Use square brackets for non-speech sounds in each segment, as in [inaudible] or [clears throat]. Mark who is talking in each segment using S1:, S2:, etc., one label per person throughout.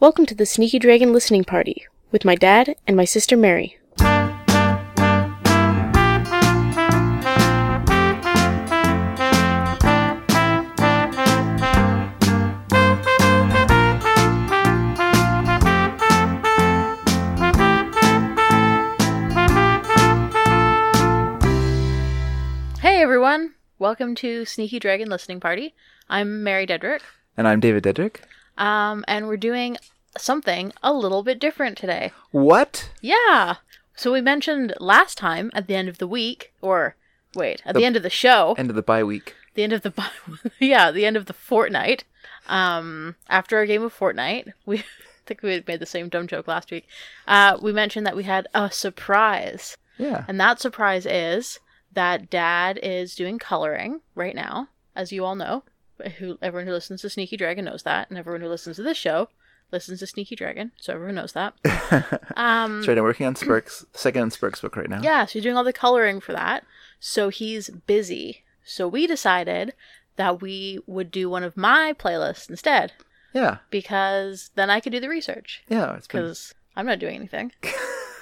S1: Welcome to the Sneaky Dragon Listening Party with my dad and my sister Mary. Hey everyone! Welcome to Sneaky Dragon Listening Party. I'm Mary Dedrick.
S2: And I'm David Dedrick.
S1: Um, and we're doing something a little bit different today.
S2: What?
S1: Yeah. So we mentioned last time at the end of the week, or wait, at the, end of the show,
S2: End of the bye week.
S1: the end of the bi- [laughs] yeah, the end of the fortnight. Um, after our game of Fortnite, we [laughs] I think we had made the same dumb joke last week. Uh, we mentioned that we had a surprise,
S2: Yeah.
S1: and that surprise is that Dad is doing coloring right now, as you all know. Who everyone who listens to Sneaky Dragon knows that, and everyone who listens to this show listens to Sneaky Dragon, so everyone knows
S2: [laughs]
S1: that.
S2: That's
S1: [laughs] Um,
S2: right. I'm working on Spurks, second on Spurks book right now.
S1: Yeah, so you're doing all the coloring for that. So he's busy. So we decided that we would do one of my playlists instead
S2: Yeah.
S1: because then I could do the research
S2: Yeah. It's been.
S1: because I'm not doing anything.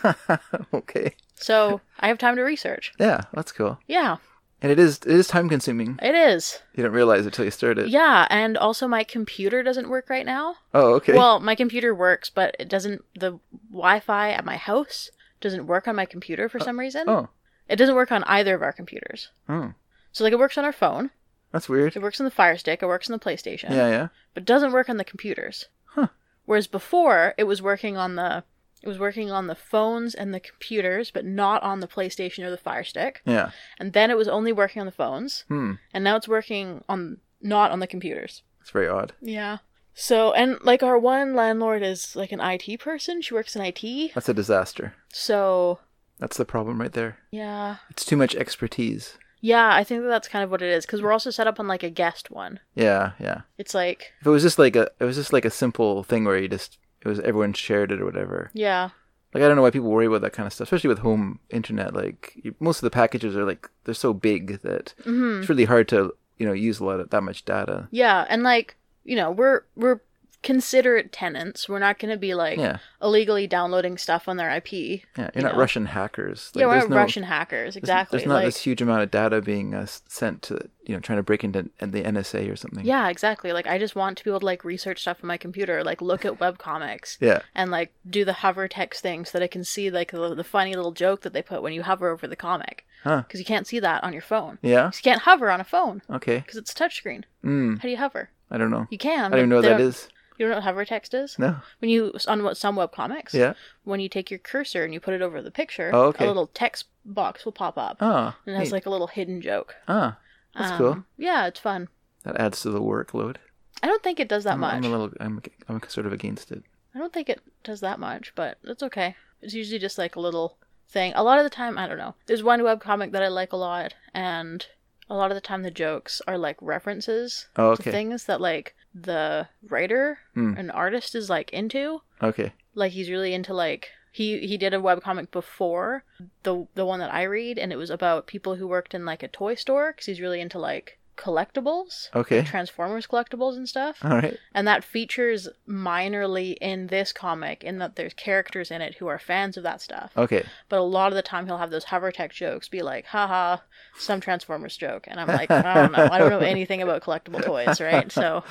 S2: [laughs] okay.
S1: So I have time to research.
S2: Yeah. That's cool.
S1: Yeah,
S2: And it is it is time consuming.
S1: it is.
S2: You don't realize it till you start it.
S1: Yeah, and also my computer doesn't work right now.
S2: Oh, okay.
S1: Well, my computer works, but it doesn't. The Wi Fi at my house doesn't work on my computer for some reason.
S2: oh.
S1: It doesn't work on either of our computers.
S2: Oh.
S1: So, like, it works on our phone,
S2: That's weird.
S1: it works on the Fire Stick, it works on the PlayStation.
S2: Yeah. Yeah.
S1: but doesn't work on the computers.
S2: Huh.
S1: Whereas before it was working on the it was working on the phones and the computers, but not on the PlayStation or the Fire Stick.
S2: Yeah.
S1: And then it was only working on the phones,
S2: Hmm.
S1: and now it's working on not on the computers.
S2: It's very odd.
S1: Yeah. So and like our one landlord is like an IT person. She works in IT.
S2: That's a disaster.
S1: So
S2: That's the problem right there.
S1: yeah.
S2: It's too much expertise.
S1: Yeah, I think that that's kind of what it is because we're also set up on like a guest one.
S2: Yeah. Yeah.
S1: It's like
S2: If it was just like a, it was just like a simple thing where you just, it was everyone shared it or whatever.
S1: yeah,
S2: Like I don't know why people worry about that kind of stuff, especially with home internet. Like you- most of the packages are like they're so big that
S1: hmm
S2: it's really hard to you know use a lot of that much data.
S1: Yeah, and like, you know, we're we're considerate tenants. We're not going to be like
S2: Yeah,
S1: illegally downloading stuff on their IP.
S2: yeah. You're
S1: you
S2: not
S1: know.
S2: Russian hackers. Like,
S1: yeah, we're
S2: there's
S1: not
S2: no-
S1: Russian hackers.
S2: there's-
S1: Exactly.
S2: There's, not
S1: like,
S2: this huge amount of data being uh, s- sent to you know trying to break into and the NSA or something.
S1: yeah, exactly. Like I just want to be able to like research stuff on my computer, like look at webcomics
S2: Yeah.
S1: and like do the hover text thing so that I can see like the, the funny little joke that they put when you hover over the comic.
S2: Huh.
S1: Cuz you can't see that on your phone.
S2: Yeah.
S1: 'Cause You can't hover on a phone
S2: Okay.
S1: cuz it's a touchscreen.
S2: Mm.
S1: How do you hover?
S2: I don't know.
S1: You can.
S2: I don't even know what that is.
S1: You don't know what hover text is?
S2: No.
S1: When you on what some webcomics?
S2: Yeah.
S1: when you take your cursor and you put it over the picture,
S2: Oh, okay.
S1: a little text box will pop up.
S2: Ah.
S1: and it has
S2: neat.
S1: like a little hidden joke. Um,
S2: ah. That's cool.
S1: Yeah, it's fun.
S2: That adds to the workload.
S1: I don't think it does that
S2: I'm,
S1: much.
S2: I'm a little. I'm. I'm sort of against it.
S1: I don't think it does that much, but it's okay. It's usually just like a little thing. A lot of the time, I don't know. There's one webcomic that I like a lot, and a lot of the time the jokes are like references
S2: Oh,
S1: to
S2: okay.
S1: things that like the writer,
S2: Hmm.
S1: an artist is like into.
S2: Okay.
S1: like he's really into like he he did a webcomic before the the one that I read and it was about people who worked in like a toy store cuz he's really into like collectibles
S2: Okay.
S1: Transformers collectibles and stuff
S2: All right.
S1: and that features minorly in this comic in that there's characters in it who are fans of that stuff
S2: Okay.
S1: but a lot of the time he'll have those hover tech jokes be like haha some Transformers joke and I'm like I don't know I don't know anything about collectible toys right
S2: [laughs]
S1: so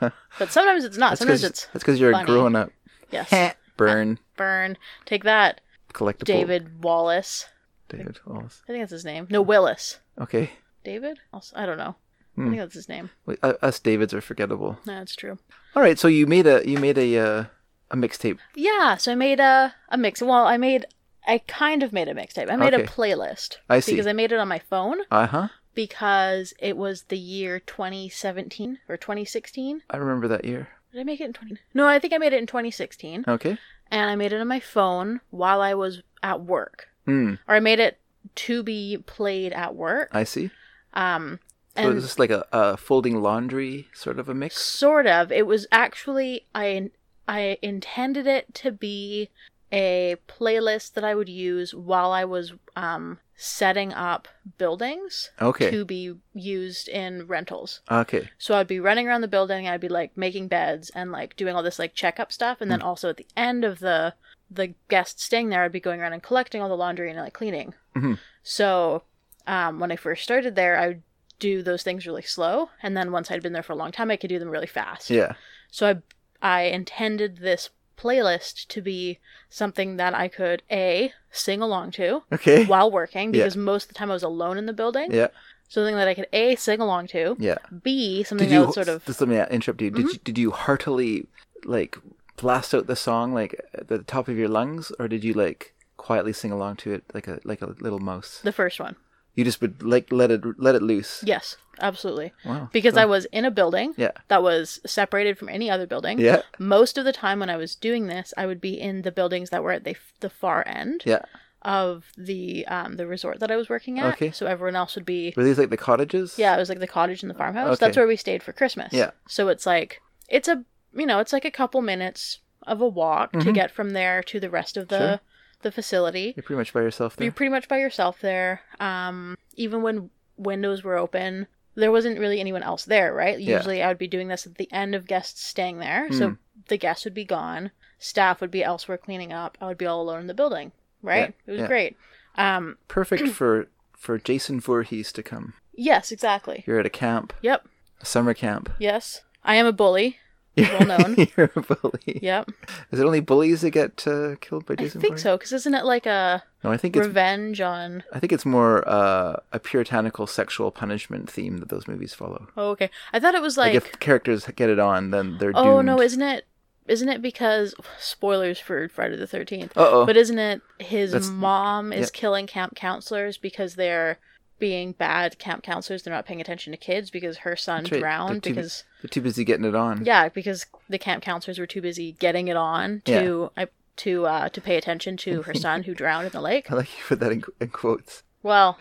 S1: but sometimes it's not
S2: That's
S1: sometimes
S2: 'cause-
S1: it's
S2: That's because you're
S1: funny.
S2: a grown up.
S1: yes [laughs]
S2: Burn.
S1: burn take that
S2: Collectible.
S1: David Wallace.
S2: David Wallace.
S1: I think that's his name. No, Willis.
S2: Okay.
S1: David? Also, I don't know. I
S2: Hmm.
S1: think that's his name.
S2: We, uh, us Davids are forgettable.
S1: No, That's true.
S2: All right. So you made a you made a uh, a mixtape.
S1: Yeah, so I made a, a mix. Well, I made, I kind of made a mixtape. I made a
S2: Okay.
S1: playlist.
S2: I see.
S1: Because I made it on my phone
S2: Uh huh.
S1: because it was the year 2017 or 2016.
S2: I remember that year.
S1: Did I make it in 20? No, I think I made it in 2016.
S2: Okay.
S1: And I made it on my phone while I was at work.
S2: Hmm.
S1: Or I made it to be played at work.
S2: I see.
S1: Um,
S2: So is this like a, a folding laundry sort of a mix?
S1: Sort of. It was actually I I intended it to be a playlist that I would use while I was um setting up buildings
S2: Okay.
S1: to be used in rentals.
S2: Okay.
S1: So I'd be running around the building, I'd be like making beds and like doing all this like checkup stuff
S2: Mm.
S1: and then also at the end of the the guest staying there I'd be going around and collecting all the laundry and like cleaning.
S2: Mhm.
S1: So um, when I first started there I would do those things really slow and then once I'd been there for a long time I could do them really fast.
S2: Yeah.
S1: So I I intended this playlist to be something that I could A sing along
S2: [coughs]
S1: to
S2: Okay.
S1: while working
S2: Yeah.
S1: because most of the time I was alone in the building.
S2: Yeah.
S1: Something that I could A sing along to,
S2: Yeah.
S1: B something
S2: Did
S1: that
S2: you
S1: would sort of Mm-hmm.
S2: Just let me interrupt you. Did you did you heartily like blast out the song like at the top of your lungs, or did you like quietly sing along to it like a like a little mouse?
S1: the first one.
S2: You just would like let it let it loose.
S1: Yes, absolutely.
S2: Wow.
S1: Because I was in a building
S2: Yeah.
S1: that was separated from any other building.
S2: Yeah.
S1: Most of the time when I was doing this, I would be in the buildings that were at the, the far end
S2: Yeah.
S1: of the um, the resort that I was working at.
S2: Okay.
S1: So everyone else would be
S2: Were these like the cottages?
S1: Yeah, it was like the cottage and the farmhouse.
S2: Okay.
S1: That's where we stayed for Christmas.
S2: Yeah.
S1: So it's like it's a you know, it's like a couple minutes of a walk to
S2: Mhm.
S1: get from there to the rest of the
S2: Sure.
S1: the facility.
S2: You're pretty much by yourself there.
S1: You're pretty much by yourself there. Um even when windows were open, there wasn't really anyone else there, right?
S2: Yeah. Hmm.
S1: Usually I would be doing this at the end of guests staying there. So the guests would be gone, staff would be elsewhere cleaning up. I would be all alone in the building, right? It was
S2: yeah.
S1: great. Um [clears throat]
S2: Perfect for for Jason Voorhees to come.
S1: yes, exactly.
S2: You're at a camp,
S1: Yep.
S2: a summer camp.
S1: Yes. I am a bully.
S2: You're,
S1: Well known.
S2: [laughs] you're a bully.
S1: Yep.
S2: Is it only bullies that get uh, killed by
S1: I
S2: Jason?
S1: think
S2: Voorhees?
S1: so, because isn't it like a
S2: No, I think it's
S1: revenge on?
S2: I think it's more uh, a puritanical sexual punishment theme that those movies follow.
S1: Oh, okay. I thought it was like,
S2: Like, if characters get it on, then they're
S1: oh
S2: doomed.
S1: no, isn't it? Isn't it because spoilers for Friday the Thirteenth?
S2: Uh-oh.
S1: But isn't it his
S2: That's-
S1: mom is
S2: yeah.
S1: killing camp counselors because they're being bad camp counselors? They're not paying attention to kids because her son
S2: That's right.
S1: drowned
S2: They're too-
S1: because
S2: they're too busy getting it on.
S1: yeah, because the camp counselors were too busy getting it on to I, to uh, to pay attention to her son who drowned in the
S2: [laughs]
S1: lake.
S2: I like you put that in, in quotes.
S1: Well,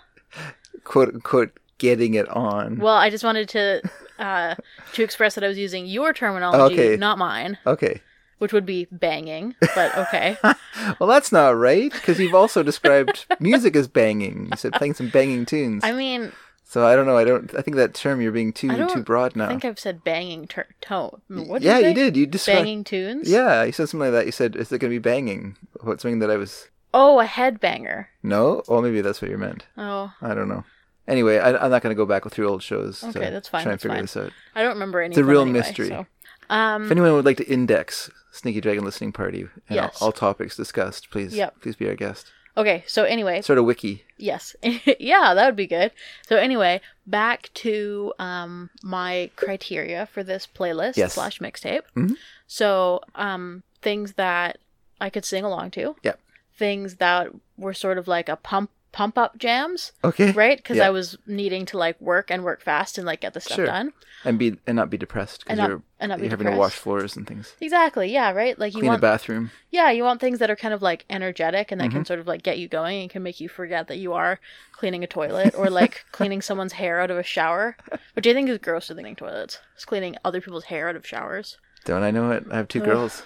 S2: Quote unquote, getting it on.
S1: well, I just wanted to uh, to express that I was using your terminology,
S2: Okay.
S1: not mine.
S2: okay.
S1: which would be banging, but okay.
S2: [laughs] Well, that's not right, because
S1: [laughs]
S2: you've also described music as banging. You said playing some banging tunes.
S1: I mean,
S2: So I don't know. I don't. I think that term you're being too
S1: I don't
S2: too broad now.
S1: I think I've said banging ter- tone. What
S2: yeah,
S1: you
S2: you
S1: say?
S2: did. You described.
S1: Banging tunes?
S2: Yeah, you said something like that. You said, "Is it going to be banging?" What something that I was.
S1: Oh, a headbanger.
S2: No. Well, maybe that's what you meant.
S1: Oh,
S2: I don't know. Anyway, I, I'm not going to go back through old shows. to
S1: Okay, that's fine,
S2: Try and
S1: that's
S2: figure
S1: fine.
S2: this out.
S1: I don't remember any.
S2: It's a
S1: of them
S2: real
S1: anyway,
S2: mystery.
S1: so.
S2: If
S1: Um,
S2: anyone would like to index Sneaky Dragon Listening Party and
S1: Yes.
S2: all, all topics discussed, please
S1: Yep.
S2: please be our guest.
S1: okay, so anyway,
S2: Sort of wiki.
S1: yes. [laughs] yeah, that would be good. So anyway, back to um my criteria for this playlist
S2: Yes.
S1: slash mixtape.
S2: Mhm.
S1: So, um things that I could sing along to.
S2: Yep.
S1: Things that were sort of like a pump pump up jams.
S2: Okay.
S1: right because
S2: Yeah.
S1: i was needing to like work and work fast and like get the stuff
S2: Sure.
S1: done
S2: And be and not be depressed
S1: and
S2: because
S1: not,
S2: you're
S1: and not be
S2: you're having
S1: depressed.
S2: to wash floors and things.
S1: exactly yeah right like you
S2: Clean
S1: want
S2: the bathroom.
S1: yeah you want things that are kind of like energetic and that
S2: Mm-hmm.
S1: can sort of like get you going and can make you forget that you are cleaning a toilet or
S2: [laughs]
S1: like cleaning someone's hair out of a shower which i think is grosser than cleaning toilets it's cleaning other people's hair out of showers [laughs]
S2: Don't I know it? I have two
S1: Ugh.
S2: girls.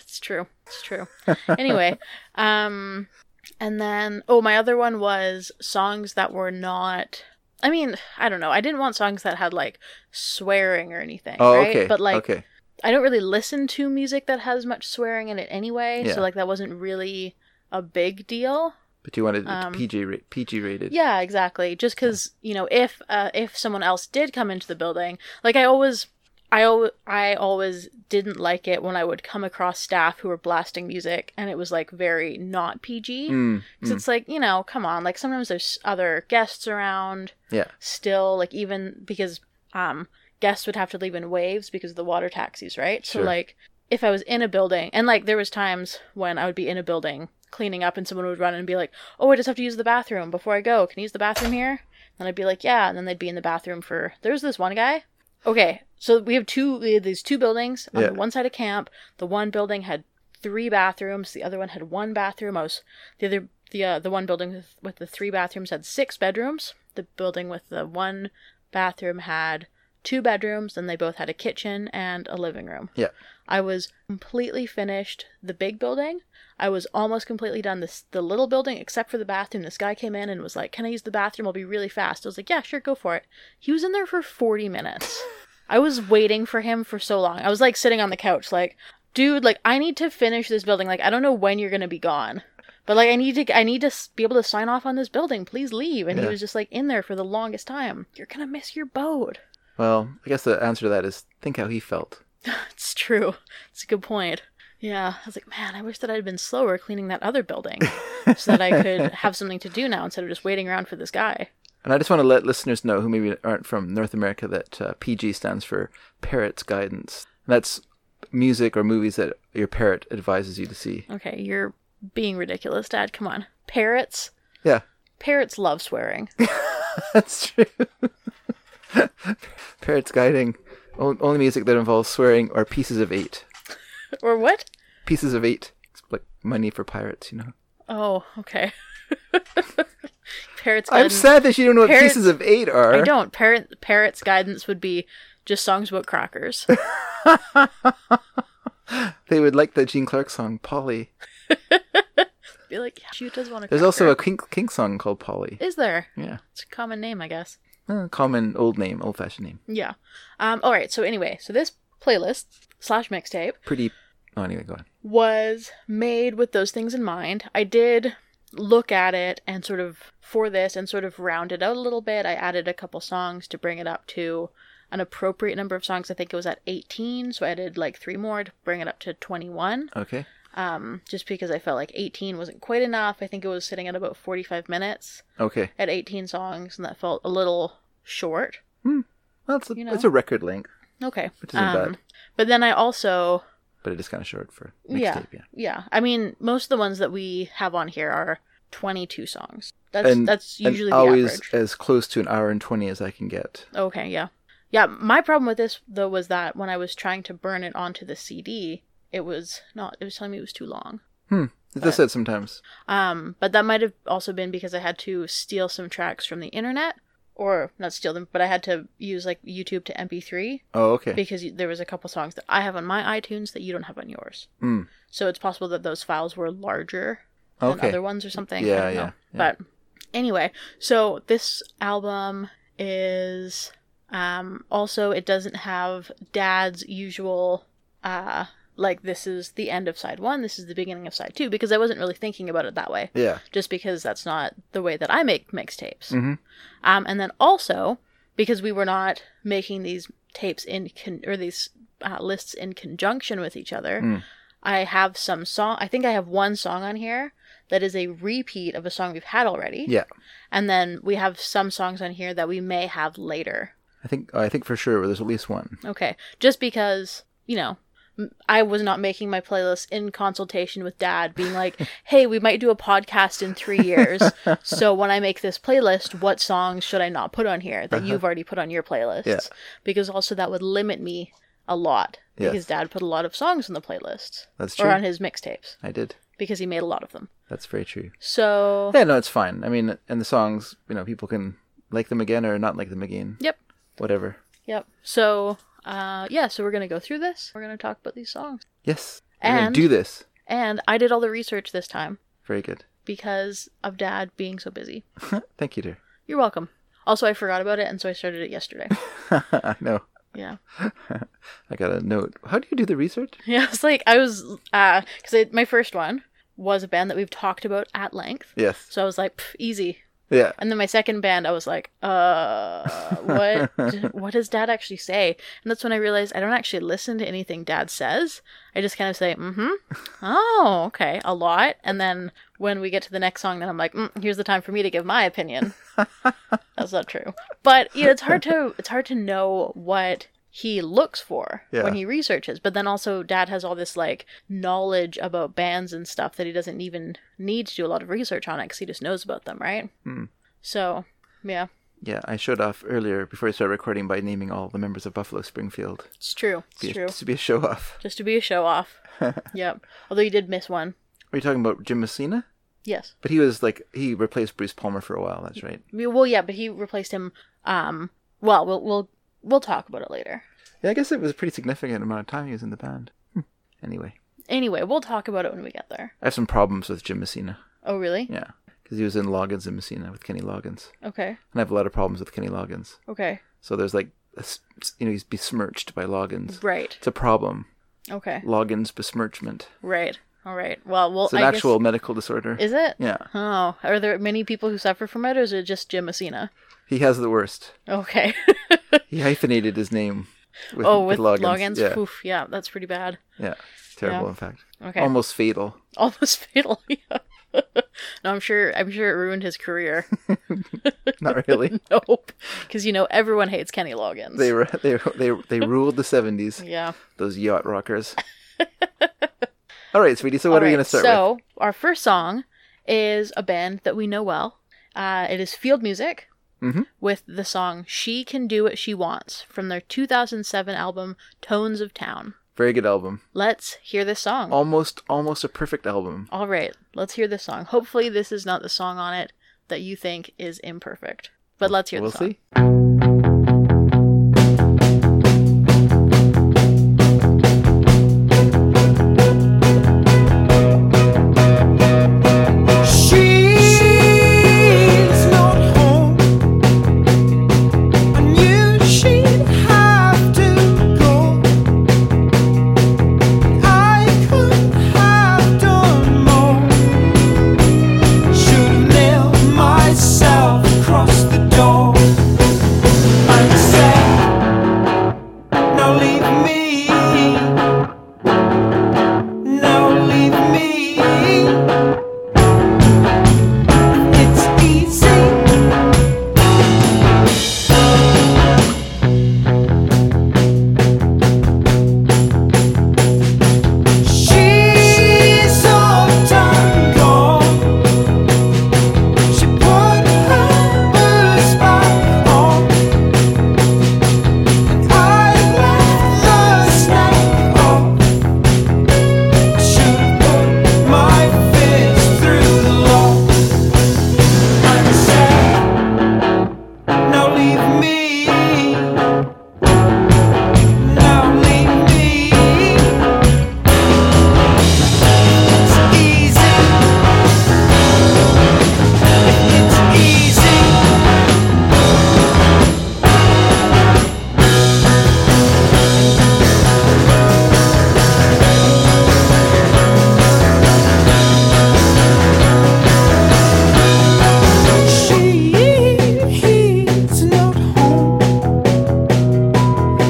S1: it's true it's true
S2: [laughs]
S1: anyway um and then oh my other one was songs that were not i mean i don't know i didn't want songs that had like swearing or anything
S2: Oh,
S1: right
S2: okay.
S1: but like
S2: okay.
S1: i don't really listen to music that has much swearing in it anyway
S2: Yeah.
S1: so like that wasn't really a big deal
S2: But you wanted it
S1: um,
S2: PG ra- PG rated.
S1: yeah exactly just because you know if uh, if someone else did come into the building like i always I, al- I always didn't like it when i would come across staff who were blasting music and it was like very not pg
S2: Mm,
S1: Because
S2: mm.
S1: it's like, you know, come on. Like sometimes there's other guests around
S2: Yeah.
S1: still, like even because um guests would have to leave in waves because of the water taxis, right?
S2: Sure.
S1: So like if I was in a building and like there was times when I would be in a building cleaning up and someone would run and be like, Oh, I just have to use the bathroom before I go. Can you use the bathroom here? And I'd be like, Yeah, and then they'd be in the bathroom for there's this one guy. Okay. So we have two we have these two buildings on
S2: Yeah.
S1: the one side of camp. The one building had three bathrooms, the other one had one bathroom. I was the other, the uh, the one building with, with the three bathrooms had six bedrooms. The building with the one bathroom had two bedrooms, and they both had a kitchen and a living room.
S2: Yeah.
S1: I was completely finished the big building. I was almost completely done this the little building except for the bathroom. This guy came in and was like, "Can I use the bathroom? I'll be really fast." I was like, "Yeah, sure, go for it." He was in there for 40 minutes. I was waiting for him for so long. I was like sitting on the couch like, "Dude, like I need to finish this building. Like I don't know when you're going to be gone." But like I need to I need to s- be able to sign off on this building. Please leave. And he
S2: Yeah.
S1: was just like in there for the longest time. You're going to miss your boat.
S2: Well, I guess the answer to that is think how he felt.
S1: It's true. It's a good point. Yeah, I was like, man, I wish that I'd been slower cleaning that other building so that I
S2: [laughs]
S1: could have something to do now instead of just waiting around for this guy.
S2: And I just want to let listeners know who maybe aren't from North America that uh, PG stands for Parrot's Guidance. And that's music or movies that your parrot advises you to see.
S1: Okay, you're being ridiculous, Dad. Come on. Parrots.
S2: Yeah, [laughs]
S1: Parrots love swearing. [laughs]
S2: that's true. [laughs] Parrot's Guiding. O- Only music that involves swearing or pieces of eight.
S1: or what?
S2: Pieces of eight. It's like money for pirates, you know.
S1: Oh, okay. [laughs] Parrots
S2: I'm
S1: guidance.
S2: sad that you don't know what
S1: Parrots-
S2: pieces of eight are.
S1: I don't. Parrot parrots guidance would be just songs about
S2: [laughs]
S1: crackers.
S2: They would like the Gene Clark song, Polly.
S1: be like, yeah, she does want to.
S2: There's also a Kink, Kink song called Polly.
S1: Is there?
S2: Yeah.
S1: It's a common name, I guess.
S2: Uh, common old name, old fashioned name.
S1: Yeah. Um, all right. So anyway, so this playlist slash mixtape
S2: Pretty. Oh, anyway, go on.
S1: was made with those things in mind. I did look at it and sort of for this and sort of round it out a little bit. I added a couple songs to bring it up to an appropriate number of songs. I think it was at 18, so I added like three more to bring it up to 21.
S2: Okay.
S1: Um, just because I felt like 18 wasn't quite enough. I think it was sitting at about 45 minutes
S2: Okay.
S1: at 18 songs, and that felt a little short.
S2: Well, it's a,
S1: You
S2: it's
S1: know.
S2: a record length,
S1: Okay. Um,
S2: Which isn't bad.
S1: But then I also
S2: but it is kind of short for mixtape.
S1: Yeah.
S2: Yeah.
S1: Yeah, I mean, most of the ones that we have on here are 22 songs. That's that's
S2: and
S1: usually
S2: always
S1: the average.
S2: as close to an hour and twenty as I can get.
S1: Okay, yeah, yeah. My problem with this though was that when I was trying to burn it onto the CD, it was not. It was telling me it was too long.
S2: It does that sometimes.
S1: Um, but that might have also been because I had to steal some tracks from the internet, or not steal them, but I had to use like YouTube to MP3
S2: Oh, okay.
S1: because there was a couple songs that I have on my iTunes that you don't have on yours.
S2: Mm.
S1: So it's possible that those files were larger than
S2: Okay.
S1: other ones or something.
S2: Yeah,
S1: I don't know.
S2: yeah, yeah.
S1: But anyway, so this album is um, also it doesn't have Dad's usual uh, like this is the end of side one, this is the beginning of side two because I wasn't really thinking about it that way.
S2: Yeah.
S1: Just because that's not the way that I make mixtapes.
S2: Mhm.
S1: Um, and then also because we were not making these tapes in con- or these uh, lists in conjunction with each other,
S2: Mm.
S1: I have some song. I think I have one song on here that is a repeat of a song we've had already.
S2: Yeah.
S1: And then we have some songs on here that we may have later.
S2: I think I think for sure there's at least one.
S1: Okay. Just because you know. m- I was not making my playlist in consultation with dad, being
S2: [laughs]
S1: like, hey, we might do a podcast in three years. so when I make this playlist, what songs should I not put on here that you've already put on your playlists?
S2: Uh-huh. Yeah.
S1: Because also that would limit me a lot
S2: Yes.
S1: because dad put a lot of songs on the playlist
S2: That's
S1: or
S2: true.
S1: on his mixtapes
S2: I did.
S1: because he made a lot of them.
S2: That's very true.
S1: So
S2: Yeah, no, it's fine. I mean, and the songs, you know, people can like them again or not like them again.
S1: yep,
S2: Whatever.
S1: yep. So uh, yeah, so we're gonna go through this. We're gonna talk about these songs.
S2: Yes. We're gonna
S1: And-
S2: do this.
S1: And I did all the research this time
S2: Very good. [laughs]
S1: because of Dad being so busy.
S2: Thank you, dear.
S1: You're welcome. Also, I forgot about it, and so I started it yesterday. [laughs]
S2: [laughs] I know.
S1: Yeah,
S2: [laughs] I got a note. How do you do the research?
S1: yeah. It's like I was because I my first one was a band that we've talked about at length.
S2: Yes.
S1: So I was like, "Pff, easy.
S2: Yeah.
S1: And then my second band, I was like, uh, what? what does Dad actually say? And that's when I realized I don't actually listen to anything Dad says. I just kind of say, mm-hmm, oh, okay, a lot. And then when we get to the next song, then I'm like, mm, here's the time for me to give my
S2: [laughs]
S1: opinion. that's not true, but you know, it's hard to it's hard to know what he looks for
S2: Yeah.
S1: when he researches. But then also, Dad has all this like knowledge about bands and stuff that he doesn't even need to do a lot of research on it because he just knows about them, right?
S2: Hmm.
S1: So, yeah,
S2: Yeah, I showed off earlier before I started recording by naming all the members of Buffalo Springfield.
S1: it's true. It's
S2: Be a-
S1: true.
S2: Just to be a show off.
S1: Just to be a show off.
S2: [laughs]
S1: yep. Although you did miss one.
S2: Are you talking about Jim Messina?
S1: Yes.
S2: But he was like he replaced Bruce Palmer for a while. That's right.
S1: We- Well, yeah, but he replaced him. Um. Well, we'll we'll We'll talk about it later.
S2: Yeah, I guess it was a pretty significant amount of time he was in the band. Hmm. Anyway,
S1: Anyway, we'll talk about it when we get there.
S2: I have some problems with Jim Messina.
S1: Oh, really?
S2: Yeah, because he was in Loggins and Messina with Kenny Loggins,
S1: Okay.
S2: and I have a lot of problems with Kenny Loggins.
S1: Okay.
S2: So there's like, a s- s- you know, he's besmirched by Loggins.
S1: Right.
S2: It's a problem.
S1: Okay.
S2: Loggins besmirchment.
S1: Right. All right. Well, we'll.
S2: It's an
S1: I guess-
S2: actual medical disorder.
S1: Is it?
S2: yeah,
S1: Oh, are there many people who suffer from it, or is it just Jim Messina?
S2: he has the worst.
S1: Okay. [laughs]
S2: He hyphenated his name. With,
S1: oh, with,
S2: Loggins.
S1: Loggins?
S2: Yeah,
S1: Oof, yeah, that's pretty bad.
S2: yeah, terrible.
S1: Yeah.
S2: In fact,
S1: Okay. [laughs]
S2: almost fatal.
S1: Almost fatal. [laughs] Yeah. no, I'm sure. I'm sure it ruined his career. [laughs]
S2: Not really.
S1: nope. Because you know everyone hates Kenny Loggins.
S2: They were they they
S1: [laughs]
S2: they ruled the seventies.
S1: Yeah.
S2: Those
S1: [laughs]
S2: yacht rockers. All right, sweetie. So what
S1: All
S2: are we
S1: right,
S2: gonna start
S1: so our first song is a band that we know well. Uh, it is Field Music
S2: Mhm.
S1: with the song "She Can Do What She Wants" from their 2007 album Tones of Town.
S2: with? Very good album.
S1: Let's hear this song.
S2: Almost almost a perfect album.
S1: All right, let's hear this song. Hopefully, this is not the song on it that you think is imperfect. But let's hear
S2: We'll
S1: the song.
S2: see.
S3: She's not home. I knew she'd have to go. I could have done more. Should nail myself across the door and said, "Now leave me. Now leave me." It's easy. She's so done gone. She put her boots back on. I left the snake on. Should have put my fist through the lock. Now leave me. Now leave me. It's easy. It's easy. She's not home.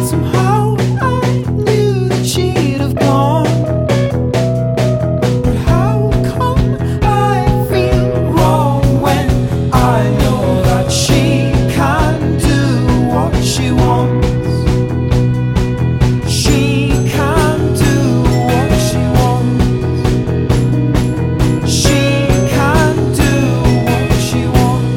S3: Somehow I knew that she'd have gone. But how come I feel wrong when I know that she can do what she wants? She can do what she wants. She can do what she wants. She can do what she wants. She can do what she wants.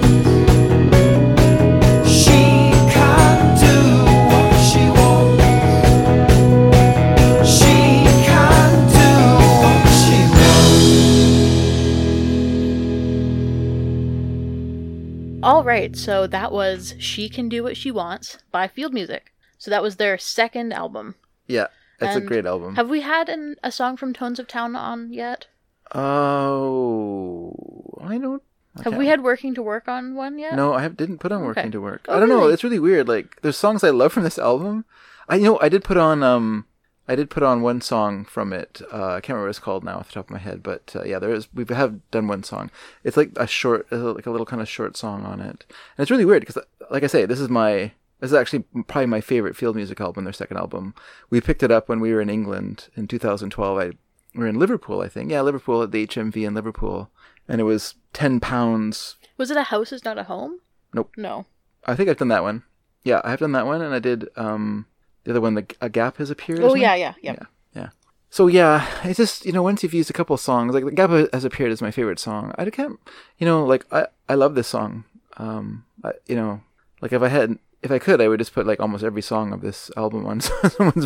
S1: All right, so that was "She Can Do What She Wants" by Field Music. So that was their second album.
S2: Yeah, it's
S1: And
S2: a great album.
S1: Have we had an, a song from Tones of Town on yet?
S2: Oh, I don't. I
S1: Have we
S2: can't-
S1: had Working to Work on one yet?
S2: No, I have, didn't put on
S1: Okay.
S2: working to work.
S1: Oh,
S2: I don't know.
S1: really?
S2: It's really weird. Like there's songs I love from this album. I you know I did put on um I did put on one song from it. Uh, I can't remember what it's called now off the top of my head, but uh, yeah, there is we have done one song. It's like a short, uh, like a little kind of short song on it, and it's really weird because like I say, this is my this is actually probably my favorite field music album. Their second album. We picked it up when we were in England in 2012. I we were in Liverpool, I think. Yeah, Liverpool at the HMV in Liverpool, and it was ten pounds
S1: Was it a house is not a home?
S2: Nope.
S1: No.
S2: I think I've done that one. Yeah, I have done that one, and I did um the other one. The a gap has appeared.
S1: Oh
S2: isn't it?
S1: yeah, yeah, yeah.
S2: yeah. So yeah, it's just you know once you've used a couple of songs, like the gap has appeared is my favorite song. I can't, you know, like I I love this song. Um, I, you know, like if I had if I could, I would just put like almost every song of this album on [laughs] someone's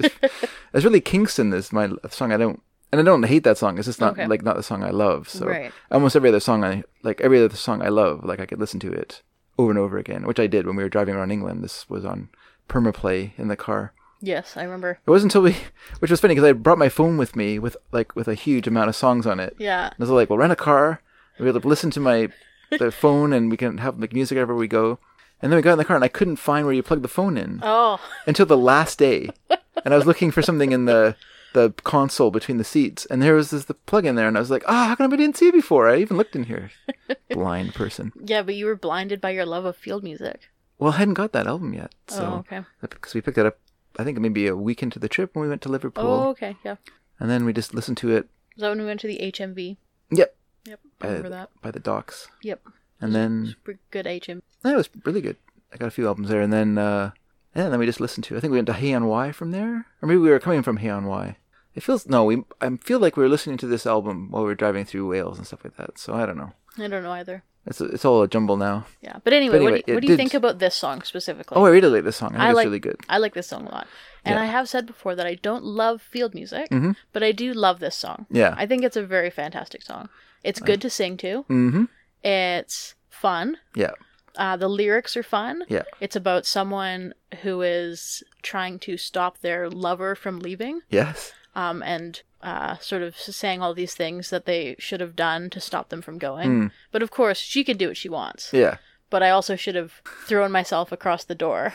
S1: [laughs]
S2: Just- It's really Kingston is my song. I don't. And I don't hate that song. It's just not
S1: Okay.
S2: like not the song I love. So
S1: Right.
S2: almost every other song I like every other song I love, like I could listen to it over and over again, which I did when we were driving around England. This was on permaplay in the car.
S1: Yes, I remember.
S2: It wasn't until we, [laughs] which was funny because I brought my phone with me with like with a huge amount of songs on it.
S1: Yeah.
S2: And I was like, "Well, rent a car. We will listen to my
S1: [laughs]
S2: the phone, and we can have like music wherever we go." And then we got in the car, and I couldn't find where you plug the phone in
S1: [laughs] Oh,
S2: until the last day. And I was looking for something in the the console between the seats, and there was this the plug in there, and I was like, "Ah, how come I didn't see it before? I even looked in here."
S1: [laughs]
S2: Blind person.
S1: yeah, but you were blinded by your love of field music.
S2: Well, I hadn't got that album yet, so
S1: oh, okay.
S2: because we picked it up, I think maybe a week into the trip when we went to Liverpool,
S1: Oh, okay. Yeah.
S2: and then we just listened to it.
S1: Is that when we went to the HMV?
S2: Yep,
S1: Yep. I
S2: by,
S1: remember that.
S2: by the docks,
S1: Yep.
S2: and then
S1: Super good HMV.
S2: that was really good. I got a few albums there, and then uh, and then we just listened to. I think we went to Hey on Y from there, or maybe we were coming from Hey on Y. It feels no, we I feel like we were listening to this album while we were driving through Wales and stuff like that. So I don't know.
S1: I don't know either.
S2: It's it's all a jumble now.
S1: Yeah. But anyway,
S2: But
S1: what
S2: anyway,
S1: do,
S2: it
S1: what do you
S2: did-
S1: think about this song specifically?
S2: Oh, I really like this song. I think it's really good.
S1: I like this song a lot. And
S2: Yeah. Mm-hmm.
S1: I have said before that I don't love field music, but I do love this song.
S2: Yeah. Uh.
S1: I think it's a very fantastic song. It's good to sing to.
S2: Mm-hmm.
S1: It's fun.
S2: Yeah.
S1: Uh, the lyrics are fun.
S2: Yeah.
S1: It's about someone who is trying to stop their lover from leaving
S2: Yes.
S1: um, and uh, sort of saying all these things that they should have done to stop them from going. But of course, she can do what she wants.
S2: Hmm. Yeah.
S1: But I also should have thrown myself across the
S2: [laughs]
S1: door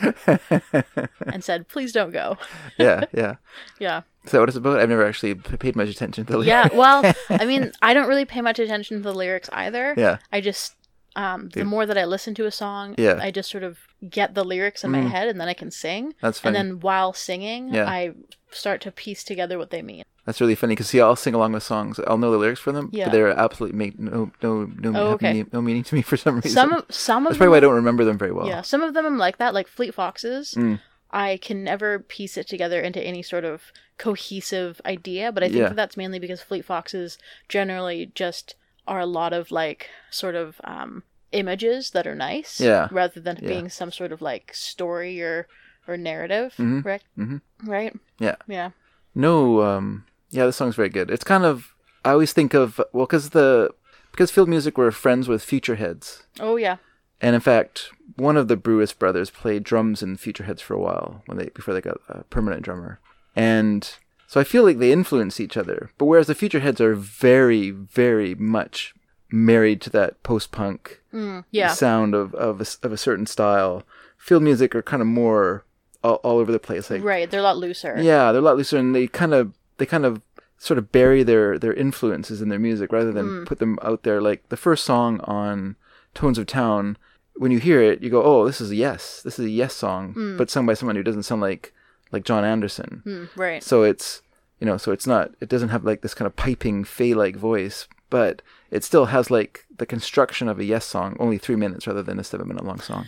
S1: and said, please don't go.
S2: Yeah. Yeah.
S1: [laughs]
S2: [laughs]
S1: Yeah.
S2: Is that what it's about? I've never actually p- paid much attention to the lyrics.
S1: Yeah. Well, I mean, I don't really pay much attention to the lyrics either.
S2: Yeah.
S1: I just. Um, the
S2: Dude.
S1: more that I listen to a song,
S2: Yeah. Hmm.
S1: I just sort of get the lyrics in my head and then I can sing.
S2: That's
S1: and
S2: funny.
S1: then while singing,
S2: Yeah.
S1: I start to piece together what they mean.
S2: That's really funny because see, I'll sing along with songs. I'll know the lyrics for them,
S1: Yeah.
S2: but they're absolutely make no no no,
S1: Oh,
S2: have
S1: okay.
S2: meaning- no meaning to me [laughs] for some reason.
S1: Some of some of
S2: That's probably why I
S1: them-
S2: don't remember them very well.
S1: Yeah, some of them I'm like that, like Fleet Foxes.
S2: Mm.
S1: I can never piece it together into any sort of cohesive idea, but I think
S2: Yeah.
S1: that that's mainly because Fleet Foxes generally just are a lot of like sort of um, images that are nice,
S2: Yeah.
S1: rather than
S2: Yeah.
S1: being some sort of like story or or narrative,
S2: Mhm.
S1: right?
S2: Mhm.
S1: Right?
S2: Yeah.
S1: Yeah.
S2: No, um, yeah, this song's very good. It's kind of I always think of well, because the because field music were friends with Futureheads,
S1: Oh yeah.
S2: and in fact, one of the Brewis brothers played drums in Futureheads for a while when they before they got a permanent drummer, and so I feel like they influence each other. But whereas the Futureheads are very, very much married to that post-punk
S1: Mm, yeah.
S2: sound of of a, s- of a certain style. Field music are kind of more all, all over the place. Like
S1: right. They're a lot looser.
S2: yeah, they're a lot looser, and they kind of they kind of sort of bury their their influences in their music rather than put them out there. Like the first song on Tones of Town, when you hear it, you go, "Oh, this is a Yes, this is a Yes song," but sung by someone who doesn't sound like like John Anderson.
S1: Mm, right.
S2: So it's you know, so it's not it doesn't have like this kind of piping fey like voice, but it still has like the construction of a yes song, only three minutes rather than a seven minute long
S1: [laughs]
S2: song.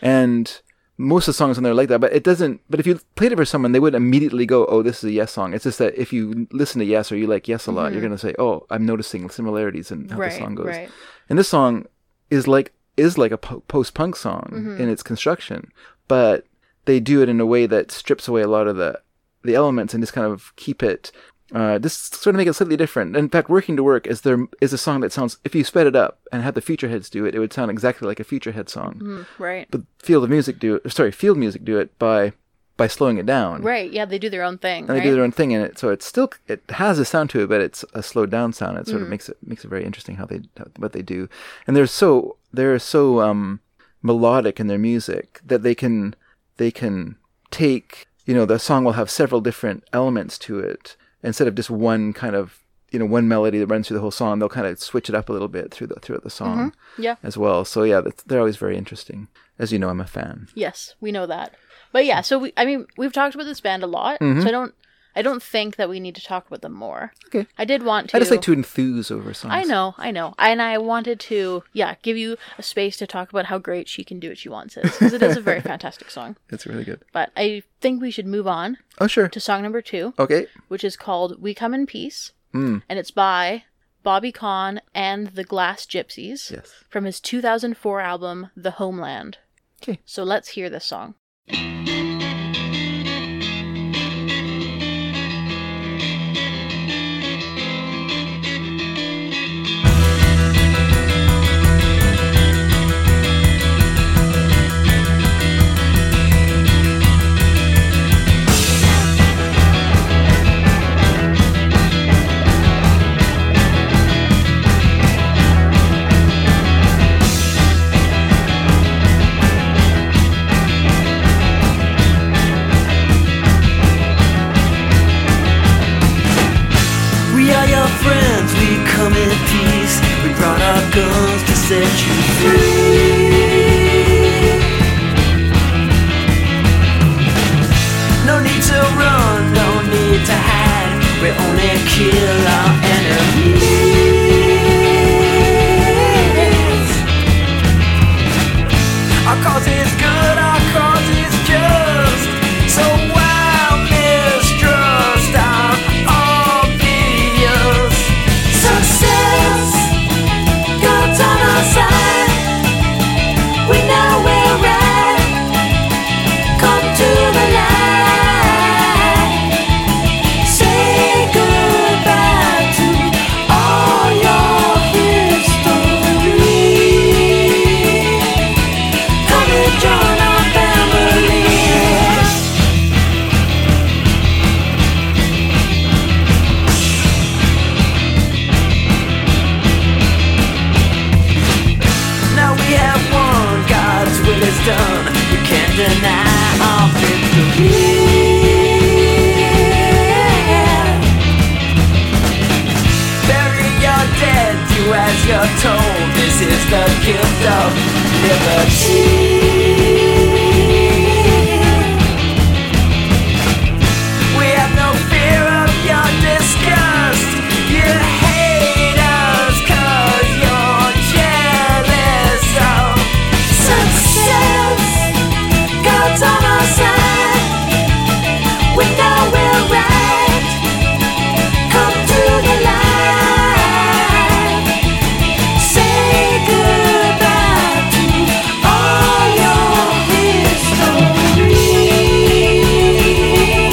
S2: and most of the songs on there are like that, but it doesn't but if you played it for someone, they would immediately go, Oh, this is a yes song. It's just that if you listen to yes or you like yes a lot, you're gonna say, Oh, I'm noticing similarities in how
S1: Mm-hmm. right.
S2: the song goes.
S1: Right.
S2: And this song is like is like a po- post-punk song in its construction, but they do it in a way that strips away a lot of the the elements and just kind of keep it uh, just sort of make it slightly different. In fact, "Working to Work" is there is a song that sounds if you sped it up and had the Futureheads do it, it would sound exactly like a Futurehead song.
S1: Mm, right.
S2: But Field of Music do it, sorry, Field Music do it by by slowing it down.
S1: Right. Yeah. They do their own thing.
S2: And they
S1: right?
S2: do their own thing in it, so it's still it has a sound to it, but it's a slowed down sound. It sort
S1: Mm.
S2: of makes it makes it very interesting how they how- what they do, and they're so they're so um, melodic in their music that they can they can take you know the song will have several different elements to it instead of just one kind of you know one melody that runs through the whole song. They'll kind of switch it up a little bit through the throughout the song
S1: Mm-hmm. yeah.
S2: as well. So yeah, that's, they're always very interesting. As you know, I'm a fan.
S1: Yes, we know that. But yeah, so we I mean, we've talked about this band a lot, so I don't I don't think that we need to talk about them more.
S2: Mm-hmm. Okay,
S1: I did want to
S2: I just like to enthuse over songs.
S1: I know, I know. And I wanted to, yeah, give you a space to talk about how great She Can Do What She Wants is, because it is a
S2: [laughs]
S1: very fantastic song.
S2: it's really good.
S1: But I think we should move on
S2: Oh sure.
S1: to song number two,
S2: Okay.
S1: which is called We Come in Peace,
S2: Hmm.
S1: and it's by Bobby Kahn and the Glass Gypsies
S2: Yes.
S1: from his 2004 album, The Homeland.
S2: 'Kay.
S1: So let's hear this song.
S3: Thank We are friends, we come in peace. We brought our guns to set you free. No need to run, no need to hide. We only kill our enemies. Our cause is good, our cause is just. So wild mistrust our obvious success. God's on our side. We know we're right. Come to the light. Say goodbye to all your history. Come and join our families. Now we have won, God's will is done. We can't deny our victory. Bury your dead, do as you're told. This is the gift of liberty. We have no fear of your disgust. You hate us cause you're jealous of success. God's on our side. We know we're right. Come to the light. Say goodbye to all your history.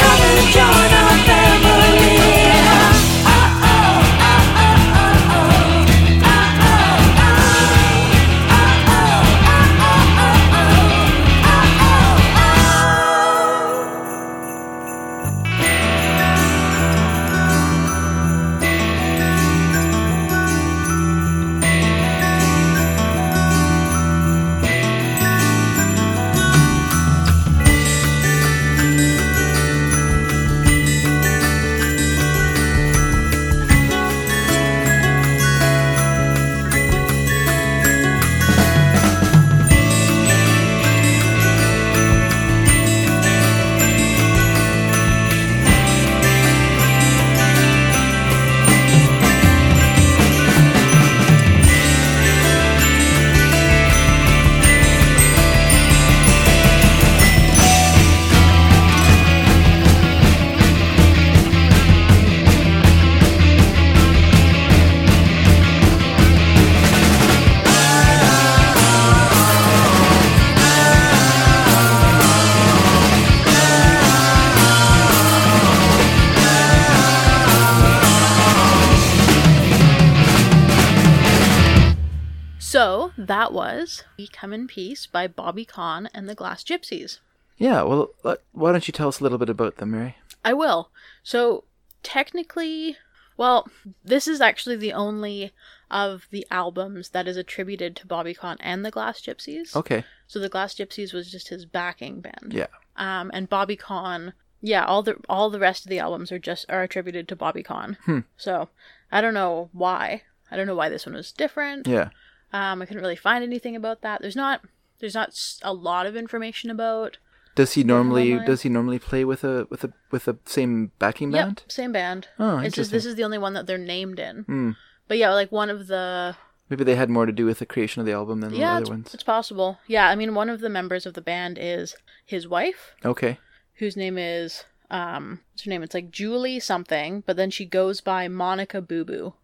S3: Come and join our family. Oh, oh, oh, oh, oh, oh. Oh, oh, oh. Oh, oh, oh, oh, oh. Oh, oh, oh.
S1: So that was We Come in Peace by Bobby Kahn and the Glass Gypsies.
S2: Yeah, well, uh, why don't you tell us a little bit about them, Mary?
S1: I will. So technically, well, this is actually the only of the albums that is attributed to Bobby Kahn and the Glass Gypsies.
S2: Okay.
S1: So the Glass Gypsies was just his backing band.
S2: Yeah.
S1: Um, and Bobby Kahn, yeah, all the all the rest of the albums are just are attributed to Bobby Kahn.
S2: Hmm.
S1: So I don't know why. I don't know why this one was different.
S2: Yeah.
S1: Um, I couldn't really find anything about that. There's not there's not s- a lot of information about.
S2: Does he normally
S1: online.
S2: does he normally play with a with a with the same backing band?
S1: Yep, same band.
S2: Oh,
S1: It's just-
S2: interesting. Hmm.
S1: this is the only one that they're named in. But yeah, like one of the
S2: Maybe they had more to do with the creation of the album than
S1: yeah,
S2: the
S1: it's,
S2: other ones.
S1: it's possible. Yeah, I mean, one of the members of the band is his wife,
S2: Okay.
S1: whose name is um, what's her name? It's like Julie something, but then she goes by Monica Boo
S2: [laughs]
S1: Boo.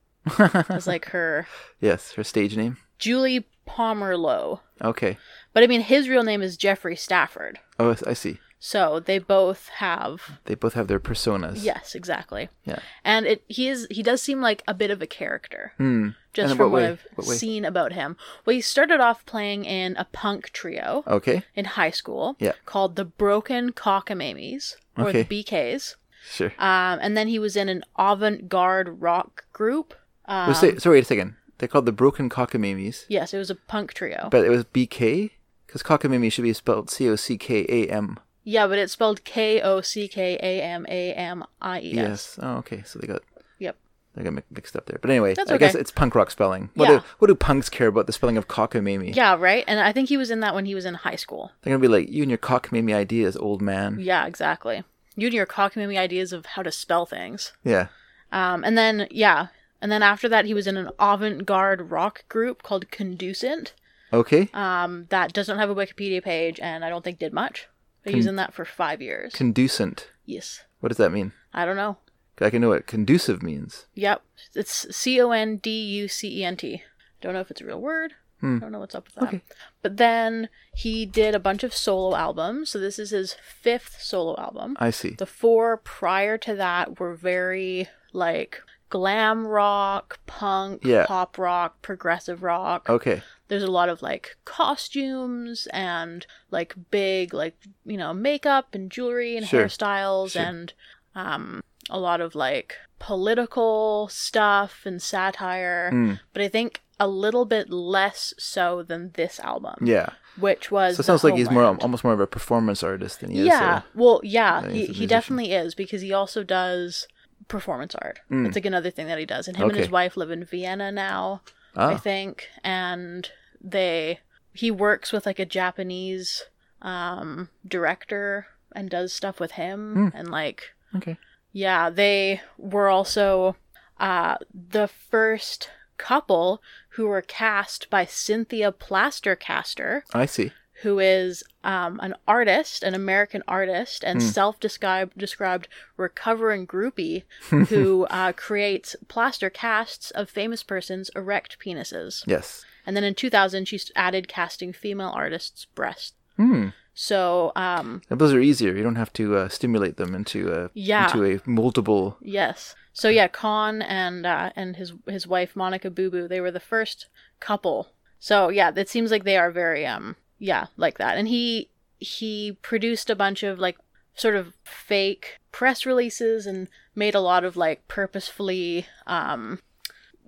S1: It's like her
S2: yes, her stage name.
S1: Julie Pomerlow.
S2: Okay.
S1: But I mean, his real name is Jeffrey Stafford.
S2: Oh, I- I see.
S1: So they both have
S2: They both have their personas.
S1: yes, exactly.
S2: Yeah.
S1: and it he is he does seem like a bit of a character
S2: Hmm.
S1: just
S2: And
S1: from
S2: what
S1: what,
S2: way?
S1: I've
S2: What way?
S1: seen about him. Well, he started off playing in a punk trio
S2: Okay.
S1: in high school
S2: Yeah.
S1: called the Broken Cockamamies or
S2: Okay.
S1: the BKs,
S2: Sure.
S1: um, and then he was in an avant-garde rock group. Um,
S2: Wait, say- so wait a second. They're called the Broken Cockamamies,
S1: yes, it was a punk trio.
S2: but it was BK because cockamamie should be spelled C O C K A M.
S1: yeah, but it's spelled K O C K A M A M I E S.
S2: Yes. Oh, okay. So they got
S1: Yep.
S2: I got mi- mixed up there. But anyway,
S1: That's
S2: I guess
S1: okay.
S2: it's punk rock spelling. What,
S1: Yeah.
S2: do, what do punks care about the spelling of cockamamie?
S1: Yeah, right? And I think he was in that when he was in high school.
S2: They're going to be like, you and your cockamamie ideas, old man.
S1: Yeah, exactly. You and your cockamamie ideas of how to spell things.
S2: Yeah.
S1: Um, and then, yeah. And then after that, he was in an avant garde rock group called Conducent
S2: Okay.
S1: um, that doesn't have a Wikipedia page and I don't think did much. But he was in that for five years.
S2: Conducent.
S1: yes.
S2: What does that mean?
S1: I don't know.
S2: 'Cause I can know what conducive means.
S1: Yep. It's C O N D U C E N T. Don't know if it's a real word.
S2: Hmm.
S1: I don't know what's up with that. But then he did a bunch of solo albums. So this is his fifth solo album.
S2: I see.
S1: The four prior to that were very like glam rock, punk,
S2: Yeah.
S1: pop rock, progressive rock.
S2: Okay.
S1: There's a lot of like costumes and like big like you know makeup and jewelry and
S2: Sure.
S1: hairstyles
S2: Sure.
S1: and um a lot of like political stuff and satire.
S2: Mm.
S1: But I think a little bit less so than this album,
S2: Yeah.
S1: which was
S2: So it sounds like he's more
S1: Homeland.
S2: almost more of a performance artist than he is.
S1: Yeah.
S2: a-
S1: Well, yeah,
S2: Yeah,
S1: he,
S2: he's a
S1: he
S2: musician.
S1: definitely is because he also does performance art. That's like another thing that he does. And him and his
S2: Hmm. Okay.
S1: wife live in Vienna now, I
S2: ah,
S1: think, and they he works with like a Japanese um director and does stuff with him and like
S2: okay.
S1: yeah, they were also uh, the first couple who were cast by Cynthia Plastercaster,
S2: I see.
S1: who is um, an artist, an American artist, and self-described described recovering groupie who uh, creates plaster casts of famous persons' erect penises.
S2: Yes.
S1: And then in 2000, she added casting female artists' breasts.
S2: Hmm.
S1: So, um,
S2: And those are easier. You don't have to uh, stimulate them into a
S1: Yeah.
S2: into a multiple.
S1: Yes. So yeah, Khan and uh, and his his wife Monica Boo Boo, they were the first couple. So yeah, it seems like they are very um yeah like that. And he he produced a bunch of like sort of fake press releases and made a lot of like purposefully um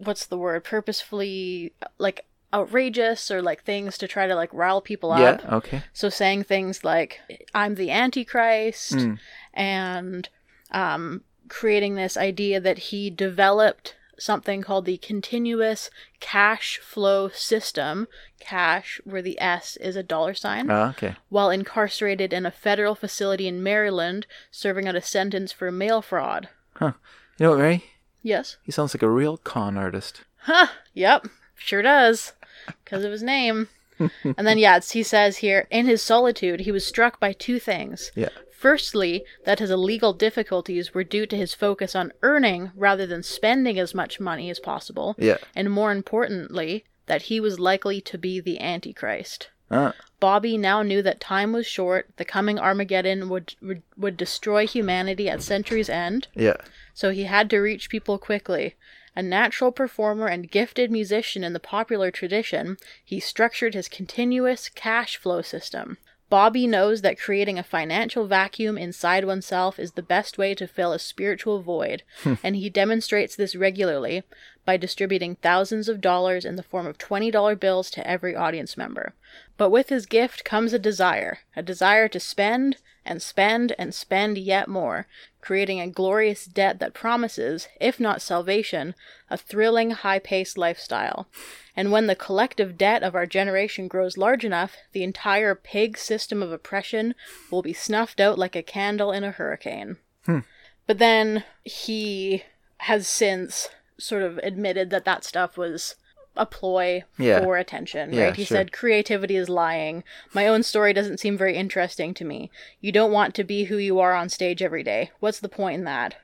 S1: what's the word purposefully like outrageous or like things to try to like rile people up.
S2: Yeah. Okay.
S1: So saying things like "I'm the Antichrist" and um, creating this idea that he developed something called the continuous cash flow system. Cash, where the S is a dollar sign.
S2: Ah, okay.
S1: while incarcerated in a federal facility in Maryland, serving out a sentence for mail fraud.
S2: Huh. You know what, Mary?
S1: Yes.
S2: He sounds like a real con artist.
S1: Huh. Yep. Sure does. Because of his name. and then, yeah, it's, he says here in his solitude, he was struck by two things.
S2: Yeah.
S1: Firstly, that his illegal difficulties were due to his focus on earning rather than spending as much money as possible.
S2: Yeah.
S1: And more importantly, that he was likely to be the Antichrist.
S2: Ah.
S1: Bobby now knew that time was short, the coming Armageddon would, would, would destroy humanity at century's end,
S2: Yeah.
S1: so he had to reach people quickly. A natural performer and gifted musician in the popular tradition, he structured his continuous cash flow system. Bobby knows that creating a financial vacuum inside oneself is the best way to fill a spiritual void, and he demonstrates this regularly by distributing thousands of dollars in the form of $20 bills to every audience member. But with his gift comes a desire, a desire to spend and spend and spend yet more, creating a glorious debt that promises, if not salvation, a thrilling, high paced lifestyle. And when the collective debt of our generation grows large enough, the entire pig system of oppression will be snuffed out like a candle in a hurricane. But then he has since sort of admitted that that stuff was a ploy
S2: Yeah.
S1: for attention,
S2: Yeah,
S1: right? He
S2: sure.
S1: said, Creativity is lying. My own story doesn't seem very interesting to me. You don't want to be who you are on stage every day. What's the point in
S2: [laughs]
S1: that?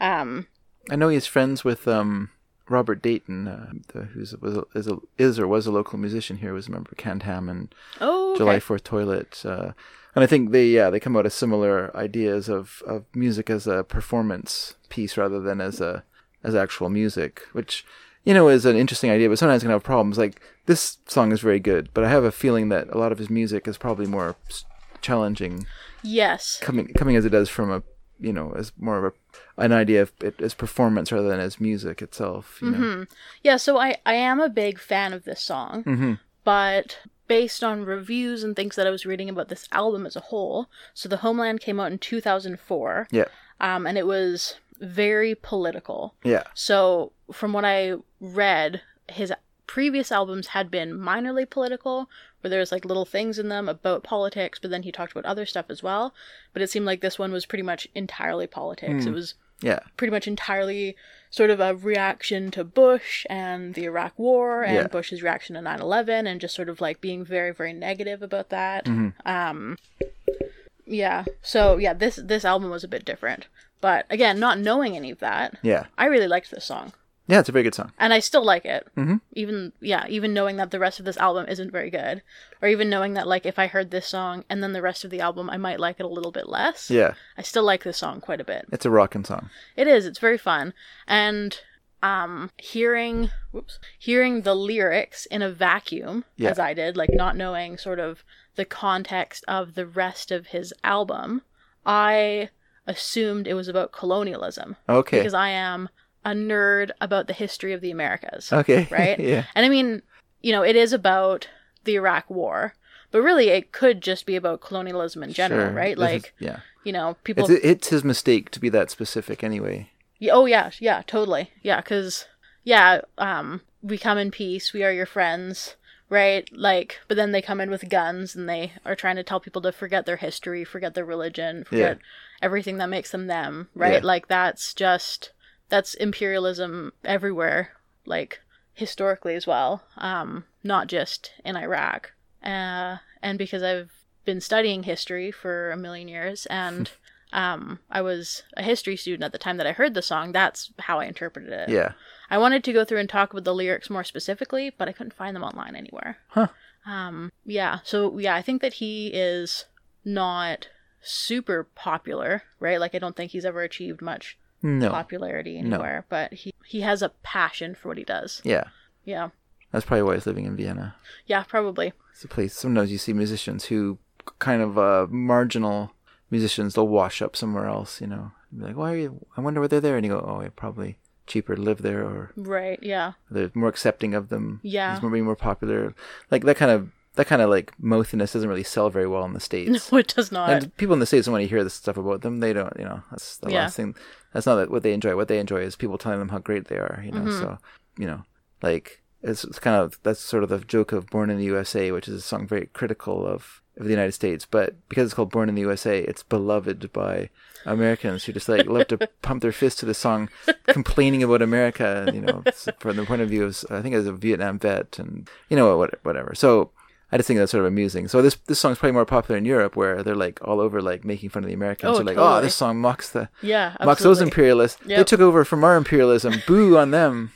S1: um,
S2: I know he's friends with um Robert Dayton, uh, the, who's was a- is a, is or was a local musician here. Was a member of Can-Am and
S1: oh, okay.
S2: July Fourth Toilet, uh, and I think they yeah they come out as similar ideas of, of music as a performance piece rather than as a as actual music, which you know is an interesting idea, but sometimes can have problems. Like this song is very good, but I have a feeling that a lot of his music is probably more s- challenging
S1: Yes.
S2: coming coming as it does from a you know as more of a an idea of it as performance rather than as music itself. You
S1: Mm-hmm.
S2: know?
S1: Yeah, so I, I am a big fan of this song,
S2: Mm-hmm.
S1: but based on reviews and things that I was reading about this album as a whole, so The Homeland came out in 2004,
S2: Yeah.
S1: um, and it was very political.
S2: Yeah.
S1: So, from what I read, his previous albums had been minorly political, where there was like little things in them about politics, but then he talked about other stuff as well. But it seemed like this one was pretty much entirely politics. It was
S2: Yeah.
S1: pretty much entirely sort of a reaction to Bush and the Iraq War and
S2: Yeah.
S1: Bush's reaction to 9 11 and just sort of like being very, very negative about that. Um, yeah. So, yeah, this, this album was a bit different. But again, not knowing any of that,
S2: Yeah.
S1: I really liked this song.
S2: Yeah, it's a very good song.
S1: And I still like it. Mm-hmm. Even, yeah, even knowing that the rest of this album isn't very good. Or even knowing that, like, if I heard this song and then the rest of the album, I might like it a little bit less.
S2: Yeah.
S1: I still like this song quite a bit.
S2: It's a rockin' song.
S1: It is. It's very fun. And um hearing whoops hearing the lyrics in a vacuum
S2: Yeah.
S1: as I did, like not knowing sort of the context of the rest of his album, I assumed it was about colonialism
S2: Okay.
S1: because I am a nerd about the history of the Americas.
S2: okay.
S1: [laughs] right?
S2: [laughs] yeah.
S1: And I mean, you know, it is about the Iraq war, but really it could just be about colonialism in general,
S2: Sure.
S1: right?
S2: This is-
S1: Like,
S2: yeah.
S1: you know, people
S2: It's, it's his mistake to be that specific anyway.
S1: Yeah, oh yeah, yeah, totally. Yeah, cuz yeah, um we come in peace, we are your friends, right? Like but then they come in with guns and they are trying to tell people to forget their history, forget their religion, forget everything that makes them them, right?
S2: Yeah.
S1: Like that's just that's imperialism everywhere, like historically as well. Um not just in Iraq. Uh and because I've been studying history for a million years
S2: [laughs]
S1: and um, I was a history student at the time that I heard the song. That's how I interpreted it.
S2: Yeah.
S1: I wanted to go through and talk about the lyrics more specifically, but I couldn't find them online anywhere.
S2: Huh.
S1: Um, yeah. So yeah, I think that he is not super popular, right? Like I don't think he's ever achieved much
S2: No.
S1: popularity
S2: No.
S1: anywhere, but he he has a passion for what he does.
S2: Yeah.
S1: Yeah.
S2: That's probably why he's living in Vienna.
S1: Yeah, probably.
S2: It's a place sometimes you see musicians who kind of uh, marginal musicians they'll wash up somewhere else, you know. And be like, why are you? I wonder why they're there. And you go, oh, it probably cheaper to live there, or
S1: Right. Yeah.
S2: they're more accepting of them.
S1: Yeah.
S2: it's more being more popular. Like that kind of that kind of like mouthiness doesn't really sell very well in
S1: [laughs] No,
S2: the states.
S1: it does not.
S2: And people in the states, when you hear this stuff about them, they don't. You know, that's the
S1: Yeah.
S2: last thing. That's not what they enjoy. What they enjoy is people telling them how great they are. You know,
S1: Mm-hmm.
S2: so you know, like it's, it's kind of that's sort of the joke of "Born in the USA," which is a song very critical of of the United States. But because it's called "Born in the USA," it's beloved by Americans who just
S1: [laughs]
S2: like love to pump their fist to the song, complaining about America. and, You know, s- from the point of view of I think as a Vietnam vet, and you know what, whatever. So I just think that's sort of amusing. So this this song's probably more popular in Europe, where they're like all over like making fun of the Americans.
S1: Oh,
S2: they're like, oh,
S1: totally.
S2: this song mocks the
S1: yeah.
S2: mocks those
S1: absolutely.
S2: imperialists. They
S1: Yep.
S2: took over from our imperialism. Boo on them.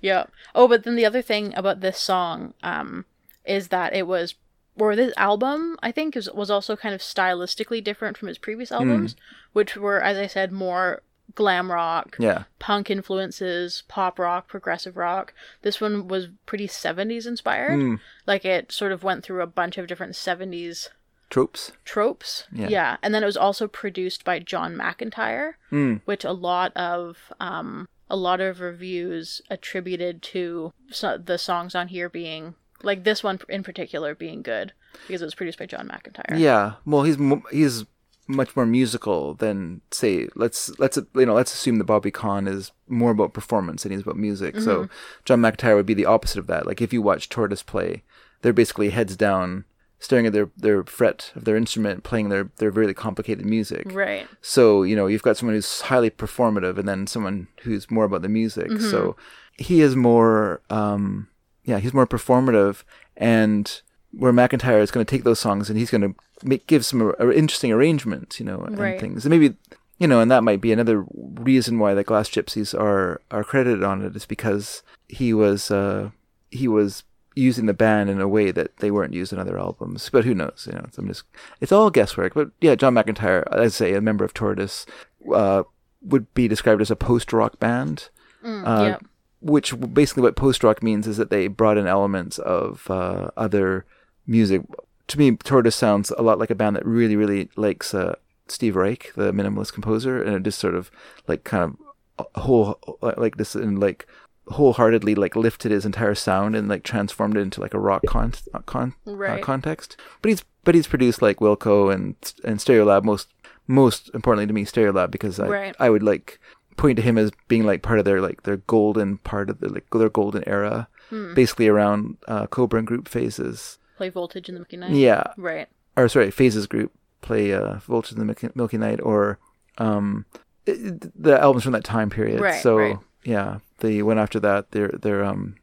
S1: Yeah. Oh, but then the other thing about this song um, is that it was, or this album, I think, is, was also kind of stylistically different from his previous albums, which were, as I said, more glam rock,
S2: Yeah,
S1: punk influences, pop rock, progressive rock. This one was pretty 70s inspired.
S2: Mm.
S1: Like it sort of went through a bunch of different 70s
S2: tropes.
S1: tropes.
S2: Yeah.
S1: And then it was also produced by John McIntyre,
S2: Mm.
S1: which a lot of um a lot of reviews attributed to so- the songs on here being like this one in particular being good because it was produced by John McIntyre.
S2: Yeah. Well, he's mo- he's much more musical than say let's let's you know let's assume that Bobby Kahn is more about performance and he's about music. So John McIntyre would be the opposite of that. Like if you watch Tortoise play, they're basically heads down, staring at their their fret of their instrument, playing their their really complicated music.
S1: Right.
S2: So, you know, you've got someone who's highly performative and then someone who's more about the music. So he is more, um, yeah, he's more performative. And where McIntyre is going to take those songs and he's going to make, give some ar- interesting arrangements, you know, and
S1: Right.
S2: things. And maybe, you know, and that might be another reason why the Glass Gypsies are, are credited on it is because he was, uh, he was using the band in a way that they weren't used in other albums. But who knows? You know, it's, I'm just it's all guesswork. But yeah, John McIntyre, as I say, a member of Tortoise, uh, would be described as a post rock band,
S1: Mm,
S2: Uh,
S1: yep.
S2: which w- basically what post rock means is that they brought in elements of uh, other music. To me, Tortoise sounds a lot like a band that really, really likes uh, Steve Reich, the minimalist composer, and it just sort of like kind of uh, whole like this and like wholeheartedly like lifted his entire sound and like transformed it into like a rock con, con- uh,
S1: Right.
S2: context. But he's but he's produced like Wilco and and Stereo Lab most most importantly to me, Stereo Lab, because I
S1: Right.
S2: I would like point to him as being like part of their like their golden part of the like their golden era, basically around uh, Cobra and Group phases.
S1: Play Voltage in the Mickey Night.
S2: Yeah,
S1: Right.
S2: or sorry, Phases Group play uh, Voltage and the Milky, Milky Night, or um, it, the albums from that time period.
S1: Right,
S2: so
S1: right.
S2: yeah, the one after that, they're they're um,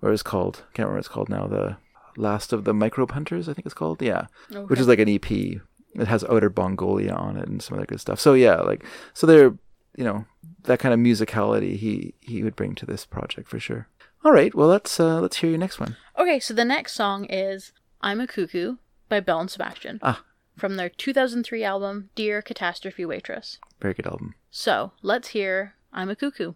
S2: what is it called? I can't remember what it's called now. The Last of the Microbe Hunters, I think it's called. Yeah, which is like an EP. It has Outer Bongolia on it and some other good stuff. So yeah, like so they're you know that kind of musicality he he would bring to this project for sure. All right, well let's uh, let's hear your next one.
S1: Okay, so the next song is I'm a Cuckoo by Belle and Sebastian
S2: Ah.
S1: from their 2003 album Dear Catastrophe Waitress.
S2: Very good album.
S1: So let's hear I'm a Cuckoo.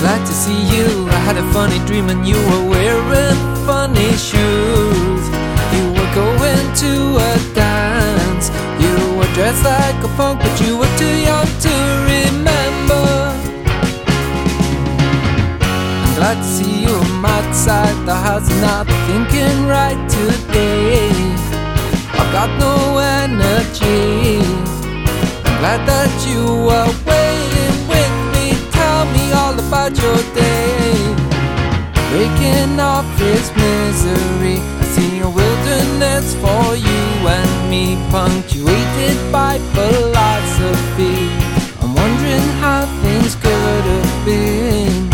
S3: Glad to see you. I had a funny dream and you were wearing funny shoes. You were going to a dance. You were dressed like a punk, but you were too young to remember. I'm glad to see you. I'm outside the house and I'm thinking right today. I've got no energy. Glad that you were waiting with me. Tell me all about your day. Breaking off his misery. I see a wilderness for you and me, punctuated by philosophy. I'm wondering how things could have been.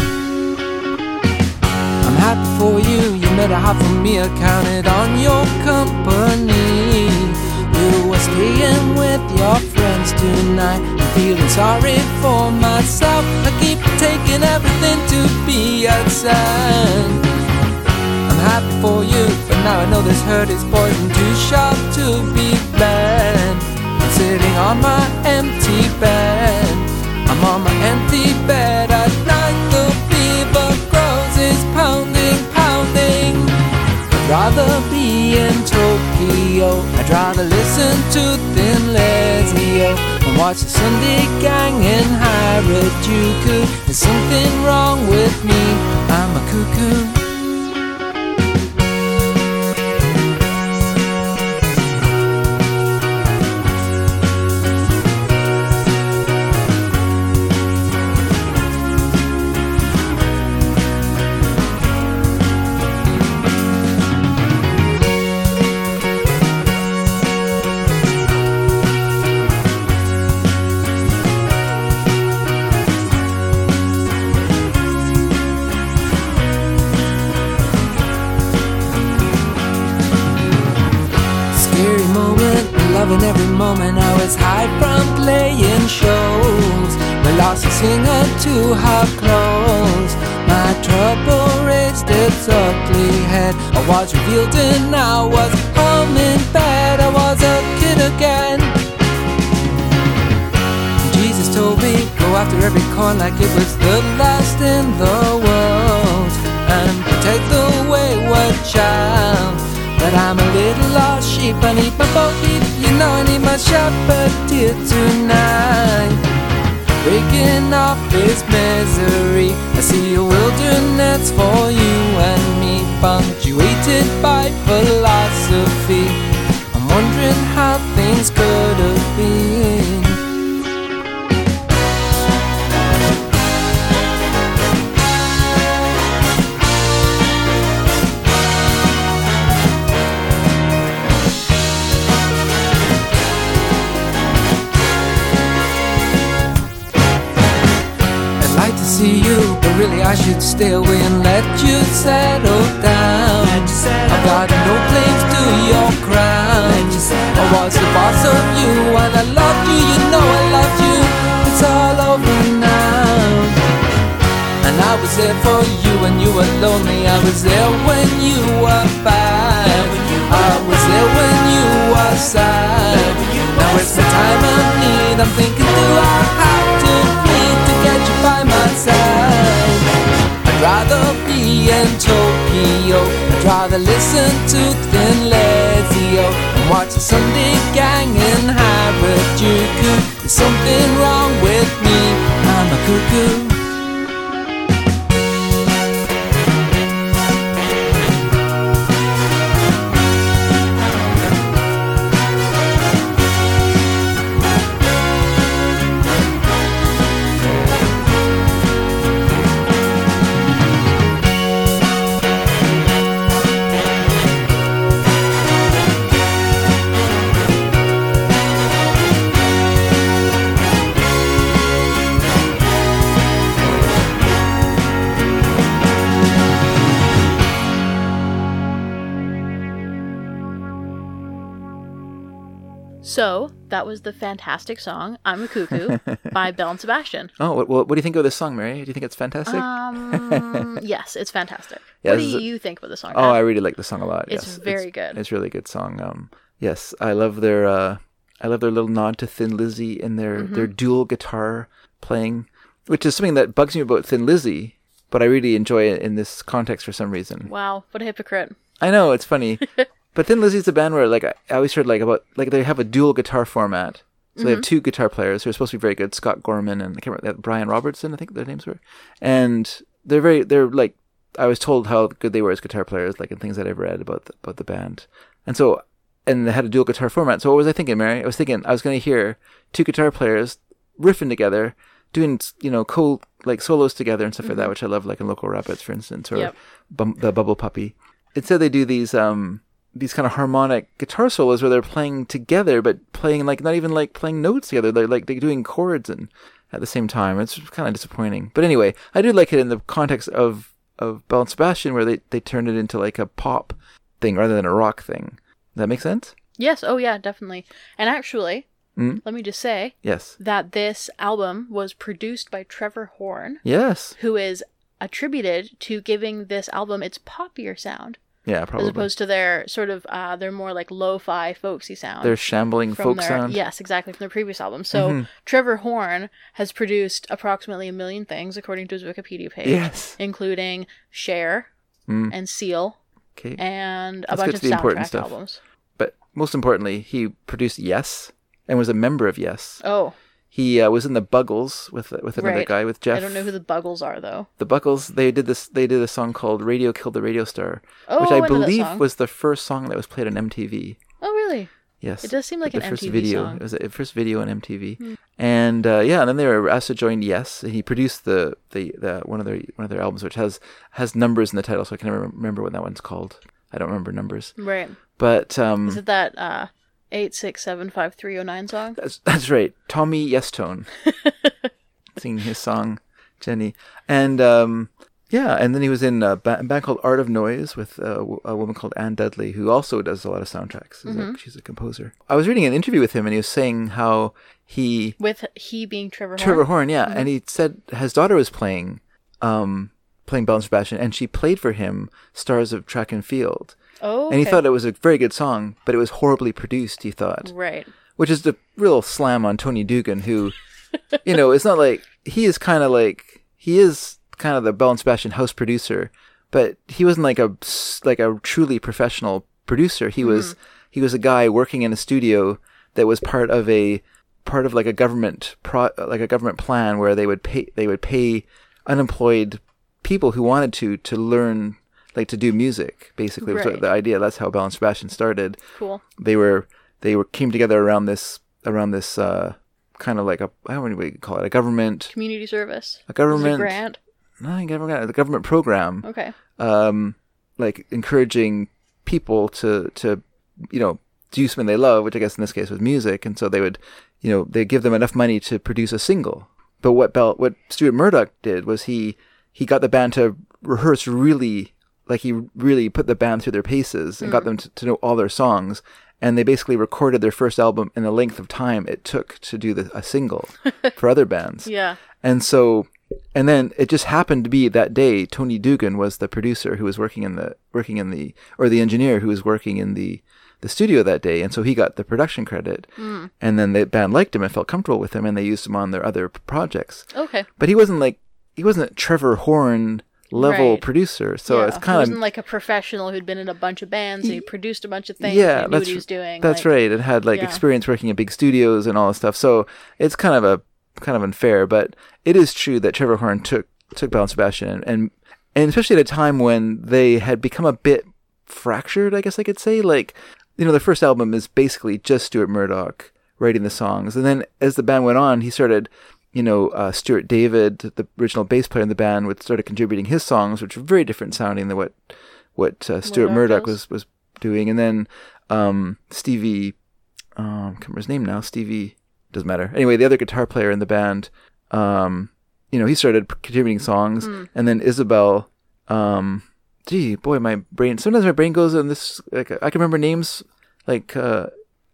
S3: I'm happy for you. You made a heart for me. I counted on your company. You were staying with your friends tonight. I'm feeling sorry for myself. I keep taking everything to be outside. I'm happy for you, but now I know this hurt is poison too sharp to be bad. I'm sitting on my empty bed. I'm on my empty bed at night. The fever grows, it's pounding, pounding. I'd rather be in Tokyo. I'd rather listen to Thin Lizzy and watch the Sunday Gang in Harajuku. There's something wrong with me. I'm a cuckoo. Scary moment, loving every moment. I was high from playing shows. We lost a singer to her clothes. My trouble raised its ugly head. I was revealed and I was home in bed. I was a kid again. Jesus told me, go after every coin like it was the last in the world. And protect the wayward child. But I'm a little lost sheep, I need my boat deep. You know I need my shepherd dear tonight. Breaking off his misery, I see a wilderness for you and me. Punctuated by philosophy, I'm wondering how things could have been. I'd like to see you, but really I should stay away and let you settle down. I've got no claims to your crown. I was the boss of you and I loved you, you know I loved you. It's all over now. And I was there for you when you were lonely. I was there when you were bad. I was there when you were side. Now it's the time I need. I'm thinking, do I have to plead to get you by my side? I'd rather be in Tokyo. I'd rather listen to Thin Lizzy-O and watch the Sunday Gang in Harajuku. There's something wrong with me. I'm a cuckoo.
S1: So that was the fantastic song "I'm a
S2: [laughs]
S1: Cuckoo" by Belle and Sebastian.
S2: Oh, what, what, what do you think of this song, Mary? Do you think it's fantastic? [laughs]
S1: Um, yes, it's fantastic.
S2: Yeah,
S1: what do
S2: this is a-
S1: you think about the song?
S2: oh, I really like the song a lot.
S1: It's
S2: yes.
S1: very good.
S2: It's really good song. Um, yes, I love their uh, I love their little nod to Thin Lizzy in their
S1: Mm-hmm.
S2: their dual guitar playing, which is something that bugs me about Thin Lizzy, but I really enjoy it in this context for some reason.
S1: wow, what a hypocrite!
S2: I know it's funny, but Thin Lizzy's a band where like I I always heard like about like they have a dual guitar format. So they have two guitar players who are supposed to be very good, Scott Gorman and I can't remember Brian Robertson, I think their names were, and they're very they're like I was told how good they were as guitar players, like in things that I've read about the, about the band, and so and they had a dual guitar format. So what was I thinking, Mary? I was thinking I was going to hear two guitar players riffing together, doing you know cool like solos together and stuff like that, which I love, like in Local Rapids, for instance, or
S1: Yep.
S2: bum- the Bubble Puppy. Instead, they do these um these kind of harmonic guitar solos where they're playing together, but playing like not even like playing notes together. They're like they're doing chords and at the same time. It's kind of disappointing. But anyway, I do like it in the context of of Bell and Sebastian, where they they turned it into like a pop thing rather than a rock thing. That makes sense.
S1: Yes, oh yeah, definitely. And actually,
S2: Hmm?
S1: let me just say
S2: Yes.
S1: that this album was produced by Trevor Horn,
S2: Yes.
S1: who is attributed to giving this album its poppier sound
S2: Yeah. Probably.
S1: as opposed to their sort of uh, their more like lo-fi folksy sound.
S2: Their shambling
S1: um, from
S2: folk
S1: their
S2: sound.
S1: yes exactly from their previous album so
S2: Mm-hmm.
S1: trevor horn has produced approximately a million things according to his wikipedia page
S2: Yes.
S1: including share and seal
S2: Okay.
S1: and a
S2: Let's
S1: bunch
S2: get
S1: of
S2: to the important
S1: soundtrack
S2: stuff.
S1: albums
S2: but most importantly, he produced Yes and was a member of Yes.
S1: oh
S2: He uh, was in the Buggles with with another
S1: Right.
S2: guy with Jeff.
S1: i don't know who the buggles are though
S2: the Buggles. They did this. They did a song called "Radio Killed the Radio Star,"
S1: Oh,
S2: which
S1: I
S2: I
S1: know that
S2: believe
S1: song.
S2: was the first song that was played on MTV.
S1: oh really
S2: Yes,
S1: It does seem like
S2: the
S1: an
S2: first
S1: MTV
S2: video.
S1: song. Hmm.
S2: It was the first video on MTV, and uh, yeah, and then they were asked to join Yes, and he produced the, the the one of their one of their albums, which has has numbers in the title, so I can never remember what that one's called. I don't remember numbers,
S1: right
S2: but um,
S1: is it that uh 8675309 song
S2: That's, that's right. Tommy
S1: [laughs]
S2: Yestone singing his song, Jenny. And um, yeah, and then he was in a, ba- a band called Art of Noise with a, w- a woman called Anne Dudley, who also does a lot of soundtracks. She's,
S1: Mm-hmm.
S2: a, she's a composer. I was reading an interview with him, and he was saying how he,
S1: with he being trevor,
S2: Trevor
S1: horn Mm-hmm.
S2: Horn, yeah, and he said his daughter was playing, um, playing Bell and Sebastian, and she played for him Stars of Track and Field.
S1: oh
S2: And he
S1: okay.
S2: thought it was a very good song, but it was horribly produced, he thought
S1: right
S2: which is the real slam on Tony Dugan, who, you know, it's not like he is kind of like he is kind of the Bell and Sebastian house producer, but he wasn't like a s- like a truly professional producer. He was he was a guy working in a studio that was part of a part of like a government pro like a government plan where they would pay they would pay unemployed people who wanted to to learn like to do music basically was
S1: Right.
S2: the idea that's how Bell and Sebastian started
S1: cool
S2: they were they were came together around this around this uh kind of like a I don't know what you call it a government
S1: community service
S2: a
S1: This is a
S2: government
S1: grant
S2: no I never got it, the government program
S1: okay
S2: um like encouraging people to to you know do something they love which I guess in this case was music and so they would you know they give them enough money to produce a single but what Bell what Stuart Murdoch did was he he got the band to rehearse really like he really put the band through their paces and got them to, to know all their songs and they basically recorded their first album in the length of time it took to do the, a single for other bands
S1: yeah
S2: and so, and then it just happened to be that day Tony Dugan was the producer who was working in the working in the or the engineer who was working in the the studio that day, and so he got the production credit.
S1: Hmm.
S2: And then the band liked him and felt comfortable with him, and they used him on their other p- projects.
S1: Okay.
S2: But he wasn't like he wasn't a Trevor Horn level
S1: Right.
S2: producer, so
S1: Yeah.
S2: it's
S1: He
S2: kind
S1: wasn't
S2: of
S1: like a professional who'd been in a bunch of bands and he produced a bunch of things. and
S2: yeah,
S1: he knew
S2: that's
S1: what he was doing.
S2: that's
S1: like-
S2: right. It had like
S1: Yeah.
S2: experience working at big studios and all this stuff, so it's kind of a kind of unfair. But it is true that Trevor Horn took took Bell and Sebastian, and and, and especially at a time when they had become a bit fractured. I guess I could say like you know their first album is basically just Stuart Murdoch writing the songs, and then as the band went on, he started. You know, uh, Stuart David, the original bass player in the band, would started contributing his songs, which were very different sounding than what what uh, Stuart Murdoch
S1: Murdoch
S2: was
S1: does.
S2: was doing, and then um, Stevie, um, can't remember his name now. Stevie doesn't matter. Anyway, the other guitar player in the band, um, you know, he started p- contributing songs,
S1: Hmm.
S2: and then Isabel. Um, gee, boy, my brain. Sometimes my brain goes in this. Like, I can remember names. Like, uh,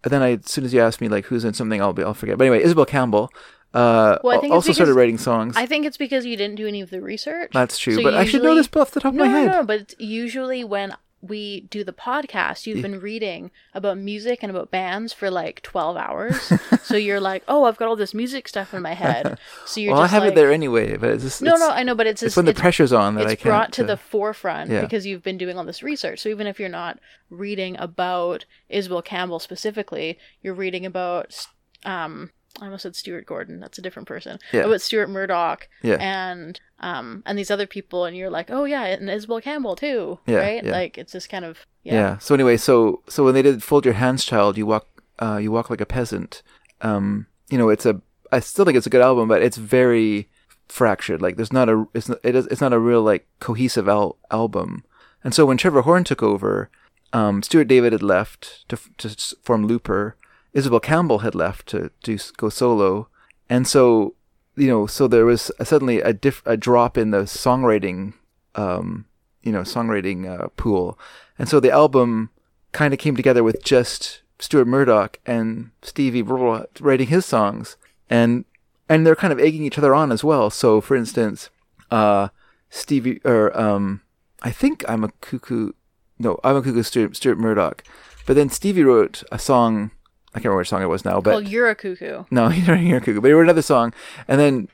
S2: and then I, as soon as you ask me like who's in something, I'll be I'll forget. But anyway, Isabel Campbell. Uh,
S1: Well, I think it's
S2: also started
S1: because-
S2: writing songs.
S1: I think it's because you didn't do any of the research.
S2: That's true,
S1: So
S2: but I should know
S1: usually-
S2: this off the top of
S1: no,
S2: my head.
S1: No, no, but usually when we do the podcast, you've been reading about music and about bands for like 12
S2: [laughs]
S1: hours. so you're like, oh, I've got all this music stuff in my head. So you're
S2: well, I
S1: just
S2: have
S1: like,
S2: it there anyway, but it's just
S1: No,
S2: it's,
S1: no, I know, but it's
S2: it's
S1: just,
S2: when the pressure's on that
S1: it's
S2: I can't.
S1: brought to
S2: uh,
S1: the forefront
S2: yeah.
S1: because you've been doing all this research. So even if you're not reading about Isabel Campbell specifically, you're reading about um I almost said Stuart Gordon. That's a different person.
S2: Yeah.
S1: About Stuart Murdoch
S2: Yeah.
S1: and um and these other people, and you're like, oh yeah, and Isabel Campbell too,
S2: Yeah,
S1: right?
S2: yeah.
S1: Like it's just kind of
S2: Yeah.
S1: yeah.
S2: So anyway, so so when they did "Fold Your Hands, Child," you walk, uh, you walk like a peasant. Um, you know, it's a. I still think it's a good album, but it's very fractured. Like, there's not a. It's not. It is, it's not a real like cohesive al- album. And so when Trevor Horn took over, um, Stuart David had left to f- to s- form Looper. Isabel Campbell had left to to s- go solo, and so you know, so there was a, suddenly a diff a drop in the songwriting um, you know songwriting uh, pool, and so the album kind of came together with just Stuart Murdoch and Stevie blah, blah, blah, writing his songs, and and they're kind of egging each other on as well. So for instance, uh, Stevie or um, I think I'm a cuckoo. No, I'm a cuckoo. Stuart, Stuart Murdoch, but then Stevie wrote a song. I can't remember which song it was now, but
S1: Well, you're a cuckoo.
S2: no, [laughs] he didn't hear Cuckoo, but he wrote another song, and then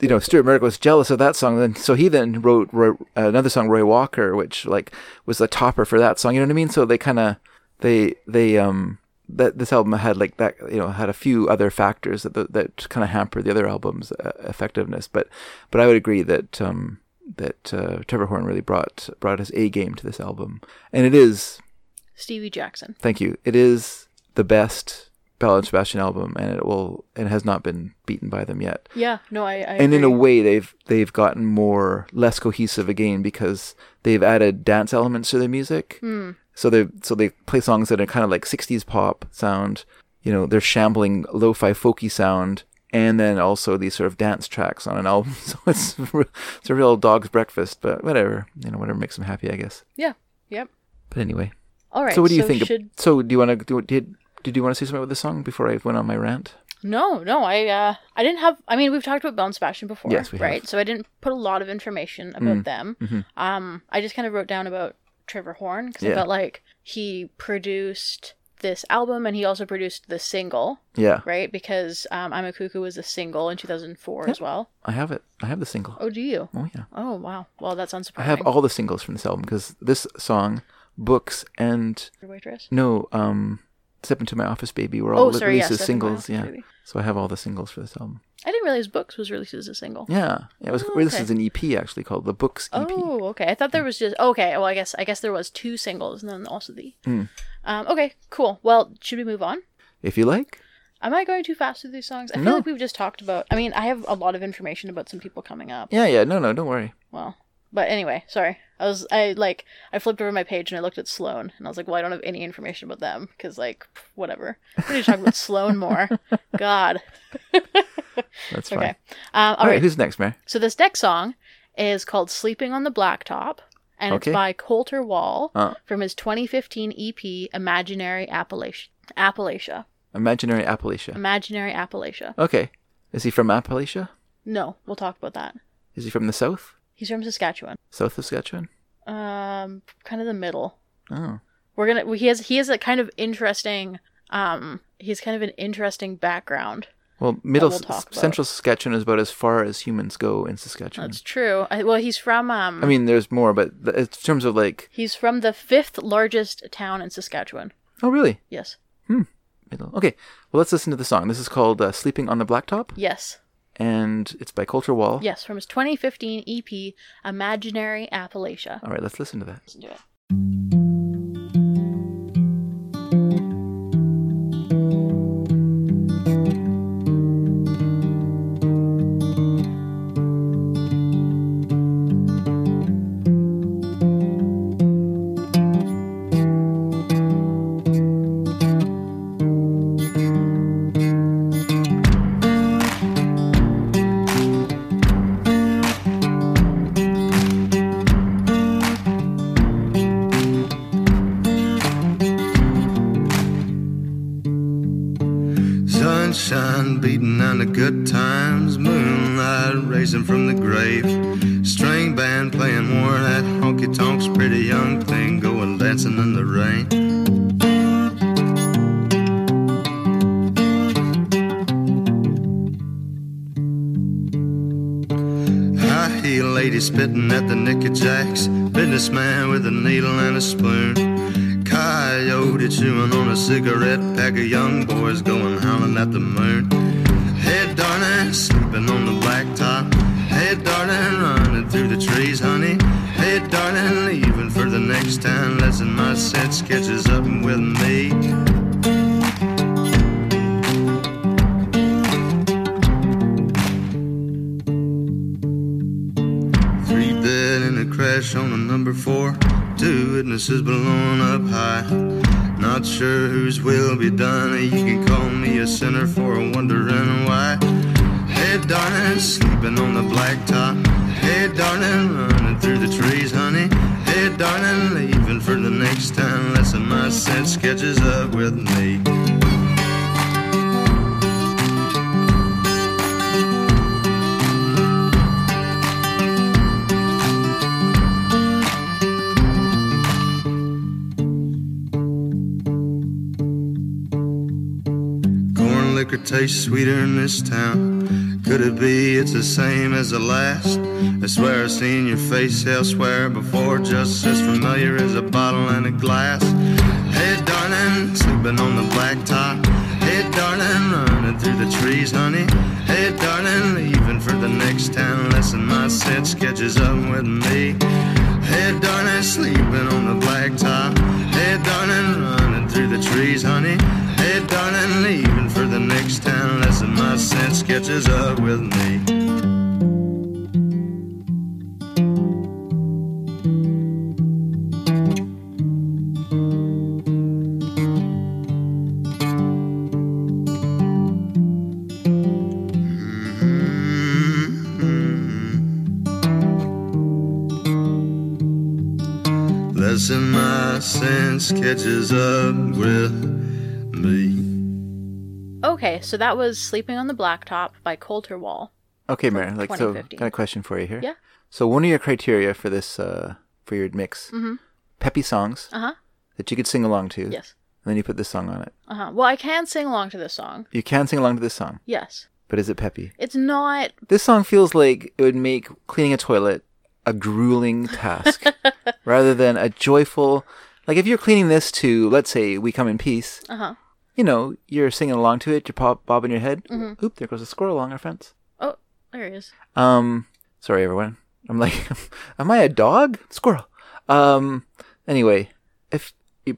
S2: you know Stuart Murdoch was jealous of that song, then so he then wrote Roy, another song, Roy Walker, which like was the topper for that song. You know what I mean? So they kind of they they um that this album had like that you know had a few other factors that that, that kind of hampered the other album's uh, effectiveness. But but I would agree that um that uh, Trevor Horn really brought brought his A game to this album, and it is
S1: Stevie Jackson.
S2: Thank you. It is the best Bell and Sebastian album, and it will and has not been beaten by them yet.
S1: Yeah, no, I. I
S2: and in a
S1: agree.
S2: way, they've they've gotten more less cohesive again because they've added dance elements to their music.
S1: Hmm.
S2: So they so they play songs that are kind of like '60s pop sound. You know, they're shambling lo-fi folky sound, and then also these sort of dance tracks on an album. [laughs] So it's it's a real dog's breakfast, but whatever. You know, whatever makes them happy, I guess.
S1: yeah, yep.
S2: But anyway.
S1: All right.
S2: So what do you think? ab-
S1: Should
S2: so do you want to do? Did did you want to say something about the song before I went on my rant?
S1: No, no, I uh, I didn't have. I mean, we've talked about Bell and Sebastian before,
S2: Yes, we have. Mm-hmm.
S1: right? So I didn't put a lot of information about them. Um, I just kind of wrote down about Trevor Horn because
S2: Yeah.
S1: I felt like he produced this album and he also produced the single,
S2: Yeah,
S1: right? Because um, I'm a Cuckoo was a single in 2004 as well.
S2: I have it. I have the single.
S1: Oh, do you?
S2: Oh yeah,
S1: Oh, wow. Well, that's unsurprising.
S2: I have all the singles from this album because this song, books, and
S1: Waitress.
S2: no, um, step into my office, baby, were all
S1: Oh,
S2: li-
S1: sorry,
S2: released
S1: yes,
S2: as
S1: Step Into My
S2: singles.
S1: Office,
S2: Yeah,
S1: Baby.
S2: so I have all the singles for this album.
S1: I didn't realize Books was released as a single.
S2: Yeah, yeah it was.
S1: Oh,
S2: well, This
S1: okay.
S2: is an EP actually called the Books E EP.
S1: Oh, okay. I thought there was just okay. Well, I guess I guess there was two singles and then also the.
S2: Mm.
S1: Um, okay, cool. Well, should we move on?
S2: If you like,
S1: Am I going too fast through these songs? I feel
S2: No.
S1: like we've just talked about. I mean, I have a lot of information about some people coming up.
S2: yeah, yeah. No, no, don't worry.
S1: Well, but anyway, sorry. I was I like I flipped over my page and I looked at Sloan and I was like, well, I don't have any information about them because like pff, whatever. We need to talk about Sloan
S2: [laughs]
S1: more. God.
S2: That's fine.
S1: Okay. Um,
S2: All right, who's next, Mary?
S1: So this next song is called "Sleeping on the Blacktop," and
S2: Okay.
S1: it's by Coulter Wall
S2: Uh.
S1: from his 2015 EP "Imaginary Appalachia." Appalachia,
S2: Imaginary Appalachia.
S1: imaginary Appalachia.
S2: Okay, is he from Appalachia?
S1: No, we'll talk about that.
S2: Is he from the south,
S1: He's from Saskatchewan,
S2: south of Saskatchewan?
S1: um, kind of the middle.
S2: Oh,
S1: we're gonna he has he has a kind of interesting um he's kind of an interesting background
S2: Well, middle
S1: we'll
S2: S-
S1: talk about.
S2: central Saskatchewan is about as far as humans go in Saskatchewan.
S1: that's true I, well he's from um
S2: I mean, there's more, but th- in terms of like,
S1: he's from the fifth largest town in saskatchewan
S2: oh really?
S1: yes
S2: Middle. Okay, well let's listen to the song. This is called uh, "Sleeping on the Blacktop,"
S1: yes
S2: and it's by Culture Wall.
S1: yes from his 2015 ep imaginary appalachia
S2: All right, let's listen to that.
S1: listen to it
S4: Sunshine beating on the good times, moonlight raising from the grave. String band playing more of that honky tonks, pretty young thing going dancing in the rain. High heel lady spitting at the knicker jacks. Businessman with a needle and a spoon. Coyote chewing on a cigarette. Pack of young boys going howling at the moon. Hey, darling, sleeping on the blacktop. Hey, darling, running through the trees, honey. Hey, darling, leaving for the next town. Lesson my sense catches up with me. Three dead in a crash on a number four. Two witnesses blown up high. Not sure whose will be done. You can call me a sinner for wondering why. Hey, darling, sleeping on the blacktop. Hey, darling, running through the trees, honey. Hey, darling, leaving for the next town. Lesson my sense catches up with me. Corn liquor tastes sweeter in this town. Could it be it's the same as the last? I swear I've seen your face elsewhere before, just as familiar as a bottle and a glass. Hey, darling, sleeping on the blacktop. Hey, darling, running through the trees, honey. Hey, darling, leaving for the next town. Lesson my sense catches up with me. Hey, darling, sleeping on the blacktop. Hey, darling, running through the trees, honey. Hey, darling, leaving for the next town. Lesson my sense catches up with me. Lesson my sense catches up with me.
S1: okay so that was sleeping on the blacktop by coulter wall
S2: Okay, Mary. Like, so,
S1: 2015.
S2: got a question for you here.
S1: Yeah.
S2: So, one of your criteria for this, uh, for your mix, peppy songs
S1: uh-huh
S2: that you could sing along to.
S1: Mm-hmm. yes
S2: And then you put this song on it.
S1: uh-huh well i can sing along to this song
S2: You can sing along to this song,
S1: yes
S2: but is it peppy?
S1: it's not
S2: This song feels like it would make cleaning a toilet a
S1: [laughs]
S2: grueling task rather than a joyful. Like, if you're cleaning this to, let's say, We Come in Peace,
S1: uh-huh
S2: you know, you're singing along to it, you're pop- bobbing your head.
S1: Mm-hmm.
S2: Oop, there goes a squirrel along our fence.
S1: oh there he is
S2: Um, sorry everyone. I'm like, [laughs] am I a dog? Squirrel. Um, anyway, if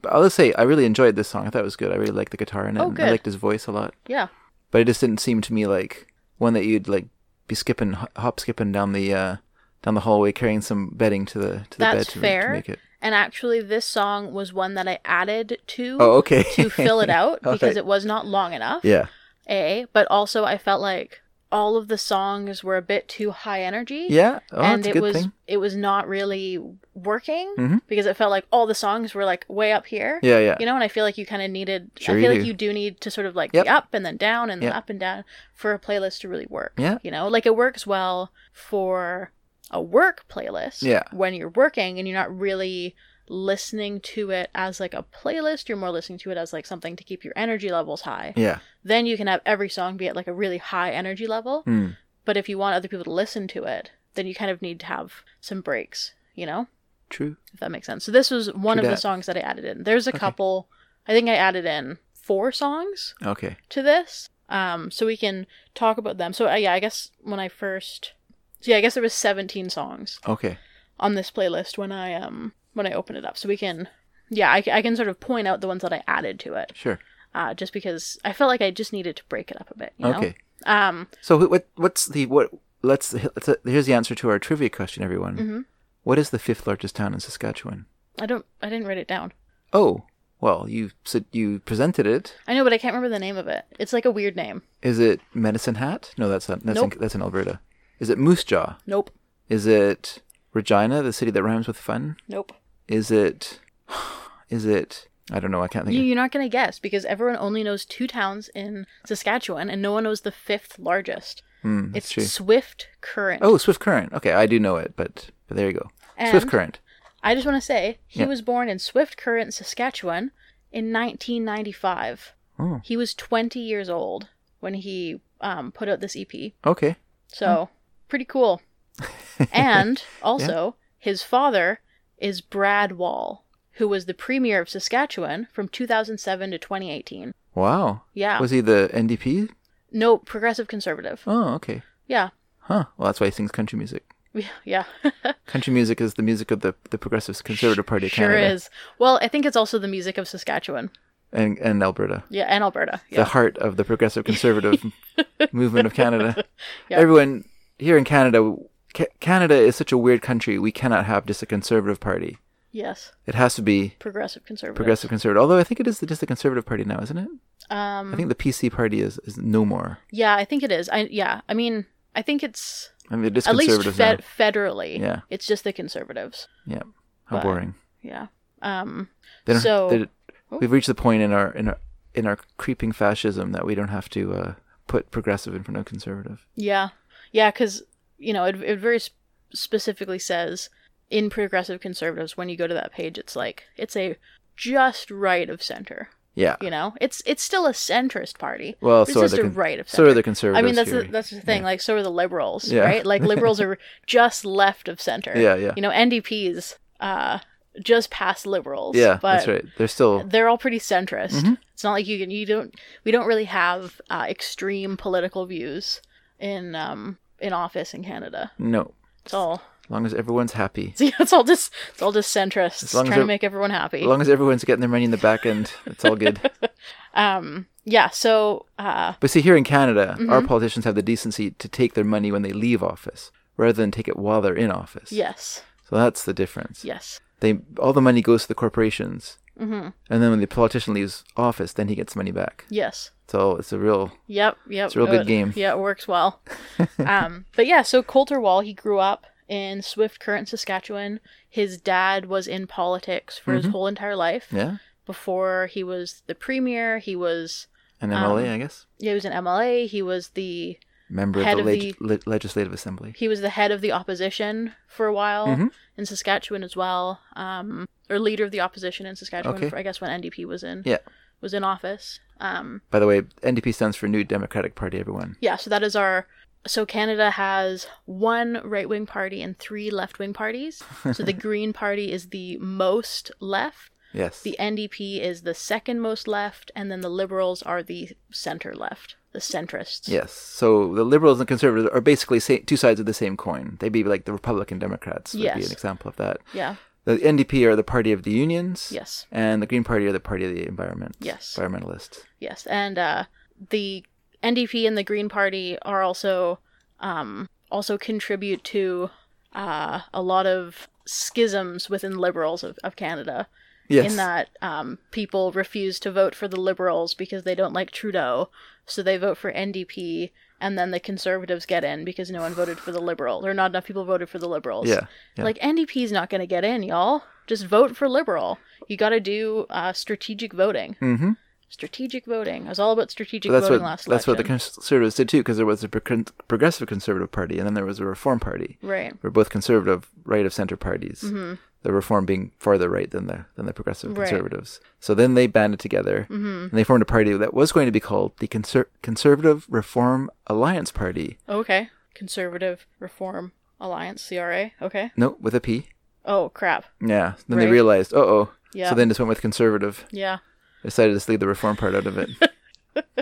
S2: I'll just say I really enjoyed this song. I thought it was good. I really liked the guitar in it.
S1: Oh,
S2: and I
S1: good.
S2: liked his voice a lot,
S1: yeah
S2: but it just didn't seem to me like one that you'd like be skipping, ho- hop skipping down the uh, down the hallway carrying some bedding to the to the bed
S1: That's
S2: to,
S1: fair.
S2: to make it.
S1: And actually, this song was one that I added to
S2: Oh, okay.
S1: to fill
S2: [laughs]
S1: it out
S2: All
S1: because
S2: right.
S1: it was not long enough.
S2: Yeah.
S1: A, but also I felt like all of the songs were a bit too high energy.
S2: Yeah. Oh,
S1: and
S2: that's a
S1: it
S2: good
S1: was
S2: thing.
S1: it was not really working
S2: Mhm.
S1: because it felt like all the songs were like way up here.
S2: Yeah, yeah.
S1: You know, and I feel like you kind of needed.
S2: Sure
S1: I
S2: you
S1: feel like
S2: do.
S1: you do need to sort of like
S2: Yep.
S1: be up and then down and then
S2: Yep.
S1: up and down for a playlist to really work.
S2: Yeah.
S1: You know, like it works well for a work playlist.
S2: Yeah.
S1: When you're working and you're not really listening to it as like a playlist, you're more listening to it as like something to keep your energy levels high.
S2: Yeah.
S1: Then you can have every song be at like a really high energy level.
S2: Mm.
S1: But if you want other people to listen to it, then you kind of need to have some breaks, you know?
S2: True.
S1: if that makes sense. So this was one
S2: True
S1: of the
S2: dat.
S1: songs that I added in. There's a couple. I think I added in four songs
S2: Okay.
S1: to this. Um, so we can talk about them. So uh, yeah, I guess when I first, so yeah, I guess there was 17 songs
S2: Okay.
S1: on this playlist when I um when I opened it up. So we can, yeah, I, I can sort of point out the ones that I added to it,
S2: Sure.
S1: uh, just because I felt like I just needed to break it up a bit. You know?
S2: Okay.
S1: Um,
S2: So wh- what what's the what let's, let's uh, here's the answer to our trivia question everyone.
S1: Mhm.
S2: What is the fifth largest town in Saskatchewan?
S1: I don't, I didn't write it down.
S2: Oh, well, you said you presented it.
S1: I know, but I can't remember the name of it. It's like a weird name.
S2: Is it Medicine Hat? No, that's not, that's
S1: Nope.
S2: in, that's in Alberta. Is it Moose Jaw?
S1: Nope.
S2: Is it Regina, the city that rhymes with fun?
S1: Nope.
S2: Is it is it I don't know, I can't think.
S1: You,
S2: of-
S1: you're not going to guess because everyone only knows two towns in Saskatchewan and no one knows the fifth largest.
S2: Mm, that's
S1: it's
S2: true.
S1: Swift Current.
S2: Oh, Swift Current. Okay, I do know it, but but there you go. Swift
S1: And-
S2: Current.
S1: I just want to say he
S2: Yeah.
S1: was born in Swift Current, Saskatchewan in 1995.
S2: Oh,
S1: He was 20 years old when he um, put out this EP.
S2: okay.
S1: So,
S2: Hmm.
S1: pretty
S2: [laughs]
S1: cool. and also, his father is Brad Wall, who was the premier of Saskatchewan from 2007 to 2018.
S2: Wow.
S1: Yeah.
S2: Was he the NDP?
S1: No, progressive conservative.
S2: Oh, okay.
S1: Yeah.
S2: Huh. Well, that's why he sings country music.
S1: Yeah. [laughs]
S2: Country music is the music of the, the Progressive Conservative Party of
S1: Sure
S2: Canada
S1: is. Well, I think it's also the music of Saskatchewan.
S2: And, and Alberta.
S1: Yeah, and Alberta.
S2: The
S1: Yeah.
S2: heart of the Progressive
S1: [laughs]
S2: Conservative movement of Canada.
S1: Yeah.
S2: Everyone here in Canada, ca- Canada is such a weird country. We cannot have just a conservative party.
S1: yes.
S2: It has to be
S1: Progressive conservative.
S2: progressive conservative. Although I think it is the, just the conservative party now, isn't it?
S1: Um
S2: I think the PC party is, is no more.
S1: yeah, I think it is. I yeah, I mean, I think it's
S2: I mean, it is
S1: at least
S2: conservatives
S1: fed-
S2: now.
S1: federally.
S2: Yeah.
S1: It's just the conservatives.
S2: Yeah. How
S1: but-
S2: boring.
S1: Yeah. Um
S2: They don't,
S1: So- Oh.
S2: they- we've reached the point in our in our in our creeping fascism that we don't have to uh, put progressive in front of conservative.
S1: yeah. Yeah, cuz you know, it it very sp- specifically says in progressive conservatives when you go to that page it's like it's a just right of center,
S2: Yeah.
S1: you know? It's it's still a centrist party.
S2: Well,
S1: but
S2: so are,
S1: it's just
S2: the
S1: a
S2: con-
S1: right of center.
S2: so are the conservatives.
S1: I mean, that's
S2: here.
S1: the, that's the thing.
S2: Yeah.
S1: Like, so are the liberals,
S2: Yeah.
S1: right?
S2: [laughs]
S1: Like, liberals are just left of center.
S2: Yeah, yeah.
S1: You know, NDP's uh, just past liberals.
S2: yeah,
S1: but
S2: that's right. Mm-hmm. They're still
S1: They're all pretty centrist. It's not like you can you don't we don't really have uh, extreme political views in um in office in Canada.
S2: no.
S1: It's all [laughs]
S2: As long as everyone's happy,
S1: see, it's all just it's all just centrists
S2: As long as
S1: trying to
S2: ev-
S1: make everyone happy.
S2: as long as everyone's getting their money in the back end, it's all good.
S1: [laughs] um, yeah. So uh,
S2: But see, here in Canada,
S1: Mm-hmm.
S2: our politicians have the decency to take their money when they leave office, rather than take it while they're in office.
S1: yes,
S2: So that's the difference.
S1: yes,
S2: They all the money goes to the corporations,
S1: Mm-hmm.
S2: and then when the politician leaves office, then he gets money back.
S1: yes.
S2: So it's a real
S1: Yep, yep. Uh,
S2: It's a real good game.
S1: Yeah, it works
S2: [laughs]
S1: well. um, but yeah, so Coulter Wall, he grew up in Swift Current, Saskatchewan. His dad was in politics for his whole entire life.
S2: Mm-hmm. yeah,
S1: Before he was the premier, he was
S2: an MLA,
S1: Um,
S2: I guess,
S1: yeah, he was an MLA. He was the
S2: member of
S1: head
S2: the,
S1: of
S2: leg-
S1: the-
S2: le- legislative assembly.
S1: he was the head of the opposition for a while
S2: Mhm.
S1: in Saskatchewan as well, um, or leader of the opposition in Saskatchewan.
S2: Okay.
S1: For, I guess when NDP was in
S2: Yeah.
S1: was in office. Um,
S2: By the way, NDP stands for New Democratic Party. Everyone.
S1: Yeah, so that is our. So Canada has one right wing party and three left wing parties. So the Green Party is the most left,
S2: Yes.
S1: the NDP is the second most left, and then the Liberals are the center left, the centrists.
S2: Yes. So the liberals and conservatives are basically sa- two sides of the same coin. They'd be like the Republican Democrats would be
S1: Yes.
S2: an example of that.
S1: Yeah.
S2: The NDP are the party of the unions.
S1: Yes.
S2: And the Green Party are the party of the environment.
S1: Yes.
S2: Environmentalists.
S1: Yes. And uh, the NDP and the Green Party are also um, also contribute to uh, a lot of schisms within liberals of, of Canada.
S2: Yes.
S1: in that um, people refuse to vote for the liberals because they don't like Trudeau, so they vote for NDP, and then the conservatives get in because no one voted for the liberal, or not enough people voted for the liberals.
S2: Yeah, yeah.
S1: like NDP's not going to get in, y'all. Just vote for liberal. You got to do uh, strategic voting.
S2: mm-hmm.
S1: strategic voting. I was all about strategic
S2: But that's
S1: voting
S2: what
S1: last
S2: that's what the
S1: election.
S2: conservatives did too, because there was a pro- progressive conservative party, and then there was a reform party.
S1: right.
S2: We're both conservative, right of center parties. The reform being farther right than the than the progressive
S1: Mm-hmm. Right. Mm-hmm.
S2: conservatives. So then they banded together and they formed a party that was going to be called the Conser- Conservative Reform Alliance Party.
S1: Okay. Conservative Reform Alliance (CRA). Okay.
S2: No, with a P.
S1: Oh crap.
S2: Yeah. Then they
S1: Right.
S2: realized, oh oh.
S1: Yeah.
S2: So then just went with conservative.
S1: Yeah. [laughs]
S2: Decided to just leave the reform part out of it.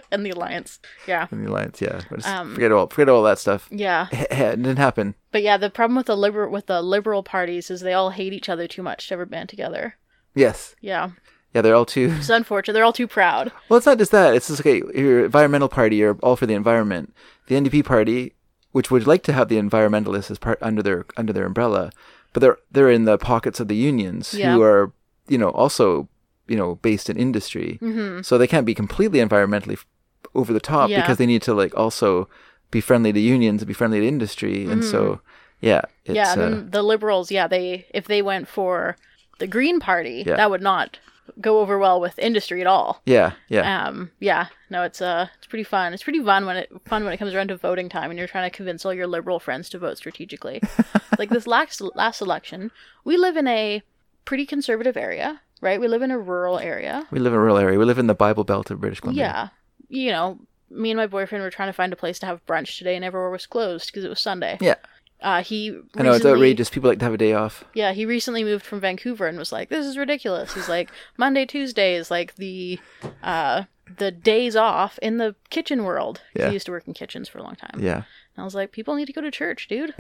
S1: And the alliance. Yeah.
S2: and the alliance, yeah. Just
S1: Um,
S2: forget all forget all that stuff.
S1: Yeah.
S2: it didn't happen.
S1: But yeah, the problem with the liberal with the liberal parties is they all hate each other too much to ever band together.
S2: Yes.
S1: Yeah.
S2: Yeah, they're all too
S1: It's unfortunate. They're all too proud.
S2: Well, it's not just that. It's just okay. Your environmental party are all for the environment. The NDP party, which would like to have the environmentalists as part under their under their umbrella, but they're they're in the pockets of the unions
S1: Yeah.
S2: who are you know also you know based in industry, so they can't be completely environmentally f- over the top
S1: Mm-hmm. Yeah.
S2: because they need to like also be friendly to unions and be friendly to industry, and so yeah,
S1: Mm-hmm.
S2: it's,
S1: yeah.
S2: uh,
S1: Then the liberals. Yeah. They if they went for the Green Party,
S2: Yeah.
S1: that would not go over well with industry at all.
S2: yeah, yeah.
S1: um yeah no it's uh it's pretty fun it's pretty fun when it fun when it comes around to voting time and you're trying to convince all your liberal friends to vote
S2: [laughs]
S1: strategically like this last last election we live in a pretty conservative area right we live in a rural area
S2: we live in a rural area. We live in the Bible Belt of British Columbia.
S1: yeah you know me and my boyfriend were trying to find a place to have brunch today and everywhere was closed because it was sunday
S2: Yeah.
S1: uh he
S2: I know it's
S1: recently-
S2: outrageous. People like to have a day off.
S1: yeah, he recently moved from Vancouver and was like, "This is ridiculous." He's like, "Monday, Tuesday is like the uh, the days off in the kitchen world." 'Cause
S2: Yeah.
S1: He used to work in kitchens for a long time.
S2: Yeah,
S1: And I was like, "People need to go to church,
S2: [laughs]
S1: dude.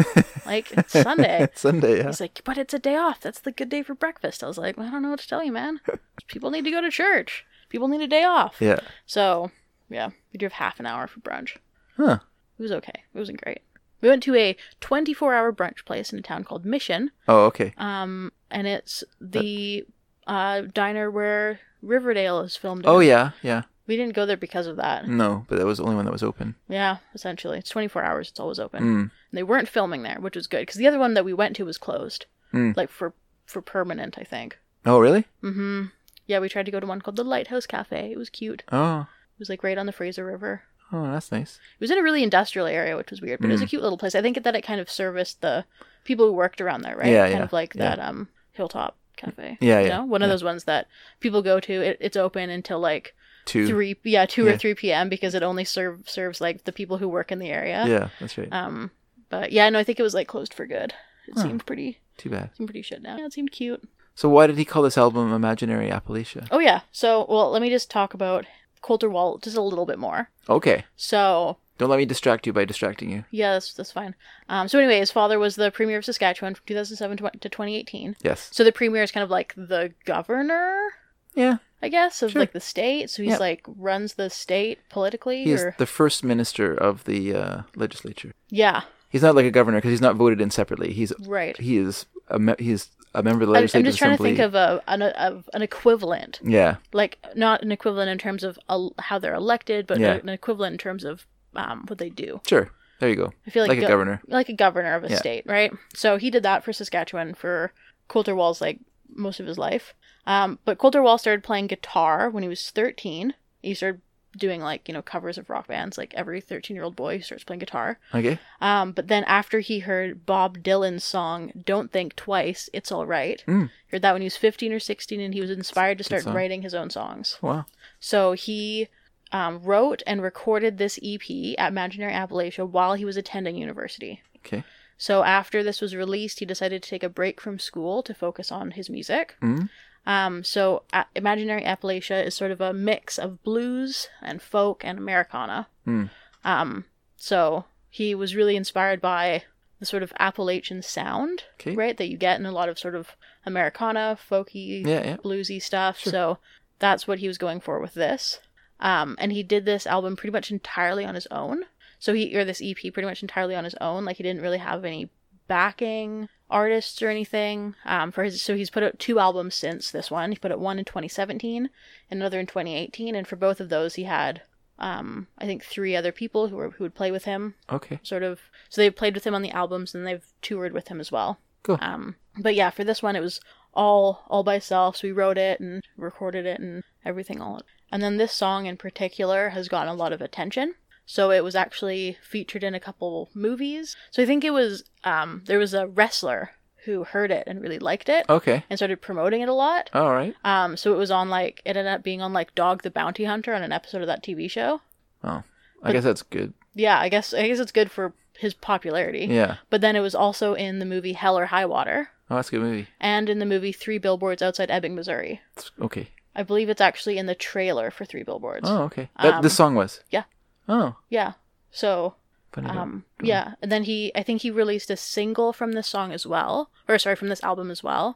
S1: like it's Sunday."
S2: Sunday. Yeah.
S1: He's like, "But it's a day off. That's the good day for breakfast." I was like, "I don't know what to tell you,
S2: [laughs]
S1: man. People need to go to church. People need a day off."
S2: Yeah.
S1: So, yeah, we drove half an hour for brunch.
S2: Huh.
S1: It was okay. It wasn't great. We went to a 24-hour brunch place in a town called Mission.
S2: Oh, okay.
S1: Um, and it's the uh, diner where Riverdale is filmed.
S2: Oh
S1: in.
S2: yeah, Mm. yeah.
S1: we didn't go there because of that.
S2: No, but that was the only one that was open.
S1: Yeah, essentially, it's twenty four hours. It's always open.
S2: Mm.
S1: And they weren't filming there, which was good because the other one that we went to was closed,
S2: Mm.
S1: like for for permanent, I think.
S2: Oh really?
S1: Mm-hmm. Yeah, we tried to go to one called the Lighthouse Cafe. It was cute.
S2: Oh,
S1: It was like right on the Fraser River.
S2: oh, that's nice.
S1: It was in a really industrial area, which was weird, but it was
S2: Hmm.
S1: a cute little place. I think that it kind of serviced the people who worked around there, right?
S2: Yeah,
S1: kind
S2: yeah,
S1: of like
S2: yeah.
S1: that um hilltop cafe.
S2: Yeah,
S1: you
S2: yeah,
S1: know? One of
S2: yeah.
S1: those ones that people go to. It, it's open until like
S2: Two.
S1: three, yeah, two
S2: Yeah.
S1: or three p.m. because it only serve serves like the people who work in the area.
S2: Yeah, that's right.
S1: Um, but yeah, no, I think it was like closed for good. It
S2: Huh.
S1: seemed pretty,
S2: Too bad.
S1: seemed pretty shut down. Yeah, it seemed cute.
S2: So why did he call this album "Imaginary Appalachia"?
S1: Oh yeah. So well, let me just talk about Coulter Wall just a little bit more.
S2: Okay,
S1: So
S2: don't let me distract you by distracting you.
S1: Yeah, that's, that's fine. Um, so anyway, his father was the premier of Saskatchewan from 2007 to to 2018.
S2: Yes.
S1: So the premier is kind of like the governor,
S2: Yeah,
S1: I guess, of
S2: Sure.
S1: like the state. So he's
S2: Yeah.
S1: like runs the state politically.
S2: he is
S1: or
S2: the first minister of the uh, legislature.
S1: yeah,
S2: He's not like a governor because he's not voted in separately. He's
S1: right.
S2: he is a me- he's a member of the
S1: I'm, I'm
S2: legislative
S1: just trying
S2: assembly.
S1: to think of a an, of an equivalent,
S2: yeah,
S1: like not an equivalent in terms of el- how they're elected, but
S2: Yeah.
S1: an equivalent in terms of um, what they do.
S2: sure. There you go.
S1: I feel like,
S2: Like a
S1: go-
S2: governor.
S1: like a governor of a
S2: Yeah.
S1: state, right? So he did that for Saskatchewan for Coulter Wall's like most of his life. Um, but Coulter Wall started playing guitar when he was 13. He started doing like you know covers of rock bands, like every 13 year old boy starts playing guitar.
S2: Okay.
S1: Um, but then after he heard Bob Dylan's song "Don't Think Twice, It's All Right,"
S2: Mm.
S1: heard that when he was 15 or 16, and he was inspired to
S2: Good
S1: start
S2: song.
S1: writing his own songs.
S2: Wow.
S1: So he um, wrote and recorded this EP at Imaginary Appalachia while he was attending university.
S2: Okay.
S1: So after this was released, he decided to take a break from school to focus on his music.
S2: Mm.
S1: Um, so A- Imaginary Appalachia is sort of a mix of blues and folk and Americana.
S2: Mm.
S1: Um, so he was really inspired by the sort of Appalachian sound,
S2: Okay.
S1: right, that you get in a lot of sort of Americana, folky,
S2: Yeah, yeah.
S1: bluesy stuff.
S2: Sure.
S1: So that's what he was going for with this. Um, and he did this album pretty much entirely on his own. So he or this EP pretty much entirely on his own. Like he didn't really have any backing artists or anything um, for his. So he's put out two albums since this one. He put out one in 2017 and another in 2018. And for both of those, he had um, I think three other people who were who would play with him
S2: Okay.
S1: sort of so they've played with him on the albums and they've toured with him as well
S2: Cool.
S1: um but yeah for this one it was all all by itself so we wrote it and recorded it and everything all And then this song in particular has gotten a lot of attention. So it was actually featured in a couple movies. So I think it was um, there was a wrestler who heard it and really liked it
S2: Okay.
S1: and started promoting it a lot.
S2: Oh, All right.
S1: Um, so it was on like it ended up being on like Dog the Bounty Hunter on an episode of that TV show.
S2: Oh, I guess that's good.
S1: Yeah, I guess I guess it's good for his popularity.
S2: Yeah.
S1: But then it was also in the movie Hell or High Water
S2: Oh, that's a good movie.
S1: and in the movie Three Billboards Outside Ebbing, Missouri.
S2: It's okay.
S1: I believe it's actually in the trailer for Three Billboards.
S2: Oh, okay. That this song was.
S1: um, yeah.
S2: Oh.
S1: Yeah. So
S2: Funny enough.
S1: um yeah, and then he I think he released a single from this song as well, or sorry, from this album as well,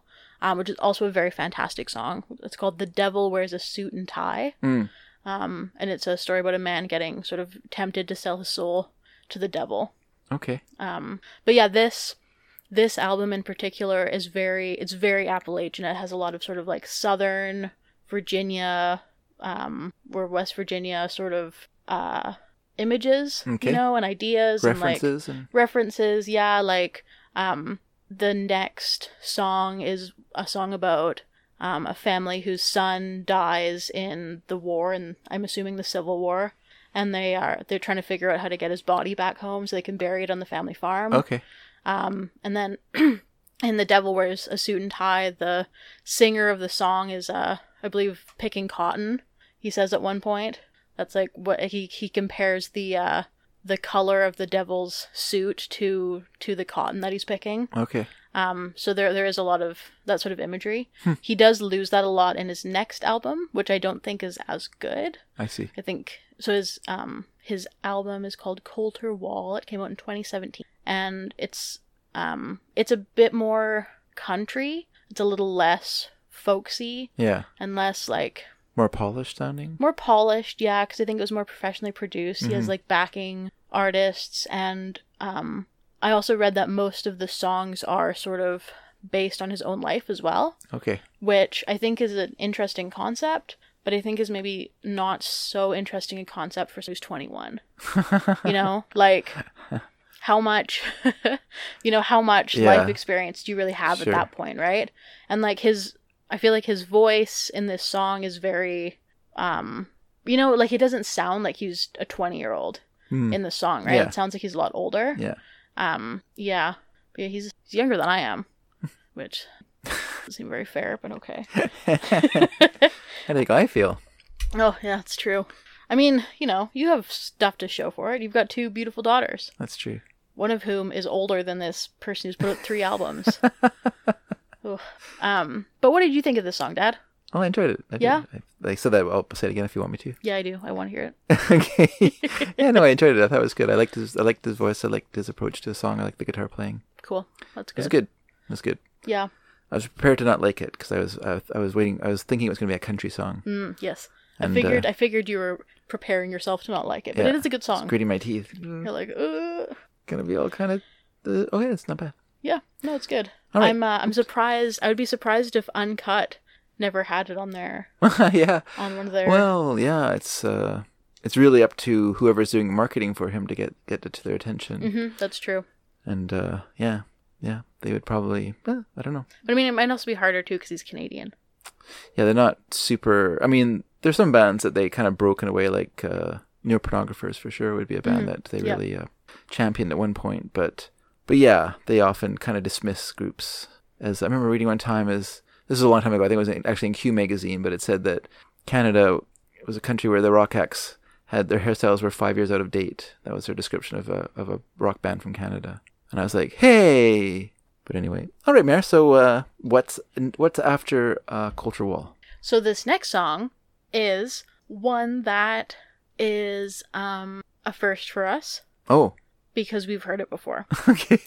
S1: um, which is also a very fantastic song. It's called "The Devil Wears a Suit and Tie,"
S2: Mm.
S1: um, and it's a story about a man getting sort of tempted to sell his soul to the devil.
S2: Okay.
S1: Um, but yeah, this this album in particular is very it's very Appalachian. It has a lot of sort of like Southern Virginia, um, or West Virginia sort of uh, images,
S2: Okay.
S1: you know, and ideas and like
S2: References and
S1: references. Yeah, like um, the next song is a song about. Um, a family whose son dies in the war, and I'm assuming the Civil War, and they are they're trying to figure out how to get his body back home so they can bury it on the family farm.
S2: okay.
S1: Um, and then [clears throat] in The Devil Wears a Suit and Tie, the singer of the song is, uh, I believe, picking cotton. He says at one point, that's like what he, he compares the, uh, the color of the devil's suit to to the cotton that he's picking.
S2: Okay.
S1: Um, so there there is a lot of that sort of imagery. He does lose that a lot in his next album, which I don't think is as good.
S2: I see.
S1: I think so. His um his album is called Coulter Wall. It came out in 2017, and it's um it's a bit more country. It's a little less folksy
S2: Yeah.
S1: and less like
S2: More polished sounding.
S1: more polished. Yeah, because I think it was more professionally produced. He has like backing artists, and um I also read that most of the songs are sort of based on his own life as well
S2: Okay.
S1: which I think is an interesting concept, but I think is maybe not so interesting a concept for someone who's 21.
S2: [laughs]
S1: you know, like how much, [laughs] you know, how much
S2: Yeah.
S1: life experience do you really have at
S2: Sure.
S1: that point, right? And like his, I feel like his voice in this song is very, um, you know, like he doesn't sound like he's a 20 year old
S2: Hmm.
S1: in the song, right?
S2: Yeah.
S1: It sounds like he's a lot older.
S2: Yeah.
S1: Um, yeah. But yeah, he's, he's younger than I
S2: [laughs]
S1: am, which doesn't seem very fair, but okay.
S2: I think I feel.
S1: Oh, yeah, it's true. I mean, you know, you have stuff to show for it. You've got two beautiful daughters,
S2: That's true.
S1: one of whom is older than this person who's put out three
S2: [laughs]
S1: albums. Oof. um, but what did you think of this song, Dad?
S2: Oh, I enjoyed it. I did.
S1: Yeah?
S2: I, I said that. I'll say it again if you want me to. [laughs]
S1: Yeah, I do. I want to hear it.
S2: okay. yeah. No, I enjoyed it. I thought it was good. I liked his. I liked his voice. I liked his approach to the song. I liked the guitar playing.
S1: Cool. That's
S2: It was
S1: good.
S2: good. It was good.
S1: Yeah.
S2: I was prepared to not like it because I was I, I was waiting I was thinking it was going to be a country song.
S1: Mm, yes.
S2: And,
S1: I figured.
S2: uh,
S1: I figured you were preparing yourself to not like it, but
S2: yeah,
S1: it is a good
S2: It's
S1: song.
S2: gritting my teeth.
S1: You're like, Ugh.
S2: Gonna be all kind of uh, oh yeah, it's not bad. [laughs]
S1: yeah. No, it's good.
S2: All right.
S1: I'm. Uh, I'm surprised. I would be surprised if Uncut never had it on their
S2: yeah.
S1: on one of their.
S2: Well, yeah, it's uh it's really up to whoever's doing marketing for him to get get it to their attention.
S1: Mhm, that's true.
S2: And uh yeah. Yeah, they would probably eh, I don't know.
S1: But I mean, it might also be harder too because he's Canadian.
S2: Yeah, they're not super I mean, there's some bands that they kind of broken away like uh Neopornographers for sure would be a band that they
S1: yeah.
S2: really uh, championed at one point, but but yeah, they often kind of dismiss groups as I remember reading one time as this is a long time ago. I think it was in, actually in Q magazine, but it said that Canada was a country where the rock acts had their hairstyles were five years out of date. That was their description of a of a rock band from Canada, and I was like, hey. But anyway, all right, Mayor. So uh, what's what's after uh, Culture Wall?
S1: So this next song is one that is um a first for us
S2: Oh, [laughs]
S1: because we've heard it before.
S2: okay.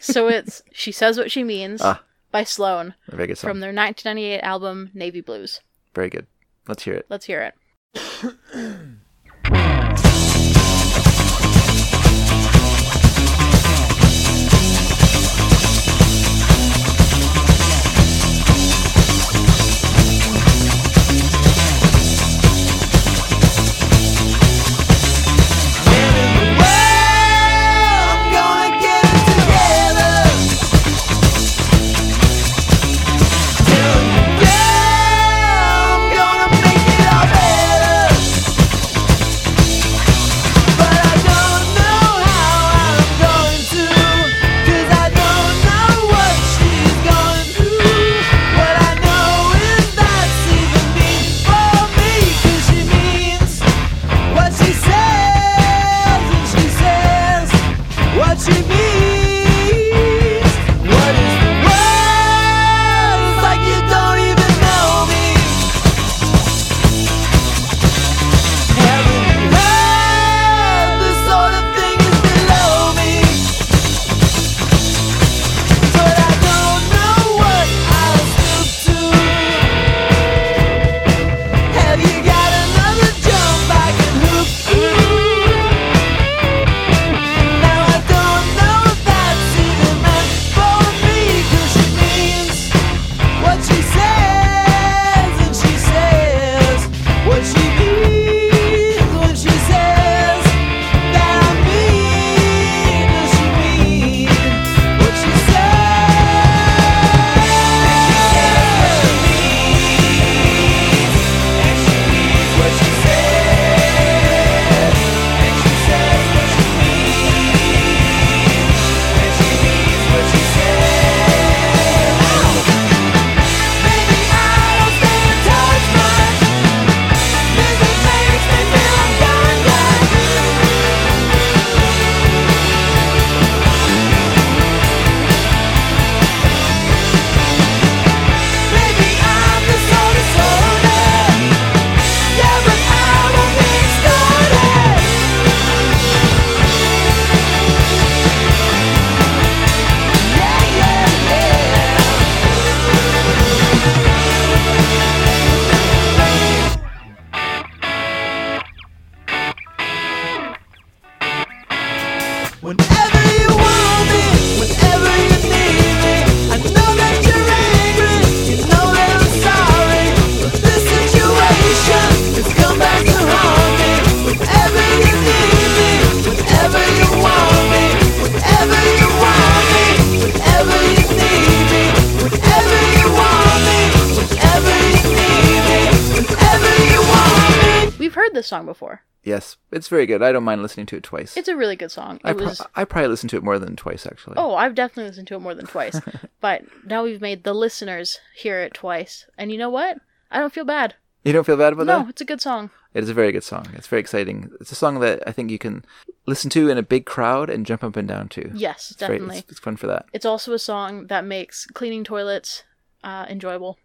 S1: so it's She Says What She Means
S2: Ah.
S1: by Sloan
S2: Very good song.
S1: from their 1998 album Navy Blues.
S2: Very good. Let's hear it.
S1: Let's hear it.
S5: Yeah, I'm gonna make it all better.
S1: song before.
S2: Yes, it's very good. I don't mind listening to it twice.
S1: It's a really good song. It
S2: I, pro-
S1: was
S2: I probably listened to it more than twice, actually.
S1: Oh, I've definitely listened to it more than twice.
S2: [laughs]
S1: but now we've made the listeners hear it twice. And you know what? I don't feel bad.
S2: You don't feel bad about
S1: no,
S2: that?
S1: it's a good song.
S2: It is a very good song. It's very exciting. It's a song that I think you can listen to in a big crowd and jump up and down to.
S1: Yes,
S2: It's very-
S1: definitely.
S2: it's, it's fun for that.
S1: it's also a song that makes cleaning toilets uh,
S2: [laughs]
S1: enjoyable.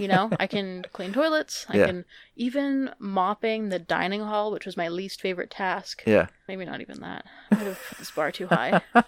S1: you know, I can clean toilets. I
S2: Yeah.
S1: can even mopping the dining hall, which was my least favorite task.
S2: Yeah.
S1: Maybe not even that. I would have put this bar too high.
S2: [laughs]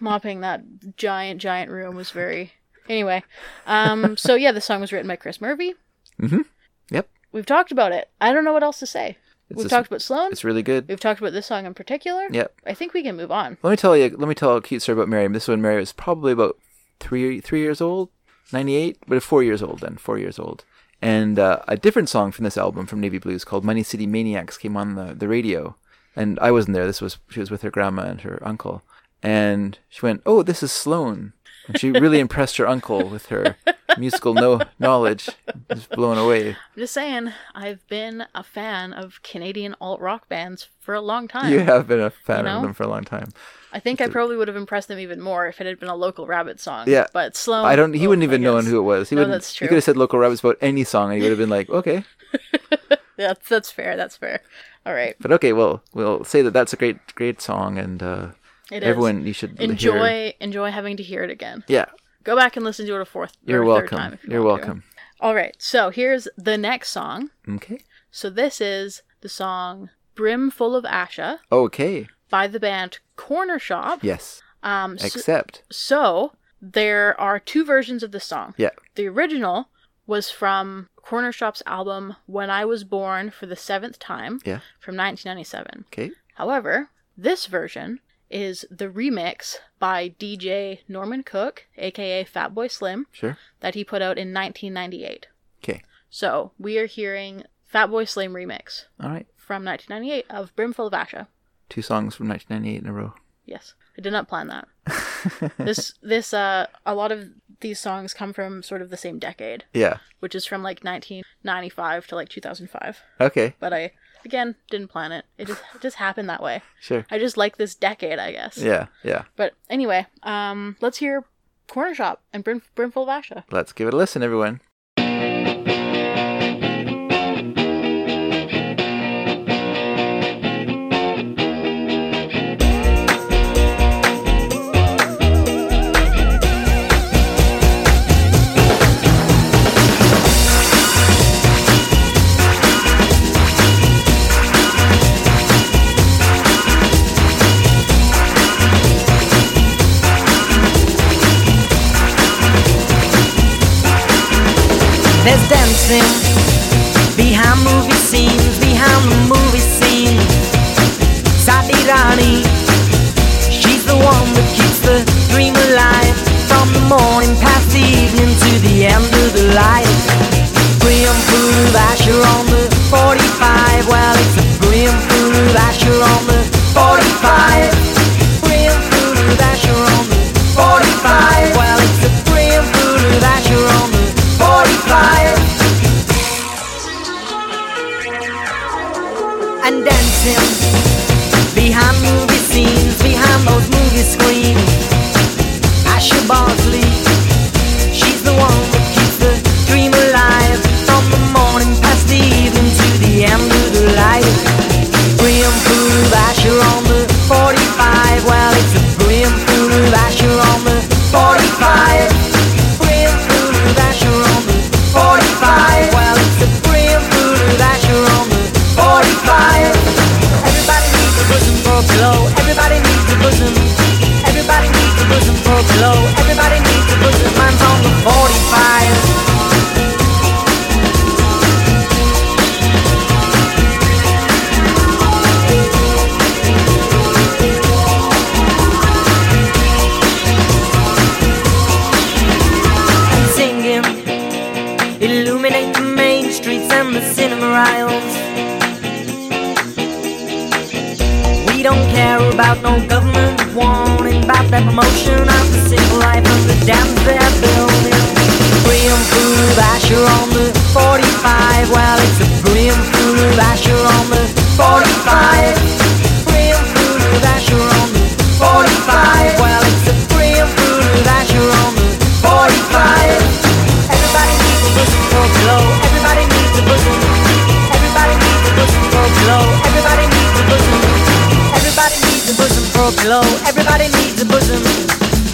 S1: mopping that giant, giant room was very. Anyway, um, so yeah, this song was written by Chris Murphy.
S2: Mhm. Yep.
S1: We've talked about it. I don't know what else to say.
S2: It's
S1: We've
S2: just-
S1: talked about Sloan.
S2: It's really good.
S1: We've talked about this song in particular.
S2: Yep.
S1: I think we can move on.
S2: Let me tell you. Let me tell a cute story about Mary. This one, Mary was probably about three three years old, ninety eight, but four years old then, four years old. And uh, a different song from this album from Navy Blues called "Money City Maniacs" came on the, the radio, and I wasn't there. This was she was with her grandma and her uncle, and she went, "Oh, this is Sloan," and
S1: [laughs]
S2: she really impressed her uncle with her musical no knowledge. I was blown away.
S1: I'm just saying, I've been a fan of Canadian alt rock bands for a long time.
S2: You have been a fan
S1: know?
S2: of them for a long time.
S1: I think I probably would have impressed them even more if it had been a local rabbit song.
S2: Yeah.
S1: But Sloan.
S2: I don't. He
S1: oh,
S2: wouldn't
S1: I
S2: even know
S1: guess.
S2: who it was. He
S1: No,
S2: wouldn't.
S1: that's
S2: He
S1: true.
S2: could have said "Local Rabbits" about any song, and he would have been like, "Okay."
S1: That's, that's fair. That's fair. All right.
S2: But okay, well, we'll say that that's a great, great song, and uh,
S1: It is.
S2: everyone you should hear-
S1: Enjoy, enjoy having to hear it again.
S2: Yeah,
S1: Go back and listen to it a fourth or
S2: you're
S1: a third
S2: welcome.
S1: time. if you
S2: you're
S1: want to.
S2: welcome.
S1: All right. So here's the next song.
S2: Okay.
S1: So this is the song Brim Full of Asha
S2: Okay.
S1: by the band Corner Shop.
S2: Yes.
S1: Um, so-
S2: Except.
S1: So there are two versions of this song.
S2: Yeah.
S1: The original was from Corner Shop's album When I Was Born for the Seventh Time
S2: Yeah.
S1: from 1997.
S2: Okay.
S1: However, this version is the remix by DJ Norman Cook, aka Fatboy Slim,
S2: Sure.
S1: that he put out in 1998.
S2: Okay.
S1: So we are hearing Fatboy Slim remix
S2: All right.
S1: from 1998 of Brimful of Asha.
S2: Two songs from 1998 in a row.
S1: Yes, I did not plan that. this this uh a lot of these songs come from sort of the same decade,
S2: Yeah.
S1: which is from like 1995 to like 2005.
S2: Okay.
S1: But I again didn't plan it. It just it just happened that way.
S2: Sure.
S1: I just like this decade, I guess.
S2: Yeah. Yeah.
S1: But anyway, um, let's hear Corner Shop and Brim, Brimful of Asha.
S2: Let's give it a listen, everyone.
S3: There's dancing behind movie scenes, behind the movie scene. Sadi Rani, she's the one that keeps the dream alive. From the morning past the evening to the end of the light. Grim food of Asher on the 45. Well, it's a grim food of Asher on the 45. Grim food of Asher on the 45. Well, it's a grim food of Asher on the 45. And dancing behind movie scenes, behind those movie screens. Asher Bosley. She's the one that keeps the dream alive From the morning past the evening to the end of the light Brim food of Asher on the 45 Well, it's a brim food of Asher on the 45 Brim food of Asher on the 45 Well, it's a brim food of Asher on the 45 Everybody needs a bosom for a pillow Everybody needs a bosom Everybody needs a bosom for a pillow Everybody needs a bosom Mine's on the 45 singing illuminate the main streets and the cinema aisles we don't care about no government warning about that promotion of the civil life of the dams they're building brim food of asher on the 45 well it's a brim food of asher on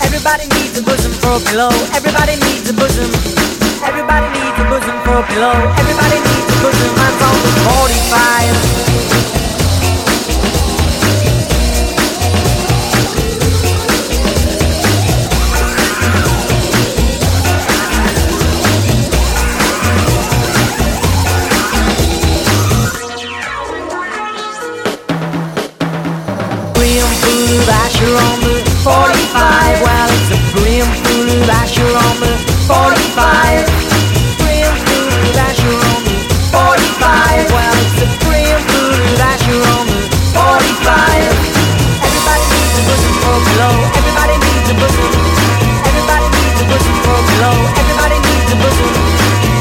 S6: Everybody needs a bosom for a pillow. Everybody needs a bosom. Everybody needs a bosom for a pillow. Everybody needs a bosom. I'm from the 45. brim full of Asher on the 45. Well, it's a brim full of Asher on the 45. Brim full of Asher on the 45. Well, it's a brim full of Asher on the 45. Everybody needs a bosom for a pillow. Everybody needs a bosom. Everybody needs a bosom for a pillow. Everybody needs a bosom.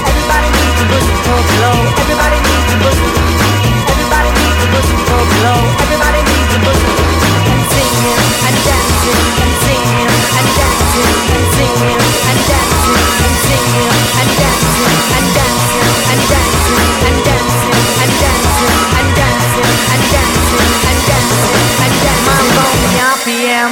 S6: Everybody needs a bosom for a pillow. Everybody needs a bosom. Everybody needs a bosom for a pillow. Everybody needs a bosom. And singing and dancing and singing and dancing and singing and dancing and singing and dancing and dancing and dancing and dancing and dancing and dancing and dancing and dancing and dancing. My lonely RPM.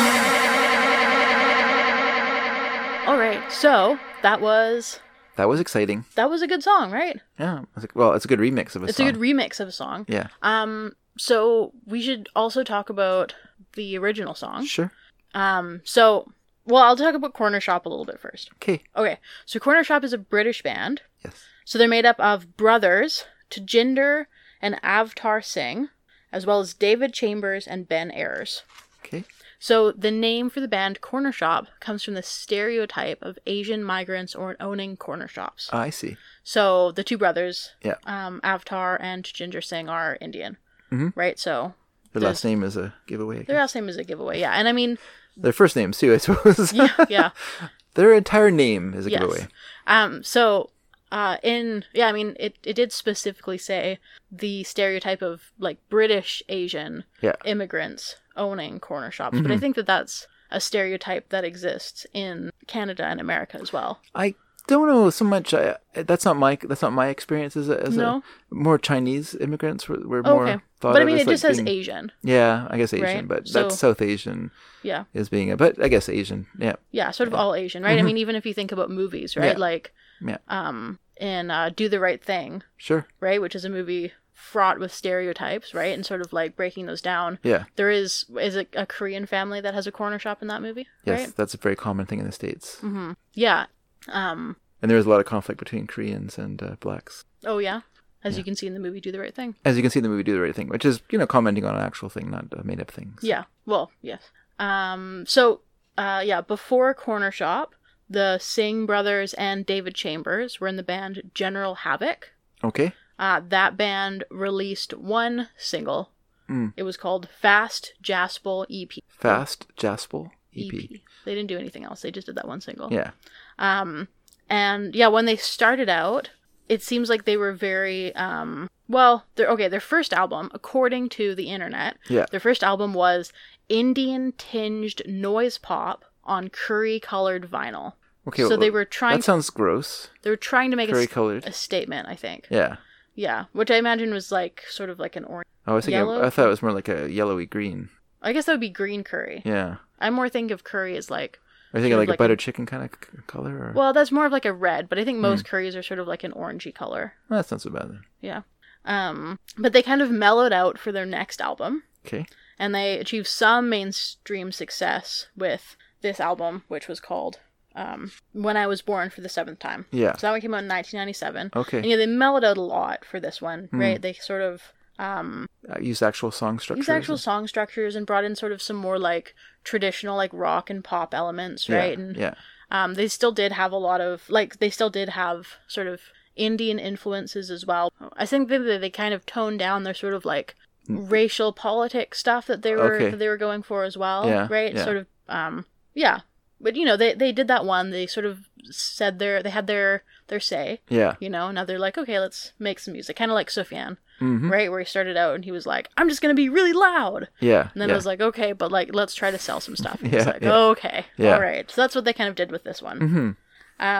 S1: All right. So that was
S2: That was exciting.
S1: that was a good song, right?
S2: Yeah. It's like- Well, it's a good remix of a
S1: It's
S2: song.
S1: a good remix of a song.
S2: yeah.
S1: Um. So we should also talk about the original song.
S2: Sure.
S1: Um. So well, I'll talk about Corner Shop a little bit first.
S2: Okay.
S1: Okay. So Corner Shop is a British band.
S2: Yes.
S1: So they're made up of brothers Tajinder and Avtar Singh, as well as David Chambers and Ben Ayers.
S2: Okay.
S1: So the name for the band Corner Shop comes from the stereotype of Asian migrants or owning corner shops.
S2: I see.
S1: so the two brothers,
S2: Yeah.
S1: um, Avtar and Tajinder Singh, are Indian,
S2: Mhm.
S1: right? So
S2: Their
S1: There's-
S2: last name is a giveaway. I
S1: their
S2: guess.
S1: last name is a giveaway. Yeah, and I mean, [laughs]
S2: Their first names too, I suppose.
S1: yeah,
S2: [laughs]
S1: yeah.
S2: Their entire name is a giveaway.
S1: Um, so, uh, in yeah, I mean, it it did specifically say the stereotype of like British Asian
S2: Yeah. Mm-hmm.
S1: immigrants owning corner shops, but I think that that's a stereotype that exists in Canada and America as well.
S2: I don't know so much. I, that's not my that's not my experience as a, as
S1: No?
S2: a more Chinese immigrants were, were
S1: Oh,
S2: more
S1: okay,
S2: thought
S1: but I
S2: of
S1: mean,
S2: as,
S1: it
S2: like,
S1: just says
S2: being-
S1: Asian.
S2: Yeah, I guess Asian,
S1: right?
S2: but
S1: So-
S2: that's South Asian
S1: Yeah,
S2: is being a, but I guess Asian. Yeah, Mm-hmm.
S1: yeah, sort of all Asian, right? I mean, even if you think about movies, right?
S2: Yeah.
S1: Like,
S2: Yeah.
S1: um, in uh, Do the Right Thing,
S2: sure.
S1: right, which is a movie fraught with stereotypes, right, and sort of like breaking those down.
S2: Yeah.
S1: There is is a, a Korean family that has a corner shop in that movie,
S2: Yes,
S1: right? Mm-hmm.
S2: that's a very common thing in the states,
S1: Yeah. Um.
S2: and there is a lot of conflict between Koreans and uh, blacks,
S1: Oh yeah. As you can see in the movie, do the right thing.
S2: as you can see in the movie "Do the Right Thing," which is you know commenting on an actual thing, not a made up thing.
S1: Yeah. Well, yes. Um. So, uh, yeah. Before corner shop, the Singh brothers and David Chambers were in the band General Havoc.
S2: Okay.
S1: Uh, that band released one single.
S2: Mm.
S1: It was called Fast Jaspel EP.
S2: Fast Jaspel EP.
S1: EP. They didn't do anything else. They just did that one single.
S2: Yeah.
S1: Um, and yeah, when they started out, it seems like they were very um, well. They're okay. Their first album, according to the internet,
S2: Yeah.
S1: their first album was Indian tinged noise pop on curry colored vinyl.
S2: Okay.
S1: so
S2: well,
S1: they were trying.
S2: That sounds gross.
S1: they were trying to make a,
S2: Curry
S1: s- a
S2: colored.
S1: statement. I think.
S2: Yeah.
S1: Yeah, which I imagine was like sort of like an orange.
S2: I was thinking.
S1: Yellow?
S2: I thought it was more like a yellowy green.
S1: I guess that would be green curry.
S2: Yeah.
S1: I more think of curry as like.
S2: Are you
S1: Sort
S2: thinking
S1: of
S2: like,
S1: like
S2: a butter
S1: a-
S2: chicken kind of c- color? Or?
S1: Well, that's more of like a red, but I think
S2: Hmm.
S1: most curries are sort of like an orangey color.
S2: Well, that's not so bad then.
S1: Yeah. Um, but they kind of mellowed out for their next album,
S2: Okay.
S1: and they achieved some mainstream success with this album, which was called um, When I Was Born for the Seventh Time.
S2: Yeah.
S1: So that one came out in 1997.
S2: Okay. Hmm.
S1: And yeah, they mellowed out a lot for this one, right? They sort of um,
S2: Uh, use actual song structure.
S1: used actual song structures and brought in sort of some more like traditional, like rock and pop elements,
S2: yeah.
S1: right? And
S2: Yeah.
S1: um, they still did have a lot of like they still did have sort of Indian influences as well. I think that they, they kind of toned down their sort of like racial politics stuff that they were
S2: Mm. Okay.
S1: that they were going for as well,
S2: Yeah,
S1: right?
S2: yeah.
S1: Sort of um yeah. But you know, they they did that one. They sort of said their they had their their say,
S2: Yeah.
S1: you know. Now they're like, "Okay, let's make some music." Kind of like Sufjan,
S2: Mhm.
S1: right? Where he started out and he was like, "I'm just going to be really loud."
S2: Yeah.
S1: And then
S2: yeah.
S1: I was like, okay, but like, let's try to sell some stuff. And yeah,
S2: Yeah,
S1: like,
S2: yeah.
S1: okay,
S2: Yeah.
S1: all right. So that's what they kind of did with this one.
S2: Mhm.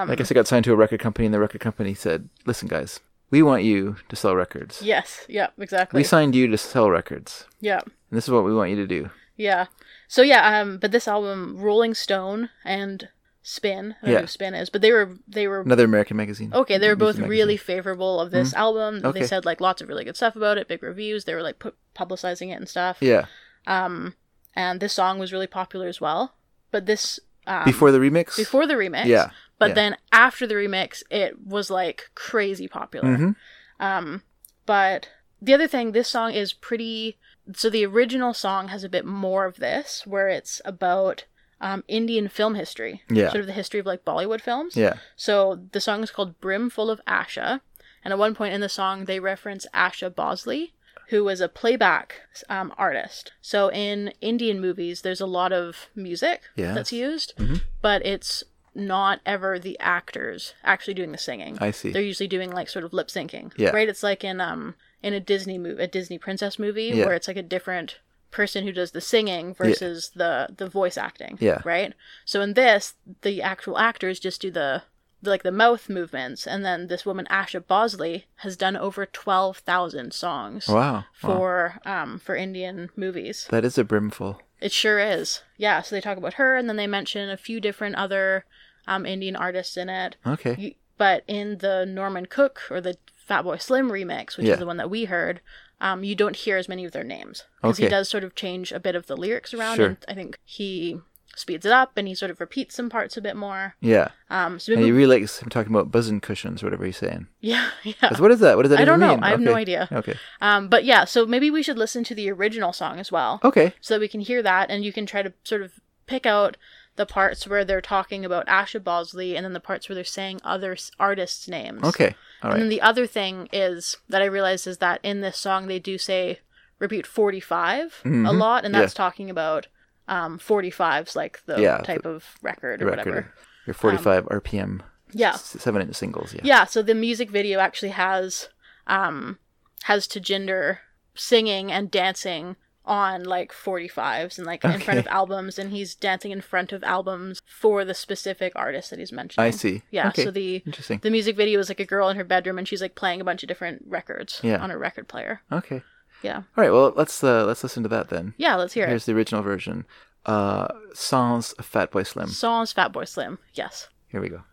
S1: Um,
S2: I guess I got signed to a record company, and the record company said, "Listen, guys, we want you to sell records.
S1: yes, yeah, exactly.
S2: We signed you to sell records,
S1: yeah,
S2: and this is what we want you to do."
S1: yeah. So yeah, um, but this album, Rolling Stone and Spin, I don't know
S2: Yeah.
S1: who Spin is, but they were they were
S2: Another American magazine.
S1: okay. They were
S2: Music
S1: both
S2: magazine. Mm-hmm.
S1: really favorable of this album.
S2: Okay.
S1: They said like lots of really good stuff about it, big reviews. They were like pu- publicizing it and stuff.
S2: Yeah.
S1: Um, and this song was really popular as well. But this um,
S2: Before the remix.
S1: before the remix,
S2: Yeah.
S1: But
S2: yeah.
S1: then after the remix, it was like crazy popular.
S2: Mhm.
S1: Um, but the other thing, this song is pretty. So the original song has a bit more of this, where it's about um, Indian film history,
S2: Yeah.
S1: sort of the history of like Bollywood films.
S2: Yeah.
S1: So the song is called "Brimful of Asha," and at one point in the song, they reference Asha Bosley, who was a playback um, artist. So in Indian movies, there's a lot of music
S2: Yes. Mm-hmm.
S1: that's used, but it's not ever the actors actually doing the singing.
S2: I see.
S1: They're usually doing like sort of lip syncing,
S2: Yeah.
S1: right? It's like in um in a Disney movie, a Disney princess movie,
S2: Yeah.
S1: where it's like a different person who does the singing versus the the voice acting,
S2: Yeah.
S1: right? So in this, the actual actors just do the like the mouth movements, and then this woman Asha Bosley has done over twelve thousand songs
S2: Wow. wow.
S1: for um for Indian movies.
S2: That is a brimful.
S1: It sure is, yeah. So they talk about her, and then they mention a few different other um Indian artists in it.
S2: Okay.
S1: You- but in the Norman Cook or the Fatboy Slim remix, which
S2: Yeah.
S1: is the one that we heard, um, you don't hear as many of their names because he
S2: Okay.
S1: does sort of change a bit of the lyrics around,
S2: Sure.
S1: and I think he speeds it up and he sort of repeats some parts a bit more.
S2: Yeah.
S1: Um, so
S2: And
S1: maybe,
S2: you really like him talking about buzzing cushions, whatever he's saying.
S1: [laughs] yeah, yeah.
S2: 'Cause What is that? What does that
S1: Uh, I
S2: even
S1: don't know.
S2: mean?
S1: I have no
S2: Okay.
S1: idea.
S2: Okay.
S1: Um, but yeah, so maybe we should listen to the original song as well,
S2: Okay.
S1: so that we can hear that and you can try to sort of pick out the parts where they're talking about Asha Bosley and then the parts where they're saying other s- artists' names.
S2: Okay. All
S1: And then
S2: right.
S1: the other thing is that I realized is that in this song they do say repeat 45 a
S2: Mhm.
S1: lot, and that's
S2: Yeah.
S1: talking about um 45s like the
S2: Yeah,
S1: type of record or
S2: Record.
S1: whatever. Um,
S2: Your 45 RPM,
S1: Yeah.
S2: s- seven inch singles. Yeah.
S1: Yeah, so the music video actually has um has Tajinder singing and dancing on like 45s and like in front of
S2: Okay.
S1: albums and he's dancing in front of albums for the specific artist that he's mentioning.
S2: I see.
S1: Yeah,
S2: Okay.
S1: so the
S2: Interesting.
S1: the music video is like a girl in her bedroom and she's like playing a bunch of different records
S2: Yeah.
S1: on her record player.
S2: Okay.
S1: Yeah.
S2: All right. Well, let's uh, let's listen to that then.
S1: Yeah, let's hear
S2: Here's the original version. Uh, Sans Fatboy
S1: it.
S2: Slim.
S1: Sans Fatboy Slim. Yes.
S2: Here we go.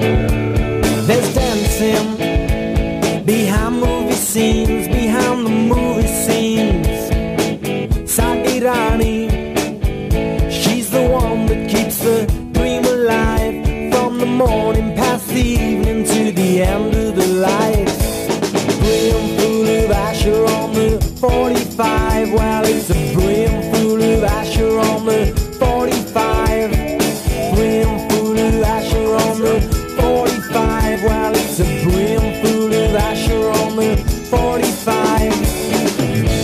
S3: There's dancing behind movie scenes, behind the movie scenes. Sadi Rani, she's the one that keeps the dream alive from the morning past the evening to the end of the lights. Brim full of Asher on the 45. Well, it's a brim full of Asher on the 45 brim full of Asher on the 45. Well, it's a brim full of Asher on the 45.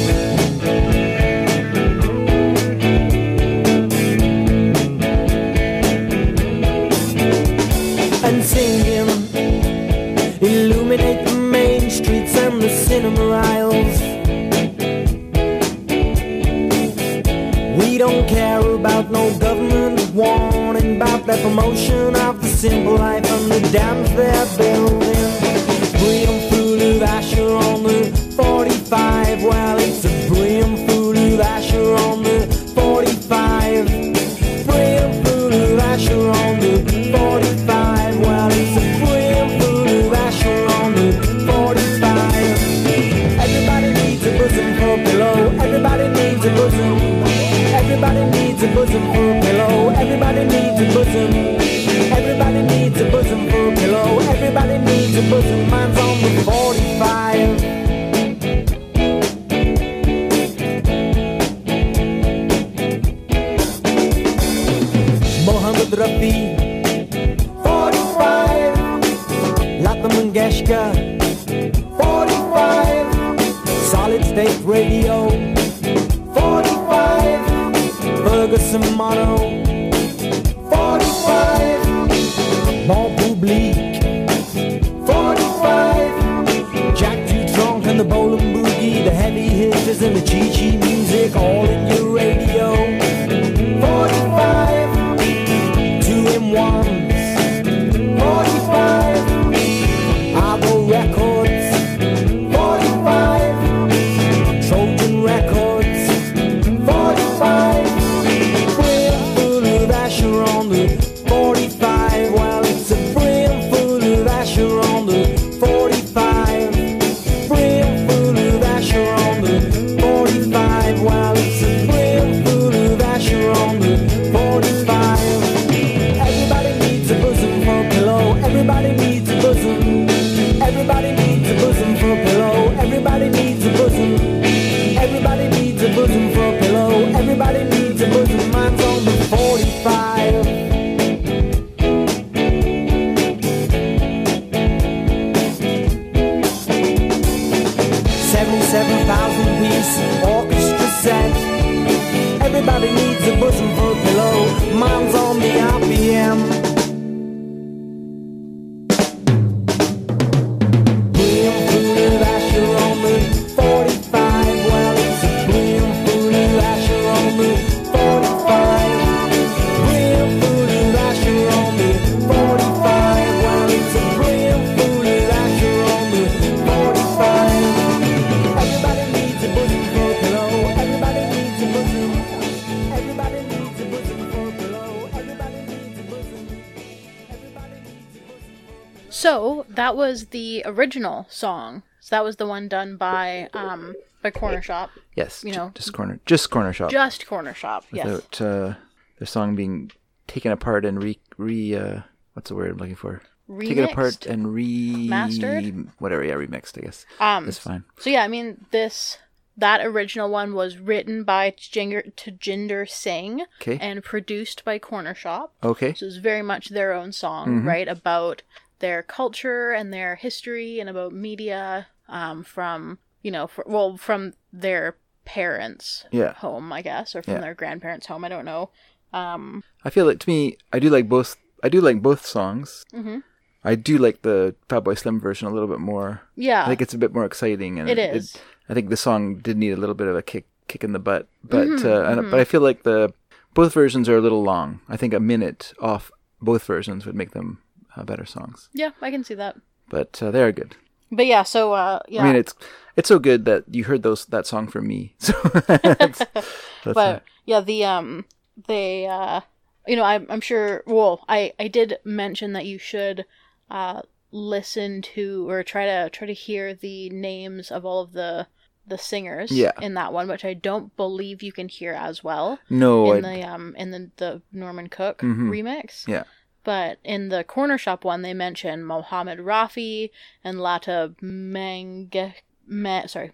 S3: And singing, illuminate the main streets and the cinema aisles. We don't care about no government warning about the promotion of the simple life and the dams they're building. Brim full of Asher on the 45. Well, it's a brim full of Asher on the 45. Brim full of Asher on the 45. Well, it's a brim full of Asher on the 45. Everybody needs a bosom for a pillow. Everybody needs a bosom. Everybody needs a bosom for a pillow. Everybody needs a bosom. Everybody needs a bosom for a pillow. Everybody needs a bosom. Mine's on the 45. Mohammed Rafi, 45. Lata Mangeshkar. 45 Solid State Radio 45 Ferguson Mono 45 Bon Public 45 Jack Dude Drunk and the Bowling Boogie The heavy hitters and the GG music All in your radio
S1: So that was the original song. So that was the one done by um by Corner Shop,
S2: Yes,
S1: You
S2: ju-
S1: know.
S2: just corner, just corner shop.
S1: just Corner Shop. Yes.
S2: without uh, their song being taken apart and re re uh, what's the word I'm looking for? Taken apart
S1: Remixed?
S2: and re
S1: Mastered?
S2: whatever. Yeah, remixed. I guess
S1: Um,
S2: that's fine.
S1: So yeah, I mean this that original one was written by Tajinder, Tajinder Singh
S2: Okay.
S1: and produced by Corner Shop.
S2: Okay.
S1: So it's very much their own song,
S2: Mm-hmm.
S1: right? About their culture and their history and about media um, from, you know, fr well, from their parents'
S2: Yeah.
S1: home, I guess, or from
S2: Yeah.
S1: their grandparents' home. I don't know. Um,
S2: I feel like to me, I do like both. I do like both songs.
S1: Mhm.
S2: I do like the Fatboy Slim version a little bit more.
S1: yeah.
S2: I think it's a bit more exciting, and
S1: Ah. It is.
S2: I think the song did need a little bit of a kick, kick in the butt, but
S1: Mm-hmm,
S2: uh, and, but I feel like the both versions are a little long. I think a minute off both versions would make them uh, better songs,
S1: yeah, I can see that.
S2: but uh, they are good.
S1: But yeah, so, uh, yeah.
S2: I mean, it's it's so good that you heard those that song from me. [laughs] So
S1: [laughs]
S2: that's, that's
S1: but
S2: it.
S1: yeah the um they uh you know I, i'm sure well i i did mention that you should uh listen to or try to try to hear the names of all of the the singers
S2: Yeah.
S1: in that one which i don't believe you can hear as well
S2: no, I,
S1: in the um in the, the norman cook
S2: Mhm.
S1: remix
S2: yeah,
S1: but in the corner shop one they mention mohammed rafi and lata mange Ma- sorry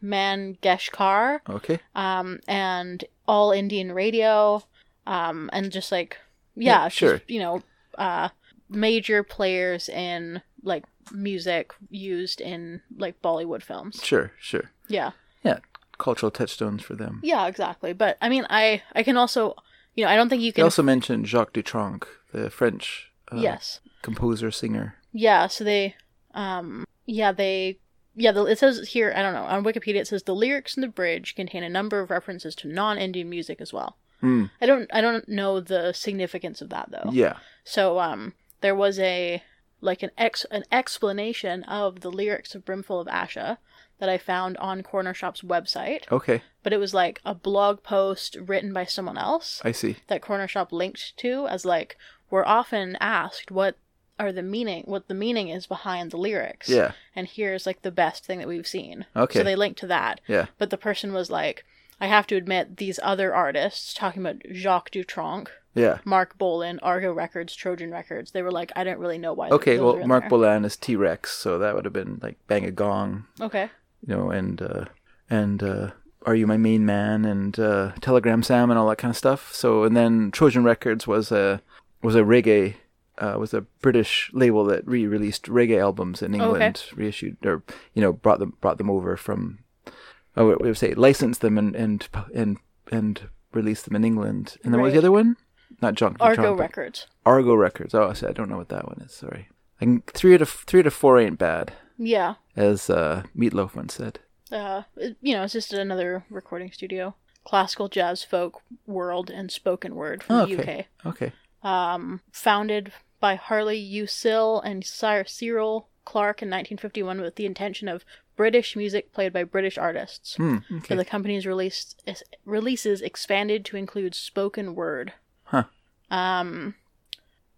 S1: mangeshkar
S2: okay,
S1: um, and all Indian radio, um, and just like yeah,
S2: Yeah,
S1: it's
S2: sure.
S1: just, you know, uh, major players in like music used in like Bollywood films.
S2: sure, sure,
S1: Yeah,
S2: yeah, cultural touchstones for them.
S1: yeah, exactly. But I mean, I I can also you know I don't think you
S2: They
S1: can
S2: also mentioned Jacques Dutronc, the French uh,
S1: yes
S2: composer singer.
S1: Yeah, so they, um, yeah, they, yeah, the, it says here, I don't know, on Wikipedia it says the lyrics in the bridge contain a number of references to non-Indian music as well.
S2: Hmm.
S1: I don't, I don't know the significance of that though.
S2: Yeah,
S1: So, um, there was a, like an ex, an explanation of the lyrics of Brimful of Asha that I found on Corner Shop's website,
S2: okay,
S1: but it was like a blog post written by someone else
S2: I see.
S1: that corner shop linked to as like we're often asked what are the meaning what the meaning is behind the lyrics
S2: Yeah,
S1: and here's like the best thing that we've seen
S2: Okay.
S1: so they linked to that
S2: yeah.
S1: but the person was like i have to admit these other artists talking about jacques dutronc
S2: Yeah.
S1: mark bolan argo records trojan records they were like i don't really know why
S2: Okay,
S1: those are
S2: well,
S1: in
S2: Mark
S1: there."
S2: Bolan is T Rex, so that would have been like Bang a Gong,
S1: okay
S2: you know, and uh, and uh, Are You My Main Man, and uh, Telegram Sam, and all that kind of stuff. So, and then Trojan Records was a was a reggae uh, was a British label that re-released reggae albums in
S1: Oh,
S2: England, reissued or you know brought them brought them over from oh we would say licensed them and and and and released them in England. And then what was the
S1: Right.
S2: other one? Not Junk.
S1: argo
S2: Trump, but-
S1: records
S2: Argo Records. Oh, I see, I don't know what that one is. Sorry. I can, three out of three out of four ain't bad,
S1: yeah
S2: as uh, Meatloaf once said.
S1: uh, it- you know, it's just another recording studio, classical jazz, folk, world, and spoken word from the UK.
S2: okay. Okay.
S1: um, founded by Harley Usil and Sir Cyril Clark in 1951 with the intention of British music played by British artists.
S2: Hmm.
S1: So
S2: Okay.
S1: the company's released, is- releases expanded to include spoken word.
S2: Huh.
S1: Um,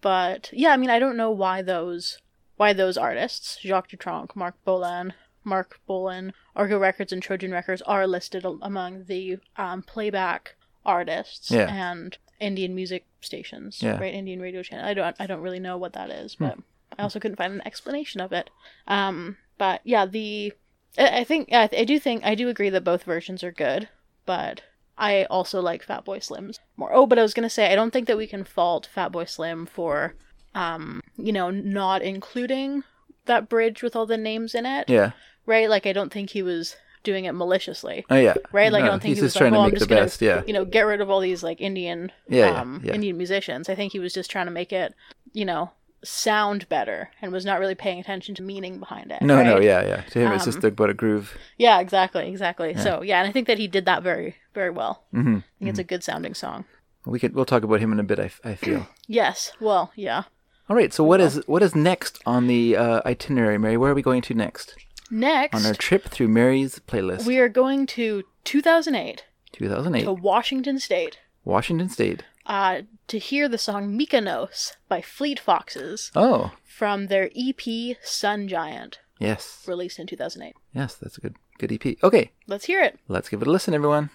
S1: but yeah, I mean, I don't know why those why those artists, Jacques Dutronc, Mark Bolan, Mark Bolan, Argo Records, and Trojan Records are listed al- among the um, playback artists
S2: Yeah.
S1: and Indian music stations,
S2: Yeah. Hmm.
S1: right? Indian radio channel. I don't I don't really know what that is, but I also couldn't find an explanation of it. Um, but yeah, the I I think I I do think I do agree that both versions are good, but I also like Fatboy Slim's more. Oh, but I was gonna say I don't think that we can fault Fatboy Slim for, um, you know, not including that bridge with all the names in it,
S2: yeah.
S1: right? Like I don't think he was doing it maliciously,
S2: Oh yeah.
S1: right? Like
S2: No,
S1: I don't think
S2: he's
S1: he was
S2: just trying
S1: like, oh,
S2: to
S1: I'm
S2: make
S1: just
S2: the
S1: gonna,
S2: best. Yeah.
S1: you know, get rid of all these like Indian,
S2: Yeah, yeah,
S1: um,
S2: yeah.
S1: Indian musicians. I think he was just trying to make it, you know, sound better and was not really paying attention to meaning behind it.
S2: No, no,
S1: right?
S2: yeah, yeah. To him, it's just
S1: Um,
S2: about a groove.
S1: Yeah, exactly, exactly. So yeah, and I think that he did that very, very well. I
S2: hmm
S1: think it's a good sounding song.
S2: We could we'll talk about him in a bit. I, f- I
S1: [clears throat]
S2: feel.
S1: Yes. Well, yeah.
S2: All right. So what is what is next on the uh, itinerary, Mary? Where are we going to next on our
S1: Next,
S2: trip through Mary's playlist?
S1: we are going to 2008
S2: 2008,
S1: to Washington State,
S2: Washington State.
S1: uh, to hear the song Mykonos by Fleet Foxes
S2: Oh,
S1: from their EP Sun Giant,
S2: yes.
S1: released in 2008.
S2: Yes, that's a good good EP. Okay,
S1: Let's hear it.
S2: let's give it a listen, everyone.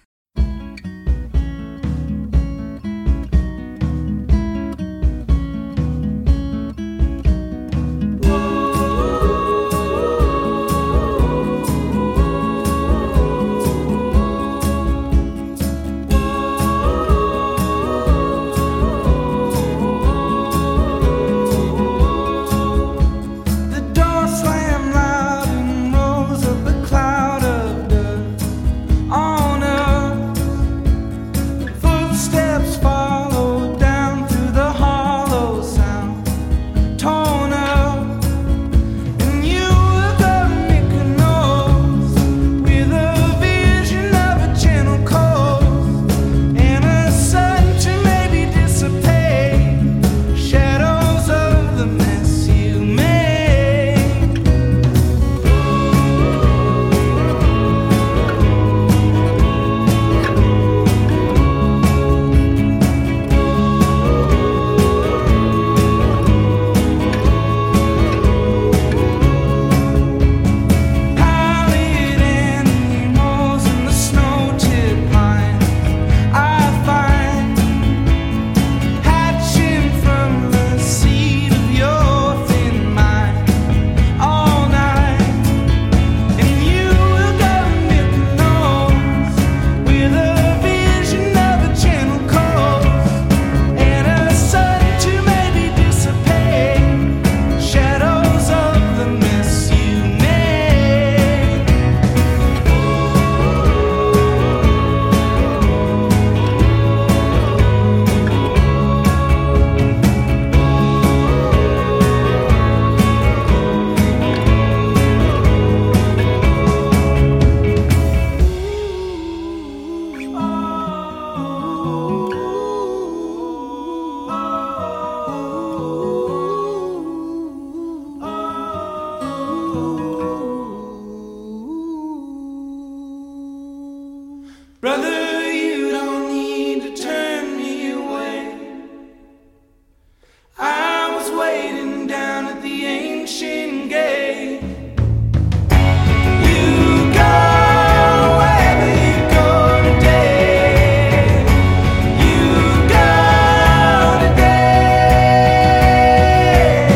S3: The door slammed loud and rose up a cloud of dust on earth. Footsteps followed down through the hollow sound, torn up. And you were going Mykonos with a vision of a gentle coast and a sun to maybe dissipate shadows of the mess you made. Pallid animals in the snow-tipped pines, I find hatching from the seed of your thin mind all night. And you will go Mykonos with a vision of a gentle coast and a sun to maybe dissipate shadows of the mess you made. Brother, you don't need to turn me away. I was waiting down at the ancient gate. You go wherever you go today. You go today.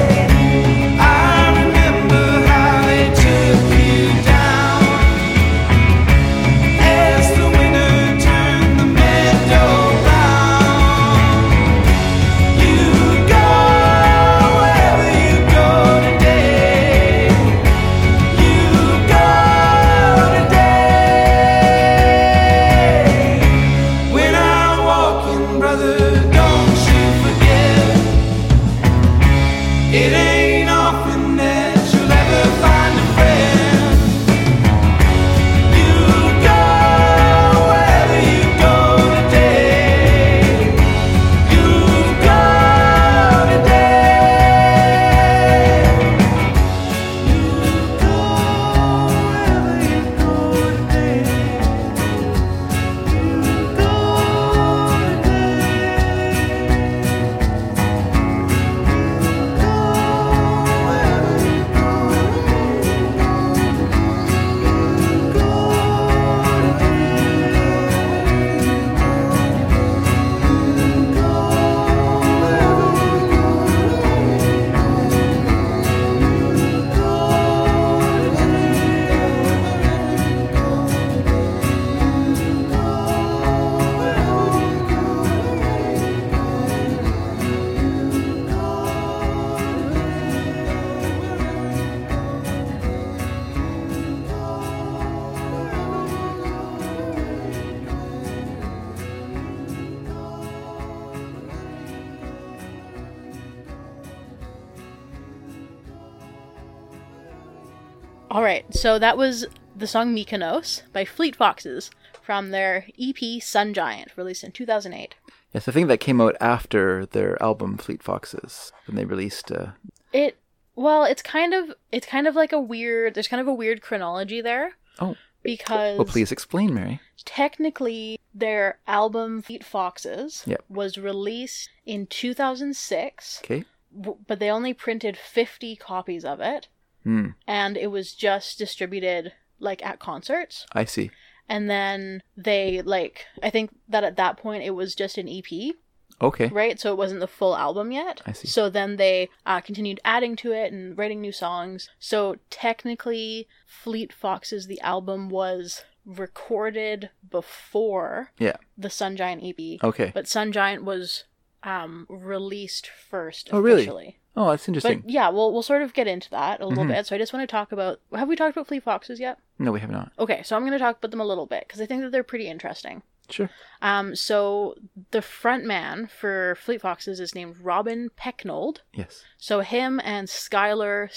S3: I remember how they took you down. As the winter turned the meadow round, you go wherever you go today. You go today. When I'm walking, brother, don't you forget. It ain't often that you'll ever find a friend. You go wherever you go today. You go today. You go wherever you go today. You go today. You go wherever you go.
S1: All right, so that was the song Mykonos by Fleet Foxes from their EP Sun Giant, released in 2008.
S2: Yes, I think that came out after their album Fleet Foxes when they released. Uh,
S1: It well, it's kind of it's kind of like a weird there's kind of a weird chronology there
S2: oh,
S1: because
S2: Well, please explain, Mary.
S1: technically their album Fleet Foxes
S2: Yep.
S1: was released in 2006,
S2: Okay.
S1: w- but they only printed 50 copies of it
S2: Hmm.
S1: and it was just distributed like at concerts
S2: I see.
S1: and then they like I think that at that point it was just an EP,
S2: Okay.
S1: right? So it wasn't the full album yet.
S2: I see.
S1: So then they uh, continued adding to it and writing new songs. So technically Fleet Foxes the album was recorded before
S2: Yeah.
S1: the Sun Giant EP.
S2: Okay.
S1: But Sun Giant was um, released first.
S2: Oh, really?
S1: Officially.
S2: oh, that's interesting. Mm-hmm.
S1: But yeah, we'll we'll sort of get into that a little bit. So I just want to talk about. Have we talked about Fleet Foxes yet?
S2: no, we have not.
S1: Okay, so I'm going to talk about them a little bit because I think that they're pretty interesting.
S2: Sure.
S1: Um, so the front man for Fleet Foxes is named Robin Pecknold.
S2: Yes.
S1: So him and Skylar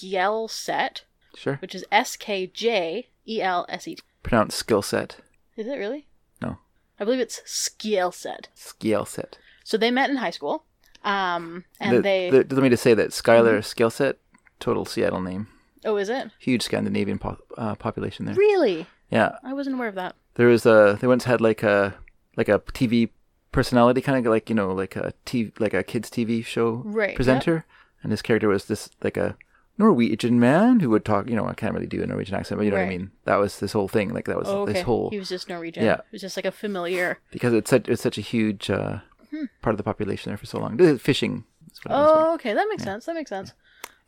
S1: Skjelset,
S2: Sure.
S1: which is S K J E L S E T.
S2: Pronounce skill set.
S1: Is it really?
S2: No.
S1: I believe it's Skjelset.
S2: Skill set.
S1: So they met in high school. Um, and
S2: The-
S1: they Mhm.
S2: the- let me just say that Skylar skill set, total Seattle name.
S1: oh, is it
S2: Huge Scandinavian po- uh, population there.
S1: really?
S2: Yeah.
S1: I wasn't aware of that.
S2: There was a they once had like a like a TV personality kind of like you know like a TV like a kids TV show
S1: Right, yep.
S2: presenter, and his character was this like a Norwegian man who would talk. You know, I can't really do a Norwegian accent, but you know what
S1: Right.
S2: I mean. That was this whole thing. Like that was
S1: Oh, okay.
S2: this whole
S1: He was just Norwegian.
S2: Yeah.
S1: It was just like a familiar.
S2: because it's such it's such a huge uh, part of the population there for so long. This is Fishing. Is what it was about.
S1: Hmm. Oh, okay. That makes sense. That makes sense.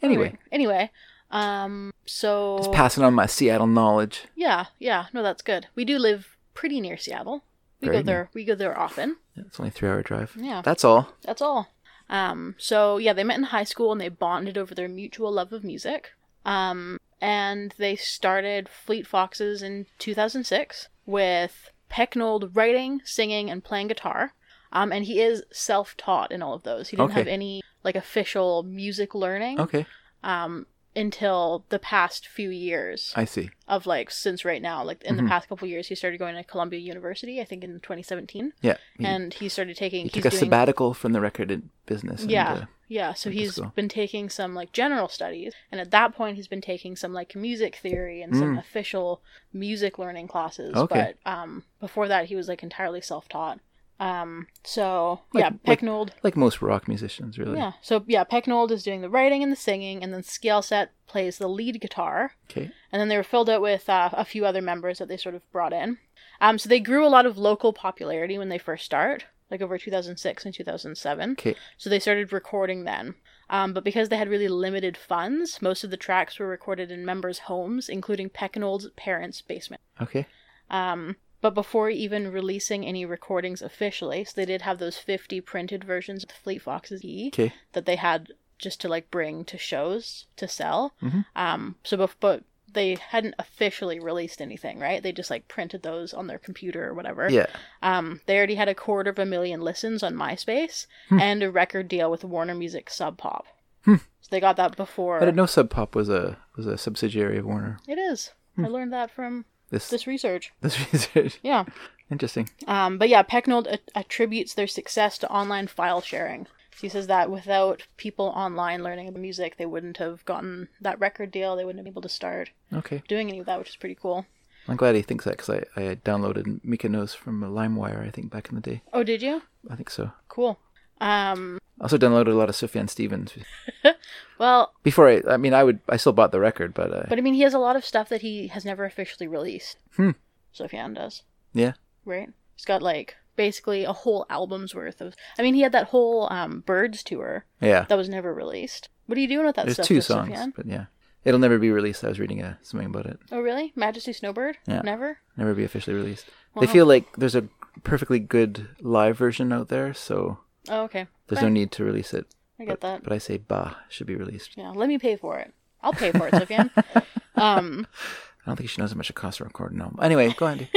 S2: anyway,
S1: Alright. Anyway. Um. So.
S2: just passing on my Seattle knowledge.
S1: yeah. Yeah. No, that's good. We do live pretty near Seattle. We
S2: Very
S1: go there. We go there often.
S2: It's only a three hour drive.
S1: Yeah.
S2: that's all.
S1: That's all. Um, so yeah, they met in high school and they bonded over their mutual love of music. Um, and they started Fleet Foxes in 2006 with Pecknold writing, singing, and playing guitar. Um, and he is self-taught in all of those. He didn't
S2: Okay.
S1: have any like official music learning
S2: Okay,
S1: um, until the past few years
S2: I see.
S1: of like since right now. Like in
S2: Mm-hmm.
S1: the past couple years, he started going to Columbia University, I think in 2017,
S2: Yeah, he,
S1: and he started taking.
S2: he
S1: he's
S2: took a
S1: doing-
S2: sabbatical from the record in- business. and,
S1: yeah
S2: uh,
S1: yeah so
S2: think
S1: he's
S2: so.
S1: been taking some like general studies and at that point he's been taking some like music theory and some official music learning classes
S2: Mm. Okay.
S1: but um before that he was like entirely self-taught um so
S2: Like-
S1: yeah
S2: like-
S1: pecknold
S2: like most rock musicians, really.
S1: yeah so yeah pecknold is doing the writing and the singing and then scaleset plays the lead guitar
S2: Okay.
S1: and then they were filled out with uh, a few other members that they sort of brought in. Um, so they grew a lot of local popularity when they first start, like over 2006 and 2007.
S2: Okay.
S1: So they started recording then. Um, but because they had really limited funds, most of the tracks were recorded in members' homes, including Pecknold's parents' basement.
S2: Okay.
S1: Um, but before even releasing any recordings officially, so they did have those 50 printed versions of the Fleet Foxes E
S2: Okay.
S1: that they had just to like bring to shows to sell.
S2: Mm-hmm.
S1: Um, so, bef- but they hadn't officially released anything, right? They just like printed those on their computer or whatever.
S2: Yeah.
S1: Um, they already had a quarter of a million listens on MySpace
S2: Hmm.
S1: and a record deal with Warner Music Sub Pop. So they got that before.
S2: I didn't know Sub Pop was a was a subsidiary of Warner.
S1: It is.
S2: Hmm.
S1: I learned that from
S2: This this, [laughs]
S1: this research.
S2: research.
S1: Yeah.
S2: Interesting.
S1: Um, but yeah, Pecknold a- attributes their success to online file sharing. So he says that without people online learning the music, they wouldn't have gotten that record deal. They wouldn't have been able to start
S2: Okay.
S1: doing any of that, which is pretty cool.
S2: I'm glad he thinks that because I, I downloaded Mykonos from LimeWire, I think, back in the day.
S1: Oh, did you?
S2: I think so.
S1: Cool. Um,
S2: I also downloaded a lot of Sufjan Stevens.
S1: well,
S2: Before I, I mean, I would, I still bought the record, but, uh,
S1: but I mean, he has a lot of stuff that he has never officially released.
S2: Hmm.
S1: Sofian does,
S2: yeah.
S1: right? He's got like basically a whole album's worth of. I mean, he had that whole um, Birds tour
S2: Yeah.
S1: that was never released. What are you doing with that
S2: There's
S1: stuff?
S2: two
S1: Joseph
S2: songs,
S1: Yan?
S2: but yeah. It'll never be released. I was reading a, something about it.
S1: Oh, really? Majesty Snowbird?
S2: Yeah.
S1: Never?
S2: Never be officially released. They feel like there's a perfectly good live version out there, so
S1: Oh, okay.
S2: there's
S1: Fine.
S2: no need to release it.
S1: I get that.
S2: But I say, bah, should be released.
S1: Yeah, let me pay for it. I'll pay for it,
S2: [laughs]
S1: Sofian. um,
S2: I don't think she knows how much it costs to record an album. Anyway,
S1: [laughs]
S2: go ahead.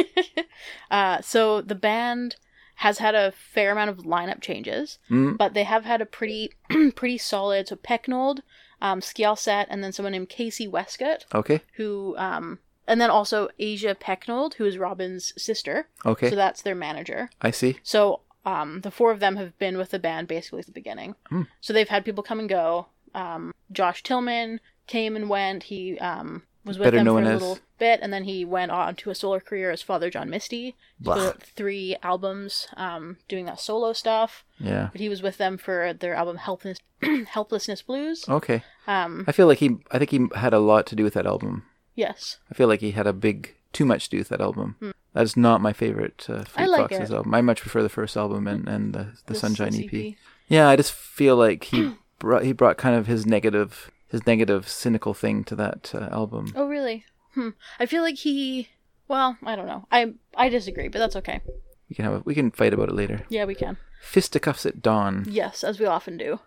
S1: uh, so the band has had a fair amount of lineup changes,
S2: Mm.
S1: but they have had a pretty, [clears throat] pretty solid. So Pecknold, um, Skjalset, and then someone named Casey Westcott,
S2: Okay.
S1: who, um, and then also Asia Pecknold, who is Robin's sister.
S2: Okay.
S1: So that's their manager.
S2: I see.
S1: So um, the four of them have been with the band basically at the beginning.
S2: Hmm.
S1: So they've had people come and go. Um, Josh Tillman came and went. He um, was with
S2: Better
S1: them
S2: known
S1: for a
S2: as
S1: little. bit, and then he went on to a solo career as Father John Misty. He put
S2: Blah.
S1: out three albums um, doing that solo stuff,
S2: Yeah.
S1: but he was with them for their album Helpless- [clears throat] Helplessness Blues.
S2: Okay.
S1: Um,
S2: I feel like he. I think he had a lot to do with that album.
S1: yes.
S2: I feel like he had a big, too much to do with that album. That is not my favorite uh, Fleet
S1: like
S2: Foxes
S1: it.
S2: album. Hmm. I much prefer the first album and, and the, the Sunshine E EP.
S1: EP.
S2: Yeah, I just feel like [clears throat] he brought he brought kind of his negative his negative cynical thing to that uh, album.
S1: Oh, really? Hmm. I feel like he. Well, I don't know. I I disagree, but that's okay.
S2: We can have a, we can fight about it later.
S1: Yeah, we can.
S2: Fisticuffs at dawn.
S1: Yes, as we often do.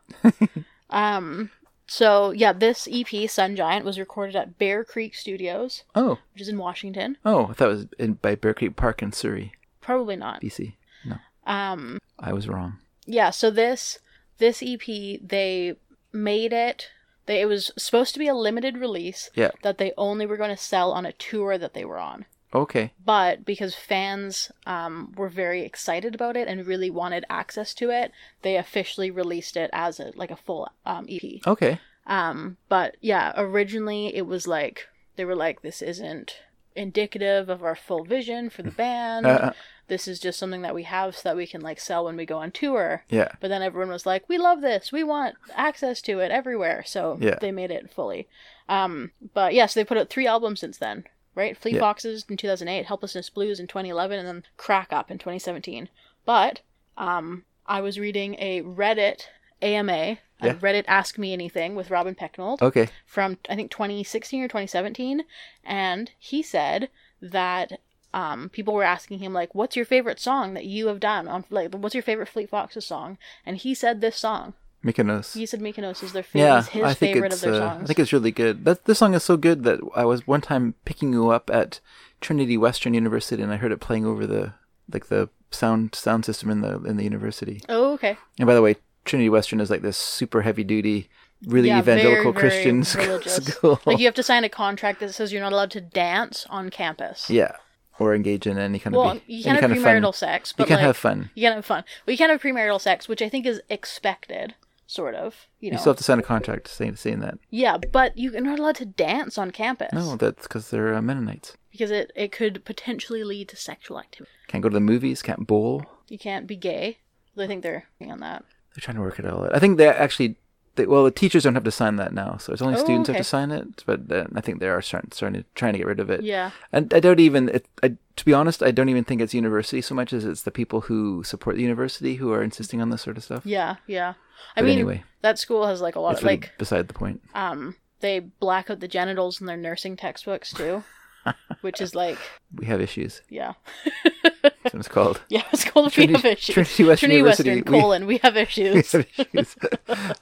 S1: um. So yeah, this EP Sun Giant was recorded at Bear Creek Studios,
S2: Oh,
S1: which is in Washington.
S2: oh, I thought it was in, by Bear Creek Park in Surrey,
S1: Probably not.
S2: BC. No,
S1: Um.
S2: I was wrong.
S1: Yeah. So this this EP they made it. They it was supposed to be a limited release
S2: Yeah.
S1: that they only were going to sell on a tour that they were on.
S2: Okay.
S1: but because fans um, were very excited about it and really wanted access to it, they officially released it as a like a full um, EP.
S2: Okay.
S1: Um, but yeah, originally it was like they were like, this isn't indicative of our full vision for the band.
S2: Uh,
S1: This is just something that we have so that we can like sell when we go on tour.
S2: yeah.
S1: But then everyone was like, "We love this. We want access to it everywhere." So
S2: Yeah.
S1: they made it fully. Um, but yeah, so they put out three albums since then, right? Fleet
S2: Yeah.
S1: Foxes in 2008, Helplessness Blues in 2011, and then Crack Up in 2017. But um, I was reading a Reddit AMA, a
S2: Yeah.
S1: Reddit Ask Me Anything with Robin Pecknold
S2: Okay.
S1: from I think 2016 or 2017, and he said that um, people were asking him like, "What's your favorite song that you have done on like What's your favorite Fleet Foxes song?" And he said this song.
S2: Mykonos.
S1: He said Mykonos is their favorite,
S2: Yeah,
S1: his
S2: I think
S1: favorite of
S2: it's
S1: their
S2: uh,
S1: songs.
S2: I think it's really good. That this song is so good that I was one time picking you up at Trinity Western University, and I heard it playing over the like the sound sound system in the in the university.
S1: oh, okay.
S2: And by the way, Trinity Western is like this super heavy duty, really
S1: Yeah, very,
S2: evangelical
S1: very
S2: Christian [laughs] sc-
S1: religious.
S2: school.
S1: Like you have to sign a contract that says you're not allowed to dance on campus.
S2: [laughs] yeah, or engage in any kind
S1: Well,
S2: of be-
S1: you can't
S2: any
S1: have
S2: kind of fun.
S1: premarital sex, but
S2: you can
S1: like,
S2: have fun.
S1: You can't have fun. Well, you can't have premarital sex, which I think is expected, sort of. You know.
S2: You still have to sign a contract saying saying that.
S1: Yeah, but you're not allowed to dance on campus.
S2: No, that's because they're uh, Mennonites.
S1: because it, it could potentially lead to sexual activity.
S2: Can't go to the movies. Can't bowl.
S1: You can't be gay. I think they're working on that.
S2: They're trying to work it all out. I think they actually, they, well, the teachers don't have to sign that now, so it's only
S1: Oh,
S2: students
S1: okay.
S2: have to sign it. But uh, I think they are starting, starting to, trying to get rid of it.
S1: Yeah.
S2: And I don't even, it, I, to be honest, I don't even think it's university so much as it's the people who support the university who are insisting on this sort of stuff.
S1: Yeah, yeah. I
S2: But
S1: mean,
S2: anyway.
S1: that school has like a lot
S2: It's
S1: of
S2: really
S1: like
S2: beside the point.
S1: um they black out the genitals in their nursing textbooks too,
S2: [laughs]
S1: which is like
S2: We have issues.
S1: yeah. [laughs]
S2: That's what it's called.
S1: Yeah, it's called
S2: Trinity-
S1: [laughs] we have issues.
S2: Trinity Western University,
S1: Western,
S2: we-
S1: colon, we have
S2: [laughs] We
S1: issues.
S2: have issues.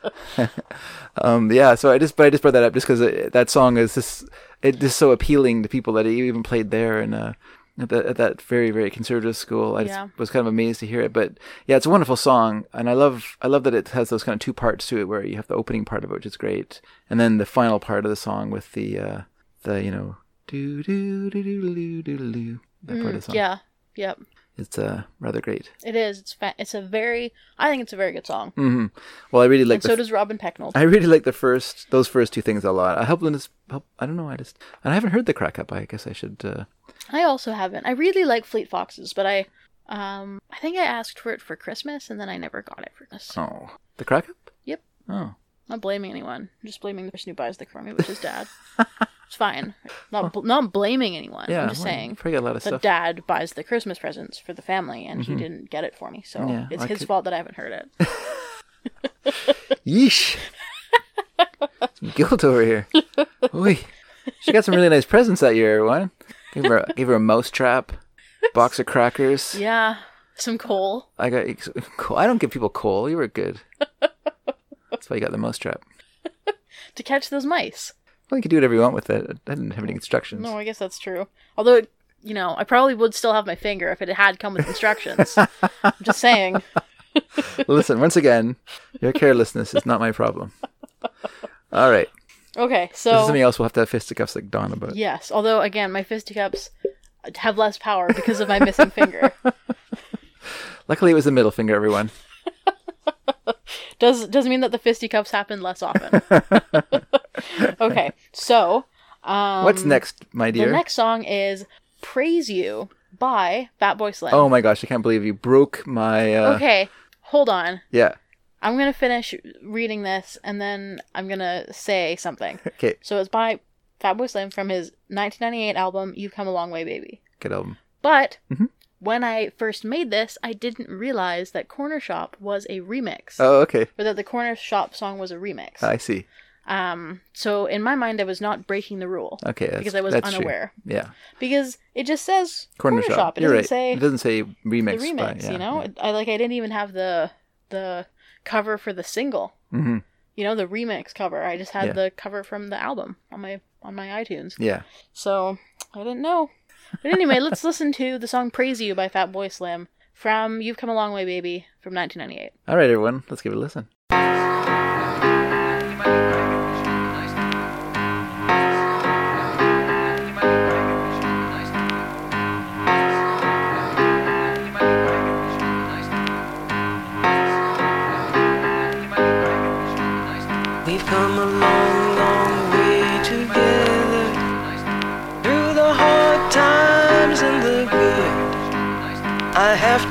S2: [laughs] um, yeah, so I just but I just brought that up just because that song is just it just so appealing to people that it even played there and uh, at, that at that very very conservative school. I just
S1: Yeah.
S2: was kind of amazed to hear it, but yeah, it's a wonderful song, and I love I love that it has those kind of two parts to it, where you have the opening part of it, which is great, and then the final part of the song with the uh, the you know do do do do do do do that part of the song.
S1: Mm, yeah. Yep.
S2: It's uh, rather great.
S1: It is. It's fa- it's a very I think it's a very good song.
S2: hmm Well, I really like
S1: and
S2: the
S1: so does Robin Pecknold.
S2: [laughs] I really like the first those first two things a lot. I help Linda's help. I don't know. I just and I haven't heard the crack up. I guess I should. Uh,
S1: I also haven't. I really like Fleet Foxes, but I um I think I asked for it for Christmas and then I never got it for Christmas.
S2: oh, the crack up.
S1: Yep.
S2: Oh,
S1: Not blaming anyone. I'm just blaming the person who buys the for me, which is
S2: [laughs]
S1: dad. it's fine. Not bl- not blaming anyone.
S2: yeah.
S1: I'm just
S2: well, you
S1: saying
S2: Probably got a lot of
S1: that
S2: stuff. Mm-hmm.
S1: dad buys the Christmas presents for the family, and he didn't get it for me. So
S2: Yeah,
S1: it's
S2: I
S1: his
S2: could-
S1: fault that I haven't heard it.
S2: Yeesh. Some guilt over here. Oi. She got some really nice presents that year. Everyone gave her gave her a mouse trap, box of crackers.
S1: yeah, [laughs] some coal.
S2: I got coal. I don't give people coal. You were good. That's why you got the mouse trap.
S1: to catch those mice.
S2: Well, you can do whatever you want with it. I didn't have any instructions.
S1: No, I guess that's true. Although, it, you know, I probably would still have my finger if it had come with
S2: [laughs]
S1: instructions. I'm just saying.
S2: Listen, once again, your carelessness is not my problem. All right.
S1: Okay,
S2: This is
S1: so
S2: something else we'll have to have fisticuffs like Dawn about.
S1: yes. Although, again, my fisticuffs have less power because of my missing
S2: [laughs]
S1: finger.
S2: Luckily, it was the middle finger, everyone. [laughs]
S1: Does does mean that the fisticuffs happen less often? okay, so Um,
S2: What's next, my
S1: The
S2: dear?
S1: next song is "Praise You" by Fat Boy Slim.
S2: Oh my gosh, I can't believe you broke my. Uh,
S1: okay, hold on.
S2: Yeah.
S1: I'm gonna finish reading this and then I'm gonna say something.
S2: Okay.
S1: So it's by Fatboy Slim from his 1998 album "You've Come a Long Way, Baby."
S2: Good album.
S1: But
S2: Mhm.
S1: when I first made this, I didn't realize that Corner Shop was a remix,
S2: Oh, okay.
S1: or that the Corner Shop song was a remix.
S2: I see.
S1: Um, so in my mind, I was not breaking the rule
S2: Okay. That's,
S1: because I was
S2: that's true.
S1: unaware
S2: Yeah.
S1: because it just says
S2: Corner, shop.
S1: It
S2: You're
S1: doesn't
S2: right.
S1: say
S2: it doesn't say remix.
S1: the
S2: by-
S1: remix.
S2: yeah,
S1: you know, It- I like I didn't even have the the cover for the single.
S2: Yeah. hmm
S1: You know, the remix cover. I just had
S2: Yeah.
S1: the cover from the album on my on my iTunes.
S2: yeah.
S1: So I didn't know. But anyway,
S2: [laughs]
S1: let's listen to the song "Praise You" by Fatboy Slim from "You've Come a Long Way, Baby" from 1998.
S2: All right, everyone. Let's give it a listen.
S7: We've come a long, long way together. Through the hard times and the good. I have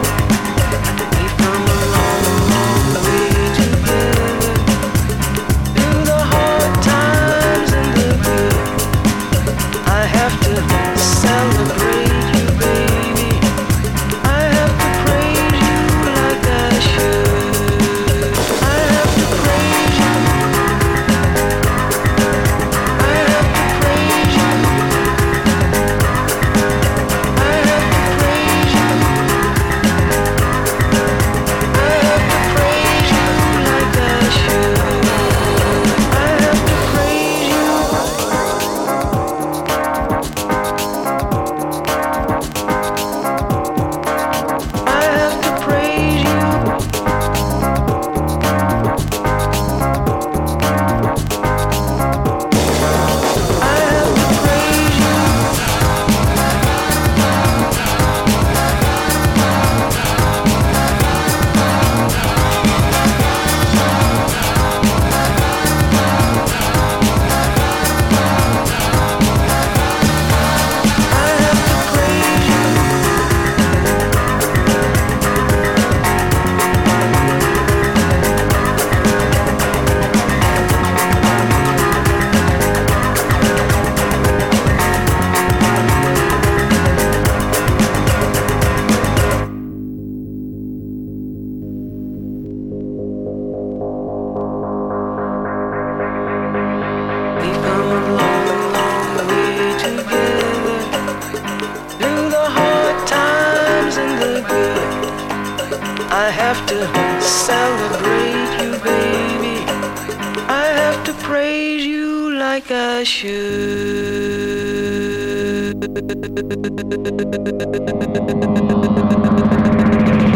S7: We've come a long, long way together. Through the hard times and the good, I have to celebrate you, baby. I have to praise you like I should. I have to praise you. I have to praise you. I have to praise you. I have to praise you like I should. I have to praise you. I have to praise you. I have to praise you. I have to praise you. We've come a long, long way together. Through the hard times and the good, I have to celebrate you, baby. I have to praise you like I should. I have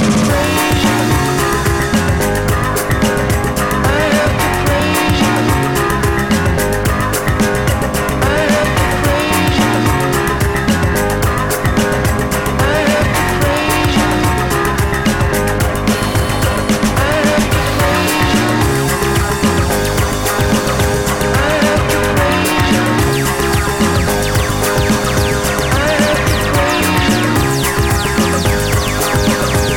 S7: to praise you. I have to praise you. I have to praise you. I have to praise you. I have to praise you. I have to praise you. I have to praise you. I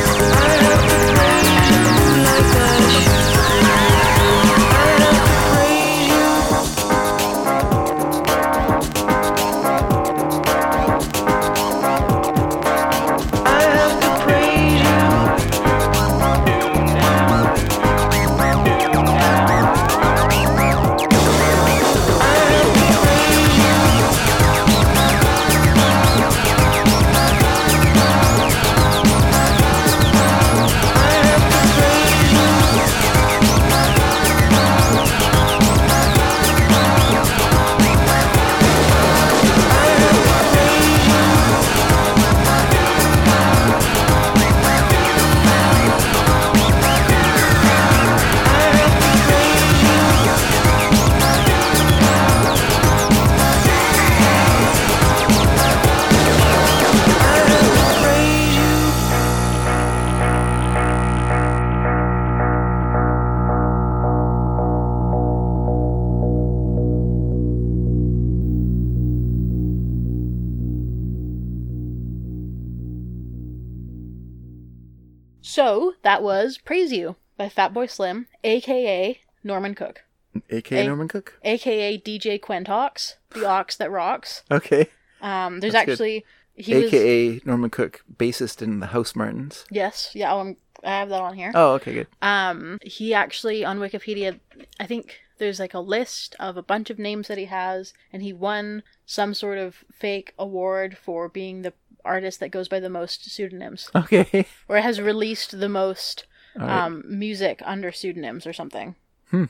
S1: So that was Praise You by Fatboy Slim, aka Norman Cook,
S2: A.K.
S1: A-
S2: Norman Cook.
S1: aka DJ Quintox, the ox that rocks.
S2: Okay.
S1: Um, there's
S2: That's good.
S1: actually he was
S2: AKA Norman Cook, bassist in the House Martins.
S1: yes, yeah, oh, I'm, I have that on here.
S2: Oh, okay, good. [laughs]
S1: Um, he actually on Wikipedia, I think there's like a list of a bunch of names that he has, and he won some sort of fake award for being the artist that goes by the most pseudonyms,
S2: Okay.
S1: or has released the most
S2: All right.
S1: um, music under pseudonyms or something.
S2: the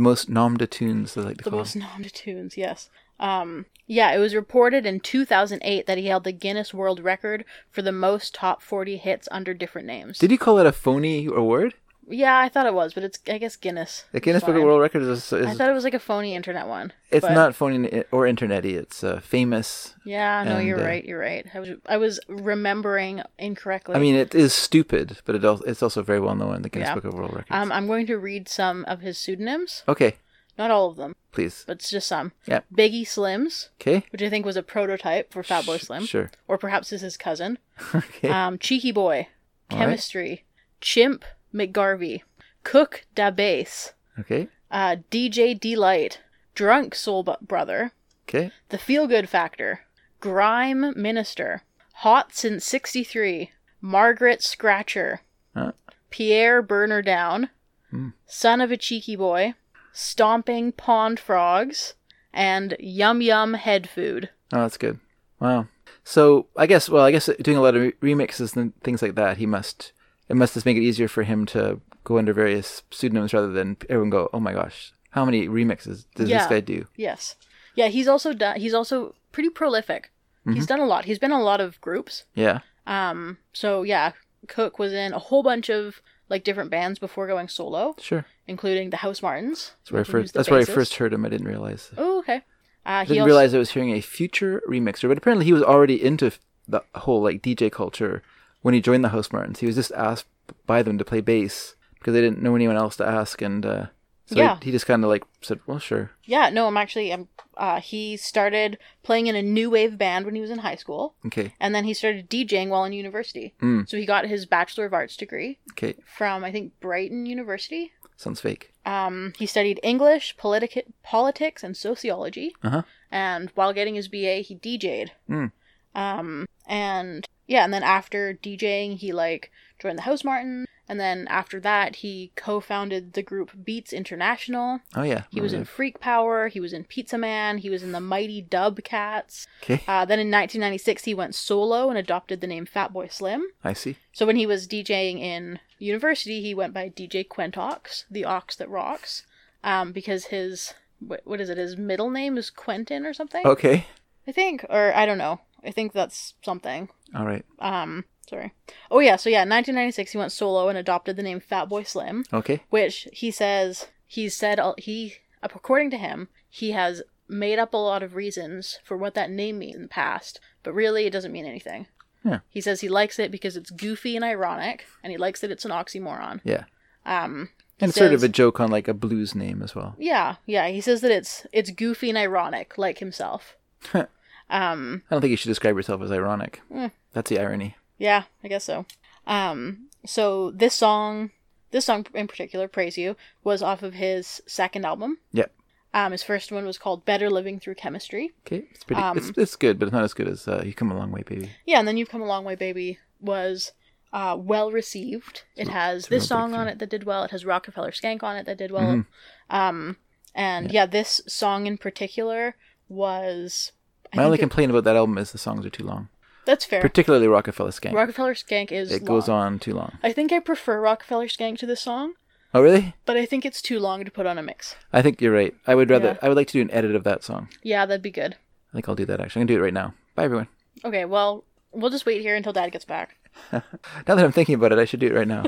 S2: most nom de tunes, they like to
S1: The
S2: call
S1: most [laughs]
S2: it.
S1: nom de tunes, yes. Um, yeah, it was reported in 2008 that he held the Guinness World Record for the most top 40 hits under different names.
S2: Did you call it a phony award?
S1: yeah, I thought it was, but it's I guess Guinness.
S2: The
S1: is
S2: Guinness Book of
S1: fine.
S2: World Records is, is
S1: I thought it was like a phony internet one.
S2: it's
S1: but-
S2: not phony or internety. It's uh, famous.
S1: Yeah, no,
S2: and,
S1: you're
S2: uh,
S1: right. You're right. I was I was remembering incorrectly.
S2: I mean, it is stupid, but it al- it's also very well known in the Guinness
S1: Yeah.
S2: Book of World Records.
S1: um, I'm going to read some of his pseudonyms.
S2: okay,
S1: Not all of them,
S2: please.
S1: but it's just some.
S2: Yeah.
S1: Biggie Slims,
S2: Okay.
S1: which I think was a prototype for Fatboy
S2: Sh-
S1: Slim,
S2: Sure. [laughs]
S1: or perhaps is his cousin.
S2: Okay.
S1: Um, Cheeky Boy,
S2: All right.
S1: Chemistry, Chimp McGarvey, Cook Da Bass,
S2: Okay.
S1: uh, DJ Delight, Drunk Soul Bu- Brother,
S2: Okay.
S1: The Feel Good Factor, Grime Minister, Hot Since 63, Margaret Scratcher,
S2: Huh. Hmm.
S1: Pierre Burner Down, Son of a Cheeky Boy, Stomping Pond Frogs, and Yum Yum Head Food.
S2: Oh, that's good. Wow. So I guess, well, I guess doing a lot of re- remixes and things like that, he must it must just make it easier for him to go under various pseudonyms rather than everyone go, oh my gosh, how many remixes does this
S1: Yeah.
S2: guy do?
S1: Yes. Yeah, he's also done he's also pretty prolific.
S2: Mm-hmm.
S1: He's done a lot. He's been in a lot of groups.
S2: Yeah.
S1: Um so yeah, Cook was in a whole bunch of like different bands before going solo,
S2: Sure.
S1: including the House Martins.
S2: That's where I
S1: which was
S2: first.
S1: the
S2: That's where I
S1: bassist.
S2: first heard him. I didn't realize.
S1: Oh, okay. Uh,
S2: I
S1: he
S2: didn't
S1: also,
S2: realize I was hearing a future remixer, but apparently he was already into f- the whole like DJ culture when he joined the House Martins. He was just asked by them to play bass because they didn't know anyone else to ask, and uh, so he-
S1: Yeah.
S2: he, just kind of like said, "Well, sure,
S1: Yeah, no, I'm actually I'm uh he started playing in a new wave band when he was in high school.
S2: okay,
S1: And then he started DJing while in university.
S2: Mm.
S1: So he got his Bachelor of Arts degree
S2: okay,
S1: from, I think, Brighton University.
S2: sounds fake."
S1: Um, he studied English, politic- politics, and sociology.
S2: Uh-huh.
S1: And while getting his BA, he DJ'd.
S2: Mm.
S1: Um, and yeah, and then after DJing, he like joined the House Martin. And then after that, he co-founded the group Beats International.
S2: Oh yeah,
S1: He was in
S2: remember
S1: Freak Power. He was in Pizza Man. He was in the Mighty Dub Cats.
S2: that. Okay,
S1: [laughs] Uh, then in 1996, he went solo and adopted the name Fatboy Slim.
S2: I see.
S1: So when he was DJing in university, he went by DJ Quentox, the ox that rocks, um, because his what, what is it? His middle name is Quentin or something,
S2: Okay,
S1: I think, or I don't know. I think that's something.
S2: all right,
S1: Um, sorry. Oh yeah, so yeah, 1996, he went solo and adopted the name Fatboy Slim,
S2: okay,
S1: which he says he's said al- he, according to him, he has made up a lot of reasons for what that name means in the past, but really it doesn't mean anything.
S2: Yeah.
S1: He says he likes it because it's goofy and ironic, and he likes that it's an oxymoron.
S2: yeah,
S1: Um, he
S2: and sort of a
S1: says-
S2: joke on like a blues name as well.
S1: yeah, yeah. He says that it's it's goofy and ironic, like himself. um,
S2: I don't think you should describe yourself as ironic.
S1: Mm.
S2: That's the irony.
S1: Yeah, I guess so. Um, so this song, this song in particular, "Praise You," was off of his second album.
S2: Yep.
S1: Um, his first one was called "Better Living Through Chemistry."
S2: Okay, it's pretty.
S1: Um,
S2: it's it's good, but it's not as good as uh, "You Come a Long Way, Baby."
S1: Yeah, and then "You've Come a Long Way, Baby" was uh, well received. It has
S2: real
S1: this song on
S2: breakthrough. Mm-hmm.
S1: it that did well. It has Rockefeller Skank on it that did well. Um, and yeah. this song in particular was. I
S2: My only
S1: think it-
S2: complaint about that album is the songs are too long,
S1: that's fair.
S2: particularly Rockefeller Skank.
S1: Rockefeller Skank is.
S2: it goes
S1: long.
S2: on too long.
S1: I think I prefer Rockefeller Skank to this song,
S2: Oh, really?
S1: but I think it's too long to put on a mix.
S2: I think you're right. I would rather.
S1: Yeah.
S2: I would like to do an edit of that song.
S1: Yeah, that'd be good.
S2: I think I'll do that. Actually, I'm gonna do it right now. Bye, everyone.
S1: Okay, well, we'll just wait here until Dad gets back.
S2: Now that I'm thinking about it, I should do it right
S1: [laughs]
S2: now.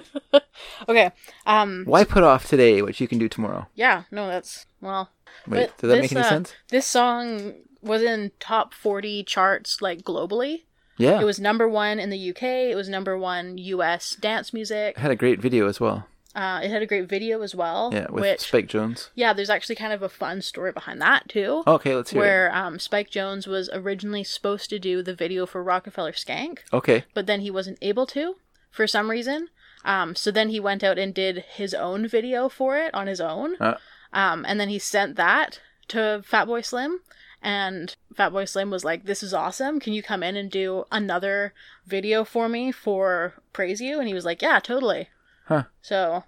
S1: Okay. Um.
S2: Why put off today what you can do tomorrow?
S1: Yeah. No, that's well.
S2: Wait,
S1: but
S2: does
S1: this,
S2: that make any
S1: uh,
S2: sense?
S1: This song was in top forty charts, like globally.
S2: Yeah,
S1: It was number one in the UK. It was number one US dance music.
S2: I had a great video as well.
S1: Uh, it had a great video as well.
S2: Yeah, with
S1: which
S2: Spike Jones.
S1: yeah, there's actually kind of a fun story behind that too.
S2: Okay, Oh, let's hear
S1: Where um, Spike Jones was originally supposed to do the video for Rockefeller Skank,
S2: it. Okay,
S1: but then he wasn't able to for some reason. Um, so then he went out and did his own video for it on his own.
S2: Uh.
S1: Um, and then he sent that to Fatboy Slim. And Fatboy Slim was like, This is awesome. Can you come in and do another video for me for Praise You? And he was like, Yeah, totally.
S2: Huh.
S1: So,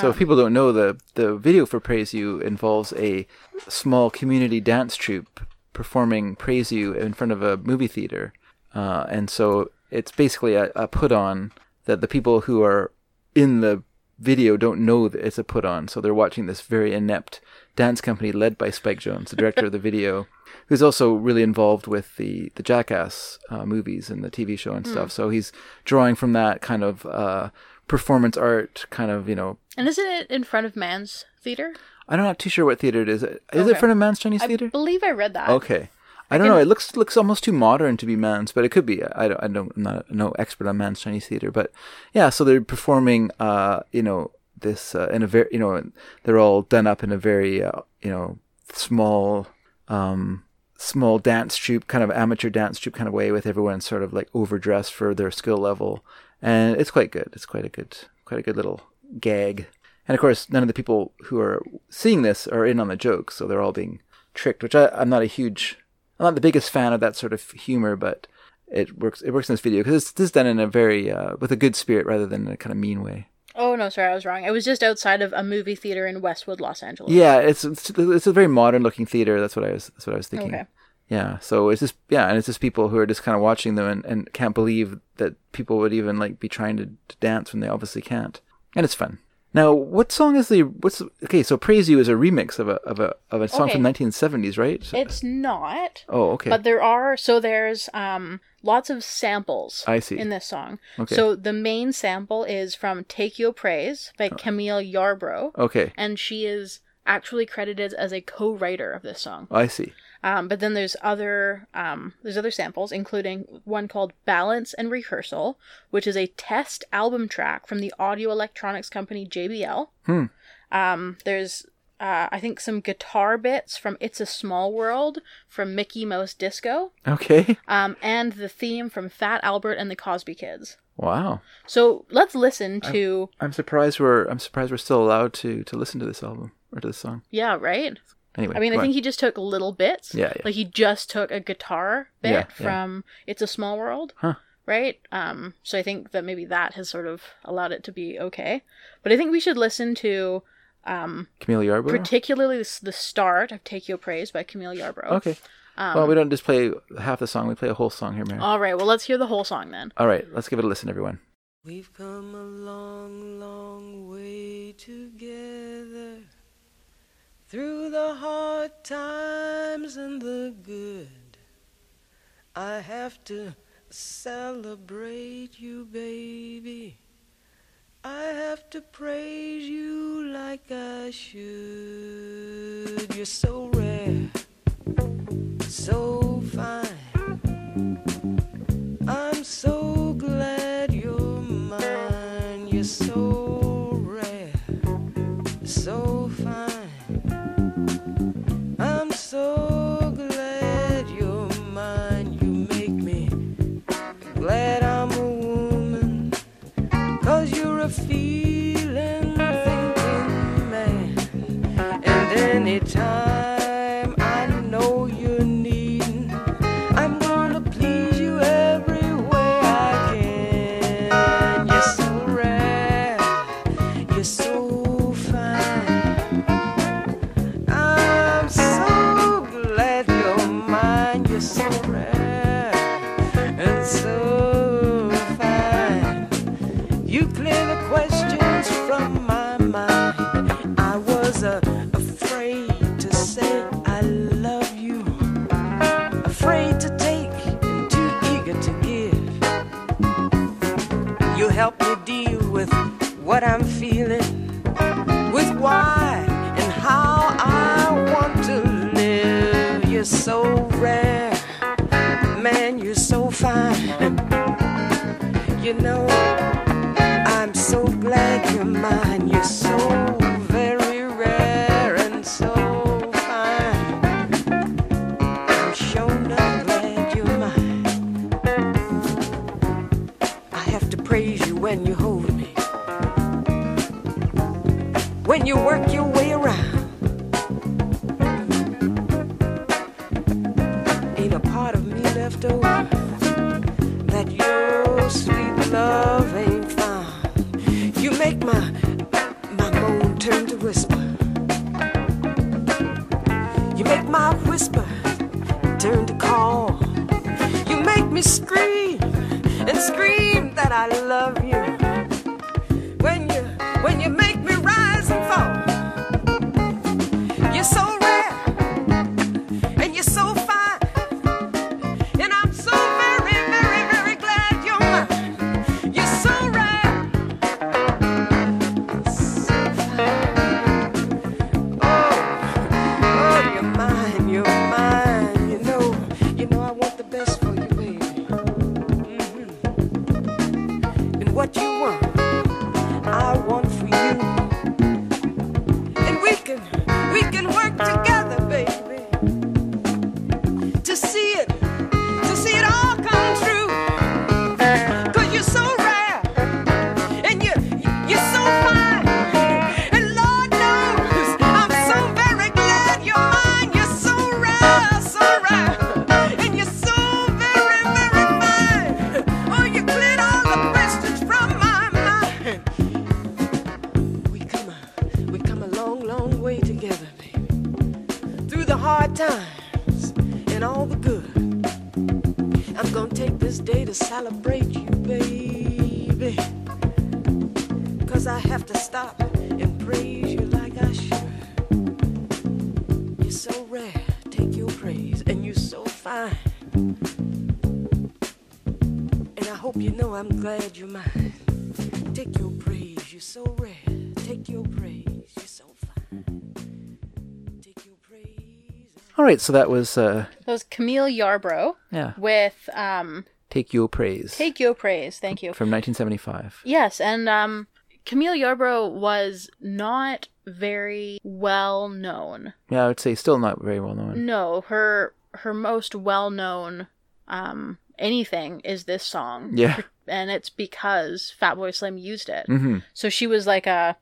S2: So if people don't know, the the video for Praise You involves a small community dance troupe performing Praise You in front of a movie theater, uh, and so it's basically a, a put on that the people who are in the video don't know that it's a put on, so they're watching this very inept dance company led by Spike Jones, the director of the video, who's also really involved with the the Jackass uh, movies and the TV show and stuff. So he's drawing from that kind of uh, performance art, kind of you know
S1: and isn't it in front of Man's Theater?
S2: I'm not too sure what theater it is. Is it
S1: Okay.
S2: front of Man's Chinese
S1: I
S2: Theater?
S1: believe I read that.
S2: Okay. I don't know. It looks looks almost too modern to be Man's, but it could be. I don't. I don't. I'm not no expert on Man's Chinese theater, but yeah. So they're performing. Uh, you know this uh, in a very. You know they're all done up in a very. Uh, you know small. Um, small dance troupe, kind of amateur dance troupe kind of way, with everyone sort of like overdressed for their skill level, and it's quite good. It's quite a good, quite a good little gag. And of course, none of the people who are seeing this are in on the joke, so they're all being tricked. Which I, I'm not a huge, I'm not the biggest fan of that sort of humor, but it works. It works in this video because this is done in a very uh, with a good spirit rather than in a kind of mean way.
S1: Oh, no, sorry, I was wrong. It was just outside of a movie theater in Westwood, Los Angeles.
S2: Yeah, it's it's, it's a very modern looking theater. That's what I was that's what I was thinking.
S1: Okay.
S2: Yeah. So it's just yeah, and it's just people who are just kind of watching them and, and can't believe that people would even like be trying to, to dance when they obviously can't. And it's fun. Now, what song is the what's okay? So "Praise You" is a remix of a of a of a song
S1: Okay.
S2: from 1970s, right?
S1: It's not.
S2: oh, okay.
S1: But there are so there's um lots of samples
S2: I see.
S1: in this song.
S2: Okay.
S1: So the main sample is from Take Your Praise
S2: Uh.
S1: by Camille Yarbrough.
S2: okay,
S1: And she is actually credited as a co-writer of this song.
S2: I see.
S1: Um, but then there's other um, there's other samples, including one called Balance and Rehearsal, which is a test album track from the audio electronics company JBL.
S2: Hmm.
S1: Um, there's uh, I think some guitar bits from It's a Small World from Mickey Mouse Disco,
S2: Okay.
S1: um, and the theme from Fat Albert and the Cosby Kids.
S2: Wow.
S1: So let's listen to
S2: I'm surprised we're I'm surprised we're still allowed to to listen to this album or to this song.
S1: yeah, right.
S2: Anyway,
S1: I mean, I
S2: go on.
S1: think he just took little bits.
S2: Yeah, yeah.
S1: Like he just took a guitar bit
S2: Yeah, yeah.
S1: from "It's a Small World,"
S2: Huh.
S1: right? Um, so I think that maybe that has sort of allowed it to be okay. But I think we should listen to um,
S2: Camille Yarborough.
S1: particularly this, the start of "Take Your Praise" by Camille Yarbrough. Um,
S2: okay. well, we don't just play half the song; we play a whole song here, Mary.
S1: All right. Well, let's hear the whole song then.
S2: All right, let's give it a listen, everyone.
S3: We've come a long, long way together through the hard times and the good. I have to celebrate you, baby. I have to praise you like I should. You're so rare, so fine. I'm so glad you're mine. You're so rare, so fine. I'm so glad you're mine. You make me glad I'm a woman. Cause you're a feeling, thinking man. And anytime I know you're needing. I'm gonna please you every way I can. You're so rare, you're so fine. I'm so glad you're mine. You're so rare and so fine. You clear the questions from my mind. I was uh, afraid to say I love you afraid to take and too eager to give. You help me deal with what I'm feeling, with why and how I want to live. You're so rare, man, you're so fine. You know, I'm so glad you're mine. You're so very rare and so fine. I'm shown up glad you're mine. I have to praise you when you hold me.
S7: when you work your way around. Ain't a part of me left over that your sweet love ain't found. You make my my moan turn to whisper. You make my whisper turn to call. You make me scream and scream that I love you. When you when you make me rise and fall. You're so rare and you're so fine. And I'm so very, very, very glad you're mine. You're so rare. So fine. Oh. Oh, you're mine, you're mine. You know, you know I want the best for you, baby. Mhm. And what you want, I want for you. And we can, we can work together, baby. To see it, to see it all come true. Cause you're so rare. And you, you're so fine. And Lord knows, I'm so very glad you're mine. You're so rare, so rare. And you're so very, very fine. Oh, you cleared all the questions from my mind. We come a, we come a long, long way together, baby. Through the hard times and all the good. I'm gonna take this day to celebrate you, baby. Cause I have to stop and praise you like I should. You're so rare, take your praise, and you're so fine. And I hope you know I'm glad you're mine. Take your praise, you're so rare. Take your praise, you're so fine. Take your praise.
S2: All right, so that was uh,
S1: That was Camille Yarbrough
S2: yeah,
S1: with um,
S2: "Take Your Praise"
S1: Take Your Praise. Thank you.
S2: from 1975.
S1: Yes, and um, Camille Yarbrough was not very well known.
S2: Yeah, I would say still not very well known.
S1: No, her her most well known um, anything is this song.
S2: Yeah.
S1: and it's because Fatboy Slim used it.
S2: Mm-hmm.
S1: So she was like a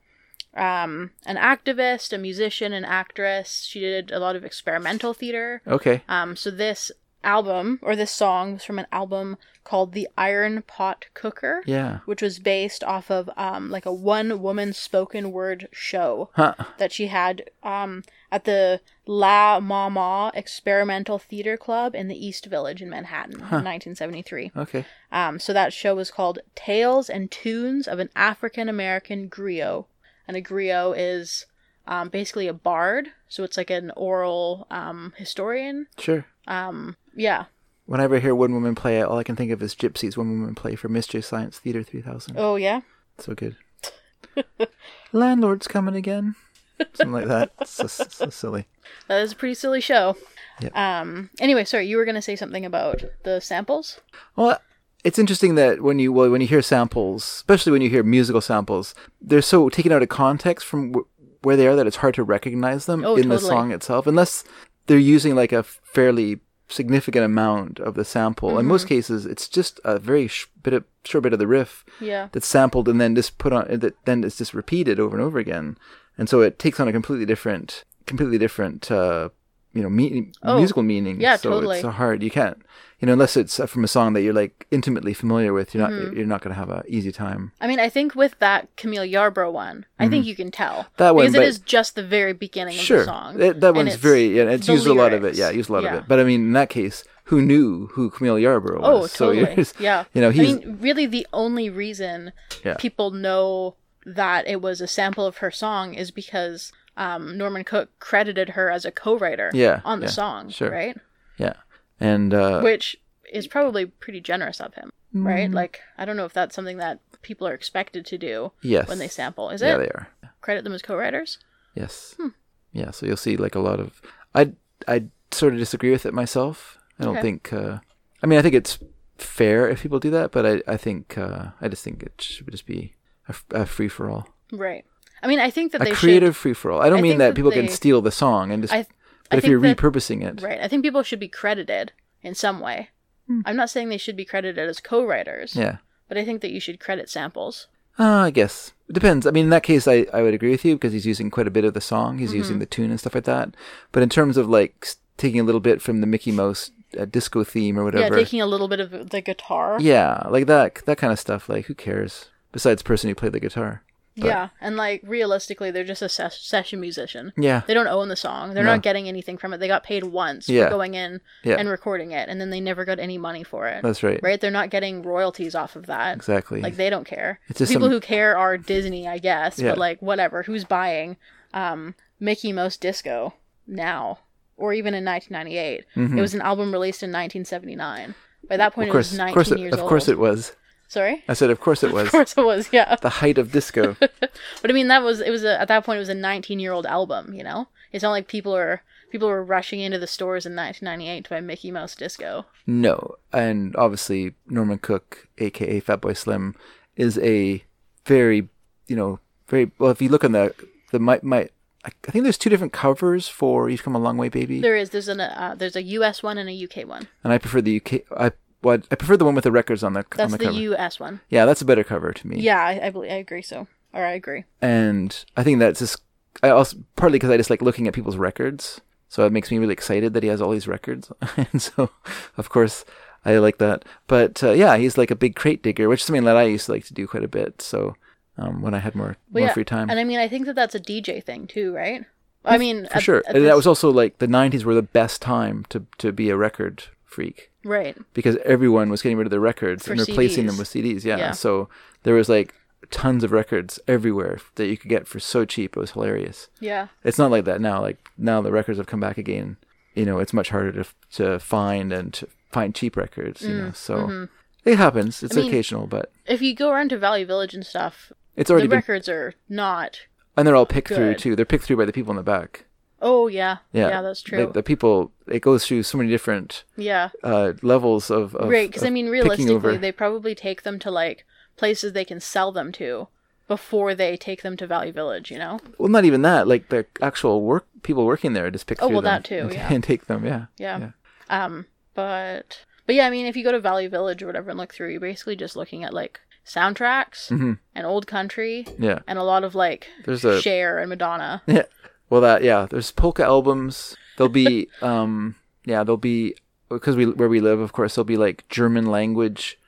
S1: um, an activist, a musician, an actress. She did a lot of experimental theater.
S2: Okay.
S1: Um, so this album or this song was from an album called The Iron Pot Cooker,
S2: Yeah.
S1: which was based off of um, like a one woman spoken word show
S2: Huh.
S1: that she had um, at the La Mama Experimental Theater Club in the East Village in Manhattan in 1973.
S2: Okay.
S1: Um, so that show was called Tales and Tunes of an African American Griot. And a griot is um, basically a bard, so it's like an oral um, historian.
S2: Sure.
S1: Um, yeah.
S2: Whenever I hear one woman play, all I can think of is Gypsies, one woman play for Mystery Science Theater 3000.
S1: Oh, yeah.
S2: So good. [laughs] Landlord's coming again. Something
S1: [laughs]
S2: like that. So, so silly.
S1: That is a pretty silly show.
S2: Yep.
S1: Um, anyway, sorry, you were going to say something about the samples?
S2: Well, it's interesting that when you well, when you hear samples, especially when you hear musical samples, they're so taken out of context from w- where they are that it's hard to recognize them
S1: Oh,
S2: in the
S1: totally.
S2: song itself, unless they're using like a fairly significant amount of the sample.
S1: Mm-hmm.
S2: In most cases, it's just a very sh- bit of short bit of the riff
S1: Yeah.
S2: that's sampled and then just put on that then it's just repeated over and over again and so it takes on a completely different completely different uh you know meaning
S1: Oh,
S2: musical meaning
S1: yeah,
S2: so
S1: totally.
S2: it's so hard you can't you know unless it's uh, from a song that you're like intimately familiar with you're not
S1: Mm-hmm.
S2: you're not going to have a easy time
S1: I mean, I think with that Camille Yarbrough one, I think you can tell.
S2: Mhm. That one,
S1: Because
S2: but-
S1: it is just the very beginning of
S2: sure
S1: the song.
S2: that, that
S1: and
S2: one's
S1: it's
S2: very yeah it's
S1: the
S2: used a lot of it
S1: lyrics.
S2: yeah used a lot
S1: Yeah.
S2: of it but i mean in that case who knew who camille yarborough was
S1: Oh,
S2: [laughs] so
S1: totally.
S2: you're-
S1: yeah.
S2: you know he's
S1: I mean, really, the only reason
S2: Yeah.
S1: people know that it was a sample of her song is because um, Norman Cook credited her as a co-writer
S2: Yeah,
S1: on the
S2: yeah,
S1: song,
S2: sure.
S1: right?
S2: yeah and uh
S1: Which is probably pretty generous of him,
S2: Mm.
S1: right? Like, I don't know if that's something that people are expected to do
S2: yes
S1: when they sample. Is
S2: yeah
S1: it?
S2: they are
S1: Credit them as co-writers?
S2: Yes.
S1: Hmm.
S2: Yeah, so you'll see like a lot of I I sort of disagree with it myself. I don't
S1: Okay.
S2: think uh I mean I think it's fair if people do that, but I I think uh I just think it should just be a, f- a free for all.
S1: Right. I mean, I think that
S2: A
S1: they
S2: creative free for all. I don't
S1: I
S2: mean
S1: think
S2: that,
S1: that
S2: people can
S1: they-
S2: steal the song and just
S1: should. I,
S2: but
S1: I
S2: if you're
S1: think that-
S2: repurposing it.
S1: Right. I think people should be credited in some way. I'm not saying they should be credited as co-writers,
S2: Hmm. Yeah.
S1: but I think that you should credit samples.
S2: Uh, I guess. It depends. I mean, in that case, I, I would agree with you because he's using quite a bit of the song.
S1: Mm-hmm.
S2: He's using the tune and stuff like that. But in terms of like s- taking a little bit from the Mickey Mouse uh, disco theme or
S1: Yeah,
S2: whatever,
S1: taking a little bit of the guitar.
S2: yeah, like that that kind of stuff. Like, who cares? Besides, the person who played the guitar.
S1: Yeah, and like realistically, they're just a ses- session musician.
S2: Yeah.
S1: They don't own the song. They're
S2: No.
S1: not getting anything from it. They got paid once
S2: Yeah.
S1: for going in
S2: Yeah.
S1: and recording it, and then they never got any money for it.
S2: That's right.
S1: Right? They're not getting royalties off of that.
S2: Exactly.
S1: Like they don't care.
S2: It's just
S1: People
S2: some-
S1: who care are Disney, I guess.
S2: Yeah.
S1: But like whatever, who's buying um, Mickey Mouse Disco now or even in 1998? It was an album released in 1979. By that point, it
S2: Mm-hmm. of course,
S1: was
S2: of
S1: 19
S2: course, it,
S1: years
S2: of
S1: old.
S2: course, it was. [laughs]
S1: Sorry.
S2: I said, of course, it was
S1: Of course it was. Yeah.
S2: the height
S1: [laughs]
S2: of disco.
S1: But I mean, that was it was a, at that point it was a 19 year old album. You know, it's not like people are people were rushing into the stores in 1998 to buy Mickey Mouse Disco.
S2: No, and obviously Norman Cook, aka Fatboy Slim, is a very, you know, very well. If you look on the the my my, I I think there's two different covers for "You've Come a Long Way, Baby,"
S1: There is there's an uh, there's a U.S. one and a U.K. one.
S2: and I prefer the UK. I what I prefer the one with the records on the on
S1: That's
S2: the,
S1: the,
S2: cover.
S1: U.S. one.
S2: yeah, that's a better cover to me.
S1: Yeah, I, I believe I agree. So or I agree.
S2: and I think that's just I also partly because I just like looking at people's records, so it makes me really excited that he has all these records, [laughs] and so of course I like that. But uh, yeah, he's like a big crate digger, which is something that I used to like to do quite a bit. So um, when I had more
S1: But
S2: more
S1: yeah,
S2: free time,
S1: And I mean, I think that that's a DJ thing too, right? I mean,
S2: for sure, and that
S1: this-
S2: was also like the '90s were the best time to to be a record freak.
S1: right.
S2: because everyone was getting rid of their records
S1: For
S2: and replacing
S1: CDs.
S2: them with CDs. Yeah.
S1: Yeah.
S2: So there was like tons of records everywhere that you could get for so cheap. It was hilarious.
S1: Yeah.
S2: It's not like that now. Like now the records have come back again. You know, it's much harder to to find and to find cheap records. You know, so it happens. It's
S1: Mm, mm-hmm. I mean-
S2: occasional, but
S1: If you go around to Valley Village and stuff,
S2: it's already
S1: the
S2: been
S1: records are not.
S2: and they're all picked through
S1: good.
S2: too. They're picked through by the people in the back.
S1: Oh yeah.
S2: Yeah,
S1: Yeah, that's
S2: The-
S1: true.
S2: The, people it goes through so many different
S1: yeah.
S2: uh, levels of, of
S1: Right, because I
S2: of
S1: mean,
S2: picking over.
S1: realistically, they probably take them to like places they can sell them to before they take them to Valley Village. You know?
S2: Well, not even that. Like the actual work people working there just pick.
S1: Oh,
S2: through
S1: well,
S2: them
S1: that too,
S2: And, [laughs]
S1: yeah.
S2: and take them. Yeah.
S1: Yeah. Um, but but yeah, I mean, if you go to Valley Village or whatever and look through, you're basically just looking at like soundtracks and old country
S2: Mm-hmm. Yeah.
S1: and a lot of like
S2: There's a-
S1: Cher and Madonna.
S2: Yeah. Well, that yeah. There's polka albums. There'll be [laughs] um yeah. There'll be because we where we live, of course, there'll be like German language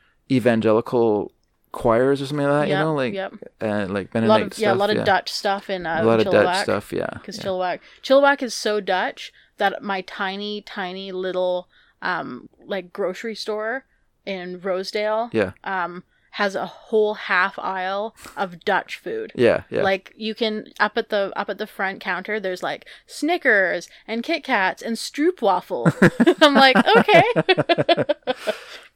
S2: evangelical choirs or something like that.
S1: Yep,
S2: You know, like
S1: yep.
S2: uh, like
S1: a
S2: Mennonite
S1: lot of
S2: stuff.
S1: yeah, a lot of Dutch stuff in uh,
S2: A lot of
S1: Chilliwack.
S2: Dutch stuff. Yeah.
S1: because
S2: yeah.
S1: Chilliwack Chilliwack is so Dutch that my tiny, tiny little um like grocery store in Rosedale
S2: Yeah.
S1: um has a whole half aisle of Dutch food.
S2: Yeah. Yeah. [laughs]
S1: Like you can up at the up at the front counter there's like Snickers and Kit Kats and
S2: [laughs]
S1: stroopwafel. I'm like, okay.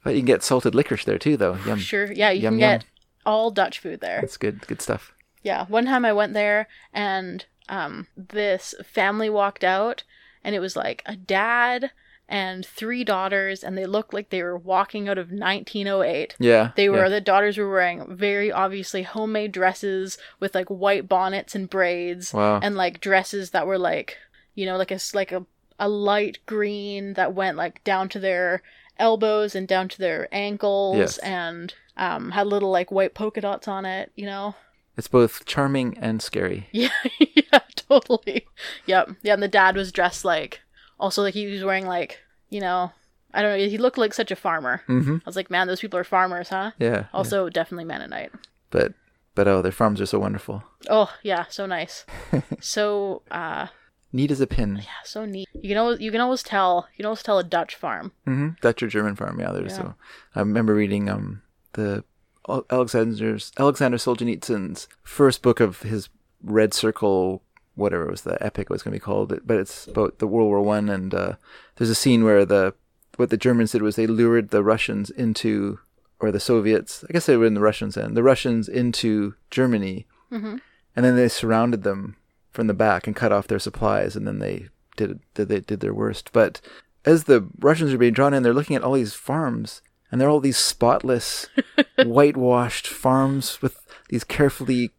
S2: but you can get salted licorice there too, though.
S1: [laughs]
S2: Yum.
S1: sure. Yeah, you
S2: Yum,
S1: can
S2: yum.
S1: get all Dutch food there.
S2: That's good. Good stuff.
S1: Yeah, one time I went there and um this family walked out and it was like a dad and three daughters and they looked like they were walking out of 1908.
S2: Yeah.
S1: They were
S2: yeah.
S1: the daughters were wearing very obviously homemade dresses with like white bonnets and braids
S2: Wow.
S1: and like dresses that were like, you know, like a s- like a a light green that went like down to their elbows and down to their ankles
S2: Yes.
S1: and um had little like white polka dots on it, you know.
S2: It's both charming and scary.
S1: Yeah, [laughs] yeah, totally. Yep. Yeah, and the dad was dressed like also like he was wearing like, you know, I don't know, he looked like such a farmer.
S2: Mm-hmm.
S1: I was like, man, those people are farmers, huh?
S2: Yeah. yeah.
S1: Also definitely Mennonite.
S2: but but oh, their farms are so wonderful,
S1: Oh, yeah, so
S2: [laughs]
S1: nice. so uh
S2: neat as a pin.
S1: yeah, so neat. You can always you can always tell you can always tell a Dutch farm.
S2: hmm Dutch or German farm, yeah. There's
S1: Yeah.
S2: so I remember reading um the Al- Alexander's Alexander Solzhenitsyn's first book of his Red Circle, whatever it was the epic was going to be called, it- but it's about the World War One, and uh, there's a scene where the what the Germans did was they lured the Russians into or the Soviets, I guess they were in the Russians then, the Russians into Germany, and then they surrounded them from the back and cut off their supplies and then they did did- they did their worst but as the russians are being drawn in they're looking at all these farms and they're all these spotless whitewashed farms with these carefully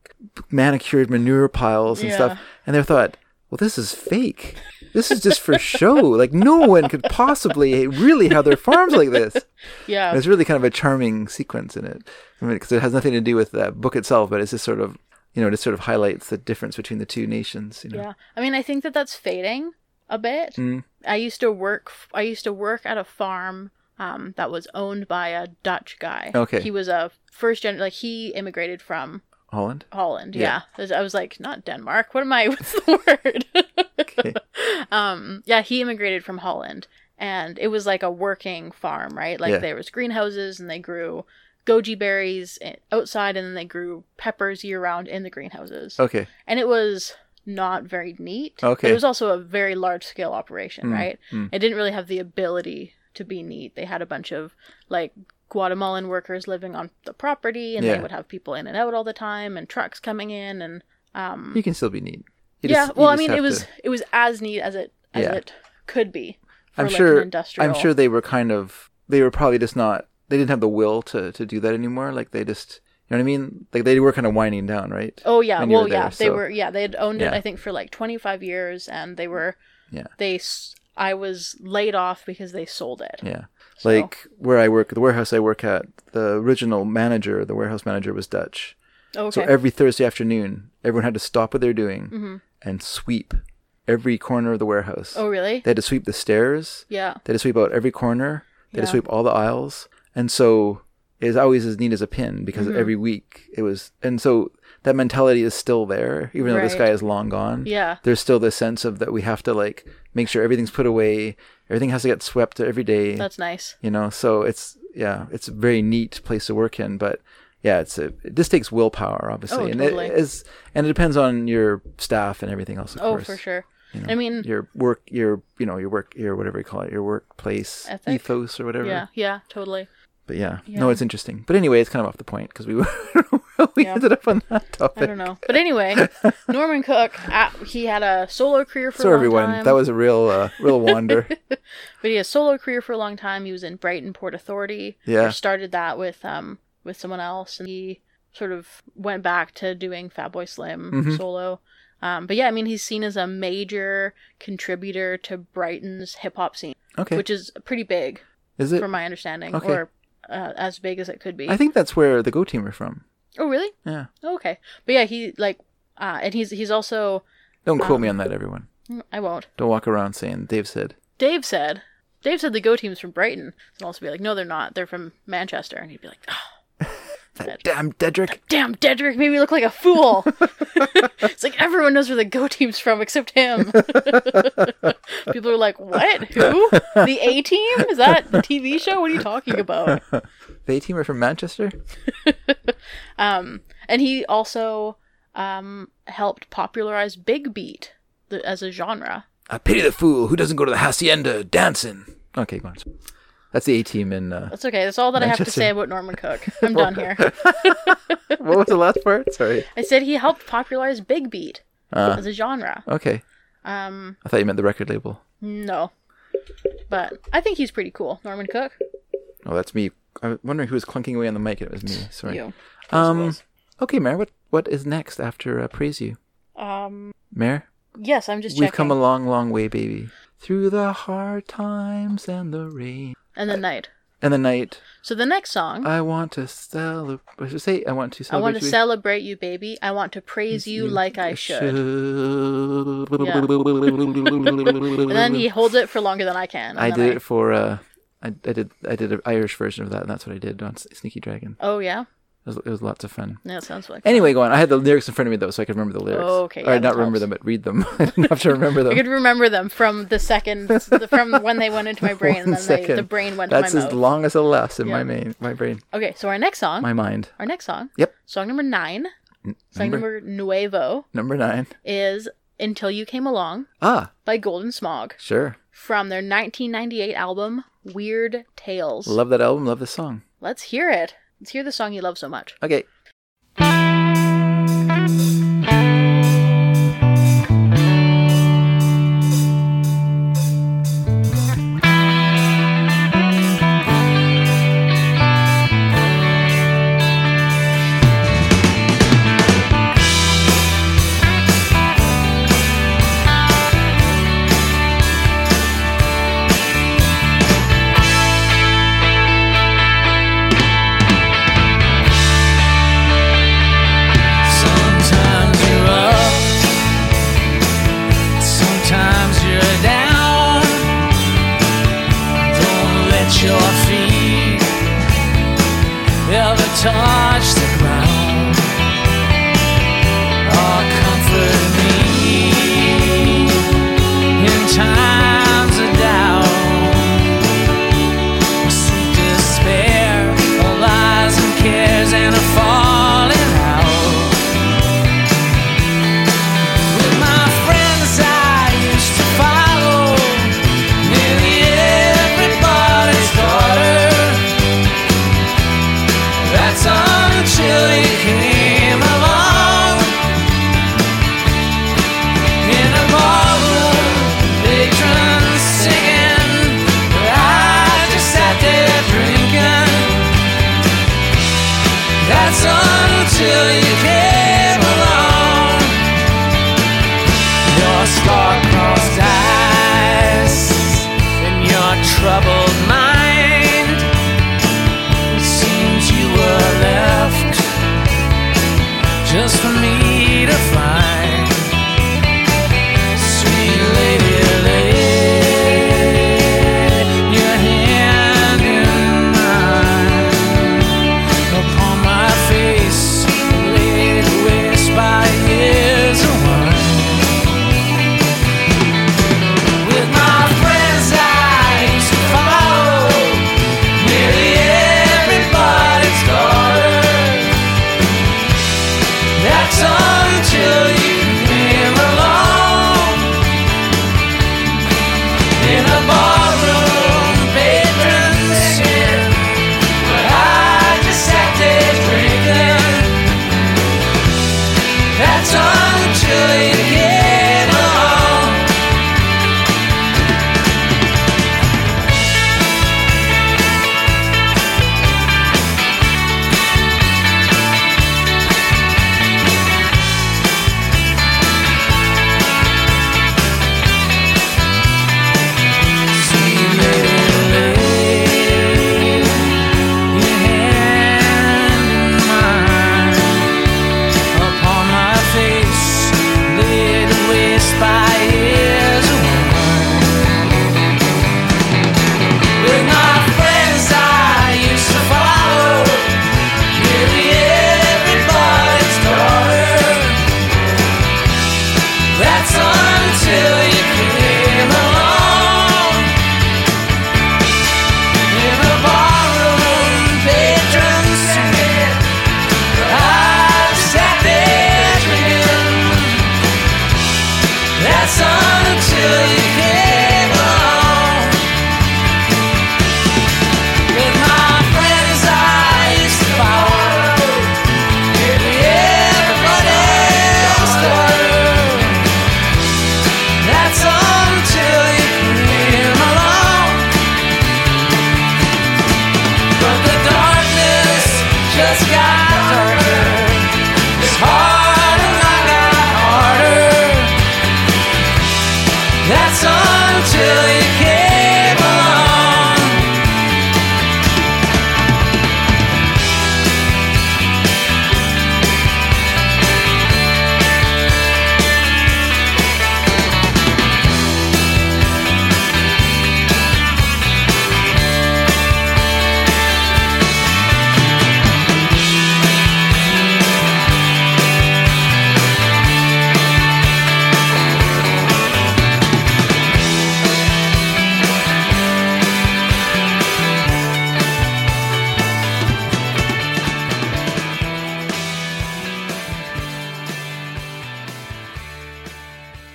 S2: manicured manure piles and stuff
S1: Yeah.
S2: and they thought well this is fake this is just for show like no one could possibly really have their farms like this [laughs]
S1: Yeah.
S2: and it's really kind of a charming sequence in it. I mean, because it has nothing to do with the book itself, but it's just sort of you know, it sort of highlights the difference between the two nations. You know,
S1: Yeah. I mean, I think that that's fading a bit.
S2: Mm.
S1: I used to work I used to work at a farm um, that was owned by a Dutch guy.
S2: Okay.
S1: He was a first gen like he immigrated from
S2: Holland.
S1: Holland.
S2: Yeah.
S1: Yeah. I was like, not Denmark. What am I? [laughs] What's the word?
S2: Okay.
S1: [laughs] um, yeah, he immigrated from Holland, and it was like a working farm, right? Like
S2: Yeah.
S1: there was greenhouses, and they grew goji berries i- outside, and then they grew peppers year round in the greenhouses.
S2: okay.
S1: And it was not very neat. But
S2: Okay. Mm,
S1: it was also a very large scale operation, right? It didn't really have the ability to be neat. They had a bunch of like Guatemalan workers living on the property, and
S2: Yeah.
S1: they would have people in and out all the time, and trucks coming in, and um,
S2: You can still be neat. You
S1: yeah,
S2: just- you
S1: well, I
S2: just
S1: mean, it
S2: have
S1: was
S2: to-
S1: it was as neat as it as
S2: Yeah.
S1: it could be. For
S2: I'm
S1: like
S2: sure.
S1: An industrial.
S2: I'm sure they were kind of. They were probably just not. They didn't have the will to to do that anymore. Like they just. You know what I mean? Like they were kind of winding down, right?
S1: Oh yeah,
S2: when you
S1: well
S2: were there,
S1: yeah, they
S2: so-
S1: were yeah they had owned
S2: Yeah.
S1: it I think for like 25 years, and they were
S2: Yeah.
S1: they s- I was laid off because they sold it.
S2: Yeah. Like where I work, the warehouse I work at, the original manager, the warehouse manager was Dutch.
S1: Okay. Mm-hmm.
S2: So every Thursday afternoon, everyone had to stop what they're doing and sweep every corner of the warehouse.
S1: oh really?
S2: They had to sweep the stairs.
S1: yeah.
S2: They had to sweep out every corner. They had to
S1: Yeah.
S2: sweep all the aisles. And so it was always as neat as a pin because
S1: Mm-hmm.
S2: every week it was. And so that mentality is still there, even though this
S1: Right.
S2: guy is long gone.
S1: Yeah.
S2: There's still this sense of that we have to like make sure everything's put away. Everything has to get swept every day
S1: That's nice.
S2: you know so it's yeah it's a very neat place to work in but yeah it's a, this takes willpower obviously
S1: Oh,
S2: and
S1: totally.
S2: it is and it depends on your staff and everything else of
S1: Oh,
S2: course
S1: for sure. I mean,
S2: your work your you know your work your whatever you call it your workplace
S1: Ethic?
S2: ethos or whatever
S1: yeah, yeah, totally.
S2: but yeah.
S1: Yeah.
S2: no it's interesting but anyway it's kind of off the point because we [laughs] were we
S1: Yeah.
S2: ended up on that topic
S1: I don't know, but
S2: [laughs]
S1: anyway, Norman Cook, uh, he had a solo career for a
S2: so
S1: long
S2: everyone
S1: time.
S2: that was a real uh, real
S1: [laughs]
S2: wander
S1: But he had a solo career for a long time. He was in Brighton Port Authority.
S2: Yeah.
S1: Or started that with um with someone else, and he sort of went back to doing Fatboy Slim
S2: Mm-hmm.
S1: solo. Um, but yeah, I mean, he's seen as a major contributor to Brighton's hip hop scene,
S2: okay
S1: which is pretty big,
S2: is it
S1: from my understanding,
S2: Okay.
S1: or uh, as big as it could be.
S2: i think that's where the go team are from
S1: oh, really?
S2: yeah
S1: Okay. But yeah, he like, uh, and he's he's also mm,
S2: don't quote
S1: Um,
S2: me on that everyone
S1: I won't.
S2: don't walk around saying dave said
S1: Dave said, Dave said the Go team's from Brighton. And also be like, no, they're not. They're from Manchester. And he'd be like, oh,
S2: that damn Dedrick.
S1: damn, Dedrick made me look like a fool. it's like everyone knows where the Go team's from except him. People are like, what? Who? The A team? Is that the TV show? What are you talking about?
S2: They team are from Manchester.
S1: And he also um, helped popularize Big Beat the, as a genre.
S2: I pity the fool who doesn't go to the hacienda dancing. Okay, go on. That's the A team in. Uh,
S1: That's okay. That's all that I have to
S2: Manchester.
S1: say about Norman Cook. I'm done here.
S2: [laughs] what was the last part? Sorry.
S1: I said he helped popularize Big Beat
S2: Ah.
S1: as a genre.
S2: Okay,
S1: Um,
S2: I thought you meant the record label.
S1: no. But I think he's pretty cool, Norman Cook.
S2: Oh, that's me. I was wondering who was clunking away on the mic. and It was me. Sorry.
S1: You.
S2: Um. Okay, Mare. What What is next after uh, Praise You,
S1: Um,
S2: Mare?
S1: yes, I'm just
S2: We've
S1: checking.
S2: come a long, long way, baby. Through the hard times and the rain
S1: and the night.
S2: and the night.
S1: So the next song,
S2: I want to celebrate. What should I say? I want to
S1: I
S2: celebrate.
S1: want to
S2: you.
S1: celebrate you, baby. I want to praise you
S2: Mm-hmm.
S1: like I should. Yeah. And then he holds it for longer than I can. and
S2: I
S1: then
S2: did it for uh, I, I did I did an Irish version of that, and that's what I did on S- Sneaky Dragon.
S1: Oh yeah,
S2: It was, it was lots of fun.
S1: that sounds like.
S2: Anyway, go on. I had the lyrics in front of me though, so I could remember the lyrics.
S1: Oh, Okay,
S2: or
S1: yeah,
S2: not
S1: that
S2: remember
S1: helps.
S2: them, but read them. [laughs] I didn't have to remember
S1: I
S2: them.
S1: could remember them from the second, from when they went into my brain, and
S2: [laughs] One
S1: then they, the
S2: second.
S1: brain went
S2: That's
S1: to my
S2: as
S1: mouth.
S2: long as it lasts in my
S1: Yeah.
S2: main, my brain,
S1: okay, so our next song,
S2: my mind.
S1: our next song,
S2: Yep.
S1: song number nine, song number
S2: number-
S1: nuevo
S2: Number nine.
S1: is "Until You Came Along"
S2: Ah,
S1: by Golden Smog.
S2: sure.
S1: from their 1998 album Weird Tales.
S2: Love that album. Love this song.
S1: Let's hear it. Let's hear the song you love so much.
S2: Okay.
S4: I
S3: touch the ground or comfort me in times of doubt. Sweet despair, all lies and cares and a falling out. With my friends I used to follow, nearly everybody's daughter. That's until you came along In a ballroom, patrons singing But I just sat there drinking That's until you came along Your star-crossed eyes And your troubled mind seems you were left just for me to find. Sweet lady, lay your hand in mine upon my face, laid waste by years of wine. With my friends, I used to follow. Nearly everybody's daughter. That's until you came along. In a ballroom, patrons singing, but I just sat there drinking. That's until you came along. Until you came along in a ballroom, patrons singing. I sat there drinking. That's until you came along. With my friends, I used to follow. Nearly everybody else started. That's until you came along. But the darkness just got darker. It's hard and I got harder. That's until you came along.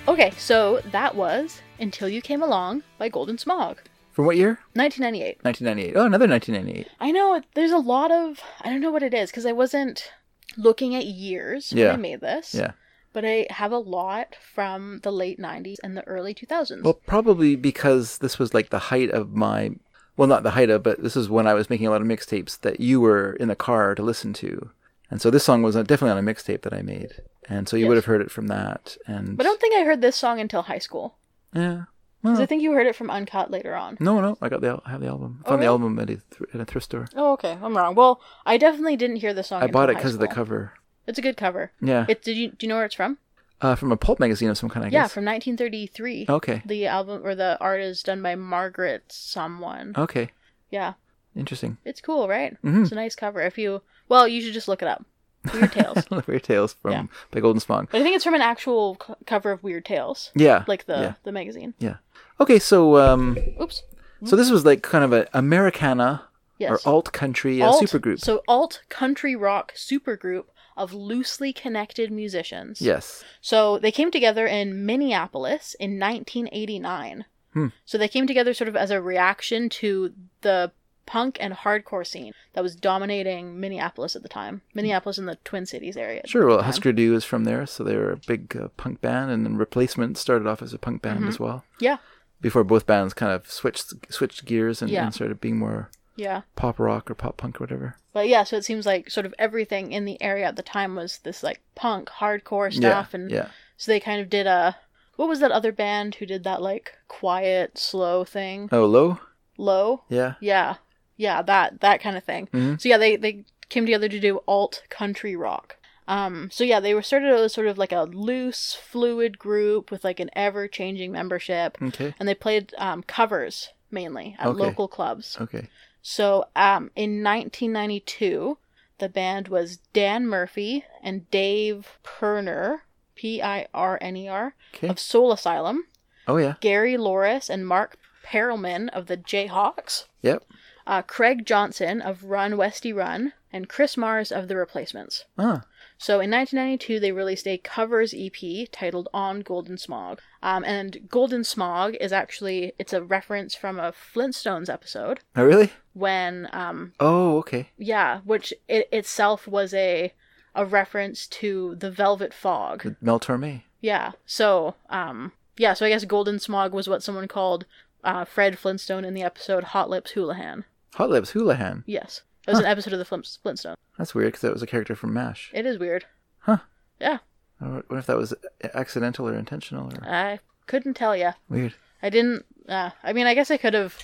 S1: Okay, so that was Until You Came Along by Golden Smog,
S2: From what year?
S1: 1998.
S2: 1998. Oh, another 1998.
S1: I know it- there's a lot of I don't know what it is because I wasn't looking at years when
S2: Yeah.
S1: I made this.
S2: Yeah.
S1: But I have a lot from the late 90s and the early 2000s.
S2: Well, probably because this was like the height of my, well, not the height of, but this is when I was making a lot of mixtapes that you were in the car to listen to, and so this song was uh, definitely on a mixtape that I made, and so you would
S1: Yes.
S2: have heard it from that. And
S1: but I don't think I heard this song until high school
S2: yeah,
S1: because
S2: well,
S1: I think you heard it from Uncut later on.
S2: no, no, I got the al- I have the album.
S1: Oh,
S2: I found the
S1: really?
S2: album at a, thr at a thrift store.
S1: Oh, okay, I'm wrong. Well, I definitely didn't hear this song.
S2: I
S1: until
S2: bought it
S1: high
S2: because of the
S1: school.
S2: cover.
S1: It's a good cover.
S2: Yeah,
S1: It did you do you know where it's from?
S2: uh, from a pulp magazine of some kind, I
S1: yeah,
S2: guess. Oh,
S1: from 1933.
S2: Okay. Oh.
S1: The album or the art is done by Margaret someone.
S2: Okay.
S1: Yeah.
S2: Interesting.
S1: It's cool, right?
S2: Mm-hmm.
S1: It's a nice cover. If you, well, you should just look it up. Weird
S2: [laughs]
S1: Tales.
S2: Weird Tales from
S1: Yeah.
S2: by Golden Song.
S1: but I think it's from an actual c- cover of Weird Tales,
S2: Yeah.
S1: like the
S2: yeah.
S1: the magazine.
S2: Yeah. Okay, so um
S1: Oops.
S2: so this was like kind of an Americana
S1: Yes.
S2: or alt country uh,
S1: Alt-
S2: supergroup.
S1: So alt country rock supergroup of loosely connected musicians.
S2: yes.
S1: So they came together in Minneapolis in 1989.
S2: Hmm.
S1: So they came together sort of as a reaction to the punk and hardcore scene that was dominating Minneapolis at the time. Minneapolis and the Twin Cities area. at
S2: Sure.
S1: the
S2: Well,
S1: time.
S2: Husker Du is from there, so they were a big uh, punk band, and then Replacement started off as a punk band
S1: Mm-hmm.
S2: as well.
S1: Yeah.
S2: Before both bands kind of switched switched gears and,
S1: Yeah.
S2: and started being more
S1: Yeah.
S2: pop rock or pop punk or whatever.
S1: But yeah, so it seems like sort of everything in the area at the time was this like punk hardcore stuff
S2: yeah,
S1: and
S2: yeah.
S1: so they kind of did a what was that other band who did that like quiet, slow thing?
S2: Oh, low.
S1: Low?
S2: Yeah.
S1: Yeah. Yeah, that that kind of thing.
S2: Mhm.
S1: So yeah, they they came together to do alt country rock. Um so yeah, they were started as sort of like a loose, fluid group with like an ever-changing membership
S2: Okay.
S1: and they played um covers mainly at
S2: Okay.
S1: local clubs.
S2: Okay.
S1: So um in 1992, the band was Dan Murphy and Dave Perner, P I R N E R
S2: Okay.
S1: of Soul Asylum,
S2: Oh yeah.
S1: Gary Loris and Mark Perelman of the Jayhawks
S2: Yep.
S1: uh, Craig Johnson of Run Westy Run, and Chris Mars of The Replacements.
S2: Ah.
S1: So in 1992, they released a covers EP titled "On Golden Smog," um, and "Golden Smog" is actually it's a reference from a Flintstones episode
S2: Oh really?
S1: when, um,
S2: Oh okay.
S1: yeah, which it itself was a a reference to the Velvet Fog.
S2: With Mel Torme.
S1: Yeah. So, um, yeah. So I guess Golden Smog was what someone called uh, Fred Flintstone in the episode "Hot Lips Houlihan."
S2: Hot Lips Houlihan.
S1: Yes, it was an episode of the Flint- Flintstones.
S2: That's weird because that was a character from MASH.
S1: It is weird.
S2: Huh.
S1: Yeah,
S2: I wonder if that was accidental or intentional or
S1: I couldn't tell ya.
S2: weird.
S1: I didn't. Uh, I mean, I guess I could have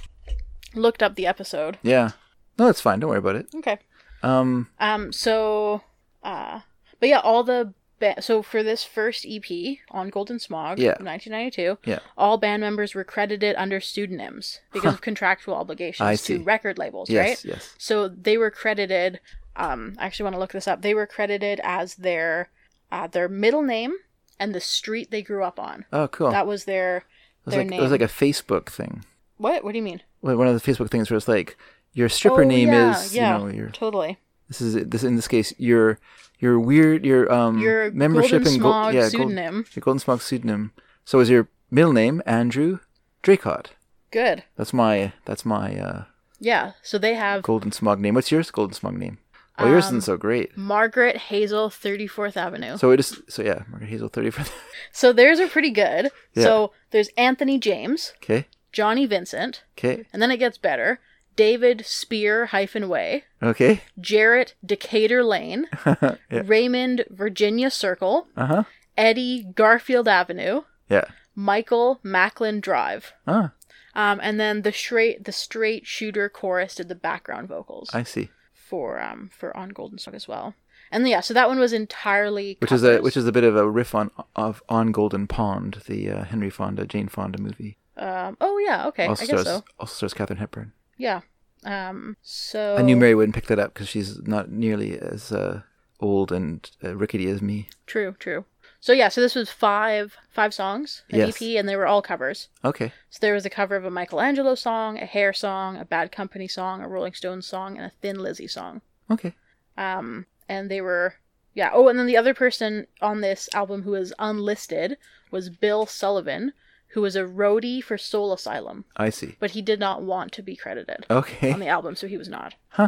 S1: looked up the episode.
S2: Yeah. No, it's fine. Don't worry about it.
S1: Okay.
S2: Um.
S1: Um. So, uh, but yeah, all the ba- so for this first EP on Golden Smog,
S2: Yeah.
S1: 1992,
S2: Yeah.
S1: all band members were credited under pseudonyms because of contractual obligations
S2: I see.
S1: to record labels,
S2: Yes.
S1: right?
S2: Yes.
S1: So they were credited. Um, I actually want to look this up. They were credited as their uh, their middle name and the street they grew up on.
S2: Oh, cool.
S1: That was their
S2: it, was
S1: their
S2: like,
S1: name.
S2: it was like a Facebook thing.
S1: What? What do you mean?
S2: Like, One of the Facebook things where it's like your stripper
S1: Oh,
S2: name
S1: yeah,
S2: is
S1: yeah,
S2: you know your
S1: totally.
S2: this is this in this case your your weird your um
S1: Your
S2: membership
S1: Golden
S2: and Gol-
S1: Smog
S2: yeah, Gold-
S1: pseudonym.
S2: your golden smog pseudonym. So is your middle name Andrew Dracott?
S1: Good.
S2: That's my that's my uh,
S1: Yeah. So they have
S2: golden smog name. What's yours golden smog name? Oh, yours
S1: Um,
S2: isn't so great.
S1: Margaret Hazel 34th Avenue. So,
S2: So it is. So yeah, Margaret Hazel, thirty for. [laughs]
S1: theirs are pretty good.
S2: Yeah.
S1: So there's Anthony James,
S2: Okay.
S1: Johnny Vincent,
S2: Okay.
S1: and then it gets better. David Spear hyphen Way,
S2: Okay.
S1: Jarrett Decatur Lane,
S2: [laughs] Yeah.
S1: Raymond Virginia Circle,
S2: Uh huh.
S1: Eddie Garfield Avenue,
S2: Yeah.
S1: Michael Macklin Drive.
S2: Ah,
S1: Um, and then the straight the straight shooter chorus did the background vocals.
S2: I see.
S1: for um for on Golden Song as well. And yeah, so that one was entirely
S2: Which is a
S1: covers.
S2: which is a bit of a riff on of on Golden Pond, the uh, Henry Fonda Jane Fonda movie.
S1: um oh yeah okay
S2: also
S1: I guess
S2: stars
S1: so
S2: also stars Katherine Hepburn.
S1: yeah um so
S2: I knew Mary wouldn't pick that up because she's not nearly as uh, old and uh, rickety as me.
S1: true true so yeah so this was five five songs an
S2: Yes.
S1: EP and they were all covers
S2: Okay.
S1: so there was a cover of a Michelangelo song a Hair song a Bad Company song a Rolling Stones song and a Thin Lizzy song
S2: Okay.
S1: um and they were yeah oh and then the other person on this album who is unlisted was Bill Sullivan who was a roadie for Soul Asylum
S2: I see.
S1: but he did not want to be credited
S2: Okay.
S1: on the album, so he was not.
S2: Eh. Huh.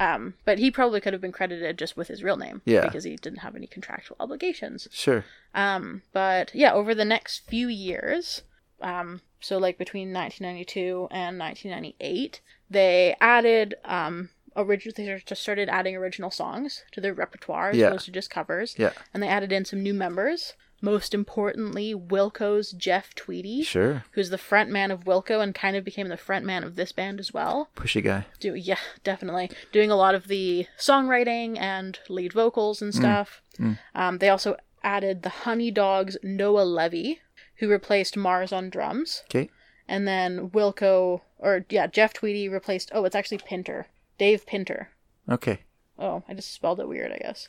S1: Um, but he probably could have been credited just with his real name,
S2: Yeah.
S1: because he didn't have any contractual obligations.
S2: Sure.
S1: Um, but yeah, over the next few years, um, so like between 1992 and 1998, they added um original. They just started adding original songs to their repertoire as
S2: Yeah.
S1: opposed to just covers.
S2: Yeah.
S1: And they added in some new members. Most importantly, Wilco's Jeff Tweedy
S2: Sure.
S1: who's the front man of Wilco and kind of became the front man of this band as well.
S2: Pushy guy.
S1: Do yeah, definitely doing a lot of the songwriting and lead vocals and stuff. Um, they also added the Honey Dogs Noah Levy, who replaced Mars on drums,
S2: Okay.
S1: and then Wilco or yeah, Jeff Tweedy replaced. Oh, it's actually Pinter. Dave Pinter.
S2: Okay.
S1: Oh, I just spelled it weird, I guess.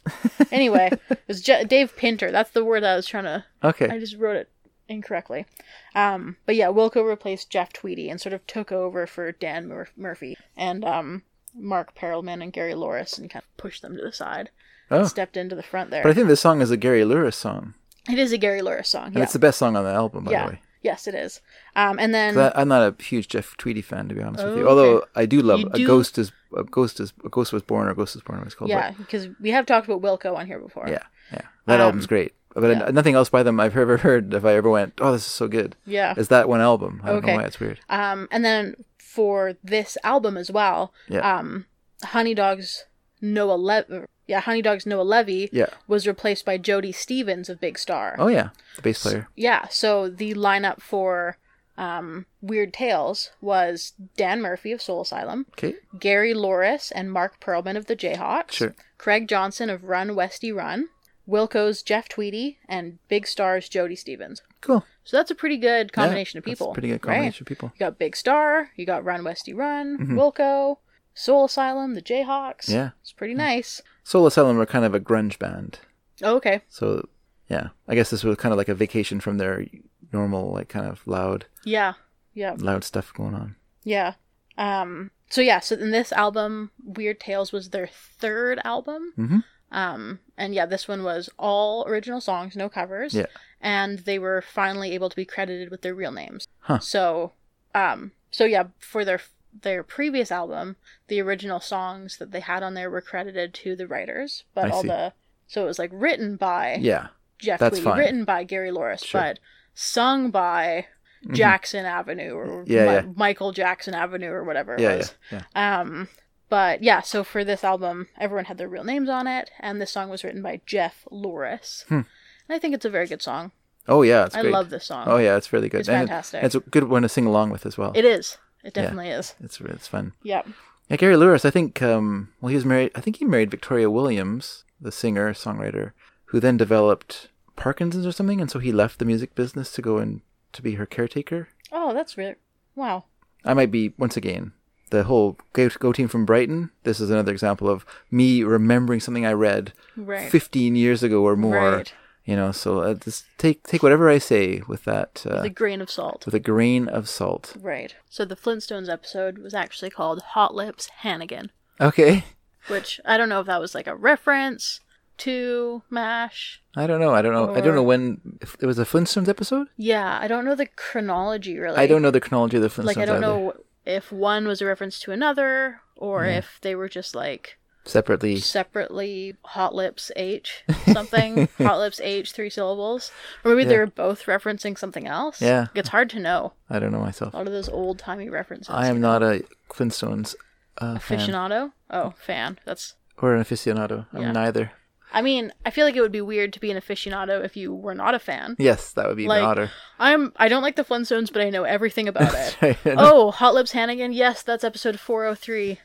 S1: Anyway, it was Je- Dave Pinter. That's the word I was trying to. I
S2: Okay.
S1: just wrote it incorrectly. Um, but yeah, Wilco replaced Jeff Tweedy and sort of took over for Dan Mur- Murphy and um, Mark Perelman and Gary Loris and kind of pushed them to the side.
S2: Oh.
S1: Stepped into the front there.
S2: But I think this song is a Gary Lewis song.
S1: it is a Gary Loris song.
S2: And
S1: Yeah.
S2: it's the best song on the album, by
S1: yeah.
S2: the way.
S1: Yes, it is. Um, and then
S2: 'Cause I, am not a huge Jeff Tweedy fan, to be honest with you.
S1: Oh,
S2: Although
S1: okay.
S2: I do love
S1: You
S2: a
S1: do-
S2: ghost is a ghost is a ghost was born or ghost is born. What it's called?
S1: yeah, because we have talked about Wilco on here before.
S2: But yeah, yeah. That album's great. But
S1: Um, yeah.
S2: nothing else by them I've ever [laughs] heard. If I ever went, oh, this is so good.
S1: Yeah.
S2: Is that one album? I don't
S1: Oh. Okay.
S2: know why it's weird.
S1: Um, and then for this album as well,
S2: Yeah.
S1: um, Honey Dogs Noah Levy, yeah, Honey Dogs Noah Levy
S2: Yeah.
S1: was replaced by Jody Stevens of Big Star.
S2: Oh yeah, the bass player.
S1: Yeah, so the lineup for um, Weird Tales was Dan Murphy of Soul Asylum,
S2: Okay.
S1: Gary Loris and Mark Perlman of the Jayhawks,
S2: Sure.
S1: Craig Johnson of Run Westy Run, Wilco's Jeff Tweedy, and Big Star's Jody Stevens.
S2: Cool.
S1: So that's a pretty good
S2: Yeah,
S1: combination of
S2: that's a
S1: people.
S2: pretty good
S1: right?
S2: combination of people.
S1: You got Big Star, you got Run Westy Run, Wilco, Soul Asylum, the Jayhawks.
S2: Yeah.
S1: It's pretty nice.
S2: Soul Asylum were kind of a grunge band.
S1: Oh, okay.
S2: So yeah, I guess this was kind of like a vacation from their normal, like kind of loud,
S1: Yeah. Yeah.
S2: loud stuff going on.
S1: Yeah. Um so yeah, so in this album Weird Tales was their third album.
S2: Mhm.
S1: Um and yeah, this one was all original songs, no covers.
S2: Yeah.
S1: And they were finally able to be credited with their real names.
S2: Huh.
S1: So um so yeah, for their their previous album, the original songs that they had on there were credited to the writers, but
S2: I
S1: all
S2: see.
S1: the so it was like written by
S2: Yeah.
S1: Jeff
S2: That's
S1: Tweedy,
S2: fine.
S1: written by Gary Loris,
S2: Sure.
S1: but sung by
S2: Mm-hmm.
S1: Jackson Avenue or
S2: Yeah,
S1: Mi-
S2: yeah.
S1: Michael Jackson Avenue or whatever it
S2: Yeah. Yeah.
S1: was.
S2: Yeah.
S1: Um, but yeah, so for this album, everyone had their real names on it, and this song was written by Jeff Loris.
S2: Hmm.
S1: And I think it's a very good song.
S2: Oh yeah, it's
S1: I
S2: great.
S1: love this song.
S2: Oh yeah, it's really good.
S1: It's fantastic.
S2: It's a good one to sing along with as well.
S1: It is. It definitely is.
S2: It's it's fun.
S1: Yep.
S2: Yeah, Gary Lewis. I think. Um, well, he was married. I think he married Victoria Williams, the singer songwriter, who then developed Parkinson's or something, and so he left the music business to go and to be her caretaker.
S1: Oh, that's really wow.
S2: I might be once again the whole go, go team from Brighton. This is another example of me remembering something I read
S1: Right.
S2: 15 years ago or more.
S1: Right.
S2: You know, so uh, just take take whatever I say with that uh,
S1: the grain of salt.
S2: with a grain of salt.
S1: Right. So the Flintstones episode was actually called Hot Lips Hannigan.
S2: Okay.
S1: which I don't know if that was like a reference to MASH.
S2: I don't know. I don't know. I don't
S1: Or-
S2: know when if it was a Flintstones episode.
S1: Yeah, I don't know the chronology really.
S2: I don't know the chronology of the Flintstones.
S1: Like I don't
S2: either.
S1: know if one was a reference to another or if they were just like
S2: separately.
S1: separately Hot Lips
S2: [laughs]
S1: H something, Hot Lips H three syllables, or maybe they
S2: Yeah.
S1: were both referencing something else.
S2: Yeah.
S1: it's hard to know.
S2: I don't know myself.
S1: A lot of those old timey references.
S2: I am not a Flintstones uh, fan
S1: aficionado. Oh, fan. That's.
S2: or an aficionado. I'm
S1: Yeah.
S2: neither.
S1: I mean, I feel like it would be weird to be an aficionado if you were not a fan.
S2: Yes, that would be
S1: Like-
S2: an [laughs] otter.
S1: I'm I don't like the Flintstones, but I know everything
S2: [laughs]
S1: about it.
S2: Right.
S1: oh, Hot Lips Hannigan. Yes, that's episode 403.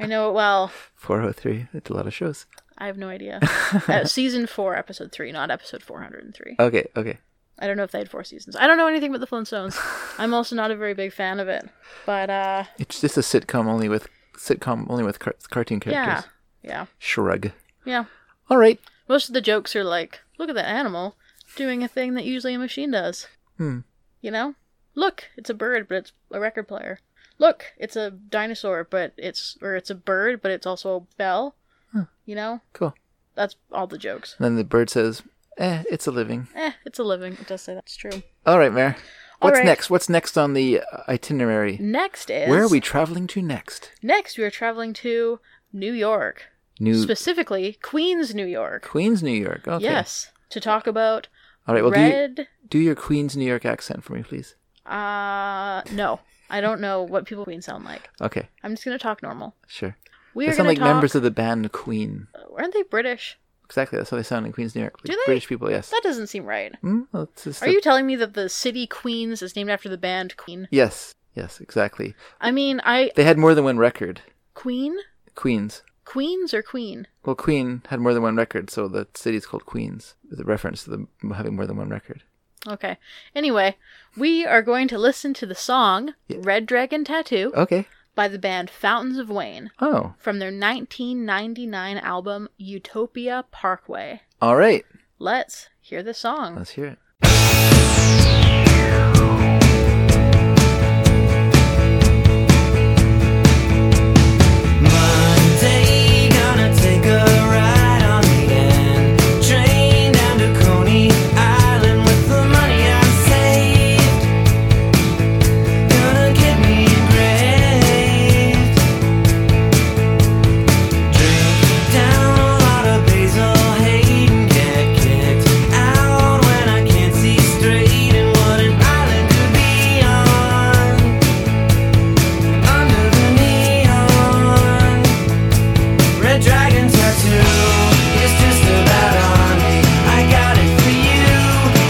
S1: I know it well.
S2: 403. It's a lot of shows.
S1: I have no
S2: [laughs]
S1: idea. Uh, season 4, episode 3, not episode 403.
S2: Okay, okay.
S1: I don't know if they had four seasons. I don't know anything about the Flintstones. I'm also not a very big fan of it. But uh
S2: It's just a sitcom only with sitcom only with car- cartoon
S1: yeah.
S2: characters.
S1: Yeah.
S2: Shrug.
S1: Yeah.
S2: All right.
S1: Most of the jokes are like, look at that animal doing a thing that usually a machine does.
S2: Hmm.
S1: You know? Look, it's a bird, but it's a record player. Look, it's a dinosaur, but it's or it's a bird, but it's also a bell. You know?
S2: Cool.
S1: That's all the jokes.
S2: And then the bird says, "Eh, it's a living."
S1: Eh, it's a living. It does say that's true.
S2: All right, Mayor.
S1: All
S2: What's
S1: right.
S2: next? What's next on the uh, itinerary?
S1: Next is
S2: Where are we traveling to next?
S1: Next we are traveling to New York.
S2: New
S1: Specifically Queens, New York.
S2: Queens, New York. Okay.
S1: Yes. To talk about
S2: All right. Well,
S1: red
S2: do, you, do your Queens, New York accent for me, please.
S1: uh no. I don't know what people in Queens sound like.
S2: Okay.
S1: I'm just gonna talk normal.
S2: Sure.
S1: We
S2: they
S1: are
S2: sound
S1: gonna
S2: like
S1: talk. uh,
S2: members of the band Queen.
S1: Aren't they British?
S2: Exactly. That's how they sound in Queens, New York.
S1: Do they?
S2: British people, yes.
S1: That doesn't seem right.
S2: Hmm? Well, it's just
S1: Are
S2: the-
S1: you telling me that the city Queens is named after the band Queen?
S2: Yes. Yes. Exactly.
S1: I mean, I
S2: They had more than one record.
S1: Queen,
S2: Queens.
S1: Queens or Queen?
S2: Well, Queen had more than one record, so the city's called Queens, with a reference to them having more than one record.
S1: Okay. Anyway, we are going to listen to the song Red Dragon Tattoo
S2: Okay.
S1: by the band Fountains of Wayne
S2: Oh,
S1: from their 1999 album Utopia Parkway.
S2: all right.
S1: Let's hear the song.
S2: Let's hear it.
S6: Monday, gonna take a ride on the N train down to Coney Island with the money I saved. Gonna get me engraved. Drink down a lot of basil hay and get kicked out when I can't see straight. And what an island to be on under the neon. Red dragon tattoo is just about on me. I got it for you.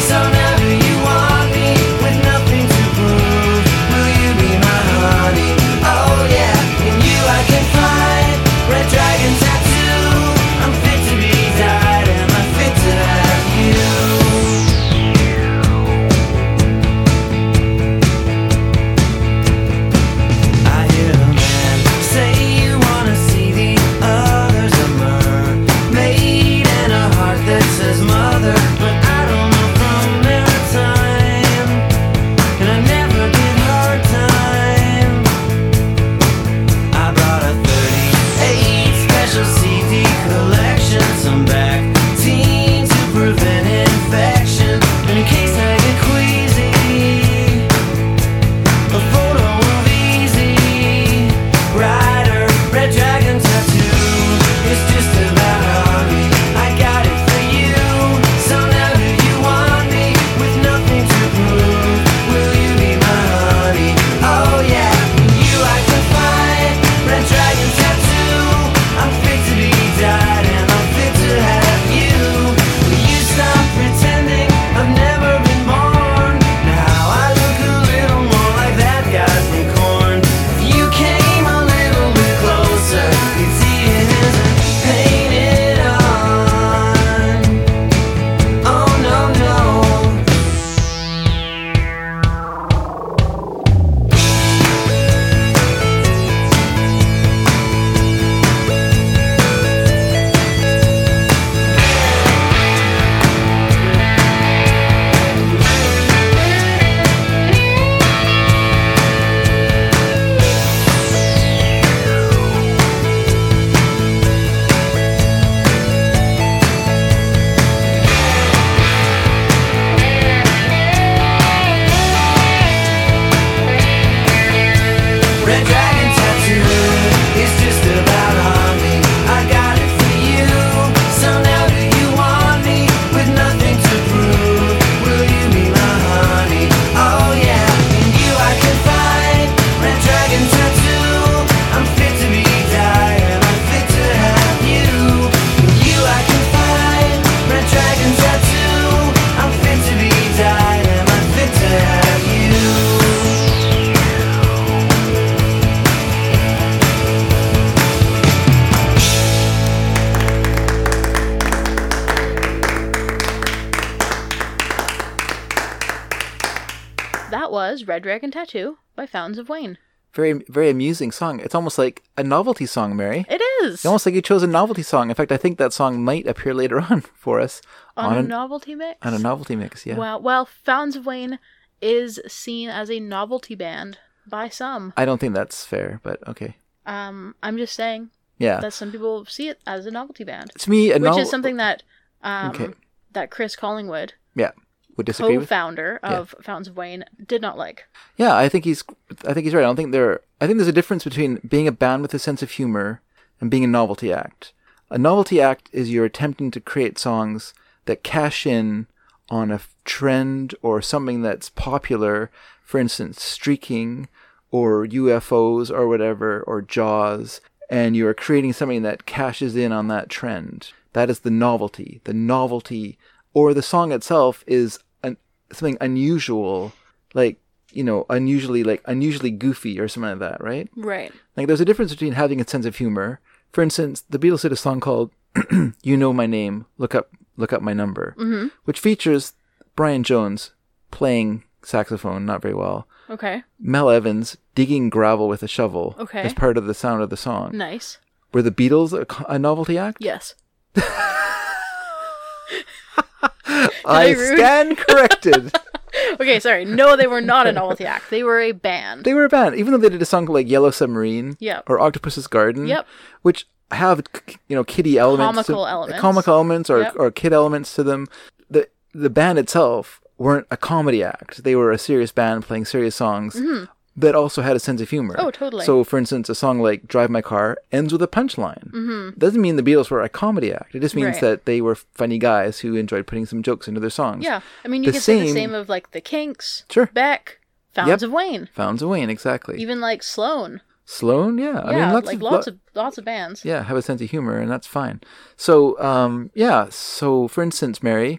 S6: So now do you want me with nothing to prove? Will you be my honey? Oh yeah, in you I can find red dragon tattoo. I'm fit to be died. Am I fit to have you? I hear the man say you wanna see the others a mermaid and a heart that says mother, but I don't know from their time, and I never give hard time. I bought a 38 special CD collection, some Bactine to prevent infection, in case I get queasy. A photo of easy rider, red dragon tattoo. It's just about on me. I got it for you. So now do you want me with nothing to prove? Will you be my honey? Oh yeah, you I can find red dragon tattoo. I'm fit to be died and I'm fit to have you. Will you stop pretending I've never been born? Now I look a little more like that guy from Corn. If you came a little bit closer, you'd see it isn't painted on. Oh no no. Red dragon tattoo is just about on me. I got it for you. So now do you want me with nothing to prove? Will you be my honey? Oh yeah, in you I can find red dragon tattoo. I'm fit to be died and I'm fit to have you. In you I can find red dragon tattoo. I'm fit to be died and I'm fit to have you.
S1: That was Red Dragon Tattoo by Fountains of Wayne.
S2: Very, very amusing song. It's almost like a novelty song, Mary.
S1: It is
S2: Almost like you chose a novelty song. In fact, I think that song might appear later [laughs] on for us
S1: on a
S2: an-
S1: novelty mix.
S2: on a novelty mix. Yeah.
S1: Well, well, Fountains of Wayne is seen as a novelty band by some.
S2: I don't think that's fair, but okay.
S1: Um, I'm just saying
S2: Yeah.
S1: that some people see it as a novelty band,
S2: to me, a
S1: which
S2: novel-
S1: is something that um,
S2: Okay.
S1: that Chris Collingwood,
S2: Yeah. Would disagree with.
S1: co-founder of Fountains of Wayne, did not like.
S2: Yeah, I think he's. I think he's right. I don't think there. I think there's a difference between being a band with a sense of humor and being a novelty act. A novelty act is you're attempting to create songs that cash in on a f- trend or something that's popular. For instance, streaking or UFOs or whatever or Jaws, and you're creating something that cashes in on that trend. That is the novelty. The novelty or the song itself is an, something unusual, like you know, unusually like unusually goofy or something like that, right?
S1: Right.
S2: Like there's a difference between having a sense of humor. For instance, the Beatles did a song called [clears throat]
S1: Mm-hmm.
S2: "You Know My Name, Look Up Look Up My Number," which features Brian Jones playing saxophone, not very well.
S1: Okay.
S2: Mel Evans digging gravel with a shovel
S1: Okay.
S2: as part of the sound of the song.
S1: Nice.
S2: Were the Beatles a, co- a novelty act?
S1: Yes. I
S2: [laughs] I
S1: rude?
S2: stand
S1: [laughs]
S2: corrected.
S1: Okay, sorry. No, they were not a novelty act. They were a band.
S2: they were a band, even though they did a song called, like Yellow Submarine
S1: Yep.
S2: or Octopus's Garden,
S1: Yep.
S2: which have c- you know kiddie elements, to-
S1: Comical elements.
S2: comical elements or,
S1: Yep.
S2: or kid elements to them. The the band itself weren't a comedy act; they were a serious band playing serious songs. That also had a sense of humor.
S1: Mm-hmm. Oh, totally.
S2: So, for instance, a song like "Drive My Car" ends with a punchline. Mm-hmm. Doesn't mean the Beatles were a comedy act. It just means
S1: Right.
S2: that they were funny guys who enjoyed putting some jokes into their songs.
S1: yeah. I mean, you
S2: The
S1: can say the
S2: same-
S1: same of like the Kinks,
S2: Sure.
S1: Beck, Founds
S2: Yep.
S1: of Wayne,
S2: Founds of Wayne, exactly.
S1: even like Sloan.
S2: Sloan, yeah.
S1: Yeah,
S2: I mean, lots
S1: like
S2: of,
S1: lots
S2: lo-
S1: of lots of bands.
S2: yeah, have a sense of humor, and that's fine. So, um, yeah. So, for instance, Mary,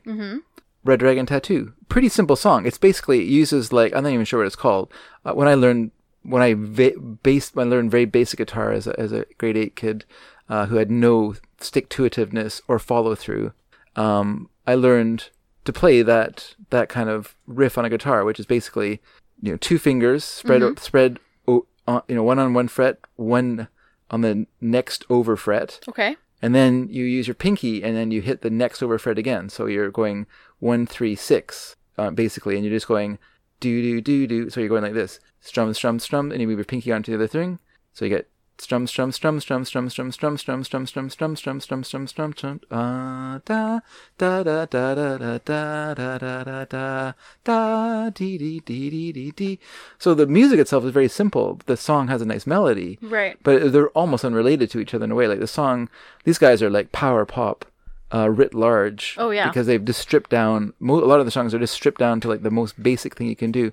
S2: Red Dragon Tattoo, pretty simple song. It's basically it uses like I'm not even sure what it's called. Uh, when I learned when I va- bass when I learned very basic guitar as a, as a grade eight kid uh, who had no stick to itiveness or follow through, um, I learned to play that that kind of riff on a guitar, which is basically you know two fingers spread spread o- on, you know one on one fret, one on the next over fret,
S1: Okay.
S2: and then you use your pinky and then you hit the next over fret again. So you're going one, three, six, uh, basically, and you're just going do, do, do, do. So you're going like this strum, strum, strum, and you move your pinky onto the other string. So you get strum, strum, strum, strum, strum, strum, strum, strum, strum, strum, strum, strum, strum, strum, strum, strum, ah, da, da, da, da, da, da, da, da, da, da, da, da, dee, dee, dee, dee, dee, dee. So the music itself is very simple. The song has a nice melody
S1: Right.
S2: but they're almost unrelated to each other in a way. Like the song, these guys are like power pop uh, writ large.
S1: Oh, yeah.
S2: because they've just stripped down. Mo- a lot of the songs are just stripped down to like the most basic thing you can do.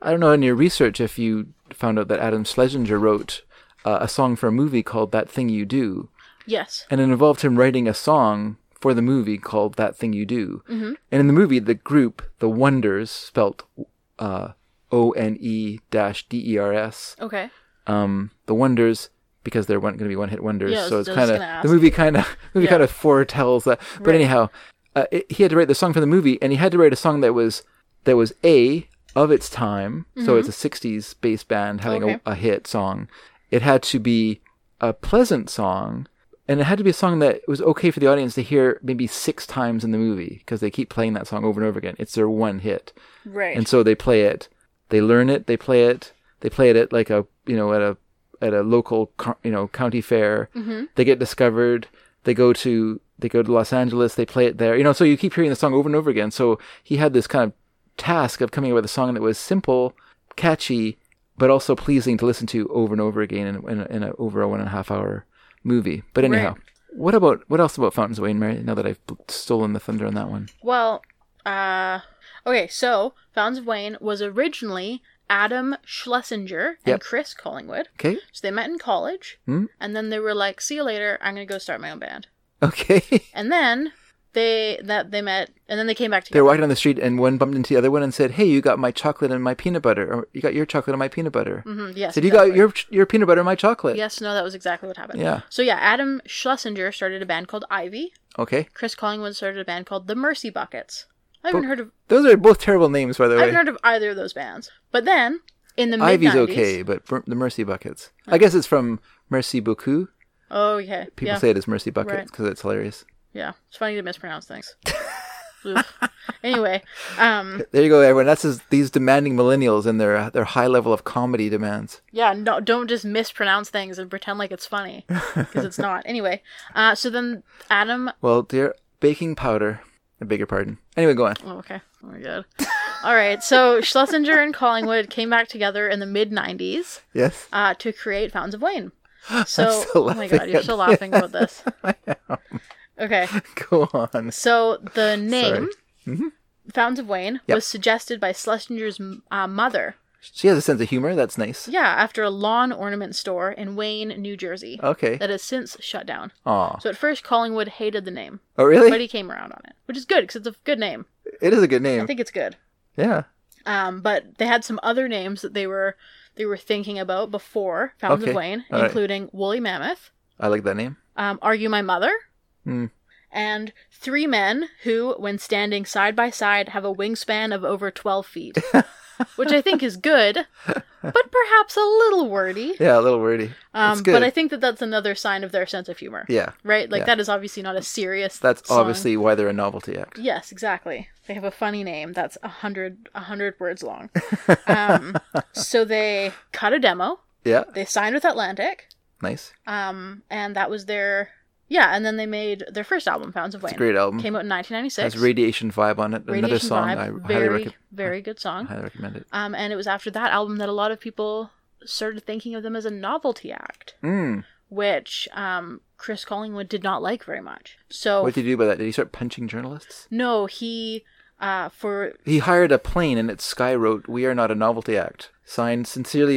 S2: I don't know in your research if you found out that Adam Schlesinger wrote uh, a song for a movie called That Thing You Do,
S1: Yes.
S2: and it involved him writing a song for the movie called That Thing You Do. Mm-hmm. And in the movie, the group, the Wonders, spelt uh, O N E dash D E R S
S1: Okay.
S2: um, the Wonders because they're going to be one hit wonders.
S1: Yeah, I
S2: so
S1: was
S2: it's
S1: just
S2: kind
S1: gonna
S2: of
S1: ask.
S2: [laughs] the movie kind of movie
S1: Yeah.
S2: kind of foretells that. But
S1: Right.
S2: anyhow, uh, it, he had to write the song for the movie, and he had to write a song that was that was a of its time. So it's a '60s bass band having
S1: Mm-hmm. Okay.
S2: a, a hit song. It had to be a pleasant song. And it had to be a song that was okay for the audience to hear maybe six times in the movie because they keep playing that song over and over again. It's their one hit.
S1: Right.
S2: And so they play it. They learn it. They play it. They play it at like a you know at a at a local co- you know county fair. They get discovered. They go to they go to Los Angeles. They play it there. You know, so you keep hearing the song over and over again. So he had this kind of task of coming up with a song that was simple, catchy, but also pleasing to listen to over and over again in, in, a, in a, over a one and a half hour movie. But anyhow.
S1: Right.
S2: What about what else about Fountains of Wayne, Mary? Now that I've bl- stolen the thunder on that one,
S1: Well, uh, okay, so Fountains of Wayne was originally Adam Schlesinger and
S2: Yep.
S1: Chris Collingwood.
S2: okay, [laughs]
S1: So they met in college,
S2: Hmm.
S1: and then they were like, "See you later. I'm gonna go start my own band."
S2: okay.
S1: And then they that they met, and then they came back
S2: They were
S1: together.
S2: walking down the street, and one bumped into the other one and said, "Hey, you got my chocolate and my peanut butter, or you got your chocolate and my peanut butter."
S1: Mhm, yes,
S2: Said, "You
S1: exactly.
S2: got your your peanut butter and my chocolate."
S1: Yes, no, that was exactly what happened.
S2: Yeah.
S1: So yeah, Adam Schlesinger started a band called Ivy.
S2: Okay.
S1: Chris Collingwood started a band called the Mercy Buckets. I haven't
S2: But-
S1: heard of
S2: Those are both terrible names, by the
S1: I
S2: way.
S1: haven't heard of either of those bands. But then in the mid
S2: Ivy's
S1: 90s,
S2: okay, but for the Mercy Buckets. I guess it's from Mercy Beaucoup.
S1: Oh okay.
S2: People
S1: yeah.
S2: say it as Mercy Buckets
S1: Right.
S2: because it's hilarious.
S1: Yeah, it's funny to mispronounce
S2: [laughs]
S1: things. Oof. Anyway, um,
S2: There you go, everyone. That's just these demanding millennials and their their high level of comedy demands.
S1: yeah, no, don't just mispronounce things and pretend like it's funny because it's
S2: [laughs]
S1: not. Anyway, uh, so then Adam.
S2: Well, dear baking powder. I beg your pardon.
S1: [laughs]
S2: Anyway, go on.
S1: Oh, okay. Oh my god. All right. So Schlesinger and Collingwood came back together in the mid '90s
S2: Yes. [laughs]
S1: uh, to create Fountains of
S2: [gasps]
S1: Wayne. So,
S2: still
S1: oh my
S2: laughing
S1: god, you're
S2: at
S1: still laughing about
S2: [laughs]
S1: this. Okay.
S2: Go on.
S1: So
S2: [laughs]
S1: the name Fountains of Wayne
S2: Mm-hmm. Yep.
S1: was suggested by Schlesinger's uh, mother.
S2: She has a sense of humor. That's nice.
S1: Yeah, after a lawn ornament store in Wayne, New Jersey.
S2: Okay.
S1: That has since shut down.
S2: Aw.
S1: So at first, Collingwood hated the
S2: [laughs]
S1: name,
S2: Oh, really?
S1: but he came around on it, which is good because it's a good name.
S2: It is a good name.
S1: I think it's good.
S2: yeah.
S1: Um, but they had some other names that they were they were thinking about before Fountains
S2: Okay.
S1: of Wayne,
S2: All right.
S1: including Woolly Mammoth,
S2: I like that name.
S1: um, Argue My Mother,
S2: Hmm.
S1: and three men who, when standing side by side, have a wingspan of over 12
S2: [laughs]
S1: feet, which I think is good, but perhaps a little wordy.
S2: Yeah, a little wordy.
S1: Um,
S2: it's good.
S1: but I think that that's another sign of their sense of humor.
S2: yeah,
S1: Right? Like,
S2: Yeah.
S1: that is obviously not a serious.
S2: that's
S1: song.
S2: obviously why they're a novelty act.
S1: Yes, exactly. They have a funny name that's a hundred a hundred words long.
S2: [laughs]
S1: Um, so they cut a demo.
S2: Yeah,
S1: They signed with Atlantic,
S2: nice.
S1: um, and that was their yeah. And then they made their first album, Fountains of Wayne.
S2: It's a great album.
S1: Came out in 1996.
S2: Has radiation vibe on it. Another
S1: Radiation
S2: song
S1: Vibe,
S2: I highly,
S1: very
S2: recom-
S1: very good song.
S2: highly recommend it.
S1: Um, and it was after that album that a lot of people started thinking of them as a novelty act,
S2: Mm.
S1: which um, Chris Collingwood did not like very much. So
S2: What did he do by that? Did he start punching journalists?
S1: no, he uh, for
S2: He hired a plane and it sky wrote, "We are not a novelty act." Signed, sincerely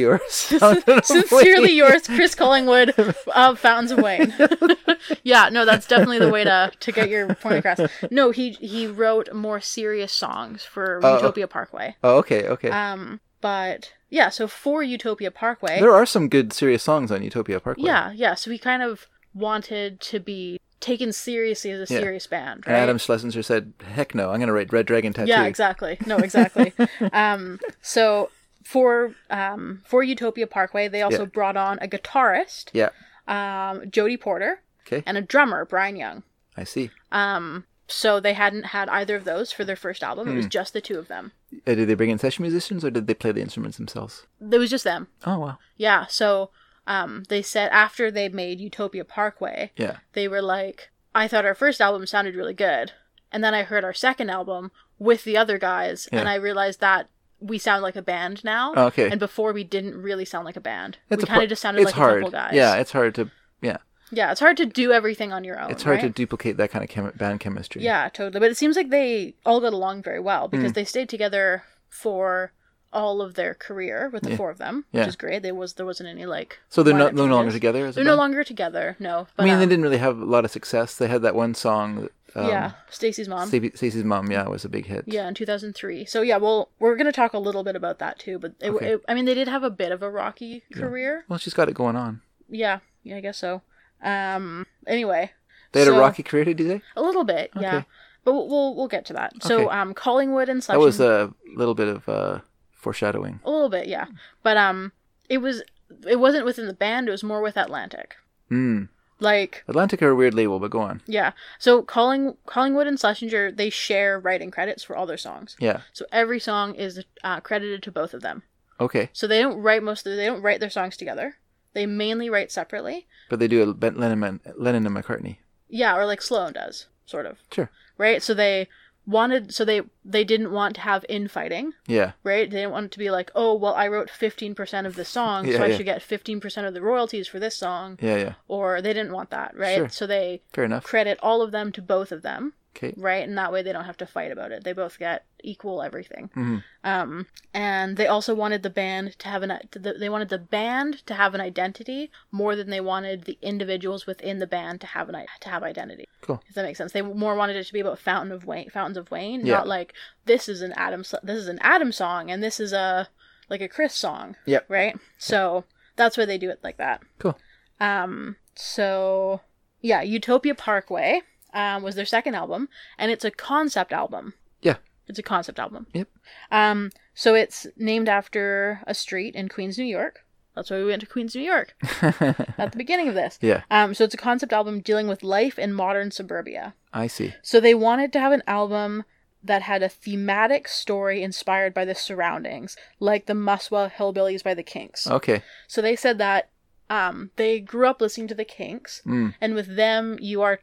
S1: [laughs]
S2: yours. Sounded [laughs] a
S1: Sincerely
S2: plane.
S1: yours, Chris Collingwood of Fountains of Wayne.
S2: [laughs]
S1: yeah, no, that's definitely the way to to get your point across. No, he he wrote more serious songs for
S2: Oh.
S1: Utopia Parkway.
S2: Oh, okay, okay.
S1: Um, but yeah, so for Utopia Parkway,
S2: there are some good serious songs on Utopia Parkway.
S1: yeah, yeah. So he kind of wanted to be taken seriously as a
S2: Yeah.
S1: serious band,
S2: And
S1: right?
S2: Adam Schlesinger said, "Heck no, I'm going to write Red Dragon Tattoo."
S1: Yeah, exactly. No,
S2: [laughs]
S1: exactly. um, so for um for Utopia Parkway, they also
S2: Yeah.
S1: brought on a guitarist,
S2: Yeah.
S1: um, Jody Porter.
S2: Okay.
S1: and a drummer, Brian Young.
S2: I see.
S1: Um, so they hadn't had either of those for their first album.
S2: Hmm.
S1: It was just the two of them.
S2: Uh, did they bring in session musicians or did they play the instruments themselves?
S1: It was just them.
S2: Oh wow.
S1: Yeah. So um, they said after they made Utopia Parkway,
S2: Yeah.
S1: they were like, I thought our first album sounded really good. And then I heard our second album with the other guys, and
S2: Yeah. Oh,
S1: I realized that we sound like a band now.
S2: Okay.
S1: And before we didn't really sound like a band. we
S2: It's a
S1: kind
S2: pro-
S1: of just sounded
S2: it's
S1: like
S2: hard.
S1: a couple guys.
S2: Yeah, it's hard to. Yeah,
S1: Yeah. It's hard to do everything on your own.
S2: it's hard
S1: Oh, right?
S2: to duplicate that kind of chem- band chemistry.
S1: Yeah, totally. But it seems like they all got along very well because
S2: Mm.
S1: they stayed together for all of their career with the
S2: Yeah.
S1: four of them,
S2: Yeah.
S1: which is great. They was there wasn't any like
S2: So they're not
S1: lineup
S2: they're no longer
S1: changes.
S2: together. As a
S1: They're no
S2: band?
S1: longer together. No, but
S2: I mean, they
S1: um,
S2: didn't really have a lot of success. They had that one song. that, Um,
S1: yeah, Stacy's mom.
S2: Stacy- Stacy's mom. Yeah, was a big hit.
S1: yeah, in 2003. So yeah, well, we're gonna talk a little bit about that too. But it,
S2: Okay.
S1: it, I mean, they did have a bit of a rocky career.
S2: Well, she's got it going on.
S1: Yeah, yeah, I guess so. Um. Anyway,
S2: They had
S1: So-
S2: a rocky career, did you say?
S1: a little bit. Yeah,
S2: Okay.
S1: but we'll we'll, we'll get to that. So
S2: Okay.
S1: um, Collingwood and
S2: That was
S1: Session-
S2: a little bit of uh, foreshadowing.
S1: A little bit, yeah. But um it was it wasn't within the band, it was more with Atlantic.
S2: Mm.
S1: Like
S2: Atlantic are a weird label, but go on.
S1: yeah. So calling Collingwood and Schlesinger, they share writing credits for all their songs.
S2: Yeah.
S1: So every song is uh, credited to both of them.
S2: Okay.
S1: So they don't write most of they don't write their songs together. They mainly write separately.
S2: But they do a Ben- Lennon, and- Lennon and McCartney.
S1: Yeah, or like Sloan does, sort of.
S2: Sure.
S1: Right? So they wanted so they they didn't want to have infighting.
S2: Yeah.
S1: right? They didn't want it to be like, oh, well, I wrote 15% of the song,
S2: Yeah,
S1: so I
S2: yeah.
S1: should get 15% of the royalties for this song.
S2: Yeah. Yeah.
S1: Or they didn't want that, right?
S2: Sure.
S1: So they
S2: Fair enough.
S1: credit all of them to both of them,
S2: Okay.
S1: right? And that way they don't have to fight about it. They both get equal everything.
S2: Mhm.
S1: Um, and they also wanted the band to have an the, they wanted the band to have an identity more than they wanted the individuals within the band to have an i- to have identity.
S2: Cool.
S1: If that makes sense. They more wanted it to be about Fountain of Wayne, Fountains of Wayne,
S2: Yeah.
S1: not like this is an Adam so- this is an Adam song and this is a like a Chris song.
S2: Yep.
S1: Right? So that's why they do it like that.
S2: Cool.
S1: Um so yeah, Utopia Parkway um, was their second album and it's a concept album.
S2: Yeah.
S1: It's a concept album.
S2: Yep.
S1: Um so it's named after a street in Queens, New York. That's why we went to Queens, New York at the beginning of this.
S2: Mm-hmm. [laughs] yeah.
S1: Um, so it's a concept album dealing with life in modern suburbia.
S2: I see.
S1: So they wanted to have an album that had a thematic story inspired by the surroundings, like the Muswell Hillbillies by the Kinks.
S2: Okay.
S1: So they said that um, they grew up listening to the Kinks,
S2: Mm.
S1: and with them, you are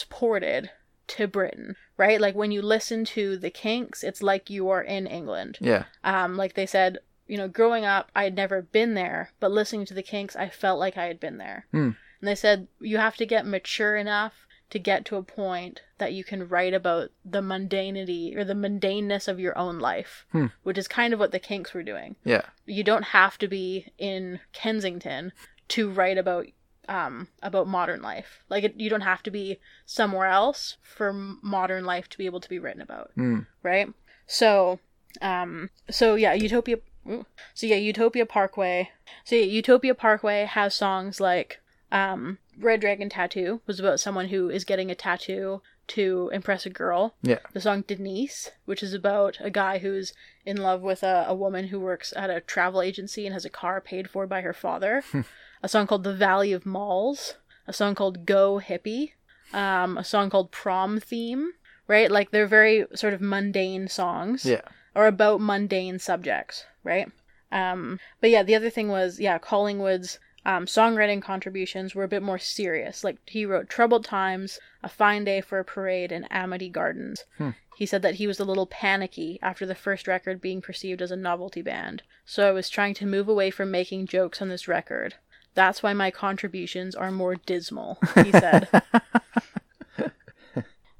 S1: transported to Britain, right? Like when you listen to the Kinks, it's like you are in England.
S2: Yeah.
S1: Um, like they said, you know, growing up, I had never been there, but listening to the Kinks, I felt like I had been there.
S2: Hmm.
S1: And they said, you have to get mature enough to get to a point that you can write about the mundanity or the mundaneness of your own life,
S2: Hmm.
S1: which is kind of what the Kinks were doing.
S2: Yeah.
S1: You don't have to be in Kensington to write about um about modern life. Like it, you don't have to be somewhere else for m- modern life to be able to be written about
S2: Mm.
S1: right? So, um, so yeah, Utopia. ooh. So yeah, Utopia Parkway. So yeah, Utopia Parkway has songs like um, Red Dragon Tattoo was about someone who is getting a tattoo to impress a girl.
S2: Yeah.
S1: The song Denise, which is about a guy who's in love with a, a woman who works at a travel agency and has a car paid for by her
S2: [laughs]
S1: father.
S2: Hmm.
S1: a song called The Valley of Malls. A song called Go Hippie. Um, a song called Prom Theme. Right? Like they're very sort of mundane songs
S2: Yeah.
S1: or about mundane subjects, right? Um, but yeah, the other thing was, yeah, Collingwood's um, songwriting contributions were a bit more serious. Like he wrote "Troubled Times," "A Fine Day for a Parade," and "Amity Gardens." He said that he was a little panicky after the first record being perceived as a novelty band, so I was trying to move away from making jokes on this record. That's why my contributions are more dismal,
S2: [laughs]
S1: he said.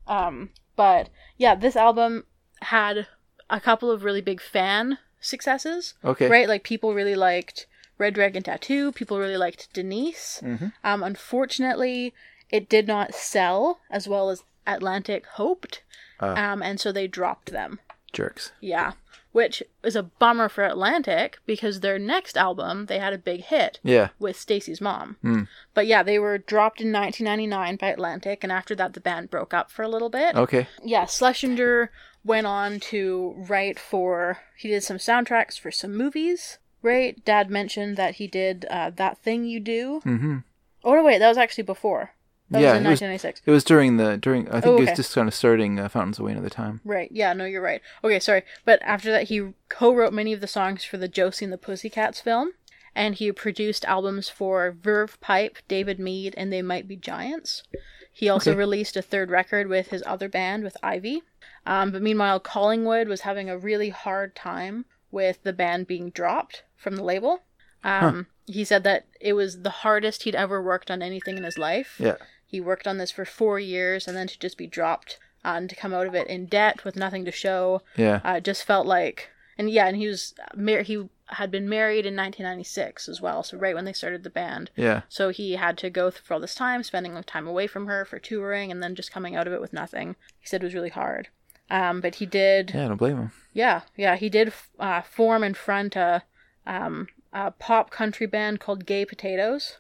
S1: um, but yeah, this album had a couple of really big fan successes.
S2: Okay.
S1: Right? Like people really liked Red Dragon Tattoo, people really liked Denise.
S2: Mm.
S1: Um, unfortunately, it did not sell as well as Atlantic hoped. Um, and so they dropped them.
S2: Jerks.
S1: Yeah. Which is a bummer for Atlantic because their next album, they had a big hit
S2: Yeah.
S1: with Stacy's mom. But yeah, they were dropped in 1999 by Atlantic, and after that, the band broke up for a little bit
S2: Okay.
S1: yeah, Schlesinger went on to write for. He did some soundtracks for some movies. Right, Dad mentioned that he did uh, that thing you do. Mm-hmm. Oh no, wait, that was actually before. That
S2: yeah.
S1: was in
S2: it was-
S1: 1996.
S2: It was during the during. I think
S1: Oh,
S2: it was
S1: okay.
S2: just kind of starting uh, Fountains of Wayne at the time.
S1: Right, yeah, no, you're right. Okay, sorry. But after that, he co wrote many of the songs for the Josie and the Pussycats film, and he produced albums for Verve Pipe, David Mead, and They Might Be Giants. He also
S2: Okay.
S1: released a third record with his other band, with Ivy. Um, but meanwhile, Collingwood was having a really hard time with the band being dropped from the label. Um, He said that it was the hardest he'd ever worked on anything in his life.
S2: Yeah.
S1: He worked on this for four years, and then to just be dropped uh, and to come out of it in debt with nothing to show,
S2: Yeah.
S1: uh, just felt like. And yeah, and he was uh, mar- he had been married in 1996 as well, so right when they started the band.
S2: yeah.
S1: So he had to go through all this time, spending time away from her for touring, and then just coming out of it with nothing. He said it was really hard. Um, but he did
S2: Yeah. I don't blame him.
S1: yeah, yeah, he did uh, form and front a, um, a pop country band called Gay Potatoes,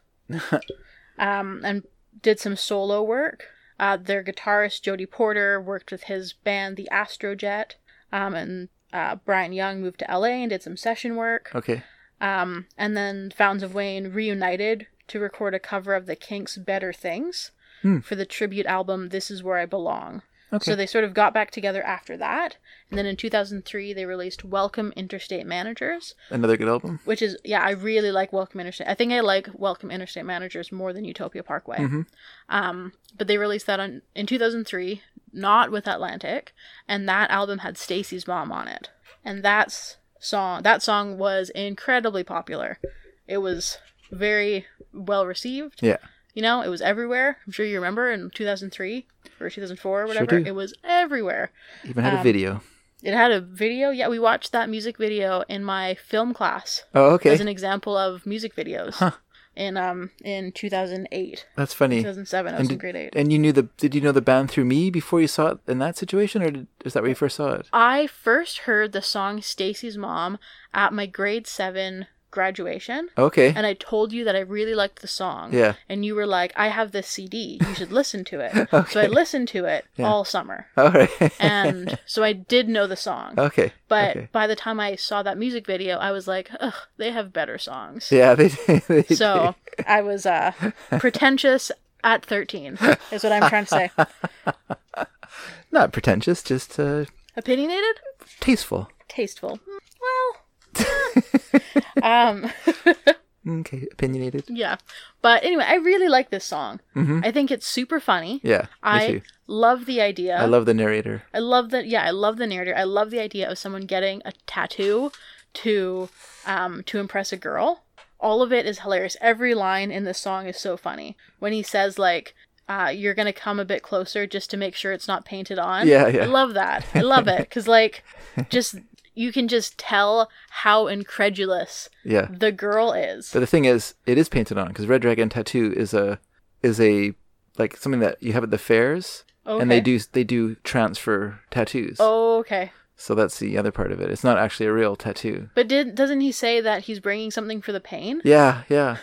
S1: um, and did some solo work. Uh, their guitarist Jody Porter worked with his band The Astrojet, um, and uh, Brian Young moved to LA and did some session work.
S2: Okay.
S1: Um, and then Fountains of Wayne reunited to record a cover of the Kinks' Better Things for the tribute album This Is Where I Belong.
S2: Okay.
S1: So they sort of got back together after that. And then in 2003, they released Welcome Interstate Managers,
S2: Another good album.
S1: which is, yeah, I really like Welcome Interstate. I think I like Welcome Interstate Managers more than Utopia Parkway.
S2: Mm-hmm.
S1: Um, but they released that on, in 2003, not with Atlantic. And that album had Stacy's Mom on it. And that's song that song was incredibly popular. It was very well received.
S2: Yeah.
S1: You know, it was everywhere. I'm sure you remember in 2003 or 2004 or whatever.
S2: do.
S1: it was everywhere.
S2: Even
S1: Um,
S2: had a video.
S1: It had a video. Yeah, we watched that music video in my film class
S2: Oh, okay.
S1: as an example of music videos. In um in 2008,
S2: That's funny.
S1: 2007, I was
S2: And
S1: in
S2: did,
S1: grade eight.
S2: and you knew the did you know the band through me before you saw it in that situation, or did, is that where you first saw it?
S1: I first heard the song Stacy's Mom at my grade 7 graduation.
S2: Okay.
S1: and I told you that I really liked the song.
S2: Yeah.
S1: And you were like, I have this CD. You should listen to
S2: [laughs]
S1: it. So I listened to it all summer.
S2: All right. [laughs]
S1: And so I did know the song.
S2: okay.
S1: But
S2: okay.
S1: by the time I saw that music video, I was like, ugh, they have better songs.
S2: yeah, they, [laughs] they
S1: So I was uh, pretentious at 13, is what I'm trying to
S2: [laughs]
S1: say.
S2: not pretentious, just uh,
S1: Opinionated?
S2: tasteful.
S1: Tasteful. Mm, Well. [laughs] um.
S2: Okay, opinionated.
S1: Yeah. But anyway, I really like this song. I think it's super funny.
S2: Mm-hmm. Yeah, me
S1: I
S2: too.
S1: love the idea.
S2: I love the narrator.
S1: I love the yeah, I love the narrator. I love the idea of someone getting a tattoo to um to impress a girl. All of it is hilarious. Every line in this song is so funny. When he says like uh, you're gonna come a bit closer just to make sure it's not painted on.
S2: Yeah, yeah.
S1: I love that. I love it because
S2: [laughs]
S1: like, just you can just tell how incredulous
S2: Yeah.
S1: the girl is.
S2: But the thing is, it is painted on because Red Dragon Tattoo is a is a like something that you have at the fairs, and
S1: Okay. Oh.
S2: they do they do transfer tattoos.
S1: Okay,
S2: So that's the other part of it. It's not actually a real tattoo.
S1: [laughs] but did doesn't he say that he's bringing something for the pain?
S2: Yeah, yeah.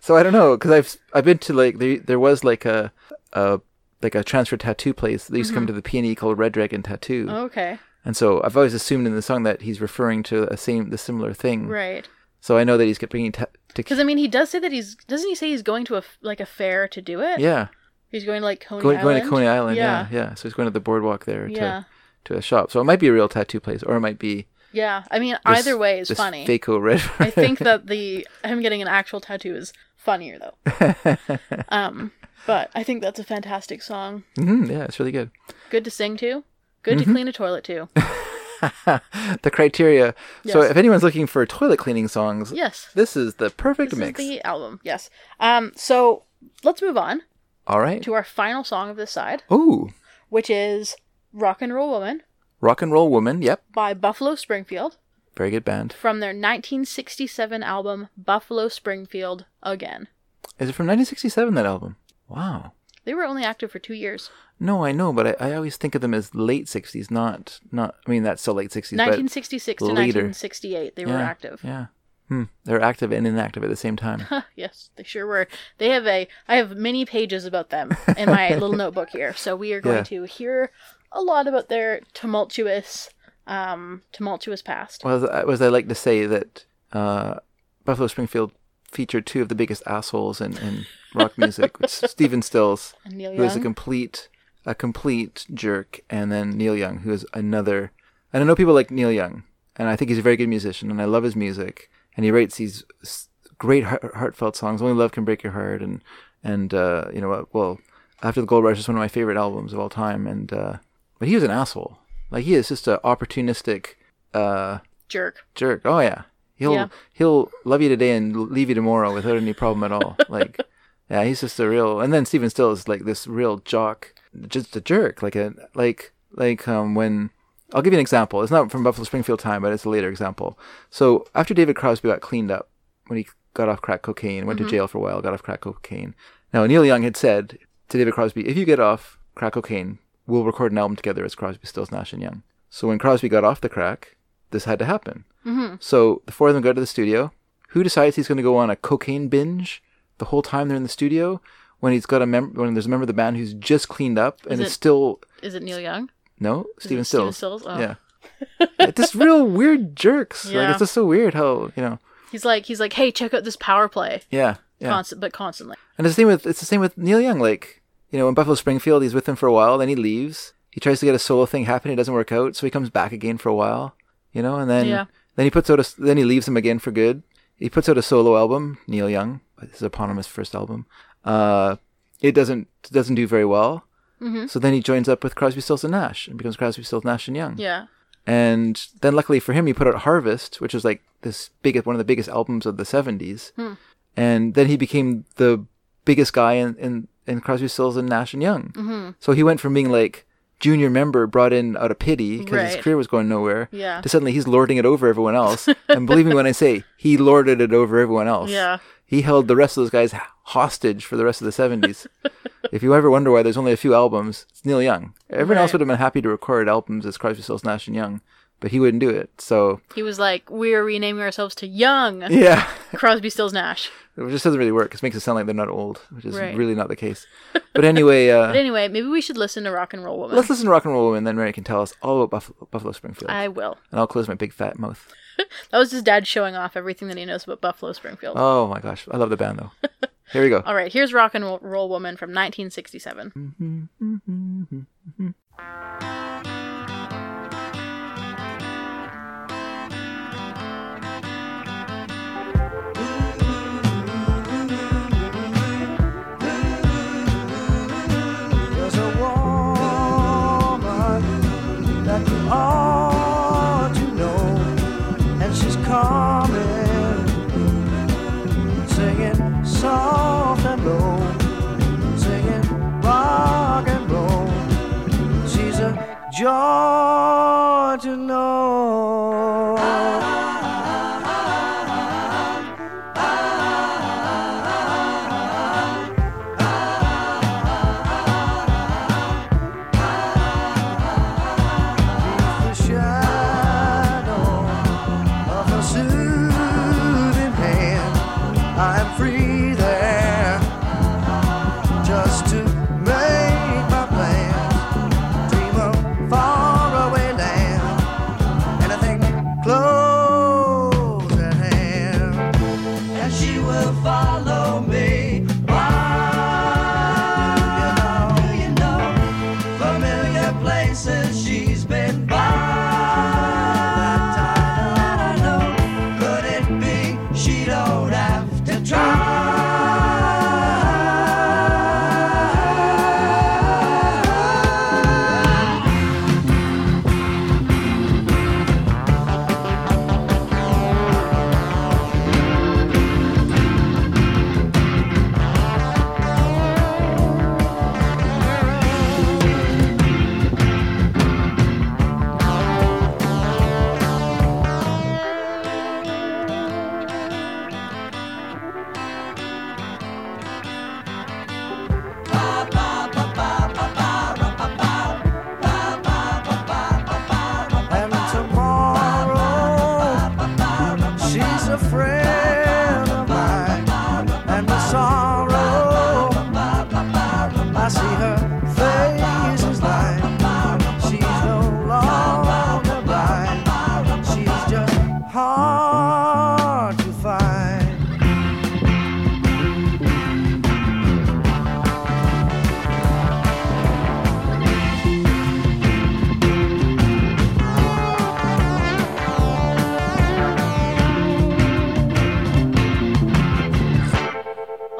S2: So I don't know because I've I've been to like there there was like a a like a transfer tattoo place that used to come
S1: Mm-hmm.
S2: to the P and E called Red Dragon Tattoo,
S1: Okay.
S2: and so I've always assumed in the song that he's referring to a same the similar thing.
S1: Right.
S2: So I know that he's bringing ta-
S1: Because
S2: to
S1: I mean, he does say that he's doesn't he say he's going to a f- like a fair to do it?
S2: yeah
S1: He's going to like Coney
S2: going,
S1: Island.
S2: going to Coney Island. Yeah. yeah, So he's going to the boardwalk there
S1: Yeah.
S2: to to a shop. So it might be a real tattoo place, or it might be
S1: Yeah. I mean,
S2: this-
S1: either way is
S2: this
S1: funny.
S2: [laughs] Faco red.
S1: I think that the him getting an actual tattoo is funnier though.
S2: [laughs]
S1: um, but I think that's a fantastic song.
S2: Mhm, yeah, it's really good.
S1: Good to sing to. Good
S2: Mm-hmm.
S1: to clean a toilet
S2: [laughs]
S1: to.
S2: the criteria. So
S1: Yes.
S2: if anyone's looking for toilet cleaning songs,
S1: Yes.
S2: this is the perfect
S1: This
S2: mix.
S1: is the album. Yes. Um. So let's move on
S2: All right.
S1: to our final song of this side,
S2: Ooh,
S1: which is "Rock and Roll Woman"
S2: rock and roll woman. Yep,
S1: by Buffalo Springfield.
S2: very good band.
S1: from their 1967 album Buffalo Springfield Again.
S2: Is it from 1967? That album. Wow.
S1: They were only active for two years.
S2: No, I know, but I, I always think of them as late 60s, not not. I mean, that's still late 60s. but
S1: 1966 to
S2: later.
S1: 1968, they were
S2: Yeah,
S1: active.
S2: Yeah. Hmm. They're active and inactive at the same
S1: [laughs]
S2: time.
S1: Yes, they sure were. They have a. I have many pages about them in
S2: [laughs]
S1: my little notebook here. So we are going
S2: Yeah.
S1: to hear a lot about their tumultuous, um, tumultuous past.
S2: Well, as I, as I like to say that uh, Buffalo Springfield featured two of the biggest assholes in, in
S1: [laughs]
S2: rock music, which is Stephen Stills,
S1: And Neil
S2: who is a
S1: Young.
S2: complete a complete jerk, and then Neil Young, who is another. And I know people like Neil Young, and I think he's a very good musician, and I love his music, and he writes these s- great heart- heartfelt songs. Only love can break your heart, and and uh, you know what? Well, After the Gold Rush is one of my favorite albums of all time, and uh, but he was an asshole. Like he is just a opportunistic. Uh,
S1: Jerk.
S2: jerk. Oh yeah, he'll
S1: Yeah.
S2: he'll love you today and l- leave you tomorrow without any problem at all. like, yeah, he's just a real. And then Steven Still is like this real jock, just a jerk. Like a like like um when I'll give you an example. It's not from Buffalo Springfield time, but it's a later example. So after David Crosby got cleaned up when he got off crack cocaine, went to jail for a while, got off crack cocaine. Now Neil Young had said to David Crosby, if you get off crack cocaine, we'll record an album together as Crosby, Stills, Nash and Young. So when Crosby got off the crack, this had to happen. So the four of them go to the studio. Who decides he's going to go on a cocaine binge the whole time they're in the studio? When he's got a mem- when there's a member of the band who's just cleaned up and
S1: Is
S2: is
S1: it-
S2: still
S1: Is it Neil Young?
S2: no Steven
S1: it Steven
S2: Stills.
S1: Stills? Oh.
S2: Yeah, it's just real weird jerks. Like
S1: Yeah.
S2: it's just so weird how you know.
S1: He's like he's like, hey, check out this power play,
S2: Yeah, yeah.
S1: Const- but constantly.
S2: And it's the same with it's the same with Neil Young. Like you know, in Buffalo Springfield, he's with them for a while, then he leaves. He tries to get a solo thing happen, it doesn't work out, so he comes back again for a while. You know, and then
S1: Yeah.
S2: then he puts out a s- then he leaves them again for good. He puts out a solo album, Neil Young, his eponymous first album. Uh, it doesn't doesn't do very well. So then he joins up with Crosby, Stills and Nash, and becomes Crosby, Stills, Nash and Young.
S1: Yeah.
S2: And then luckily for him, he put out Harvest, which was like this biggest, one of the biggest albums of the 70s.
S1: Hmm.
S2: And then he became the biggest guy in, in, in Crosby, Stills, and Nash and Young. Mm-hmm. So he went from being like junior member brought in out of pity because his
S1: Right.
S2: career was going nowhere
S1: Yeah.
S2: to suddenly he's lording it over
S1: [laughs]
S2: everyone else. and believe me when I say he lorded it over everyone else.
S1: Yeah.
S2: He held the rest of those guys hostage for the rest of
S1: [laughs]
S2: the 70s. if you ever wonder why there's only a few albums, it's Neil Young. Everyone else
S1: Right.
S2: would have been happy to record albums as Crosby, Stills, Nash and Young, but he wouldn't do it. So
S1: He was like, we're renaming ourselves to Young
S2: yeah,
S1: Crosby, Stills, Nash.
S2: [laughs] it just doesn't really work. It makes it sound like they're not old, which is
S1: Right.
S2: really not the
S1: [laughs]
S2: case. But anyway, uh,
S1: But anyway, maybe we should listen to Rock and Roll Woman.
S2: let's listen to Rock and Roll Woman, then Mary can tell us all about Buffalo, Buffalo Springfield.
S1: I will.
S2: And I'll close my big fat mouth.
S1: That was his dad showing off everything that he knows about Buffalo Springfield.
S2: Oh my gosh, I love the
S1: [laughs]
S2: band though. Here we go.
S1: All right, here's Rock and Roll- Roll Woman from
S2: Hmm.
S1: 1967.
S3: There's a woman that you ought to know, and she's coming, singing soft and low, singing rock and roll. She's a joy to know. the shadow of a soothing hand. I am free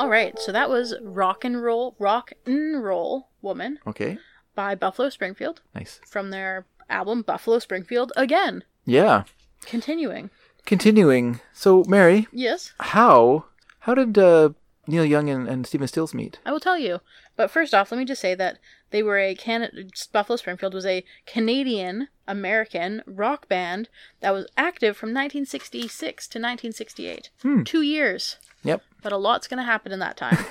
S1: right, so that was Rock and Roll, Rock and Roll Woman
S2: Okay.
S1: by Buffalo Springfield
S2: Nice.
S1: from their album Buffalo Springfield again.
S2: Yeah.
S1: Continuing.
S2: Continuing. So, Mary,
S1: Yes,
S2: how how did uh, Neil Young and, and Stephen Stills meet?
S1: I will tell you. But first off, let me just say that they were a Can- Buffalo Springfield was a Canadian American rock band that was active from 1966 to 1968. Two years.
S2: Yep.
S1: but a lot's going to happen in that time.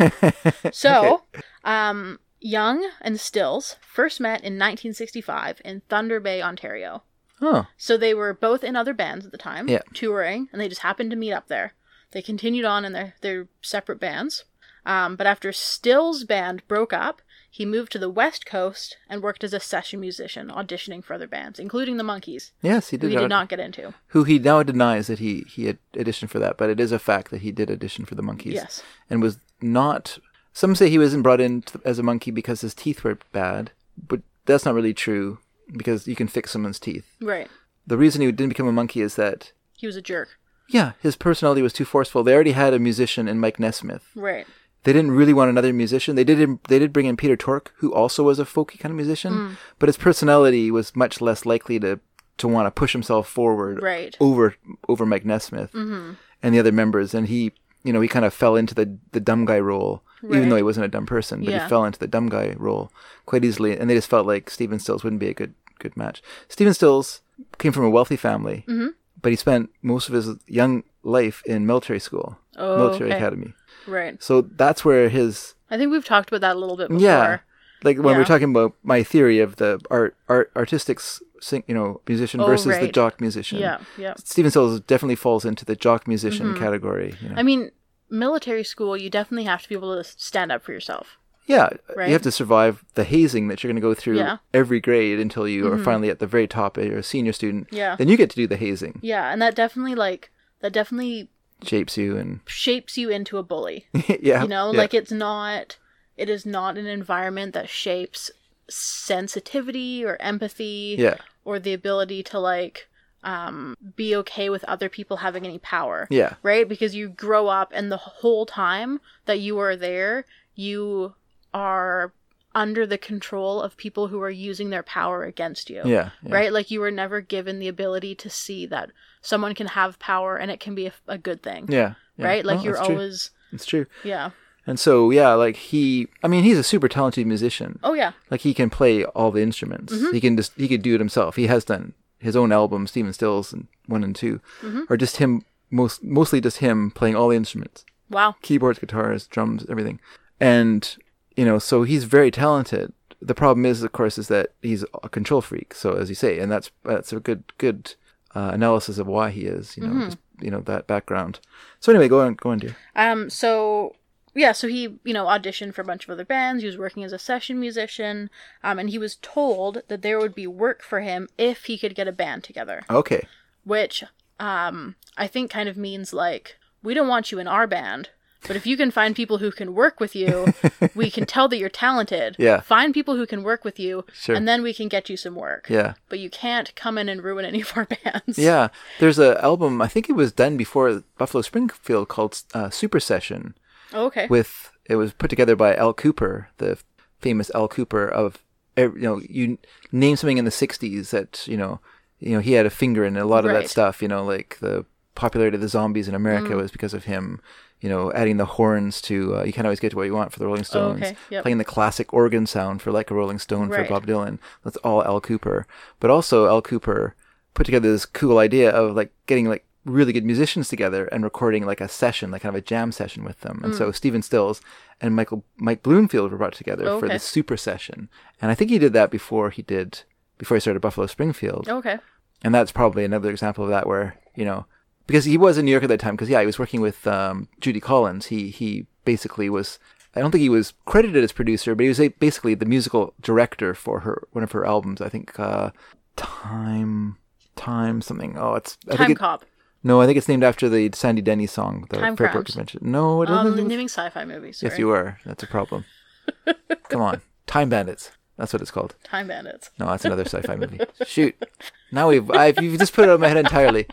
S1: so, um, Young and Stills first met in 1965 in Thunder Bay, Ontario.
S2: Huh.
S1: So they were both in other bands at the time,
S2: Yeah.
S1: touring, and they just happened to meet up there. They continued on in their, their separate bands. Um, but after Stills' band broke up, he moved to the West Coast and worked as a session musician, auditioning for other bands, including the Monkees,
S2: Yes, he
S1: who
S2: did.
S1: he did
S2: aud-
S1: not get into.
S2: Who he now denies that he he had auditioned for that, but it is a fact that he did audition for the monkeys.
S1: Yes.
S2: And was not. Some say he wasn't brought in to, as a monkey because his teeth were bad, but that's not really true because you can fix someone's teeth.
S1: Right.
S2: The reason he didn't become a monkey is that
S1: He was a jerk.
S2: yeah, his personality was too forceful. They already had a musician in Mike Nesmith.
S1: Right.
S2: they didn't really want another musician. They did they did bring in Peter Tork, who also was a folky kind of musician,
S1: Mm.
S2: but his personality was much less likely to to want to push himself forward
S1: Right. Mm-hmm.
S2: over over Mike Nesmith and the other members. And he, you know, he kind of fell into the the dumb guy role, even
S1: Right.
S2: though he wasn't a dumb person, but
S1: Yeah.
S2: he fell into the dumb guy role quite easily. And they just felt like Steven Stills wouldn't be a good good match. Steven Stills came from a wealthy family,
S1: Mm-hmm.
S2: but he spent most of his young life in military school,
S1: Oh,
S2: military
S1: okay.
S2: academy.
S1: Right.
S2: So that's where his
S1: I think we've talked about that a little bit before.
S2: yeah, like when we
S1: Yeah.
S2: were talking about my theory of the art, art artistic, s- sing, you know, musician
S1: Oh,
S2: versus the
S1: right.
S2: jock musician.
S1: Yeah, yeah.
S2: Steven Stills definitely falls into the jock musician category. You know?
S1: I mean, military school, you definitely have to be able to stand up for yourself.
S2: yeah,
S1: right.
S2: you have to survive the hazing that you're going to go through
S1: Yeah. Mm-hmm.
S2: every grade until you are finally at the very top. You're a senior student.
S1: Yeah.
S2: then you get to do the hazing.
S1: Yeah, and that definitely like that definitely
S2: Shapes you and [laughs]
S1: shapes you into a bully.
S2: yeah,
S1: You know,
S2: yeah.
S1: like it's not it is not an environment that shapes sensitivity or empathy
S2: yeah,
S1: or the ability to like um be okay with other people having any power.
S2: yeah,
S1: right? Because you grow up, and the whole time that you are there, you are under the control of people who are using their power against you.
S2: yeah, yeah.
S1: Right? Like you were never given the ability to see that someone can have power and it can be a, a good thing.
S2: Yeah, yeah.
S1: Right? Like
S2: No,
S1: you're
S2: that's true.
S1: always,
S2: it's true.
S1: yeah.
S2: And so yeah, like he, I mean, he's a super talented musician.
S1: Oh, yeah.
S2: like he can play all the instruments he can just he could do it himself he has done his own album steven stills and one and 2 or just him most mostly just him playing all the instruments
S1: Wow.
S2: keyboards guitars drums everything and you know so he's very talented the problem is of course is that he's a control freak so as you say and that's that's a good good uh, analysis of why he is you know just, you know that background so anyway go on go on dear
S1: Um, so yeah, so he, you know, auditioned for a bunch of other bands. He was working as a session musician, um, and he was told that there would be work for him if he could get a band together.
S2: okay
S1: which um, I think kind of means like we don't want you in our band, but if you can find people who can work with you, we
S2: [laughs]
S1: can tell that you're talented.
S2: Yeah.
S1: Find people who can work with you,
S2: Sure.
S1: and then we can get you some work.
S2: yeah
S1: But you can't come in and ruin any of our [laughs] bands.
S2: Yeah, there's a album. I think it was done before Buffalo Springfield called uh, Super Session.
S1: Oh, okay.
S2: With it was put together by Al Cooper, the famous Al Cooper of ev- you know you name something in the '60s that you know you know he had a finger in a lot of
S1: Right. Mm.
S2: that stuff. You know, like the popularity of the zombies in America was because of him. You know, adding the horns to uh, you can't always get to what you want for the Rolling Stones.
S1: Oh, okay, yep.
S2: Playing the classic organ sound for like a Rolling Stone
S1: Right.
S2: for Bob Dylan. That's all Al Cooper. But also Al Cooper put together this cool idea of like getting like really good musicians together and recording like a session, like kind of a jam session with them. And so Stephen Stills and Michael Mike Bloomfield were brought together for
S1: Okay.
S2: this super session. And I think he did that before he did before he started Buffalo Springfield.
S1: okay.
S2: And that's probably another example of that where, you know, because he was in New York at that time because yeah, he was working with um, Judy Collins. He he basically was I don't think he was credited as producer, but he was a, basically the musical director for her one of her albums. I think uh, Time Time something. Oh, it's I
S1: Time
S2: think it-
S1: cop.
S2: no, I think it's named after the Sandy Denny song, the
S1: Time
S2: Fairport
S1: Crimes.
S2: Convention. No, it
S1: Um,
S2: isn't.
S1: naming sci-fi movies. Sorry.
S2: yes, you are. That's
S1: [laughs]
S2: a problem. Come on, Time Bandits. That's what it's called.
S1: Time bandits.
S2: No, that's another sci-fi movie. Shoot. Now we've I've, you've just put it out of my head entirely.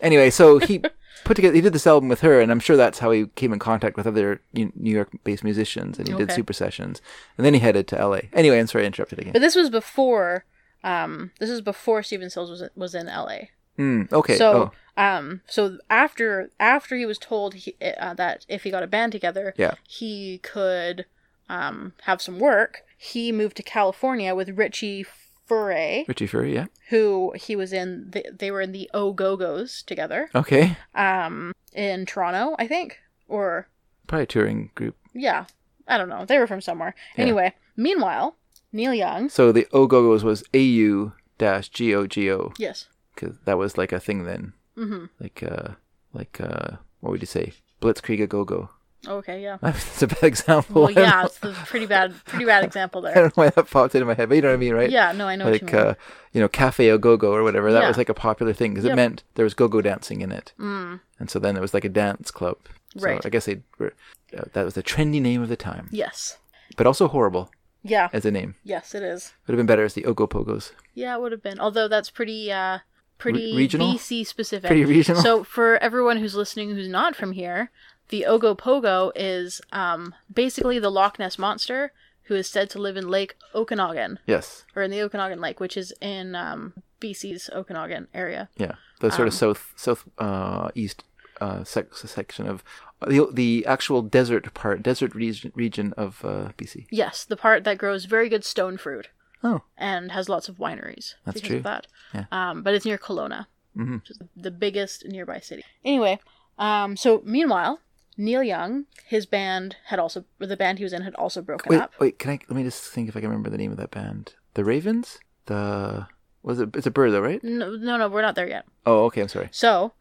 S2: Anyway, so he put together. He did this album with her, and I'm sure that's how he came in contact with other New New York-based musicians. And he did
S1: Okay.
S2: super sessions, and then he headed to L.A. Anyway, I'm sorry, I interrupted again.
S1: But this was before. Um, this is before Steven Stills was was in L.A.
S2: Mm, okay.
S1: So,
S2: oh,
S1: um, so after after he was told he, uh, that if he got a band together,
S2: Yeah.
S1: he could um, have some work. He moved to California with Richie Furay,
S2: Richie Fury. Yeah.
S1: who he was in. The, they were in the O Go Go's together
S2: Okay.
S1: um, in Toronto, I think, or
S2: Probably a touring group.
S1: yeah, I don't know. They were from somewhere.
S2: Yeah.
S1: Anyway, meanwhile, Neil Young,
S2: So the Ogogos was A U dash G O G O
S1: yes,
S2: because that was like a thing then. Mm-hmm. Like uh, like uh, what would you say? Blitzkrieg a go go. [laughs]
S1: okay, yeah.
S2: That's a bad [laughs] example.
S1: Well,
S2: I don't
S1: yeah,
S2: know-
S1: it's a pretty bad, pretty bad example
S2: [laughs]
S1: there.
S2: I don't know why that popped into my head, but you know what I mean, right?
S1: Yeah, no, I know what you
S2: Like
S1: mean.
S2: uh, you know, cafe a go go or whatever. That
S1: Yeah.
S2: was like a popular thing because
S1: Yep.
S2: it meant there was go go dancing in it, mm. and so then it was like a dance club. So
S1: Right.
S2: I guess they were. Uh, that was the trendy name of the time,
S1: yes,
S2: but also horrible
S1: yeah,
S2: as a name.
S1: yes, it is.
S2: Would have been better as the Ogopogos.
S1: Yeah, it would have been. Although that's pretty uh pretty
S2: regional?
S1: BC specific.
S2: Pretty regional?
S1: So for everyone who's listening who's not from here, the Ogopogo is um basically the Loch Ness monster who is said to live in Lake Okanagan
S2: Yes.
S1: or in the Okanagan Lake, which is in um BC's Okanagan area.
S2: Yeah, the sort of
S1: Um.
S2: south south uh, east uh, sec- section of the the actual desert part, desert region region of uh, BC.
S1: Yes, the part that grows very good stone fruit
S2: Oh,
S1: and has lots of wineries.
S2: That's
S1: because
S2: true.
S1: Of that.
S2: Yeah.
S1: Um, but it's near Kelowna,
S2: Mm-hmm.
S1: which is the biggest nearby city. Anyway, um, so meanwhile, Neil Young, his band had also the band he was in had also broken
S2: wait,
S1: up.
S2: wait. Can I let me just think if I can remember the name of that band? The Ravens. The was it? It's a bird though, right?
S1: No, no, no, we're not there yet.
S2: Oh, okay. I'm sorry. [laughs]
S1: So,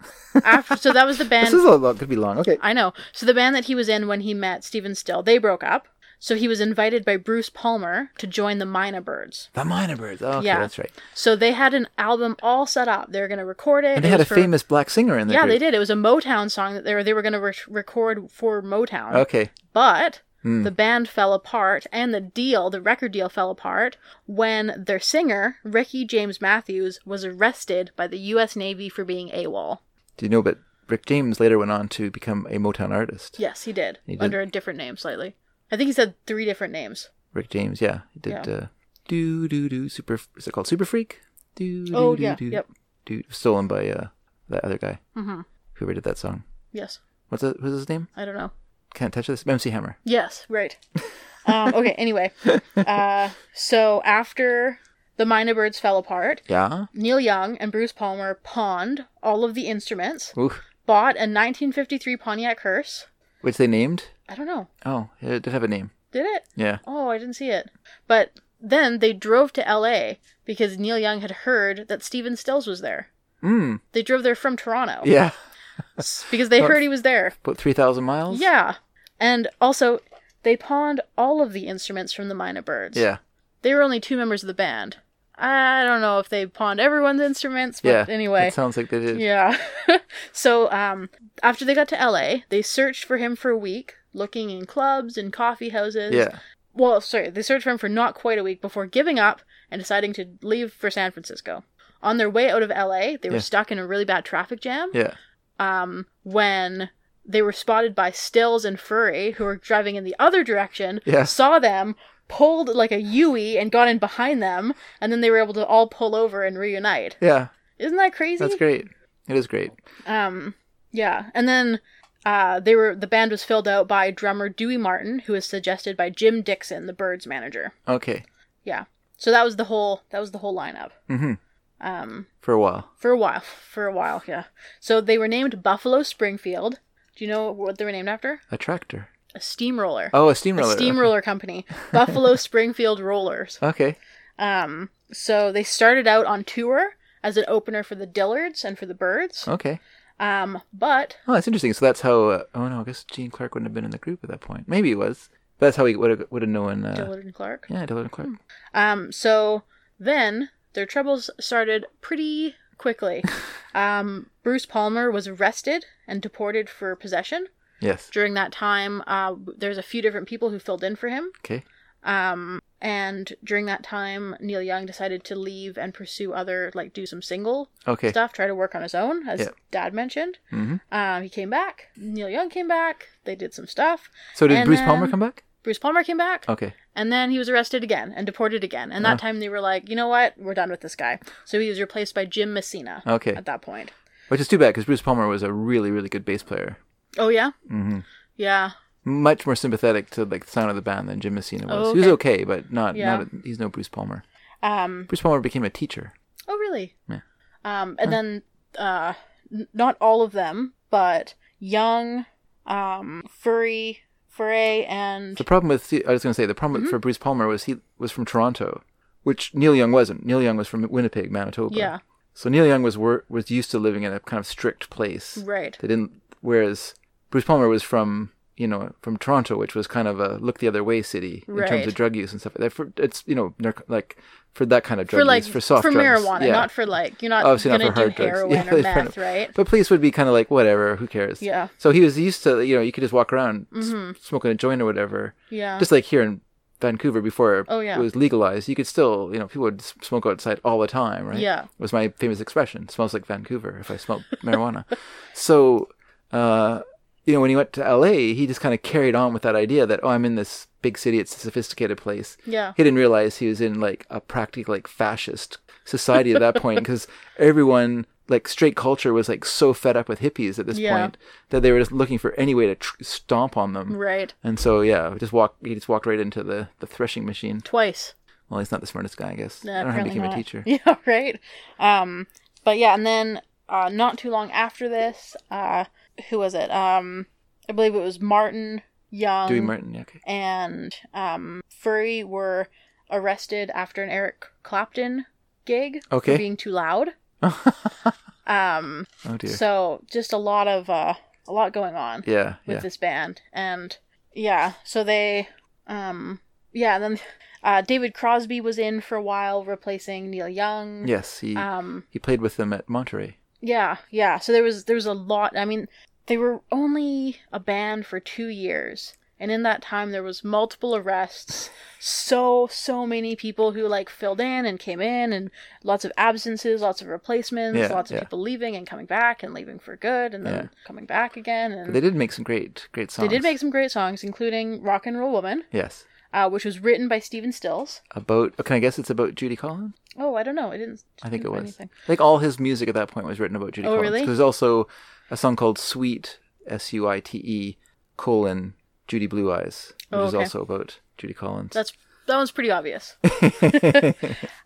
S1: after so that was the band.
S2: This is a lot. Could be long. Okay.
S1: I know. So the band that he was in when he met Steven Still, they broke up. So he was invited by Bruce Palmer to join the Mina Birds.
S2: The Minor Birds. Oh, okay,
S1: Yeah.
S2: that's right.
S1: So they had an album all set up. They were going to record it.
S2: And they
S1: It
S2: had a
S1: was for-
S2: famous black singer in there.
S1: Yeah, they did. It was a Motown song that they were they were going to re- record for Motown.
S2: Okay. Hmm.
S1: But the band fell apart and the deal, the record deal fell apart when their singer, Ricky James Matthews, was arrested by the US Navy for being AWOL.
S2: Do you know? But Rick James later went on to become a Motown artist.
S1: Yes, he did.
S2: He did.
S1: Under a different name slightly. I think he said three different names.
S2: Rick James. Yeah, he did.
S1: Yeah.
S2: Uh, do do do. Super. Is it called Super Freak? Do do
S1: Oh,
S2: do
S1: yeah,
S2: do.
S1: yep.
S2: do. Stolen by uh that other guy. Mm-hmm. Whoever did that song.
S1: Yes.
S2: What's that? What's his name?
S1: I don't know.
S2: Can't touch this. MC Hammer.
S1: Yes, right.
S2: [laughs]
S1: um, okay, anyway. Uh, so after the Mina Birds fell apart,
S2: Yeah.
S1: Neil Young and Bruce Palmer pawned all of the instruments,
S2: Oof.
S1: bought a 1953 Pontiac hearse.
S2: Which they named.
S1: I don't know.
S2: Oh, it did have a name.
S1: Did it?
S2: Yeah.
S1: Oh, I didn't see it. But then they drove to LA because Neil Young had heard that Steven Stills was there.
S2: Mm.
S1: They drove there from Toronto
S2: Yeah.
S1: s- because they heard he was there.
S2: About three thousand miles.
S1: Yeah. And also, they pawned all of the instruments from the Mina Birds.
S2: Yeah.
S1: They were only two members of the band. I don't know if they pawned everyone's instruments, but
S2: Yeah.
S1: anyway.
S2: It sounds like they did.
S1: Yeah. [laughs] so um, after they got to LA, they searched for him for a week, looking in clubs and coffee houses.
S2: Yeah.
S1: Well, sorry, they searched for him for not quite a week before giving up and deciding to leave for San Francisco. On their way out of LA, they were
S2: Yeah.
S1: stuck in a really bad traffic jam um,
S2: Yeah.
S1: when they were spotted by Stills and Furry, who were driving in the other direction,
S2: Yeah.
S1: saw them, pulled like a Yui, and got in behind them, and then they were able to all pull over and reunite.
S2: Yeah.
S1: Isn't that crazy?
S2: That's great. It is great.
S1: Um, yeah, and then uh, they were the band was filled out by drummer Dewey Martin, who was suggested by Jim Dixon, the Birds manager.
S2: Okay.
S1: Yeah, so that was the whole that was the whole lineup Um,
S2: Mm-hmm. For a while.
S1: for a while. For a while, yeah. So they were named Buffalo Springfield. Do you know what they were named after?
S2: A tractor.
S1: A steamroller.
S2: Oh, a
S1: a
S2: steamroller. [laughs]
S1: steamroller company, Buffalo Springfield Rollers.
S2: Okay.
S1: Um, so they started out on tour as an opener for the Dillards and for the Birds.
S2: Okay.
S1: Um, but
S2: Oh, that's interesting. So that's how. Uh, oh no, I guess Gene Clark wouldn't have been in the group at that point. Maybe he was. But that's how he would have would have known. Uh,
S1: Dillard and Clark.
S2: Yeah, Dillard and Clark.
S1: Um, so then their troubles started pretty
S2: [laughs]
S1: quickly. um, Bruce Palmer was arrested and deported for possession.
S2: Yes.
S1: During that time, uh, there's a few different people who filled in for him.
S2: Okay.
S1: And during that time, Neil Young decided to leave and pursue other, like, do some single
S2: Okay.
S1: stuff, try to work on his own, as
S2: Yeah.
S1: Dad mentioned.
S2: Mhm.
S1: Um, he came back. Neil Young came back. They did some stuff.
S2: So did
S1: And
S2: Bruce Palmer
S1: then-
S2: come back?
S1: Bruce Palmer came back.
S2: Okay.
S1: And then he was arrested again and deported again. And that time they were like, you know what? We're done with this guy. So he was replaced by Jim Messina
S2: Okay.
S1: at that point.
S2: Which is too bad because Bruce Palmer was a really, really good bass player.
S1: Oh, yeah?
S2: Mhm.
S1: Yeah.
S2: Much more sympathetic to like the sound of the band than Jim Messina was.
S1: Oh,
S2: He was okay, but not
S1: Yeah.
S2: not a, he's no Bruce Palmer.
S1: Um,
S2: Bruce Palmer became a teacher.
S1: oh, really?
S2: Yeah.
S1: Um, and then uh, n- not all of them, but Young, um, Furry, Furry, and.
S2: The problem with I was going to say the problem
S1: Mm-hmm.
S2: for Bruce Palmer was he was from Toronto, which Neil Young wasn't. Neil Young was from Winnipeg, Manitoba.
S1: Yeah.
S2: So Neil Young was wor- was used to living in a kind of strict place.
S1: Right.
S2: They didn't. Whereas Bruce Palmer was from you know from Toronto, which was kind of a look the other way city in terms
S1: Right.
S2: of drug use and stuff. like that. For, it's you know narc- like for that kind of drug
S1: For like
S2: use for soft drugs.
S1: marijuana,
S2: yeah.
S1: not for like you're not
S2: Obviously not
S1: gonna
S2: for hard
S1: do
S2: drugs. [laughs]
S1: heroin
S2: Yeah,
S1: or
S2: they kind
S1: meth,
S2: of-
S1: right?
S2: But police would be kind of like whatever, who cares?
S1: Yeah. Mm-hmm.
S2: So he was used to you know you could just walk around s- smoking a joint or whatever,
S1: Yeah,
S2: just like here in Vancouver before
S1: Oh, yeah.
S2: it was legalized. You could still you know people would s- smoke outside all the time, right?
S1: Yeah.
S2: was my famous expression. Smells like Vancouver if
S1: [laughs]
S2: I smell marijuana. So. uh you know, when he went to LA, he just kind of carried on with that idea that oh, I'm in this big city, it's a sophisticated place.
S1: Yeah.
S2: he didn't realize he was in like a practical like fascist society at that
S1: [laughs]
S2: point because everyone like straight culture was like so fed up with hippies at this
S1: Yeah.
S2: point that they were just looking for any way to tr- stomp on them.
S1: right.
S2: And so yeah, just walk. He just walked right into the the threshing machine.
S1: Twice.
S2: Well, he's not the smartest guy, I guess.
S1: No,
S2: I don't know how he
S1: apparently
S2: became
S1: not.
S2: a teacher.
S1: [laughs] Yeah, right. Um, but yeah, and then uh, not too long after this, uh, who was it? Um, I believe it was Martin [laughs] Young
S2: Dewey Martin. Yeah, okay. [laughs]
S1: and um, Furry were arrested after an Eric Clapton gig
S2: Okay.
S1: for being too loud. um,
S2: Oh dear.
S1: so just a lot of uh, a lot going on
S2: yeah.
S1: with
S2: Yeah.
S1: this band and yeah so they um yeah and then uh david crosby was in for a while replacing neil young
S2: Yes. He
S1: um
S2: he played with them at Monterey.
S1: yeah yeah so there was there was a lot i mean they were only a band for two years and in that time there was multiple arrests so so many people who like filled in and came in and lots of absences lots of replacements
S2: Yeah,
S1: lots of
S2: yeah.
S1: people leaving and coming back and leaving for good and then
S2: Yeah.
S1: coming back again and
S2: But they did make some great great songs.
S1: they did make some great songs, including Rock and Roll Woman,
S2: Yes.
S1: uh, which was written by Stephen Stills.
S2: About oh, can I guess it's about Judy Collins?
S1: Oh, I don't know. I didn't.
S2: I think it
S1: didn't
S2: was.
S1: find anything.
S2: I think all his music at that point was written about Judy
S1: Oh,
S2: Collins.
S1: really?
S2: There's also a song called "Sweet" S U I T E colon Judy Blue Eyes, which
S1: Oh,
S2: is
S1: okay.
S2: also about Judy Collins. [laughs]
S1: That's that one's pretty obvious.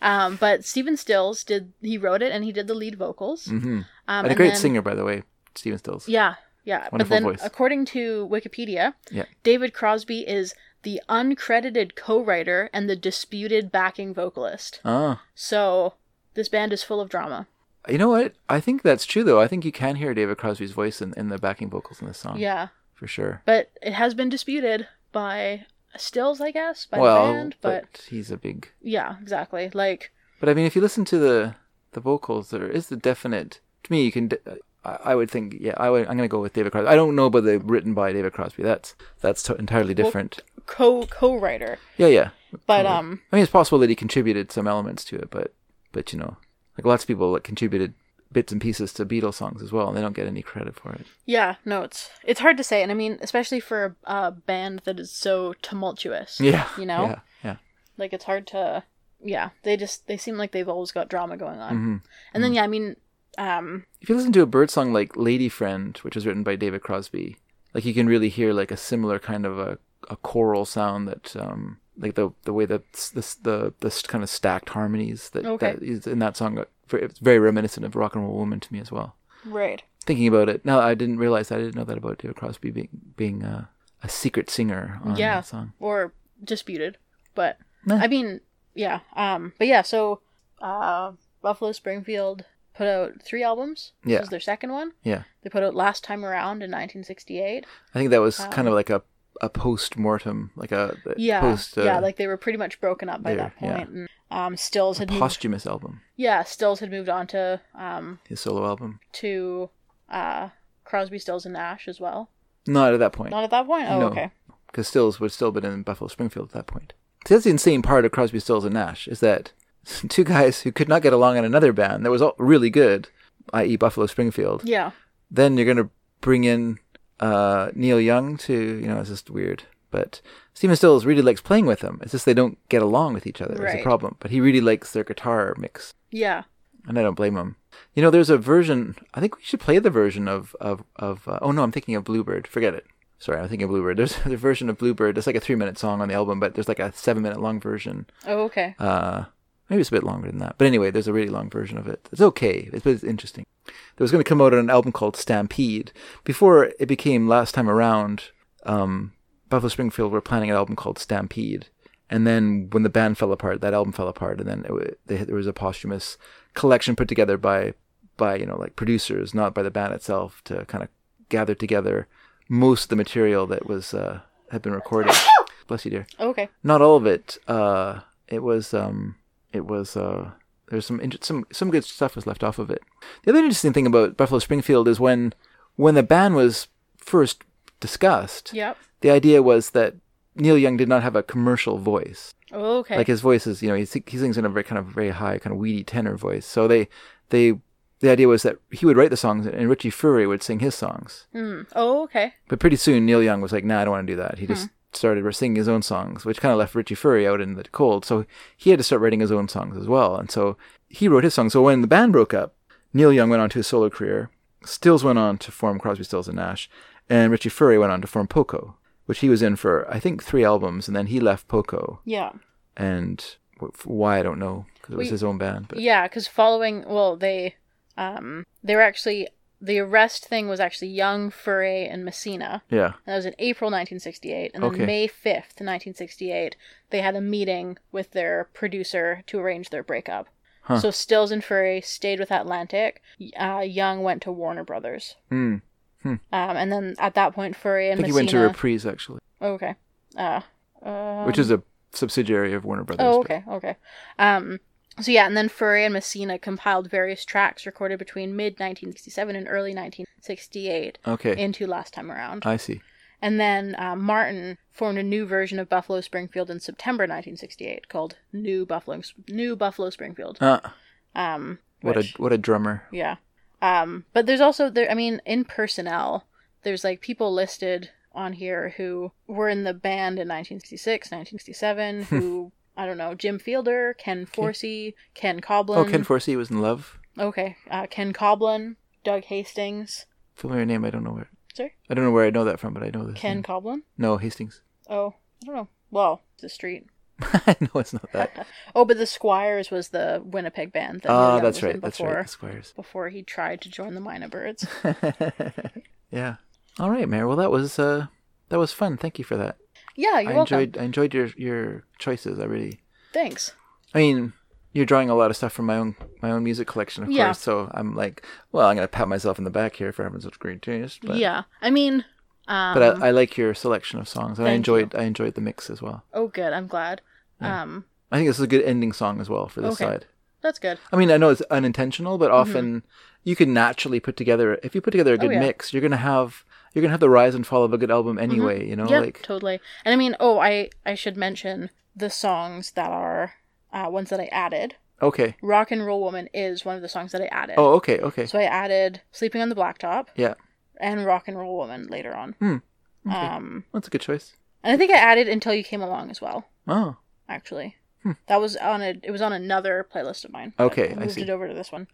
S1: um, but Stephen Stills did. He wrote it and he did the lead vocals.
S2: hmm
S1: Um,
S2: and a
S1: and
S2: great
S1: then-
S2: singer, by the way, Steven Stills.
S1: Yeah, yeah. but
S2: Wonderful
S1: then,
S2: voice.
S1: according to Wikipedia,
S2: Yeah.
S1: David Crosby is the uncredited co-writer and the disputed backing vocalist.
S2: Ah,
S1: So this band is full of drama.
S2: you know what? I think that's true, though. I think you can hear David Crosby's voice in, in the backing vocals in this song.
S1: Yeah,
S2: for sure.
S1: but it has been disputed by Stills, I guess, by
S2: well,
S1: the band, but.
S2: he's a big.
S1: Yeah, exactly. Like,
S2: But I mean, if you listen to the the vocals, there is the definite. To me, you can. De- I I would think, yeah, I would, I'm going to go with David Crosby. I don't know about the written by David Crosby. That's that's to- entirely different.
S1: co co writer.
S2: yeah, yeah.
S1: But
S2: Hmm.
S1: um,
S2: I mean, it's possible that he contributed some elements to it, but but you know, like lots of people like, contributed bits and pieces to Beatles songs as well, and they don't get any credit for it.
S1: yeah, no, it's it's hard to say, and I mean, especially for a, a band that is so tumultuous.
S2: Yeah,
S1: you know,
S2: yeah, yeah.
S1: like it's hard to. Yeah, they just they seem like they've always got drama going on.
S2: Mm-hmm.
S1: And then yeah, I mean, um,
S2: If you listen to a bird song like "Lady Friend," which was written by David Crosby, like you can really hear like a similar kind of a, a choral sound that um like the the way that s- the s- the the s- kind of stacked harmonies that
S1: Okay.
S2: that is in that song. uh, ver- It's very reminiscent of "Rock and Roll Woman" to me as well.
S1: right.
S2: Thinking about it now, I didn't realize I didn't know that about David Crosby being being a, a secret singer on
S1: Yeah.
S2: that song.
S1: or disputed, but
S2: Nah.
S1: I mean, yeah. Um, but yeah, so uh, Buffalo Springfield put out three albums.
S2: Yeah.
S1: This is their second one.
S2: Yeah.
S1: They put out Last Time Around in 1968.
S2: I think that was kind of like a a post mortem, like a a
S1: Yeah,
S2: post uh,
S1: yeah, like they were pretty much broken up by
S2: there,
S1: that
S2: yeah.
S1: point. And, um, Stills had moved,
S2: posthumous album,
S1: yeah, Stills had moved on to um
S2: his solo album.
S1: to uh Crosby, Stills and Nash as well.
S2: Not at that point,
S1: Not at that point. Oh,
S2: No.
S1: okay.
S2: because Stills would still been in Buffalo Springfield at that point. See, that's the insane part of Crosby, Stills, and Nash is that [laughs] two guys who could not get along in another band that was all really good, i.e., Buffalo Springfield.
S1: Yeah.
S2: Then you're gonna bring in uh, Neil Young to you know it's just weird. But Stephen Stills really likes playing with him. It's just they don't get along with each other. It's
S1: Right.
S2: a problem. But he really likes their guitar mix,
S1: Yeah.
S2: and I don't blame him. You know, there's a version. I think we should play the version of of of. Uh, oh no, I'm thinking of Bluebird. Forget it. Sorry, I'm thinking of Bluebird. [laughs] There's a version of Bluebird. It's like a three minute song on the album, but there's like a seven minute long version
S1: Oh, okay.
S2: uh, maybe it's a bit longer than that. But anyway, there's a really long version of it. It's okay, it's, but it's interesting. There was going to come out on an album called Stampede. Before it became Last Time Around, um, Buffalo Springfield were planning an album called Stampede. And then when the band fell apart, that album fell apart. And then it, wa- they, there was a posthumous collection put together by, by, you know, like producers, not by the band itself, to kind of gather together most of the material that was, uh, had been recorded. Bless you, dear
S1: Oh, Okay.
S2: not all of it. Uh, it was um, it was uh, there's some inter- some some good stuff was left off of it. The other interesting thing about Buffalo Springfield is when when the ban was first discussed,
S1: Yep.
S2: the idea was that Neil Young did not have a commercial voice.
S1: Oh, Okay.
S2: Like his voice is, you know, he, si- he sings in a very kind of very high, kind of weedy tenor voice. So they they the idea was that he would write the songs and Richie Fury would sing his songs.
S1: Hmm. Oh, okay.
S2: But pretty soon, Neil Young was like, "Nah, I don't want to do that." He
S1: Hmm.
S2: just started singing his own songs, which kind of left Richie Fury out in the cold. So he had to start writing his own songs as well, and so he wrote his songs. So when the band broke up, Neil Young went on to his solo career. Stills went on to form Crosby, Stills and Nash, and Richie Fury went on to form Poco, which he was in for I think three albums, and then he left Poco,
S1: Yeah.
S2: and wh- f- why I don't know because it was
S1: We-
S2: his own band. But
S1: Yeah, because following, well, they, um, they were actually the arrest thing was actually Young, Foray, and Messina.
S2: yeah,
S1: And that was in April 1968, and then
S2: Okay.
S1: May 5th, 1968, they had a meeting with their producer to arrange their breakup.
S2: Huh.
S1: So Stills and Fury stayed with Atlantic. Y- Uh, Young went to Warner Brothers.
S2: Hmm.
S1: Um, and then at that point, Fury
S2: I
S1: and
S2: think he
S1: Messina.
S2: went to Reprise actually,
S1: okay. Uh, um,
S2: which is a subsidiary of Warner Brothers.
S1: Oh,
S2: but-
S1: okay, okay. Um, so yeah, and then Furry and Messina compiled various tracks recorded between mid 1967 and early 1968
S2: Okay,
S1: into Last Time Around.
S2: I see.
S1: And then uh, Martin formed a new version of Buffalo Springfield in September 1968 called New Buffalo New Buffalo Springfield.
S2: Uh,
S1: Um,
S2: What
S1: which-
S2: a what a drummer.
S1: yeah. Um, but there's also there. I mean, in personnel, there's like people listed on here who were in the band in 1966, 1967.
S2: Hmm.
S1: Who I don't know. Jim Fielder, Ken Forsey, Ken Coblin.
S2: Oh, Ken Forsey was in love.
S1: okay, uh, Ken Coblin, Doug Hastings.
S2: Familiar name. I don't know where.
S1: Sorry,
S2: I don't know where I know that from, but I know this.
S1: Ken
S2: name.
S1: Coblin.
S2: No, Hastings. [laughs]
S1: Oh, I don't know. Well, the street.
S2: no, it's
S1: [laughs]
S2: not that.
S1: Oh, but the Squires was the Winnipeg band. That Neil
S2: Ah,
S1: Young
S2: that's
S1: was in
S2: right. That's
S1: before-
S2: right. The Squires.
S1: Before he tried to join the Minor Birds.
S2: [laughs] yeah. All right, Mayor. Well, that was uh, that was fun. Thank you for that.
S1: Yeah, you're
S2: I
S1: welcome.
S2: enjoyed I enjoyed your your choices. I really.
S1: Thanks.
S2: I mean, you're drawing a lot of stuff from my own my own music collection, of
S1: Yeah.
S2: course. So I'm like, well, I'm gonna pat myself in the back here for having such great taste. But,
S1: yeah, I mean. Um,
S2: But I, I like your selection of songs, and I
S1: Thank
S2: enjoyed I enjoyed the mix as well.
S1: Oh, good. I'm glad. Um,
S2: I think this is a good ending song as well for this
S1: Okay.
S2: side.
S1: that's good.
S2: I mean, I know it's unintentional, but often you can naturally put together. If you put together a good
S1: Oh, yeah.
S2: mix, you're gonna have you're gonna have the rise and fall of a good album anyway. You know,
S1: yeah,
S2: like
S1: totally. And I mean, oh, I I should mention the songs that are uh, ones that I added.
S2: okay,
S1: Rock and Roll Woman is one of the songs that I added.
S2: oh okay, okay,
S1: So I added Sleeping on the Blacktop
S2: yeah,
S1: and Rock and Roll Woman later on. Um,
S2: that's a good choice.
S1: and I think I added Until You Came Along as well.
S2: Oh,
S1: Actually, that was on a it was on another playlist of mine.
S2: Hmm. Okay,
S1: I
S2: I
S1: moved
S2: see.
S1: it over to
S2: [laughs]
S1: this one.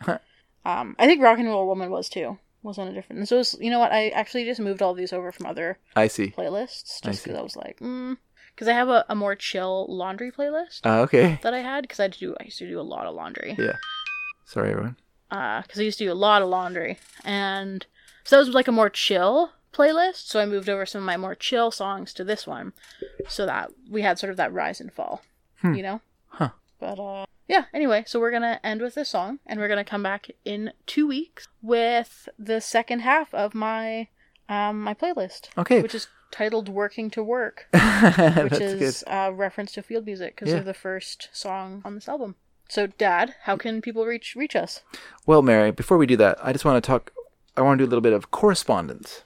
S1: um, I think Rock and Roll Woman was too. Was on a different. And so it was, you know what? I actually just moved all these over from other
S2: I see.
S1: playlists
S2: I
S1: just
S2: see.
S1: because I was like, mm. Because I have a, a more chill laundry playlist
S2: Uh, okay,
S1: that I had because I had to do I used to do a lot of laundry.
S2: yeah. Sorry, everyone. [laughs]
S1: Because uh, I used to do a lot of laundry, and so that was like a more chill playlist. So I moved over some of my more chill songs to this one, so that we had sort of that rise and fall, you know.
S2: Hmm. Huh.
S1: But uh, yeah. Anyway, so we're gonna end with this song, and we're gonna come back in two weeks with the second half of my um my playlist.
S2: Okay.
S1: Which is titled "Working to Work." which
S2: [laughs] that's
S1: is
S2: good.
S1: a reference to field music because
S2: Yeah.
S1: they're the first song on this album. So, Dad, how can people reach reach us?
S2: Well, Mary, before we do that, I just want to talk. I want to do a little bit of correspondence.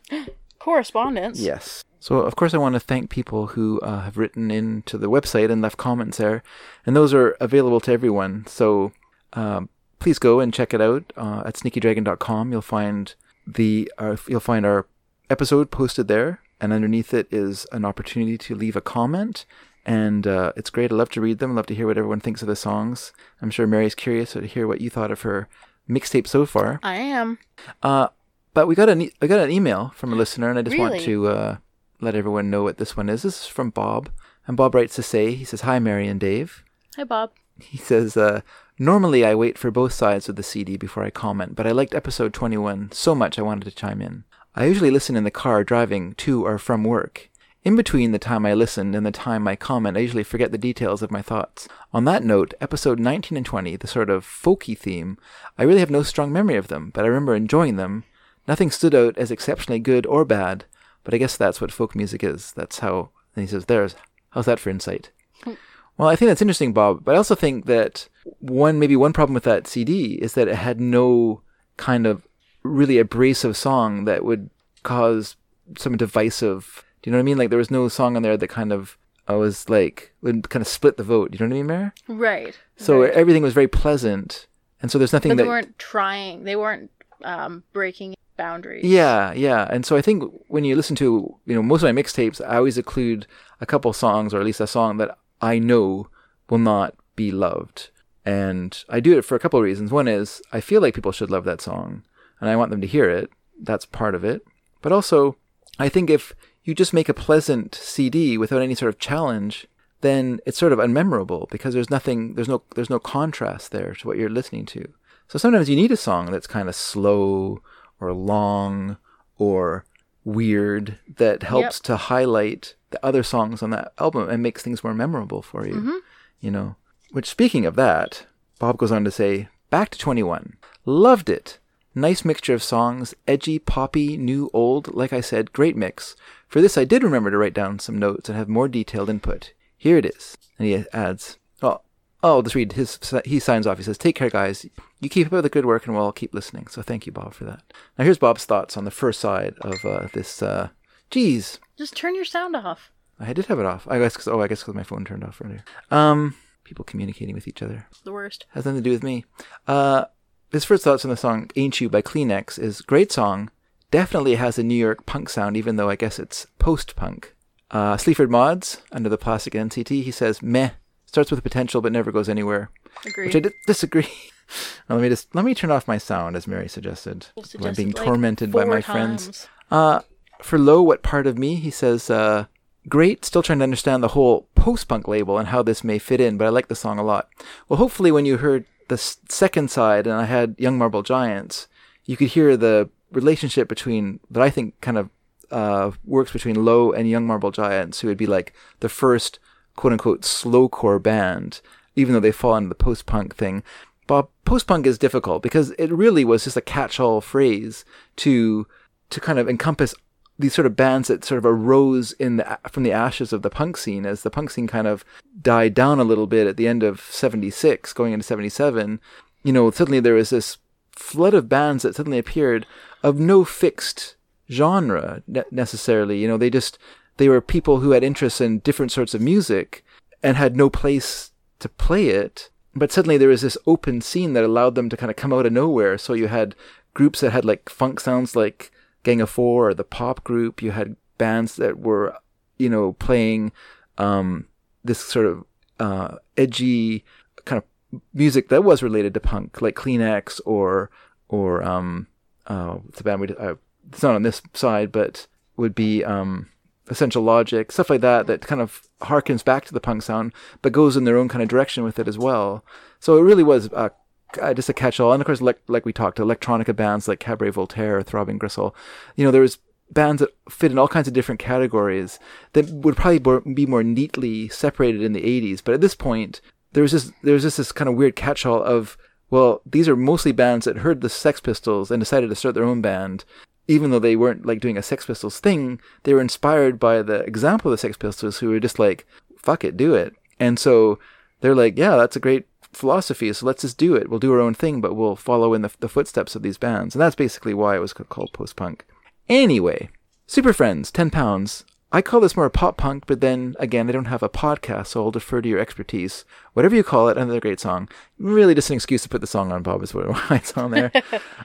S1: correspondence.
S2: Yes. So, of course, I want to thank people who uh, have written in to the website and left comments there, and those are available to everyone. So, um, please go and check it out uh, at sneakydragon.com. You'll find the our you'll find our episode posted there, and underneath it is an opportunity to leave a comment. And uh, it's great. I love to read them. I love to hear what everyone thinks of the songs. I'm sure Mary's curious to hear what you thought of her mixtape so far.
S1: I am.
S2: Uh, but we got an e- I got an email from a listener, and I just want
S1: Really?
S2: to uh, let everyone know what this one is. This is from Bob, and Bob writes to say he says hi, Mary and Dave.
S1: Hi, Bob.
S2: He says uh, normally I wait for both sides of the CD before I comment, but I liked episode 21 so much I wanted to chime in. I usually listen in the car driving to or from work. In between the time I listen and the time I comment, I usually forget the details of my thoughts. On that note, episode 19 and 20, the sort of folky theme, I really have no strong memory of them, but I remember enjoying them. Nothing stood out as exceptionally good or bad, but I guess that's what folk music is. That's how. And he says, "There's how's that for insight." Well, I think that's interesting, Bob. But I also think that one maybe one problem with that CD is that it had no kind of really abrasive song that would cause some divisive. Do you know what I mean? Like there was no song on there that kind of I was like would kind of split the vote. Do you know what I mean, Mayor?
S1: Right.
S2: So
S1: Right.
S2: everything was very pleasant, and so there's nothing
S1: but
S2: that
S1: they weren't trying. They weren't um, breaking boundaries.
S2: Yeah, yeah. And so I think when you listen to, you know, most of my mixtapes, I always include a couple songs or at least a song that I know will not be loved. And I do it for a couple of reasons. One is I feel like people should love that song and I want them to hear it. That's part of it. But also, I think if you just make a pleasant CD without any sort of challenge, then it's sort of unmemorable because there's nothing, there's no, there's no contrast there to what you're listening to. So sometimes you need a song that's kind of slow or long or weird that helps to highlight the other songs on that album and makes things more memorable for you. You know, which speaking of that, Bob goes on to say, back to 21. Loved it. Nice mixture of songs, edgy, poppy, new, old. Like I said, great mix. For this, I did remember to write down some notes and have more detailed input. Here it is. And he adds, oh, oh, I'll just read his, he signs off. He says, take care, guys. You keep up the good work and we'll all keep listening. So thank you, Bob, for that. Now here's Bob's thoughts on the first side of uh, this, uh, geez,
S1: Just turn your sound off.
S2: I did have it off. I guess, 'cause- oh, I guess because my phone turned off earlier. Um, people communicating with each other
S1: It's the worst.
S2: has nothing to do with me. Uh, his first thoughts on the song "Ain't You" by Kleenex is great song. Definitely has a New York punk sound, even though I guess it's post-punk. Uh, Sleaford Mods under the Plastic NCT. He says meh. Starts with potential but never goes anywhere,
S1: Agreed.
S2: which I di- disagree. [laughs] now, let me just let me turn off my sound as Mary suggested. I'm
S1: Suggested,
S2: being
S1: like,
S2: tormented by
S1: four
S2: my friends.
S1: times.
S2: Uh, for Low, what part of me? He says, uh, great. Still trying to understand the whole post punk label and how this may fit in, but I like the song a lot. Well, hopefully, when you heard the s- second side and I had Young Marble Giants, you could hear the relationship between that I think kind of uh, works between Low and Young Marble Giants, who would be like the first quote unquote slowcore band, even though they fall into the post punk thing. Bob, post punk is difficult because it really was just a catch all phrase to to kind of encompass these sort of bands that sort of arose in the, from the ashes of the punk scene as the punk scene kind of died down a little bit at the end of 76 going into 77 you know suddenly there was this flood of bands that suddenly appeared of no fixed genre ne- necessarily you know they just they were people who had interests in different sorts of music and had no place to play it. But suddenly there was this open scene that allowed them to kind of come out of nowhere. So you had groups that had like funk sounds like Gang of Four or the pop group. You had bands that were, you know, playing um, this sort of uh, edgy kind of music that was related to punk, like Kleenex or or um, uh, it's a band we uh, it's not on this side, but would be um, Essential Logic, stuff like that, that kind of harkens back to the punk sound, but goes in their own kind of direction with it as well. So it really was uh, uh, just a catch-all. And of course, like, like we talked, electronica bands like Cabaret Voltaire, Throbbing Gristle, you know, there was bands that fit in all kinds of different categories that would probably bor- be more neatly separated in the 80s. But at this point, there was just there was just this kind of weird catch-all of well, these are mostly bands that heard the Sex Pistols and decided to start their own band, even though they weren't like doing a Sex Pistols thing. They were inspired by the example of the Sex Pistols, who were just like, "Fuck it, do it." And so they're like, "Yeah, that's a great philosophy. So let's just do it. We'll do our own thing, but we'll follow in the, the footsteps of these bands." And that's basically why it was c- called post punk. Anyway, Super Friends, ten pounds. I call this more pop punk, but then again, I don't have a podcast, so I'll defer to your expertise. Whatever you call it, another great song. Really, just an excuse to put the song on. Bob is what- [laughs] why it's on there.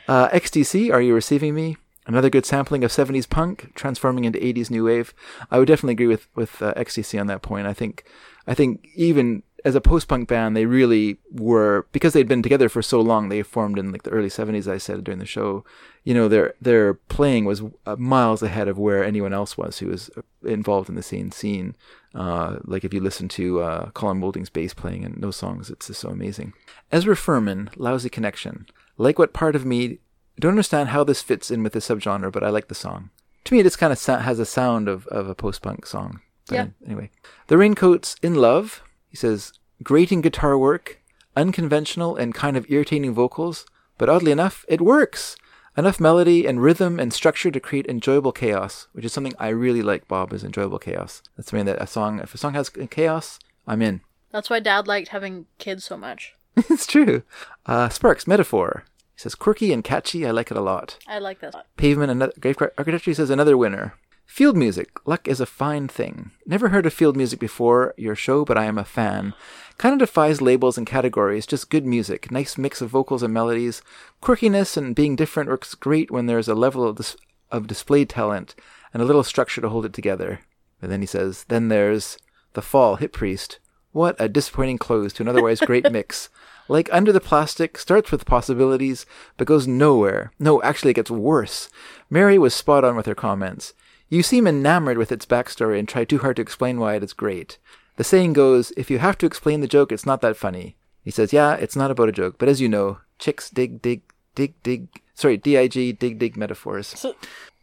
S2: uh, XTC, are you receiving me? Another good sampling of 70s punk, transforming into 80s new wave. I would definitely agree with with uh, XTC on that point. I think, I think even as a post punk band, they really were because they'd been together for so long. They formed in like the early 70s. I said during the show, you know, their their playing was uh, miles ahead of where anyone else was who was uh, involved in the same scene. Uh, like if you listen to uh, Colin Moulding's bass playing in those songs, it's just so amazing. Ezra Furman, Lousy Connection. Like what part of me don't understand how this fits in with the subgenre, but I like the song. To me, it just kind of sa- has a sound of, of a post punk song. But
S1: Yeah.
S2: Anyway, The Raincoats in Love. He says, grating guitar work, unconventional and kind of irritating vocals, but oddly enough, it works. Enough melody and rhythm and structure to create enjoyable chaos, which is something I really like. Bob is enjoyable chaos. That's something that a song, if a song has chaos, I'm in.
S1: That's why Dad liked having kids so much.
S2: [laughs] it's true. Uh, Sparks metaphor. He says quirky and catchy. I like it a lot.
S1: I like that. song.
S2: Pavement another Grave Architecture says another winner. Field music. Luck is a fine thing. Never heard of field music before your show, but I am a fan. Kind of defies labels and categories, just good music. Nice mix of vocals and melodies. Quirkiness and being different works great when there's a level of, dis- of displayed talent and a little structure to hold it together. But then he says, then there's The Fall, Hit Priest. What a disappointing close to an otherwise great mix. Like Under the Plastic, starts with possibilities, but goes nowhere. No, actually, it gets worse. Mary was spot on with her comments. You seem enamored with its backstory and try too hard to explain why it is great. The saying goes, if you have to explain the joke, it's not that funny. He says, yeah, it's not about a joke, but as you know, chicks dig, dig, dig, dig, sorry, D-I-G, dig, dig metaphors.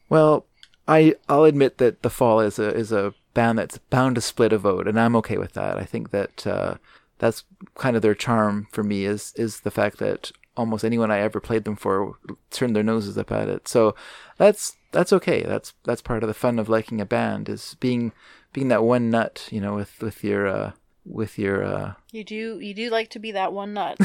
S2: Well, I I'll admit that the fall is a is a band that's bound to split a vote, and I'm okay with that. I think that uh, that's kind of their charm for me is is the fact that almost anyone I ever played them for turned their noses up at it. So that's that's okay. That's that's part of the fun of liking a band is being being that one nut, you know, with with your uh, with your uh, [laughs]
S1: You do you do like to be that one nut.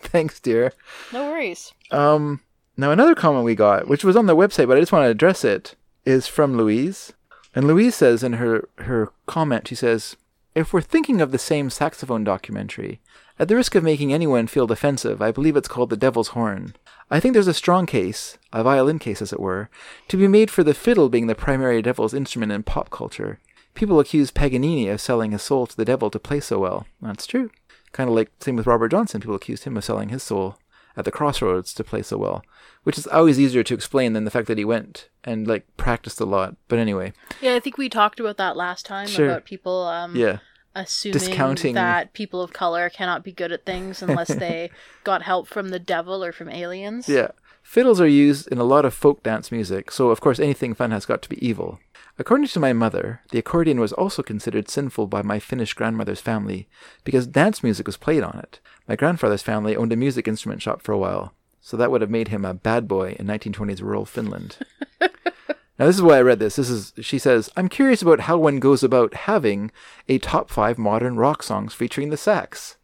S2: thanks, dear.
S1: No worries.
S2: Um, now another comment we got, which was on the website, but I just want to address it, is from Louise. And Louise says in her, her comment, she says, If we're thinking of the same saxophone documentary, at the risk of making anyone feel defensive, I believe it's called The Devil's Horn. I think there's a strong case, a violin case as it were, to be made for the fiddle being the primary devil's instrument in pop culture. People accuse Paganini of selling his soul to the devil to play so well. That's true. Kind of like same with Robert Johnson, people accused him of selling his soul at the crossroads to play so well, which is always easier to explain than the fact that he went and like practiced a lot. But anyway,
S1: Yeah, I think we talked about that last time
S2: Sure.
S1: about people um
S2: yeah,
S1: assuming
S2: Discounting-
S1: that people of color cannot be good at things
S2: [laughs]
S1: unless they got help from the devil or from aliens.
S2: yeah. Fiddles are used in a lot of folk dance music, so of course anything fun has got to be evil. According to my mother, the accordion was also considered sinful by my Finnish grandmother's family because dance music was played on it. My grandfather's family owned a music instrument shop for a while, so that would have made him a bad boy in 1920s rural Finland. Now, this is why I read this. This is, she says, I'm curious about how one goes about having a top five modern rock songs featuring the sax.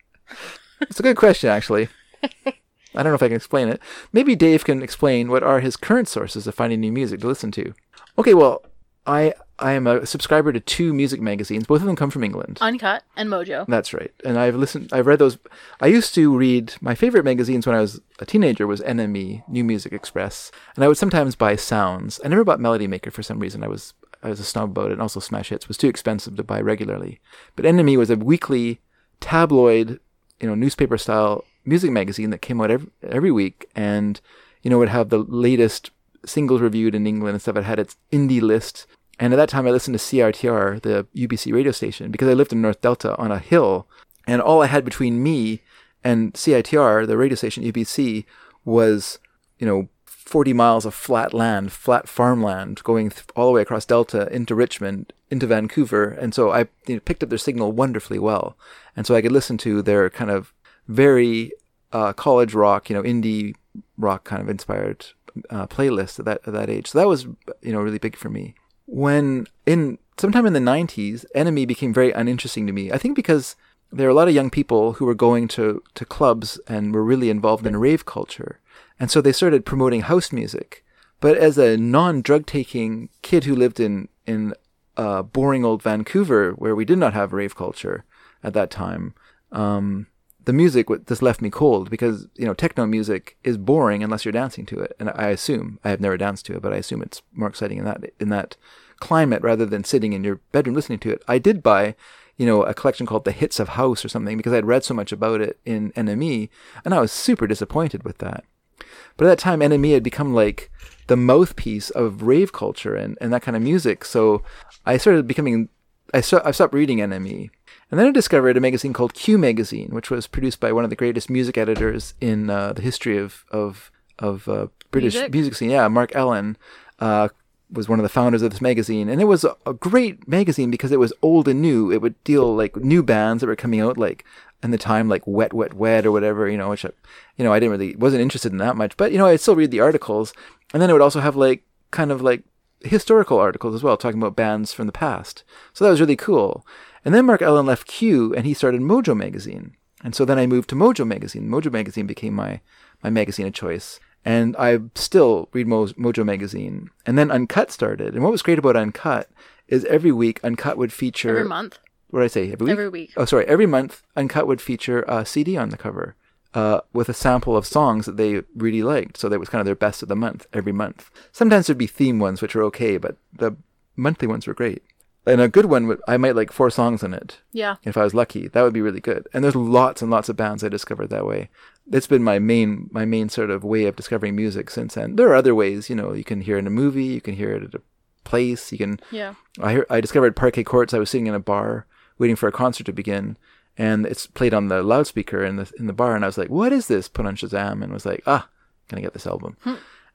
S2: It's a good question, actually. I don't know if I can explain it. Maybe Dave can explain what are his current sources of finding new music to listen to. Okay, well, I I am a subscriber to two music magazines. Both of them come from England.
S1: Uncut and Mojo.
S2: That's right. And I've listened. I've read those. I used to read my favorite magazines when I was a teenager was NME, New Music Express, and I would sometimes buy Sounds. I never bought Melody Maker for some reason. I was I was a snob about it, and also Smash Hits was too expensive to buy regularly. But NME was a weekly tabloid, you know, newspaper style music magazine that came out every, every week, and you know would have the latest singles reviewed in England and stuff. It had its indie list. And at that time, I listened to CRTR, the UBC radio station, because I lived in North Delta on a hill. And all I had between me and CITR, the radio station UBC, was, you know, 40 miles of flat land, flat farmland, going th- all the way across Delta into Richmond, into Vancouver. And so I you know, picked up their signal wonderfully well. And so I could listen to their kind of very uh, college rock, you know, indie rock kind of inspired uh, playlist at that, at that age. So that was, you know, really big for me when in sometime in the 90s enemy became very uninteresting to me i think because there were a lot of young people who were going to, to clubs and were really involved in rave culture and so they started promoting house music But as a non drug taking kid who lived in in uh, boring old Vancouver, where we did not have rave culture at that time, um, the music w- just left me cold because you know techno music is boring unless you're dancing to it, and I assume I have never danced to it, but I assume it's more exciting in that in that climate rather than sitting in your bedroom listening to it. I did buy you know, a collection called The Hits of House or something because I'd read so much about it in NME and I was super disappointed with that. But at that time, NME had become like the mouthpiece of rave culture and, and that kind of music. So I started becoming, I, st- I stopped reading NME. And then I discovered a magazine called Q Magazine, which was produced by one of the greatest music editors in uh, the history of, of, of uh, British
S1: Music?
S2: music? scene. Yeah, Mark Allen uh, was one of the founders of this magazine. And it was a, a great magazine because it was old and new. It would deal like new bands that were coming out, like in the time, like Wet, Wet, Wet or whatever, you know, which, I, you know, I didn't really, wasn't interested in that much. But, you know, I'd still read the articles. And then it would also have like kind of like historical articles as well, talking about bands from the past. So that was really cool. And then Mark Allen left Q and he started Mojo Magazine. And so then I moved to Mojo Magazine. Mojo Magazine became my, my magazine of choice. And I still read Mo- Mojo Magazine. And then Uncut started. And what was great about Uncut is every week Uncut would feature.
S1: Every month.
S2: What did I say? Every week?
S1: Every week.
S2: Oh, sorry. Every month, Uncut would feature a CD on the cover uh, with a sample of songs that they really liked. So that was kind of their best of the month every month. Sometimes there'd be theme ones, which were okay, but the monthly ones were great. And a good one, would, I might like four songs in it
S1: Yeah.
S2: if I was lucky, that would be really good. And there's lots and lots of bands I discovered that way. That's been my main my main sort of way of discovering music since then. There are other ways, you know, you can hear it in a movie, you can hear it at a place, you can
S1: Yeah.
S2: I hear, I discovered Parquet Courts. I was sitting in a bar waiting for a concert to begin, and it's played on the loudspeaker in the in the bar, and I was like, "What is this?" Put on Shazam, and was like, "Ah, gonna get this album."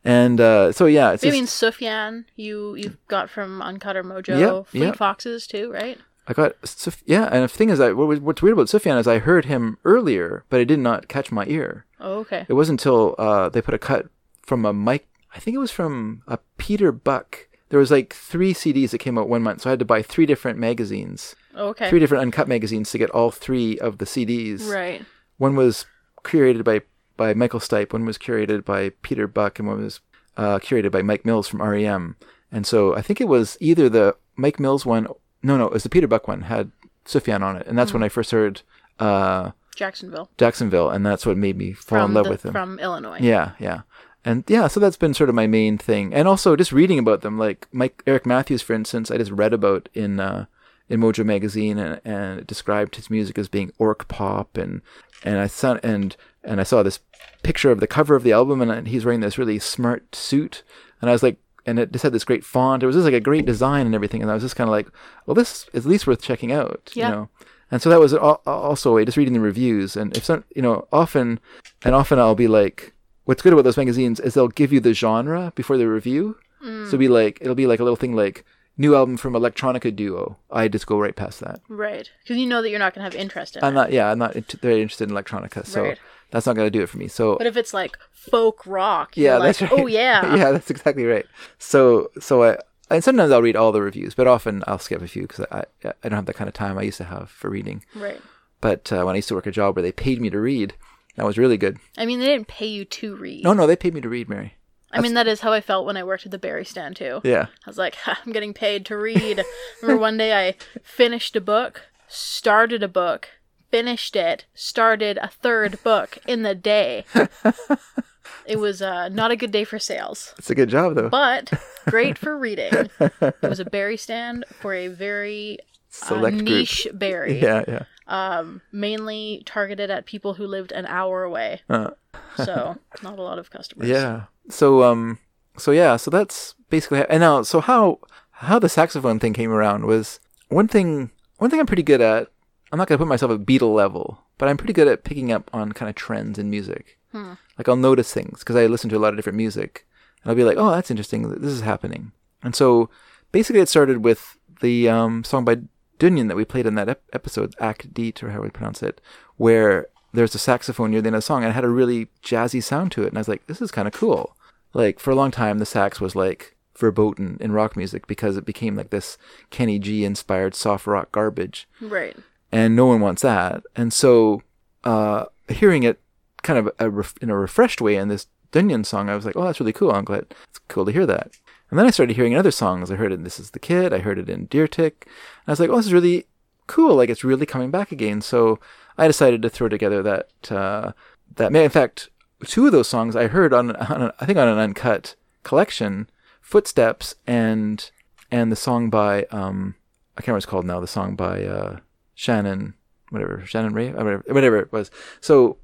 S2: And uh, so yeah, it's
S1: I
S2: just,
S1: mean, Sufjan, you you got from Uncut or Mojo,
S2: Yep,
S1: Fleet
S2: yep.
S1: Foxes too, right?
S2: I got Suf- yeah. And the thing is, I, what was, what's weird about Sufjan is I heard him earlier, but it did not catch my ear.
S1: Oh, okay.
S2: It wasn't until uh, they put a cut from a Mike. I think it was from a Peter Buck. There was like three CDs that came out one month, so I had to buy three different magazines,
S1: Oh, okay.
S2: three different uncut magazines to get all three of the CDs.
S1: right.
S2: One was curated by by Michael Stipe, one was curated by Peter Buck, and one was uh, curated by Mike Mills from REM. And so I think it was either the Mike Mills one, no, no, it was the Peter Buck one had Sufjan on it, and
S1: Mm-hmm.
S2: that's when I first heard uh,
S1: Jacksonville.
S2: Jacksonville, and that's what made me fall in
S1: From
S2: love
S1: the-
S2: with him.
S1: From Illinois.
S2: Yeah, yeah. And yeah, so that's been sort of my main thing. And also just reading about them, like Mike Eric Matthews, for instance, I just read about in uh, in Mojo magazine and, and it described his music as being orc pop and and I saw and and I saw this picture of the cover of the album and he's wearing this really smart suit and I was like and it just had this great font. It was just like a great design and everything. And I was just kind of like, well, this is at least worth checking out,
S1: Yeah.
S2: you know. And so that was al- also a way, just reading the reviews. And if some, you know, often, and often I'll be like, what's good about those magazines is they'll give you the genre before the review. So it'll be like, it'll be like a little thing like, new album from electronica duo. I just go right past that.
S1: Right. Because you know that you're not going to have interest in
S2: I'm
S1: it.
S2: not, yeah, I'm not int- very interested in electronica. So
S1: Right.
S2: that's not going to do it for me. So
S1: But if it's like folk rock,
S2: yeah,
S1: you're like,
S2: that's right.
S1: oh yeah.
S2: [laughs] yeah, that's exactly right. So, so I and sometimes I'll read all the reviews, but often I'll skip a few because I I I don't have the kind of time I used to have for reading.
S1: Right.
S2: But uh, when I used to work a job where they paid me to read, that was really good.
S1: I mean, they didn't pay you to read.
S2: No, no, they paid me to read, Mary.
S1: I mean, that is how I felt when I worked at the berry stand too.
S2: Yeah,
S1: I was like, [laughs] "Ha, I'm getting paid to read. Remember one day I finished a book, started a book, finished it, started a third book in the day. it was uh, not a good day for sales,
S2: it's a good job though.
S1: but great for reading. It was a berry stand for a very uh,
S2: Select group.
S1: niche berry,
S2: Yeah, yeah.
S1: mainly targeted at people who lived an hour away.
S2: Uh.
S1: so not a lot of customers.
S2: Yeah. So um so yeah, so that's basically and now so how how the saxophone thing came around was one thing one thing I'm pretty good at. I'm not going to put myself at Beatle level, but I'm pretty good at picking up on kind of trends in music. Like I'll notice things because I listen to a lot of different music and I'll be like, "Oh, that's interesting. This is happening." And so basically it started with the um song by Dunyan that we played in that ep- episode, Act Deet, or how we pronounce it, where there's a saxophone near the end of the song and it had a really jazzy sound to it. And I was like, this is kind of cool. Like, for a long time, the sax was like verboten in rock music because it became like this Kenny G inspired soft rock garbage
S1: Right.
S2: and no one wants that. And so, uh, hearing it kind of a ref- in a refreshed way in this Dunyan song, I was like, oh, that's really cool. I'm glad it's cool to hear that. And then I started hearing other songs. I heard it in This Is the Kid. I heard it in Deer Tick. And I was like, oh, this is really cool. Like it's really coming back again. So I decided to throw together that uh, that may. In fact, two of those songs I heard on, on a, I think on an uncut collection, Footsteps and and the song by um I can't remember what it's called now. The song by uh, Shannon, whatever Shannon Ray, uh, whatever, whatever it was. So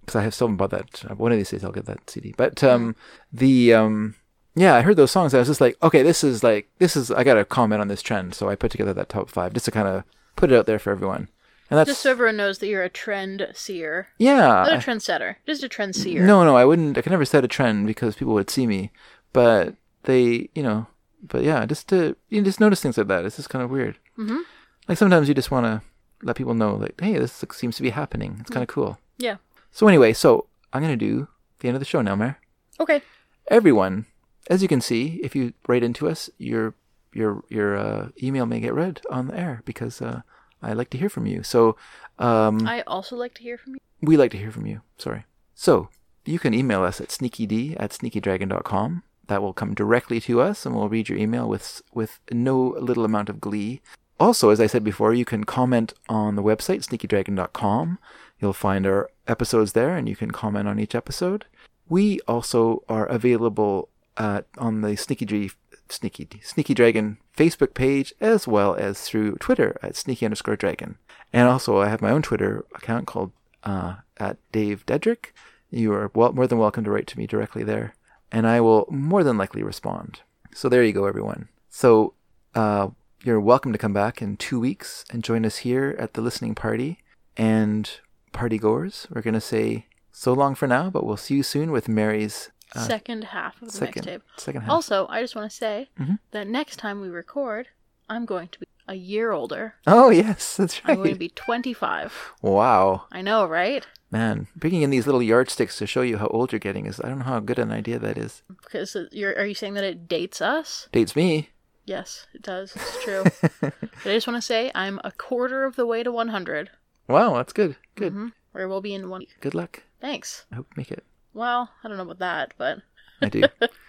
S2: because I have still haven't bought that. uh, One of these days I'll get that CD. But um,
S1: Mm-hmm.
S2: the um, yeah, I heard those songs. I was just like, okay, this is like this is. I got to comment on this trend. So I put together that top five just to kind of put it out there for everyone. And that's
S1: Just so everyone knows that you're a trend seer.
S2: yeah.
S1: Not a
S2: I-
S1: trendsetter, just a trend seer.
S2: No, no, I wouldn't. I could never set a trend because people would see me. But they, you know, but yeah, just to you just notice things like that. It's just kind of weird. Mm-hmm. Like sometimes you just want to let people know, like, hey, this like, seems to be happening. It's kind of cool.
S1: Yeah.
S2: So anyway, so I'm gonna do the end of the show now, Mare.
S1: Okay.
S2: Everyone, as you can see, if you write into us, your your your uh, email may get read on the air because uh, I like to hear from you. So um,
S1: I also like to hear from you.
S2: we like to hear from you. Sorry. So you can email us at sneakyd at sneakydragon.com. That will come directly to us, and we'll read your email with with no little amount of glee. Also, as I said before, you can comment on the website sneakydragon.com. You'll find our episodes there, and you can comment on each episode. We also are available uh, on the Sneaky Dra- Sneaky Sneaky Dragon Facebook page as well as through Twitter at sneaky underscore dragon. And also, I have my own Twitter account called uh, at Dave Dedrick. You are well, more than welcome to write to me directly there, and I will more than likely respond. So there you go, everyone. So uh, you're welcome to come back in two weeks and join us here at the listening party. And party goers, we're going to say so long for now, but we'll see you soon with Mary's uh,
S1: second half of the
S2: second,
S1: mixtape.
S2: second half. Mm-hmm.
S1: Also, I just want to say that next time we record, I'm going to be a year older.
S2: oh, yes, that's
S1: I'm going to
S2: right.
S1: be 25.
S2: Wow.
S1: I know, right?
S2: Man, bringing in these little yardsticks to show you how old you're getting is, I don't know how good an idea that is.
S1: Because you're, are you saying that it dates us?
S2: Dates me.
S1: Yes, it does. It's true.
S2: [laughs]
S1: but I just want to say I'm a quarter of the way to 100,
S2: Wow, that's good. Good.
S1: where we'll be in one. week.
S2: Good luck.
S1: Thanks.
S2: I hope you make it.
S1: Well, I don't know about that, but [laughs]
S2: I do.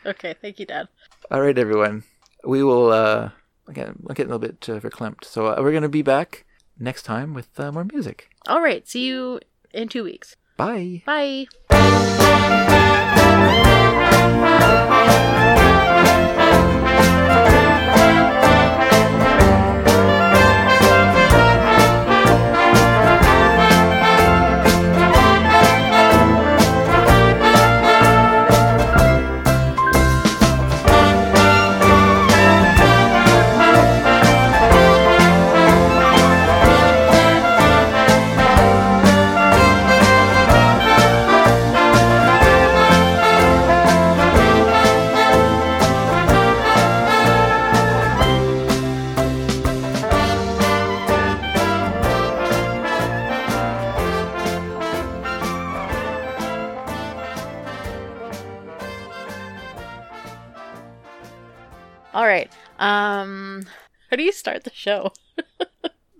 S1: okay. Thank you, Dad.
S2: All right, everyone. We will. Uh, again, I'm getting a little bit uh, verklempt, so uh, we're going to be back next time with uh, more music.
S1: All right. See you in two weeks.
S2: Bye.
S1: Bye. All right. Um, how do you start the show?